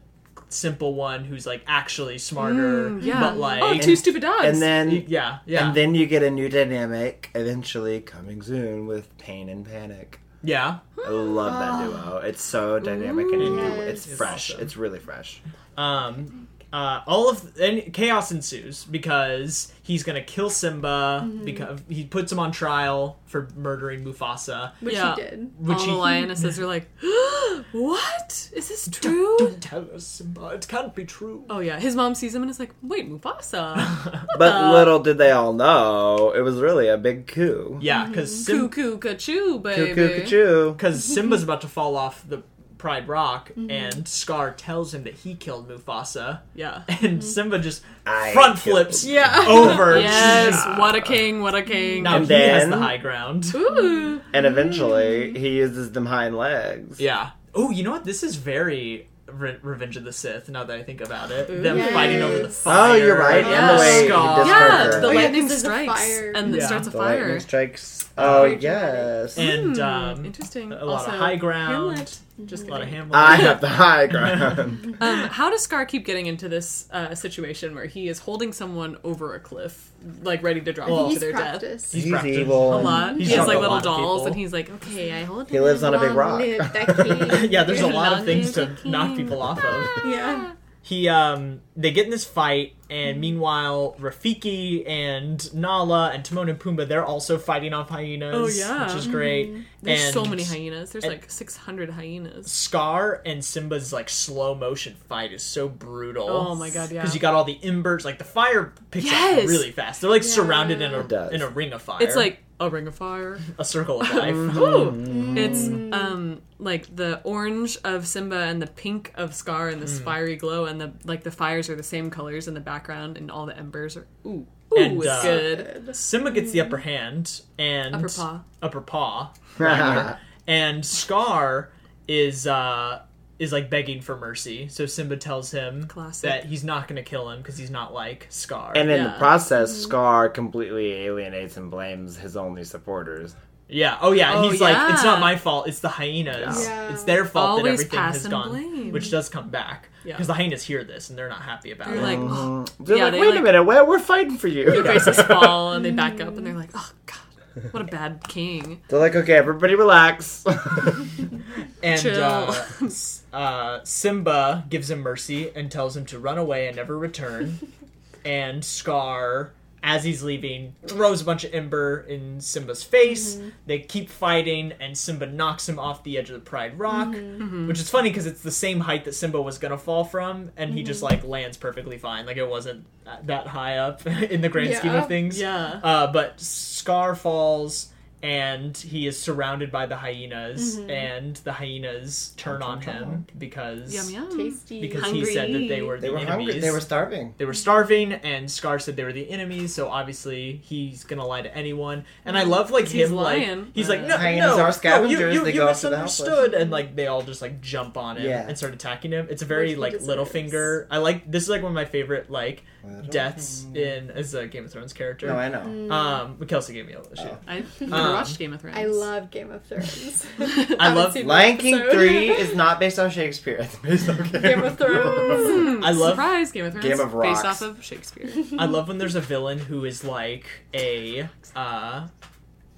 Speaker 1: simple one who's like actually smarter,
Speaker 2: yeah.
Speaker 1: but like
Speaker 2: Oh, two stupid dogs.
Speaker 4: And then
Speaker 1: yeah, yeah,
Speaker 4: and then you get a new dynamic eventually coming soon with Pain and Panic.
Speaker 1: yeah.
Speaker 4: I love that duo. It's so dynamic and new.
Speaker 3: Ooh.
Speaker 4: It's
Speaker 3: Yes.
Speaker 4: fresh.
Speaker 1: Awesome.
Speaker 4: It's really fresh.
Speaker 1: Um, uh, all of and chaos ensues because he's gonna kill Simba because he puts him on trial for murdering Mufasa,
Speaker 3: which
Speaker 2: Yeah.
Speaker 3: he did.
Speaker 1: which
Speaker 2: All
Speaker 1: he
Speaker 2: the lionesses are like, "What is this true?"
Speaker 1: don't tell us Simba, it can't be true.
Speaker 2: Oh yeah, his mom sees him and is like, "Wait, Mufasa."
Speaker 1: Uh,
Speaker 4: But little did they all know, it was really a big coup.
Speaker 1: Yeah, because
Speaker 2: Coo coo coo baby.
Speaker 4: Cuckoo, cuckoo.
Speaker 1: because Simba's about to fall off the Pride Rock, and Scar tells him that he killed Mufasa,
Speaker 2: Yeah.
Speaker 1: and Simba just
Speaker 4: I
Speaker 1: front
Speaker 4: killed
Speaker 1: flips
Speaker 2: Yeah.
Speaker 1: over.
Speaker 2: Yes, what a king, what a king.
Speaker 1: Now
Speaker 4: And
Speaker 1: he has the
Speaker 4: then-
Speaker 1: high ground.
Speaker 2: Ooh.
Speaker 4: And eventually, he uses them hind legs.
Speaker 1: Yeah. Oh, you know what? This is very Re- Revenge of the Sith. Now that I think about it, them
Speaker 3: Yes.
Speaker 1: fighting over the fire.
Speaker 4: Oh, you're right,
Speaker 2: and the way he
Speaker 1: Scar.
Speaker 4: dis-
Speaker 2: Yeah,
Speaker 4: Burger.
Speaker 2: the
Speaker 4: Oh,
Speaker 3: yeah,
Speaker 2: lightning
Speaker 3: 'cause there's a
Speaker 2: strikes
Speaker 3: fire.
Speaker 2: and it
Speaker 1: Yeah.
Speaker 2: starts a
Speaker 4: The lightning
Speaker 2: fire.
Speaker 4: strikes. Oh,
Speaker 3: Very
Speaker 4: yes.
Speaker 1: and
Speaker 2: Hmm,
Speaker 1: um,
Speaker 2: interesting.
Speaker 1: a lot
Speaker 2: Also,
Speaker 1: of high ground.
Speaker 2: Hamlet. Just
Speaker 1: a lot of
Speaker 2: kidding.
Speaker 1: Hamlet.
Speaker 4: I have the high ground.
Speaker 2: Um, how does Scar keep getting into this uh, situation where he is holding someone over a cliff, like ready to drop
Speaker 1: Oh, Well-
Speaker 2: them
Speaker 3: He's
Speaker 2: to their death?
Speaker 3: practiced.
Speaker 1: He's
Speaker 4: He's
Speaker 1: practiced.
Speaker 4: evil.
Speaker 2: A lot.
Speaker 1: He's
Speaker 2: he has
Speaker 1: shot
Speaker 2: like
Speaker 1: a
Speaker 2: little
Speaker 1: lot of
Speaker 2: dolls,
Speaker 1: people.
Speaker 2: and he's like, "Okay, I hold."
Speaker 4: He lives on a big rock.
Speaker 1: yeah, there's a
Speaker 2: You're
Speaker 1: lot
Speaker 2: not
Speaker 1: of things to
Speaker 2: the king.
Speaker 1: knock people off of.
Speaker 3: yeah.
Speaker 1: he um they get in this fight and meanwhile Rafiki and Nala and Timon and Pumbaa they're also fighting off hyenas
Speaker 2: Oh, yeah.
Speaker 1: which is great
Speaker 2: There's
Speaker 1: and
Speaker 2: so many hyenas. There's
Speaker 1: and-
Speaker 2: like 600 hyenas.
Speaker 1: Scar and Simba's like slow motion fight is so brutal
Speaker 2: Oh my God, yeah.
Speaker 1: because you got all the embers like the fire picks
Speaker 2: Yes.
Speaker 1: up really fast they're like surrounded in
Speaker 4: It
Speaker 1: a
Speaker 4: does.
Speaker 1: in a ring of fire
Speaker 2: It's like Mhm. a ring of fire.
Speaker 1: a circle of life
Speaker 2: Ooh.
Speaker 1: Mm.
Speaker 2: It's um like the orange of Simba and the pink of Scar and
Speaker 1: Mm.
Speaker 2: this fiery glow and the like the fires are the same colors in the background and all the embers are ooh ooh
Speaker 1: And,
Speaker 2: it's
Speaker 1: uh,
Speaker 2: good.
Speaker 1: Simba gets the upper hand and
Speaker 2: Upper paw.
Speaker 1: upper paw and Scar is uh is like begging for mercy. So Simba tells him
Speaker 2: Classic.
Speaker 1: that he's not going to kill him because he's not like Scar.
Speaker 4: and in the
Speaker 2: Yeah.
Speaker 4: process, Scar completely alienates and blames his only supporters.
Speaker 1: yeah, oh yeah,
Speaker 2: Oh,
Speaker 1: he's like it's
Speaker 2: yeah.
Speaker 1: not my fault, it's the hyenas.
Speaker 3: Yeah.
Speaker 1: It's their fault
Speaker 2: Always
Speaker 1: that everything
Speaker 2: pass
Speaker 1: has
Speaker 2: and
Speaker 1: gone
Speaker 2: blame.
Speaker 1: which does come back
Speaker 2: Yeah.
Speaker 1: because the hyenas hear this and they're not happy about
Speaker 2: They're
Speaker 1: it.
Speaker 2: like oh,
Speaker 4: Mm. They're
Speaker 2: Yeah,
Speaker 4: like,
Speaker 2: they,
Speaker 4: wait
Speaker 2: like-
Speaker 4: a minute, what? We're fighting for you.
Speaker 2: their faces fall and they back up and they're like oh god what a bad king.
Speaker 4: They're like, okay, everybody relax.
Speaker 1: and
Speaker 2: Chill.
Speaker 1: uh, S- uh, Simba gives him mercy and tells him to run away and never return. and Scar, as he's leaving, throws a bunch of ember in Simba's face.
Speaker 2: Mm-hmm.
Speaker 1: They keep fighting, and Simba knocks him off the edge of the Pride Rock,
Speaker 2: Mm-hmm.
Speaker 1: which is funny because it's the same height that Simba was gonna fall from, and he just
Speaker 2: Mm-hmm.
Speaker 1: like lands perfectly fine, like it wasn't that- that high up in the grand scheme
Speaker 3: Yeah.
Speaker 1: of things.
Speaker 2: Yeah.
Speaker 1: Uh, but Scar falls and he is surrounded by the hyenas,
Speaker 2: Mm-hmm.
Speaker 1: and the hyenas turn on him because
Speaker 2: Yum yum.
Speaker 3: Tasty.
Speaker 1: because he
Speaker 2: Hungry.
Speaker 1: said that they were the enemies.
Speaker 4: starving.
Speaker 1: They were starving, and Scar said they were the enemies. So obviously he's gonna lie to anyone. And I love like him,
Speaker 2: Mm-hmm. he's
Speaker 1: like
Speaker 2: lying.
Speaker 1: he's like,
Speaker 2: Uh,
Speaker 1: no,
Speaker 4: Hyenas
Speaker 1: no,
Speaker 4: are
Speaker 1: no, you,
Speaker 4: scavengers,
Speaker 1: you,
Speaker 4: they
Speaker 1: you
Speaker 4: go after the
Speaker 1: misunderstood. And like they all just like jump on him
Speaker 4: Yeah.
Speaker 1: and start attacking him. It's a very
Speaker 3: Which he
Speaker 1: like
Speaker 3: deserves.
Speaker 1: little finger. I like this is like one of my favorite like
Speaker 4: Littlefinger.
Speaker 1: deaths in as a Game of Thrones character.
Speaker 4: No, I Oh. know.
Speaker 1: Um, Kelsey gave me all this shit.
Speaker 2: I never
Speaker 1: Um,
Speaker 2: watched Game of Thrones.
Speaker 3: Hmm. I love Game of Thrones.
Speaker 1: I love
Speaker 3: seen
Speaker 4: Lion King
Speaker 3: episode.
Speaker 4: 3 is not based on Shakespeare. It's based on
Speaker 3: Game of Thrones.
Speaker 1: I love
Speaker 2: Hmm, Surprise Game of Thrones
Speaker 4: Game of
Speaker 2: based
Speaker 4: Rocks.
Speaker 2: off of Shakespeare.
Speaker 1: I love when there's a villain who is like a uh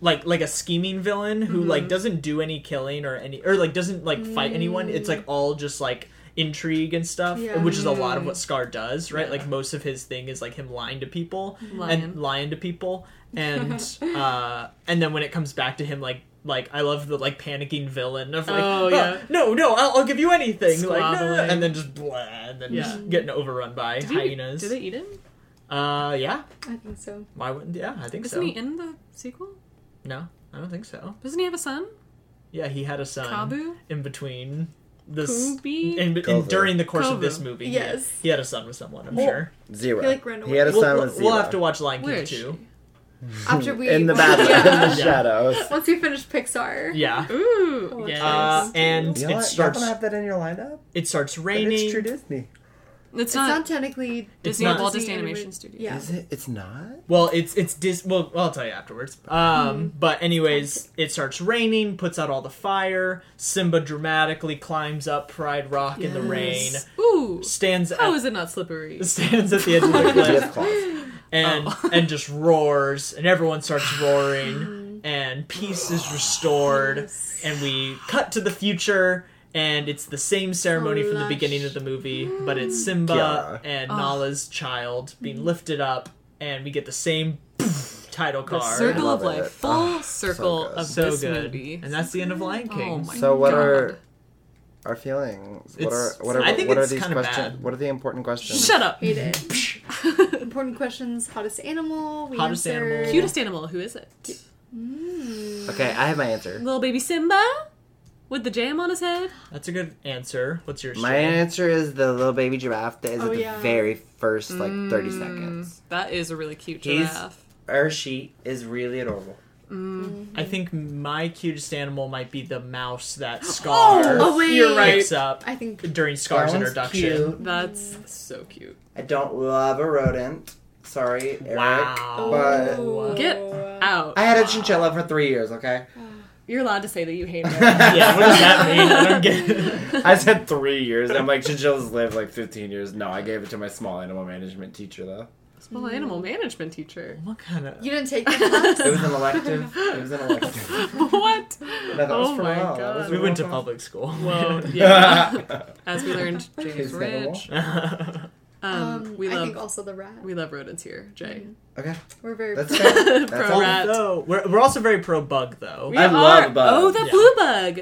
Speaker 1: like like a scheming villain who
Speaker 2: Mm-hmm.
Speaker 1: like doesn't do any killing or any or like doesn't like fight anyone. It's
Speaker 2: Mm.
Speaker 1: like all just like intrigue and stuff,
Speaker 3: Yeah.
Speaker 1: which is a lot of what Scar does, right?
Speaker 2: Yeah.
Speaker 1: Like most of his thing is like him lying to people
Speaker 2: Lying.
Speaker 1: and lying to people and uh and then when it comes back to him like like I love the like panicking villain of like
Speaker 2: Oh,
Speaker 1: "Oh,
Speaker 2: yeah.
Speaker 1: no no I'll, I'll give you anything like "No, no, no,"
Speaker 2: Squabbling.
Speaker 1: and then just blah and then
Speaker 2: Yeah.
Speaker 1: just getting overrun by
Speaker 2: Did he-
Speaker 1: hyenas.
Speaker 2: Did they eat him?
Speaker 1: Uh, yeah.
Speaker 3: I think so.
Speaker 1: Why wouldn't? Yeah, I think
Speaker 2: Isn't
Speaker 1: so.
Speaker 2: he in the sequel?
Speaker 1: No, I don't think so.
Speaker 2: Doesn't he have a son?
Speaker 1: Yeah, he had a son
Speaker 2: Kabu?
Speaker 1: in between this.
Speaker 2: Kubi?
Speaker 1: In, in,
Speaker 4: Kovu.
Speaker 1: during the course of
Speaker 2: Kovu.
Speaker 1: this movie, he-
Speaker 3: Yes.
Speaker 1: he, had a son with someone. I'm
Speaker 3: Oh,
Speaker 1: sure.
Speaker 4: Zero.
Speaker 3: He, like, ran away.
Speaker 4: He had a
Speaker 1: We'll,
Speaker 4: son
Speaker 1: we'll-
Speaker 4: with
Speaker 1: we'll
Speaker 4: zero.
Speaker 1: have to watch Lion
Speaker 2: Where
Speaker 1: King
Speaker 2: is
Speaker 1: too.
Speaker 3: After we
Speaker 4: in the
Speaker 3: once-
Speaker 4: bathroom,
Speaker 3: yeah.
Speaker 4: in the shadows.
Speaker 3: Once we finish Pixar.
Speaker 1: Yeah.
Speaker 2: Ooh,
Speaker 3: Oh,
Speaker 2: yes.
Speaker 1: Uh, and
Speaker 4: Y'all,
Speaker 1: it
Speaker 4: y'all
Speaker 1: starts.
Speaker 4: don't have that in your lineup?
Speaker 1: It starts
Speaker 4: But
Speaker 1: raining.
Speaker 4: It's true Disney.
Speaker 2: it's
Speaker 3: It's not,
Speaker 2: not
Speaker 3: technically
Speaker 2: Disney
Speaker 1: not-
Speaker 2: Walt Disney
Speaker 3: Disney
Speaker 2: Animation
Speaker 3: anima-
Speaker 2: Studios.
Speaker 3: Yeah.
Speaker 4: Is it? It's not?
Speaker 1: Well, it's it's dis. Well, I'll tell you afterwards. Um,
Speaker 2: Hmm.
Speaker 1: but anyways, it starts raining, puts out all the fire. Simba dramatically climbs up Pride Rock in the rain,
Speaker 2: Yes. Ooh,
Speaker 1: stands
Speaker 2: how
Speaker 1: at,
Speaker 2: is it not slippery?
Speaker 1: stands at the edge of the cliff,
Speaker 4: Yes, Claus.
Speaker 1: and
Speaker 2: Oh.
Speaker 1: and just roars and everyone starts roaring and peace is restored and we cut to the future and it's the same ceremony from the
Speaker 3: Lush.
Speaker 1: beginning of the movie, but it's Simba
Speaker 4: Kiara.
Speaker 1: and
Speaker 2: Ugh.
Speaker 1: Nala's child being lifted up, and we get the same title
Speaker 2: The
Speaker 1: card.
Speaker 2: circle
Speaker 4: Love
Speaker 2: of life,
Speaker 4: it.
Speaker 2: full
Speaker 4: Ah, so
Speaker 2: circle
Speaker 4: good.
Speaker 2: of
Speaker 1: so
Speaker 2: this
Speaker 1: good,
Speaker 2: movie.
Speaker 1: and that's the end of Lion King.
Speaker 2: Oh my
Speaker 4: So what
Speaker 2: God.
Speaker 4: are our feelings? What are
Speaker 1: It's-
Speaker 4: what are
Speaker 1: I think
Speaker 4: what are
Speaker 1: it's
Speaker 4: these
Speaker 1: kinda
Speaker 4: questions?
Speaker 1: bad.
Speaker 4: What are the important questions?
Speaker 2: Shut up.
Speaker 3: Hate it. Important questions. Hottest animal. We
Speaker 1: Hottest
Speaker 3: answered-
Speaker 1: animal.
Speaker 2: Cutest animal, who is it?
Speaker 4: Okay, I have my answer.
Speaker 2: Little baby Simba with the jam on his head.
Speaker 1: That's a good answer. What's yours?
Speaker 4: My
Speaker 1: Shane?
Speaker 4: answer is the little baby giraffe that is
Speaker 3: Oh,
Speaker 4: at the
Speaker 3: yeah. Mm.
Speaker 4: very first like thirty seconds.
Speaker 2: Mm. That is a really cute
Speaker 4: He's-
Speaker 2: giraffe. Mm.
Speaker 4: Or she is really adorable.
Speaker 3: Mm-hmm.
Speaker 1: I think my cutest animal might be the mouse that Scar
Speaker 3: oh, wait.
Speaker 1: you're right. picks up
Speaker 3: I think
Speaker 1: during Scar's
Speaker 4: That one's
Speaker 1: introduction.
Speaker 4: cute.
Speaker 2: That's so cute.
Speaker 4: I don't love a rodent. Sorry, Eric.
Speaker 1: Wow.
Speaker 4: But
Speaker 3: Oh.
Speaker 2: Get out.
Speaker 4: I had a chinchilla for three years, okay?
Speaker 2: You're allowed to say that you hate her.
Speaker 1: Yeah, what does that mean? I don't get it.
Speaker 4: I said three years. I'm like, chinchillas live like 15 years. No, I gave it to my small animal management teacher, though.
Speaker 2: Small animal management teacher.
Speaker 1: What kind of
Speaker 3: You didn't take the class.
Speaker 4: It was an elective. It was an elective.
Speaker 2: what?
Speaker 4: No, that
Speaker 2: Oh
Speaker 4: was for
Speaker 2: my
Speaker 4: all. That
Speaker 2: God.
Speaker 4: was
Speaker 1: we went to
Speaker 4: for all.
Speaker 1: public school.
Speaker 2: Whoa. Yeah. As we learned, James
Speaker 4: Cutest animal.
Speaker 2: Rich. Um, we
Speaker 3: I
Speaker 2: love
Speaker 3: think also the rat. Mm-hmm.
Speaker 2: we love rodents here,
Speaker 1: Mhm.
Speaker 2: Jay.
Speaker 4: Okay,
Speaker 3: We're very.
Speaker 4: that's fair. That's
Speaker 2: Pro
Speaker 4: all.
Speaker 2: rat.
Speaker 1: Although, we're, we're also very pro bug though.
Speaker 2: We
Speaker 4: I love bugs.
Speaker 2: Oh, the
Speaker 1: Yeah.
Speaker 2: blue bug.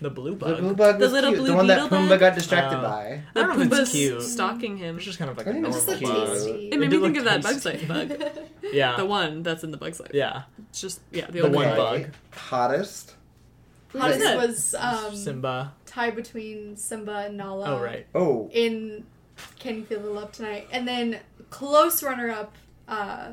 Speaker 1: The blue
Speaker 4: The
Speaker 1: bug.
Speaker 4: blue bug
Speaker 2: The
Speaker 4: was
Speaker 2: little
Speaker 4: cute.
Speaker 2: blue
Speaker 4: the one that
Speaker 2: beetle
Speaker 4: Pumbaa
Speaker 2: bug?
Speaker 4: got distracted
Speaker 1: Oh.
Speaker 4: by.
Speaker 2: The
Speaker 1: I don't know if it's
Speaker 2: Pumbaa's
Speaker 1: cute.
Speaker 2: stalking him.
Speaker 1: It's just kind of like a
Speaker 4: I think
Speaker 1: normal
Speaker 4: it's
Speaker 3: just like
Speaker 4: Bug.
Speaker 3: tasty.
Speaker 2: It made
Speaker 1: It
Speaker 2: me
Speaker 1: did
Speaker 2: think
Speaker 1: look
Speaker 2: of that Bug's
Speaker 1: tasty.
Speaker 2: Life bug.
Speaker 1: Yeah.
Speaker 2: The one that's in the Bug's Life.
Speaker 1: yeah.
Speaker 2: It's just yeah, the,
Speaker 1: The
Speaker 2: old
Speaker 1: one
Speaker 2: one.
Speaker 1: bug.
Speaker 4: Hottest.
Speaker 3: Hottest
Speaker 2: Yeah.
Speaker 3: was um,
Speaker 1: Simba.
Speaker 3: tie between Simba and Nala.
Speaker 1: Oh right.
Speaker 4: Oh,
Speaker 3: In Can You Feel the Love Tonight, and then close runner-up, uh,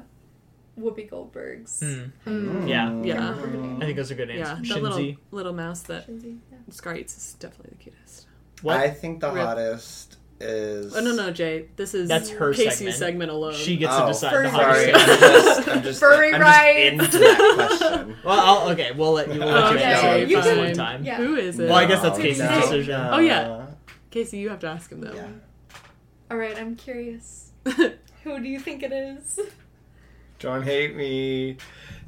Speaker 3: Whoopi Goldberg's.
Speaker 1: Hmm.
Speaker 4: Mm.
Speaker 1: Yeah.
Speaker 2: Yeah.
Speaker 1: I think those are good
Speaker 2: Yeah,
Speaker 1: answers.
Speaker 2: the little
Speaker 1: Shinzi.
Speaker 2: little mouse that
Speaker 3: Shinzy, yeah.
Speaker 2: Scar eats is definitely the cutest.
Speaker 1: What?
Speaker 4: I think the
Speaker 2: Rip.
Speaker 4: hottest is.
Speaker 2: Oh no no Jay, this is
Speaker 1: That's her
Speaker 2: Casey's
Speaker 1: segment.
Speaker 2: segment, alone.
Speaker 1: she gets
Speaker 4: Oh,
Speaker 1: to decide
Speaker 3: Furry
Speaker 1: the hottest.
Speaker 4: Sorry, I'm
Speaker 1: thing.
Speaker 4: just, I'm just,
Speaker 3: Furry
Speaker 4: I'm
Speaker 3: rights.
Speaker 4: just into that question.
Speaker 1: Well, I'll, okay, we'll let you, we'll let you
Speaker 3: Okay,
Speaker 1: answer it
Speaker 3: you
Speaker 1: this
Speaker 3: can-
Speaker 1: one time.
Speaker 3: Yeah.
Speaker 2: Who is it?
Speaker 1: Well, I guess that's Casey's
Speaker 4: no,
Speaker 1: decision.
Speaker 4: no.
Speaker 2: Oh, yeah. Casey, you have to ask him
Speaker 4: Yeah.
Speaker 2: though.
Speaker 3: All right, I'm curious. Who do you think it is?
Speaker 4: Don't hate me.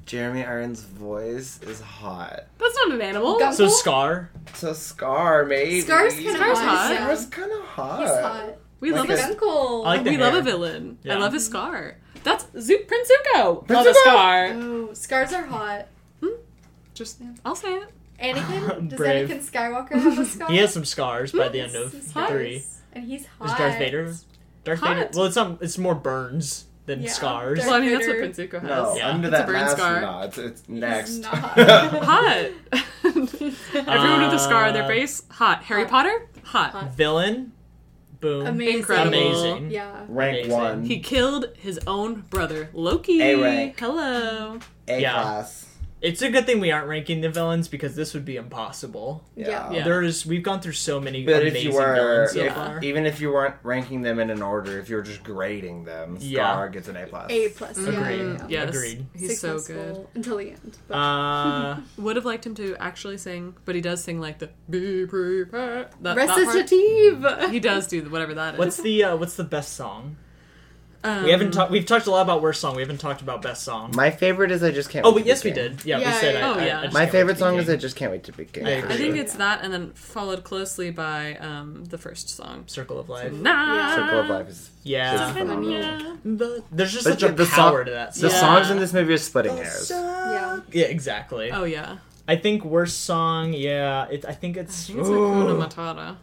Speaker 4: Jeremy Irons' voice is hot.
Speaker 2: that's not an animal.
Speaker 3: Gus-
Speaker 1: So Scar.
Speaker 4: So Scar, maybe.
Speaker 3: Scar's kind of
Speaker 2: Scar's
Speaker 3: hot.
Speaker 2: hot.
Speaker 3: yeah.
Speaker 4: Scar's kind of hot.
Speaker 3: He's hot.
Speaker 2: we
Speaker 4: Like
Speaker 2: love
Speaker 4: a-
Speaker 2: a,
Speaker 3: He's uncle.
Speaker 1: I like the
Speaker 2: Oh, we love a
Speaker 1: hair.
Speaker 2: villain.
Speaker 1: Yeah.
Speaker 2: I love his scar. That's Zook Prince Zuko. Love
Speaker 4: Zuko!
Speaker 2: a scar.
Speaker 3: Oh, scars are hot.
Speaker 2: Hmm? Just I'll say it.
Speaker 3: Anakin? Does
Speaker 1: Brave.
Speaker 3: Anakin Skywalker have a scar?
Speaker 1: He has some scars by the end of
Speaker 3: Some scars.
Speaker 1: three. Is
Speaker 3: And he's hot.
Speaker 1: Darth Vader? Darth
Speaker 2: Hot.
Speaker 1: Vader. Well, it's not. It's more burns than
Speaker 3: Yeah.
Speaker 1: scars.
Speaker 3: Darth
Speaker 2: Well, I mean that's what
Speaker 3: Vader.
Speaker 2: Prince Zuko has.
Speaker 4: No,
Speaker 1: Yeah.
Speaker 2: It's
Speaker 4: under
Speaker 2: a
Speaker 4: that
Speaker 2: burn
Speaker 4: mask,
Speaker 2: scar.
Speaker 4: no, it's, it's next.
Speaker 3: not hot.
Speaker 2: Hot.
Speaker 1: Um,
Speaker 2: Everyone with a scar
Speaker 1: Uh,
Speaker 2: on their face, hot. Harry
Speaker 3: Hot.
Speaker 2: Potter, hot.
Speaker 3: Hot.
Speaker 1: Villain. Boom.
Speaker 3: Amazing.
Speaker 2: Incredible.
Speaker 1: Amazing.
Speaker 3: Yeah.
Speaker 4: Rank
Speaker 1: Amazing.
Speaker 4: one,
Speaker 2: He killed his own brother, Loki.
Speaker 4: A rank.
Speaker 2: Hello.
Speaker 4: A
Speaker 1: Yeah.
Speaker 4: class.
Speaker 1: It's a good thing we aren't ranking the villains because this would be impossible.
Speaker 3: Yeah.
Speaker 2: Yeah.
Speaker 1: There is. We've gone through so many
Speaker 4: But
Speaker 1: amazing
Speaker 4: if you were,
Speaker 1: villains so
Speaker 4: if-
Speaker 1: far.
Speaker 4: even if you weren't ranking them in an order, if you were just grading them, Scar
Speaker 1: Yeah.
Speaker 4: gets an A plus.
Speaker 3: A plus. Yeah.
Speaker 1: Agreed.
Speaker 3: Yeah.
Speaker 2: Yes.
Speaker 1: Agreed.
Speaker 2: He's so
Speaker 3: Successful
Speaker 2: good.
Speaker 3: Until the end. But
Speaker 1: Uh,
Speaker 2: Would have liked him to actually sing, but he does sing like the be prepared. That, that part.
Speaker 3: Recitative.
Speaker 2: He does do whatever that is.
Speaker 1: what's the uh, what's the best song?
Speaker 2: Um,
Speaker 1: We haven't talked. We've talked a lot about worst song. We haven't talked about best song.
Speaker 4: My favorite is I just can't.
Speaker 1: Oh,
Speaker 4: wait
Speaker 1: wait,
Speaker 4: to
Speaker 1: yes,
Speaker 4: be
Speaker 1: we
Speaker 4: king.
Speaker 1: did. Yeah, we
Speaker 3: Yeah,
Speaker 1: said. uh,
Speaker 3: yeah,
Speaker 1: I- I-
Speaker 2: yeah.
Speaker 1: I
Speaker 2: My
Speaker 1: just
Speaker 4: My
Speaker 1: can't wait
Speaker 4: favorite
Speaker 1: to
Speaker 4: song
Speaker 1: be
Speaker 4: is
Speaker 1: king.
Speaker 4: I just can't wait to be king.
Speaker 1: I
Speaker 4: for
Speaker 2: I think
Speaker 4: sure.
Speaker 2: it's that, and then followed closely by um, the first song.
Speaker 1: "Circle of Life."
Speaker 2: Nah.
Speaker 4: Circle of Life is
Speaker 1: Yeah.
Speaker 4: is phenomenal.
Speaker 1: The- there's just
Speaker 4: But
Speaker 1: such a
Speaker 4: the song-
Speaker 1: power to that.
Speaker 4: The
Speaker 1: Song.
Speaker 2: Yeah.
Speaker 4: songs in this movie are splitting
Speaker 3: Oh,
Speaker 4: hairs.
Speaker 1: Yeah.
Speaker 3: Yeah.
Speaker 1: Yeah, exactly.
Speaker 2: Oh yeah.
Speaker 1: I think worst song. Yeah, it, I think
Speaker 2: I
Speaker 1: it's.
Speaker 2: think it's Hakuna Matata.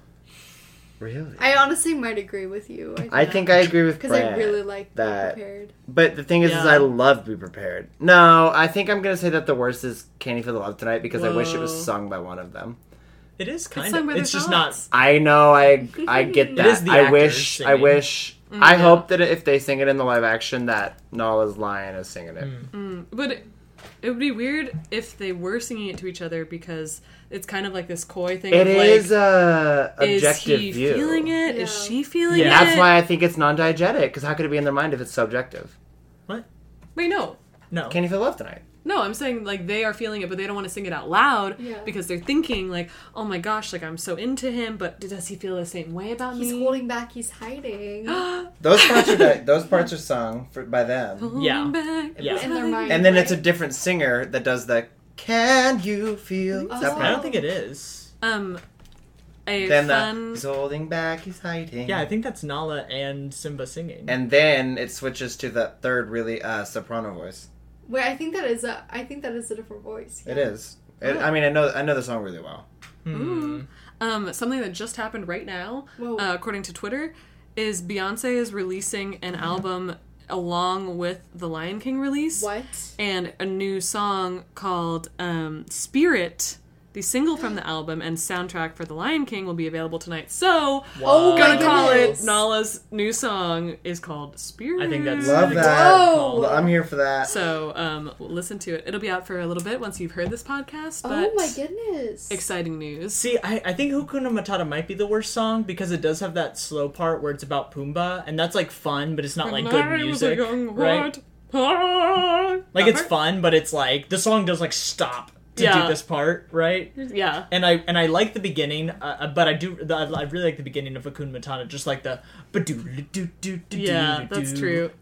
Speaker 4: Really?
Speaker 3: I honestly might agree with you.
Speaker 4: I think I agree with
Speaker 3: Because I
Speaker 4: Brad.
Speaker 3: really like
Speaker 4: that-
Speaker 3: that. prepared.
Speaker 4: But the thing is, is
Speaker 2: Yeah.
Speaker 4: I love Be Prepared. No, I think I'm gonna say that the worst is Candy for the Love Tonight because I wish it was
Speaker 2: Whoa.
Speaker 4: sung by one of them.
Speaker 1: it is kind
Speaker 2: sung
Speaker 1: of.
Speaker 2: by
Speaker 1: It's
Speaker 2: the
Speaker 1: just
Speaker 2: dogs.
Speaker 4: I know, I I get that.
Speaker 1: is the
Speaker 4: I
Speaker 1: actors
Speaker 4: wish, I
Speaker 1: singing.
Speaker 4: wish. I
Speaker 2: yeah.
Speaker 4: hope that if they sing it in the live action, that Nala's lion is singing it.
Speaker 2: Mm. But it, it would be weird if they were singing it to each other because it's kind of like this coy thing.
Speaker 4: It
Speaker 2: of like,
Speaker 4: is a objective
Speaker 2: is he
Speaker 4: view.
Speaker 2: feeling it? Is
Speaker 3: Yeah.
Speaker 2: she feeling
Speaker 1: Yeah.
Speaker 2: it?
Speaker 4: That's why I think it's non-diegetic because how could it be in their mind if it's subjective?
Speaker 2: Wait, no.
Speaker 1: not. No.
Speaker 4: Candy for the Love Tonight.
Speaker 2: No, I'm saying like they are feeling it, but they don't want to sing it out loud
Speaker 3: Yeah.
Speaker 2: because they're thinking like, "Oh my gosh, like I'm so into him, but does he feel the same way about
Speaker 3: He's
Speaker 2: me?"
Speaker 3: holding back. He's hiding.
Speaker 4: Those parts are di- those parts are sung for, by them,
Speaker 2: Holding
Speaker 1: Yeah.
Speaker 2: back.
Speaker 1: Yeah.
Speaker 3: In their mind.
Speaker 4: and then it's a different singer that does the "Can you feel?"
Speaker 3: Oh.
Speaker 4: that
Speaker 1: I
Speaker 4: part.
Speaker 1: don't think it is.
Speaker 2: Um, a
Speaker 4: Then the
Speaker 2: fun.
Speaker 4: he's holding back, he's hiding.
Speaker 1: Yeah, I think that's Nala and Simba singing.
Speaker 4: And then it switches to the third really uh, soprano voice.
Speaker 3: Wait, I think that is a. I think that is a different voice.
Speaker 4: It is. It, I mean, I know I know the song really well.
Speaker 1: Hmm.
Speaker 2: Um, something that just happened right now,
Speaker 3: Whoa.
Speaker 2: uh, according to Twitter, is Beyonce is releasing an album along with the Lion King release
Speaker 3: What?
Speaker 2: and a new song called um, "Spirit." The single from the album and soundtrack for The Lion King will be available tonight. So,
Speaker 3: Oh
Speaker 2: gonna
Speaker 3: my
Speaker 2: call it
Speaker 3: goodness.
Speaker 2: Nala's new song is called Spirit.
Speaker 1: I think that's
Speaker 4: Love
Speaker 1: a good
Speaker 4: that.
Speaker 1: call.
Speaker 3: Whoa.
Speaker 4: I'm here for that.
Speaker 2: Oh. So, um, listen to it. It'll be out for a little bit once you've heard this podcast. But
Speaker 3: oh my goodness.
Speaker 2: Exciting news.
Speaker 1: See, I, I think Hakuna Matata might be the worst song because it does have that slow part where it's about Pumbaa, and that's like fun, but it's not like good music, right? Like it's fun, but it's like the song does like stop to
Speaker 2: Yeah.
Speaker 1: do this part, right?
Speaker 2: Yeah.
Speaker 1: And I and I like the beginning, uh, uh, but I do the, I really like the beginning of Hakuna Matata, just like the
Speaker 2: Yeah,
Speaker 1: yeah,
Speaker 2: that's true.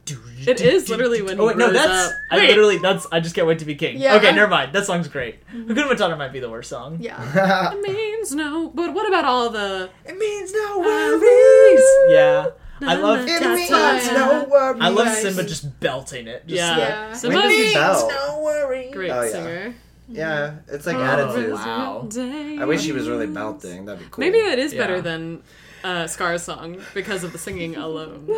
Speaker 2: It is literally when he
Speaker 1: Oh wait, no,
Speaker 2: grows
Speaker 1: that's
Speaker 2: up.
Speaker 1: I
Speaker 2: Wait.
Speaker 1: literally that's I just can't wait to be king.
Speaker 3: Yeah.
Speaker 1: Okay, never mind. That song's great.
Speaker 2: Mm-hmm.
Speaker 1: Hakuna Matata might be the worst song.
Speaker 3: yeah.
Speaker 2: It means no. But what about all the
Speaker 4: it means no
Speaker 1: Ah, Yeah, I love
Speaker 2: It
Speaker 4: It
Speaker 2: means
Speaker 4: means
Speaker 2: That's uh, no
Speaker 4: no
Speaker 2: fine.
Speaker 4: worries.
Speaker 1: I love
Speaker 3: Nice.
Speaker 1: Simba just belting it. Just
Speaker 2: Yeah.
Speaker 1: like-
Speaker 3: Yeah.
Speaker 2: Simba
Speaker 4: It means
Speaker 1: Bell.
Speaker 4: no worries.
Speaker 2: great
Speaker 4: Oh, yeah.
Speaker 2: singer?
Speaker 4: Yeah, it's like
Speaker 1: Oh,
Speaker 4: attitude.
Speaker 1: wow.
Speaker 4: I wish he was really belting. That'd be cool.
Speaker 2: Maybe it is better
Speaker 1: Yeah.
Speaker 2: than uh, Scar's song because of the singing alone.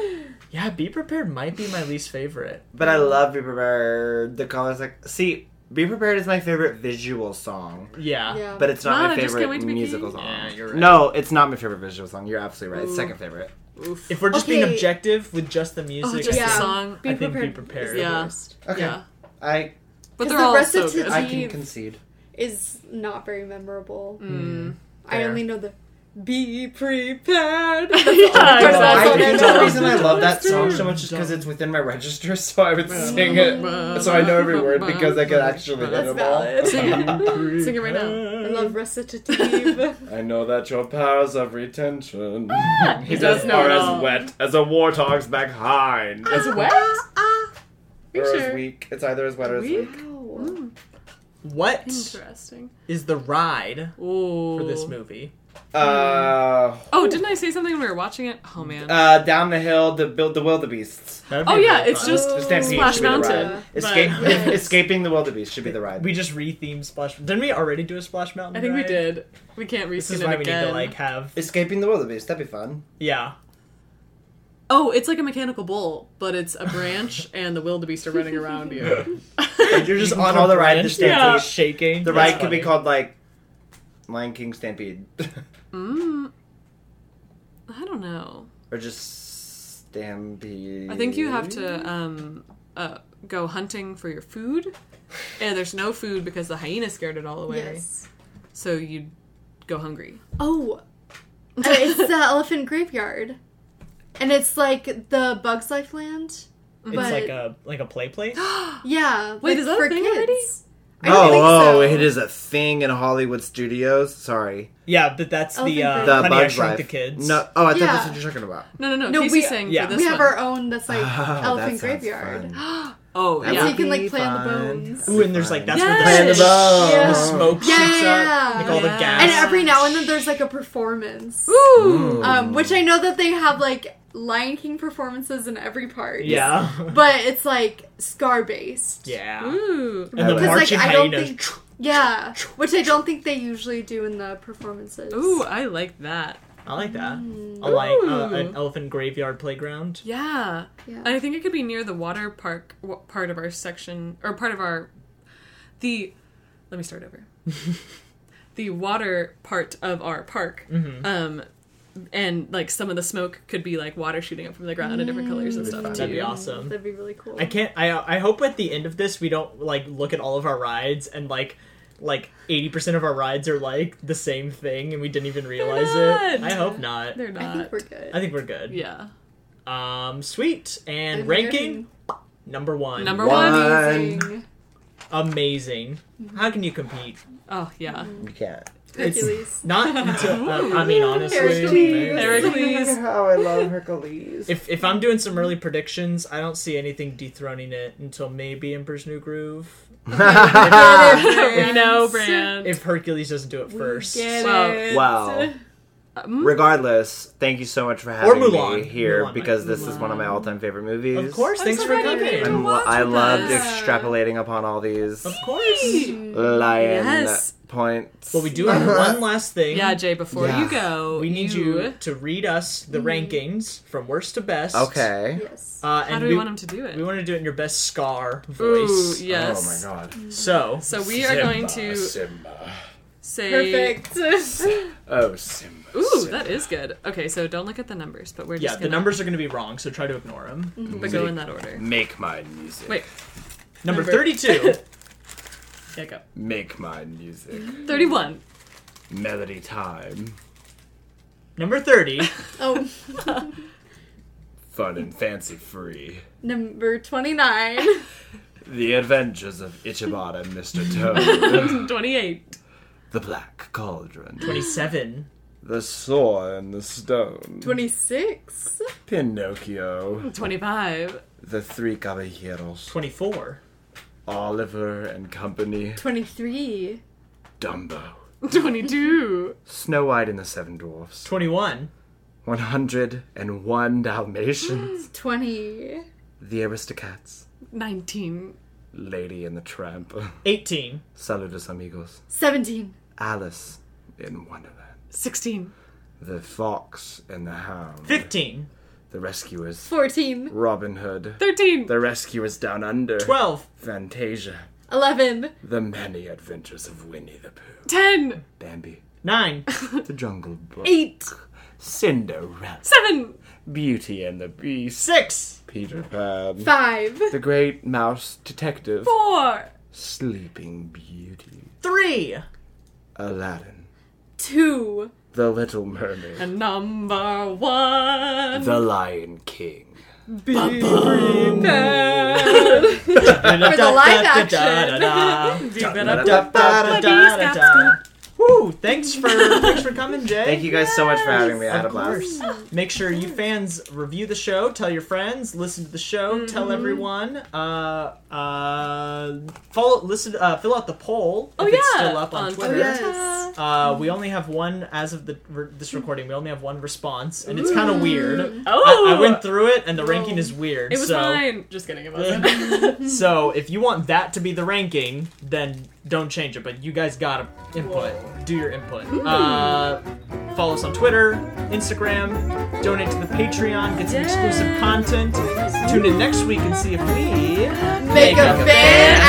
Speaker 1: yeah. Be prepared might be my least favorite.
Speaker 4: But I love Be Prepared. The colors like see, Be Prepared is my favorite visual song.
Speaker 1: Yeah.
Speaker 3: Yeah.
Speaker 4: But it's not
Speaker 2: Mom,
Speaker 4: my
Speaker 2: I just can't wait
Speaker 4: favorite
Speaker 2: to be
Speaker 4: musical
Speaker 2: king.
Speaker 4: song.
Speaker 1: Yeah, you're right.
Speaker 4: No, it's not my favorite visual song. You're absolutely right. It's
Speaker 2: Ooh.
Speaker 4: second favorite.
Speaker 2: Oof.
Speaker 1: If we're just being
Speaker 3: Okay.
Speaker 1: objective with just the music,
Speaker 2: Oh, just
Speaker 1: I
Speaker 3: Yeah.
Speaker 2: the
Speaker 1: think-
Speaker 2: song.
Speaker 1: I think Be Prepared.
Speaker 3: Is the
Speaker 2: Yeah.
Speaker 3: worst.
Speaker 4: Okay.
Speaker 2: Yeah.
Speaker 4: I
Speaker 2: But
Speaker 3: 'Cause
Speaker 2: they're
Speaker 3: the
Speaker 2: all
Speaker 3: rest
Speaker 2: so
Speaker 3: of
Speaker 2: good.
Speaker 3: Tootsie-
Speaker 4: I can
Speaker 3: Eve.
Speaker 4: concede.
Speaker 3: Is not very memorable.
Speaker 1: Mm.
Speaker 3: I
Speaker 1: Fair.
Speaker 3: only know the.
Speaker 2: Be prepared.
Speaker 3: part of that
Speaker 4: I
Speaker 3: song
Speaker 4: think
Speaker 3: is-
Speaker 4: the reason I love that song so much is because it's within my register, so I would sing it. So I know every word because I can actually hit
Speaker 3: That's
Speaker 4: them
Speaker 3: valid. Sing
Speaker 1: Hmm.
Speaker 4: all.
Speaker 2: Sing it right now.
Speaker 3: I love recitative.
Speaker 4: I know that your powers of retention
Speaker 2: He does know Ah, it all.
Speaker 4: wet as a warthog's behind.
Speaker 2: It's wet.
Speaker 3: Ah.
Speaker 4: or
Speaker 2: sure?
Speaker 4: as weak. It's either as wet or as
Speaker 2: Weak?
Speaker 4: weak.
Speaker 3: Wow.
Speaker 1: What
Speaker 2: Interesting.
Speaker 1: is the ride
Speaker 2: Ooh.
Speaker 1: for this movie?
Speaker 4: Uh,
Speaker 2: Oh, didn't I say something when we were watching it? Oh
Speaker 1: Um,
Speaker 2: man.
Speaker 4: uh, down the hill, the build the wildebeests.
Speaker 1: That would
Speaker 2: Oh
Speaker 1: be
Speaker 2: yeah,
Speaker 1: really
Speaker 2: it's
Speaker 1: fun.
Speaker 2: just
Speaker 3: Oh.
Speaker 4: Stampede
Speaker 2: Splash
Speaker 4: should be the ride.
Speaker 2: Mountain. but-
Speaker 4: Escape,
Speaker 3: Yes.
Speaker 4: escaping the wildebeest should be the ride.
Speaker 1: we just retheme Splash. Didn't we already do a Splash Mountain?
Speaker 2: I think we
Speaker 1: ride?
Speaker 2: did. We can't
Speaker 1: This
Speaker 2: reset
Speaker 1: is
Speaker 2: it
Speaker 1: why
Speaker 2: again.
Speaker 1: we need to like have
Speaker 4: escaping the wildebeest. That'd be fun.
Speaker 1: yeah.
Speaker 2: Oh, it's like a mechanical bull, but it's a branch, and the wildebeest are running around you.
Speaker 4: You're just
Speaker 1: You can
Speaker 4: on
Speaker 1: call
Speaker 4: all the ride. The,
Speaker 1: branch
Speaker 4: stampede.
Speaker 1: that's shaking.
Speaker 4: the
Speaker 1: That's
Speaker 4: ride could be
Speaker 1: funny.
Speaker 4: called like Lion King Stampede,
Speaker 2: mm, I don't know.
Speaker 4: or just Stampede.
Speaker 2: I think you have to um, uh, go hunting for your food, and there's no food because the hyena scared it all away.
Speaker 3: Yes.
Speaker 2: So you go hungry.
Speaker 3: Oh, uh, it's the elephant graveyard, and it's like the Bugs Life Land.
Speaker 1: It's
Speaker 3: but-
Speaker 1: like a like a play place.
Speaker 3: Yeah.
Speaker 2: Wait,
Speaker 3: like,
Speaker 2: is that a
Speaker 3: for
Speaker 2: thing
Speaker 3: kids.
Speaker 2: already?
Speaker 3: I don't think
Speaker 4: oh,
Speaker 3: so.
Speaker 4: oh, it is a thing in Hollywood studios. Sorry,
Speaker 1: Yeah, but that's the
Speaker 3: Elephant
Speaker 1: uh,
Speaker 3: Bridge.
Speaker 4: the
Speaker 1: Honey I
Speaker 4: Bugs
Speaker 1: Shrunk
Speaker 4: Life.
Speaker 1: the Kids.
Speaker 4: No, oh, I thought
Speaker 3: Yeah.
Speaker 4: that's what you're talking about.
Speaker 2: No, no, no.
Speaker 3: No,
Speaker 2: Casey's
Speaker 3: we-
Speaker 2: saying
Speaker 1: yeah.
Speaker 2: for this
Speaker 3: we have
Speaker 2: one.
Speaker 3: our own that's like
Speaker 4: Oh, that
Speaker 3: elephant
Speaker 4: sounds
Speaker 3: graveyard.
Speaker 4: fun.
Speaker 2: oh,
Speaker 4: That
Speaker 3: So
Speaker 2: yeah.
Speaker 3: you can
Speaker 4: Be
Speaker 3: like play on the
Speaker 4: fun.
Speaker 3: bones.
Speaker 1: Ooh, and there's like that's where the,
Speaker 2: Yes. Play
Speaker 4: the
Speaker 1: sh-
Speaker 4: bones.
Speaker 1: the smoke
Speaker 3: Yeah.
Speaker 1: shoots up. Like all the
Speaker 2: Yeah.
Speaker 1: gas.
Speaker 3: And every now and then there's like a performance.
Speaker 2: Ooh.
Speaker 1: Mm.
Speaker 3: Um, which I know that they have like Lion King performances in every part.
Speaker 1: yeah.
Speaker 3: But it's like scar based.
Speaker 2: Hmm?
Speaker 1: yeah.
Speaker 2: Uh, Ooh.
Speaker 1: And the
Speaker 4: Because, like,
Speaker 1: marching
Speaker 3: I don't
Speaker 1: hyenas.
Speaker 3: think- Yeah. Which I don't think they usually do in the performances. Mm,
Speaker 2: Ooh, I like that.
Speaker 1: I like that. I like uh,
Speaker 2: Ooh.
Speaker 1: an elephant graveyard playground.
Speaker 2: Yeah.
Speaker 3: Yeah.
Speaker 2: And I think it could be near the water park w- part of our section or part of our the let me start over. the water part of our park.
Speaker 1: Mm-hmm.
Speaker 2: Um and like some of the smoke could be like water shooting up from the ground in different colors and stuff.
Speaker 4: That'd
Speaker 1: Mm. That'd be
Speaker 2: too.
Speaker 1: awesome.
Speaker 3: That'd be really cool.
Speaker 1: I can't. I I hope at the end of this we don't like look at all of our rides and like like eighty percent of our rides are like the same thing and we didn't even realize it.
Speaker 2: not.
Speaker 1: I hope not.
Speaker 2: They're
Speaker 3: I
Speaker 2: not.
Speaker 3: think we're good.
Speaker 1: I think we're good.
Speaker 2: yeah.
Speaker 1: Um, sweet and
Speaker 3: I'm
Speaker 1: ranking number one.
Speaker 2: Number
Speaker 4: One.
Speaker 2: one.
Speaker 3: Amazing.
Speaker 1: amazing.
Speaker 2: Mm-hmm.
Speaker 1: How can you compete?
Speaker 2: Oh yeah.
Speaker 4: You can't.
Speaker 3: Hercules.
Speaker 1: Not until um, I mean honestly.
Speaker 3: Hercules.
Speaker 2: Hercules.
Speaker 4: How I love Hercules.
Speaker 1: If if I'm doing some early predictions, I don't see anything dethroning it until maybe Emperor's New Groove.
Speaker 2: we know brand.
Speaker 1: If Hercules doesn't do it first.
Speaker 3: Get
Speaker 2: Wow.
Speaker 3: it.
Speaker 4: Wow.
Speaker 2: Um,
Speaker 4: Regardless, thank you so much for having
Speaker 1: Hmm? Mulan.
Speaker 4: me here
Speaker 1: Mulan,
Speaker 4: because this is one of my
Speaker 2: Mulan.
Speaker 4: all-time favorite movies.
Speaker 1: Of course,
Speaker 2: I'm
Speaker 1: thanks
Speaker 2: so
Speaker 1: for
Speaker 2: glad you made it
Speaker 1: coming.
Speaker 2: to
Speaker 4: And
Speaker 2: watch
Speaker 4: I
Speaker 2: with
Speaker 4: loved
Speaker 2: us.
Speaker 4: extrapolating upon all these
Speaker 1: Of course.
Speaker 3: Mm,
Speaker 4: Uh, lion
Speaker 2: Yes.
Speaker 4: points.
Speaker 1: Well, we do have one last thing.
Speaker 2: Yeah, Jay, before
Speaker 4: Yeah.
Speaker 2: you go,
Speaker 1: We need you to read us the rankings from worst to best.
Speaker 4: Okay.
Speaker 3: Yes.
Speaker 1: Uh, and
Speaker 2: Mm-hmm. How do we, want him to do
Speaker 1: We
Speaker 2: it?
Speaker 1: want to do it in your best Scar
Speaker 2: Ooh,
Speaker 1: voice.
Speaker 2: yes.
Speaker 4: Oh my god.
Speaker 1: So,
Speaker 2: So we are going to
Speaker 4: Simba.
Speaker 2: say.
Speaker 3: Perfect.
Speaker 4: Oh, Simba.
Speaker 2: Ooh,
Speaker 4: Simba.
Speaker 2: that is good. Okay, so don't look at the numbers, but we're
Speaker 1: yeah,
Speaker 2: just
Speaker 1: the
Speaker 2: gonna Mm.
Speaker 1: numbers are going to be wrong, so try to ignore them.
Speaker 2: but go in that order.
Speaker 4: Make my music.
Speaker 2: Wait,
Speaker 1: Number,
Speaker 2: Number-
Speaker 1: 32. yeah, go.
Speaker 4: Make my music.
Speaker 2: Mm-hmm. thirty-one.
Speaker 4: Melody time.
Speaker 1: Number 30.
Speaker 3: oh,
Speaker 4: Fun and fancy free.
Speaker 3: number 29.
Speaker 4: The Adventures of Ichabod and Mr. Toad.
Speaker 2: 28.
Speaker 4: the Black Cauldron.
Speaker 1: 27.
Speaker 4: The Saw and the Stone.
Speaker 3: 26.
Speaker 4: Pinocchio.
Speaker 2: 25.
Speaker 4: The Three Caballeros.
Speaker 1: 24.
Speaker 4: Oliver and Company.
Speaker 3: 23.
Speaker 4: Dumbo.
Speaker 2: 22.
Speaker 4: Snow White and the Seven Dwarfs.
Speaker 1: 21.
Speaker 4: 101 Dalmatians.
Speaker 3: 20.
Speaker 4: the Aristocats.
Speaker 2: 19.
Speaker 4: Lady and the Tramp.
Speaker 1: 18.
Speaker 4: Saludos Amigos.
Speaker 3: 17.
Speaker 4: Alice in Wonderland.
Speaker 2: 16.
Speaker 4: The Fox and the Hound.
Speaker 1: 15.
Speaker 4: The Rescuers.
Speaker 3: 14.
Speaker 4: Robin Hood.
Speaker 2: 13.
Speaker 4: The Rescuers Down Under.
Speaker 1: 12.
Speaker 4: Fantasia.
Speaker 3: 11.
Speaker 4: The Many Adventures of Winnie the Pooh.
Speaker 2: 10.
Speaker 4: Bambi.
Speaker 1: 9.
Speaker 4: The Jungle Book.
Speaker 3: 8.
Speaker 4: Cinderella.
Speaker 2: 7.
Speaker 4: Beauty and the Beast.
Speaker 1: 6.
Speaker 4: Peter Pan.
Speaker 3: 5.
Speaker 4: The Great Mouse Detective.
Speaker 2: 4.
Speaker 4: Sleeping Beauty.
Speaker 1: 3.
Speaker 4: Aladdin.
Speaker 3: 2.
Speaker 4: The Little Mermaid.
Speaker 2: And number 1.
Speaker 4: The Lion King.
Speaker 1: For
Speaker 3: the live
Speaker 1: action.
Speaker 2: Be better.
Speaker 1: Woo! Thanks for thanks for coming, Jay.
Speaker 4: Thank you guys so much for having me. I had a
Speaker 1: Of
Speaker 4: blast.
Speaker 1: course. Make sure you fans review the show, tell your friends, listen to the show,
Speaker 2: Mm-hmm.
Speaker 1: tell everyone. Uh, uh, follow, listen, uh, fill out the poll.
Speaker 2: Oh,
Speaker 1: if it's
Speaker 2: yeah,
Speaker 1: still up on,
Speaker 2: on
Speaker 1: Twitter.
Speaker 2: Twitter.
Speaker 3: Yes.
Speaker 1: Uh, we only have one as of the re- this recording. We only have one response, and it's kind of weird.
Speaker 2: Oh!
Speaker 1: I, I went through it, and the ranking is weird.
Speaker 2: It was
Speaker 1: so.
Speaker 2: mine. Just kidding. It wasn't.
Speaker 1: So if you want that to be the ranking, then don't change it. But you guys gotta input. Do your input. Uh, follow us on Twitter, Instagram. Donate to the Patreon. Get some exclusive content. Tune in next week and see if we
Speaker 3: Make a fan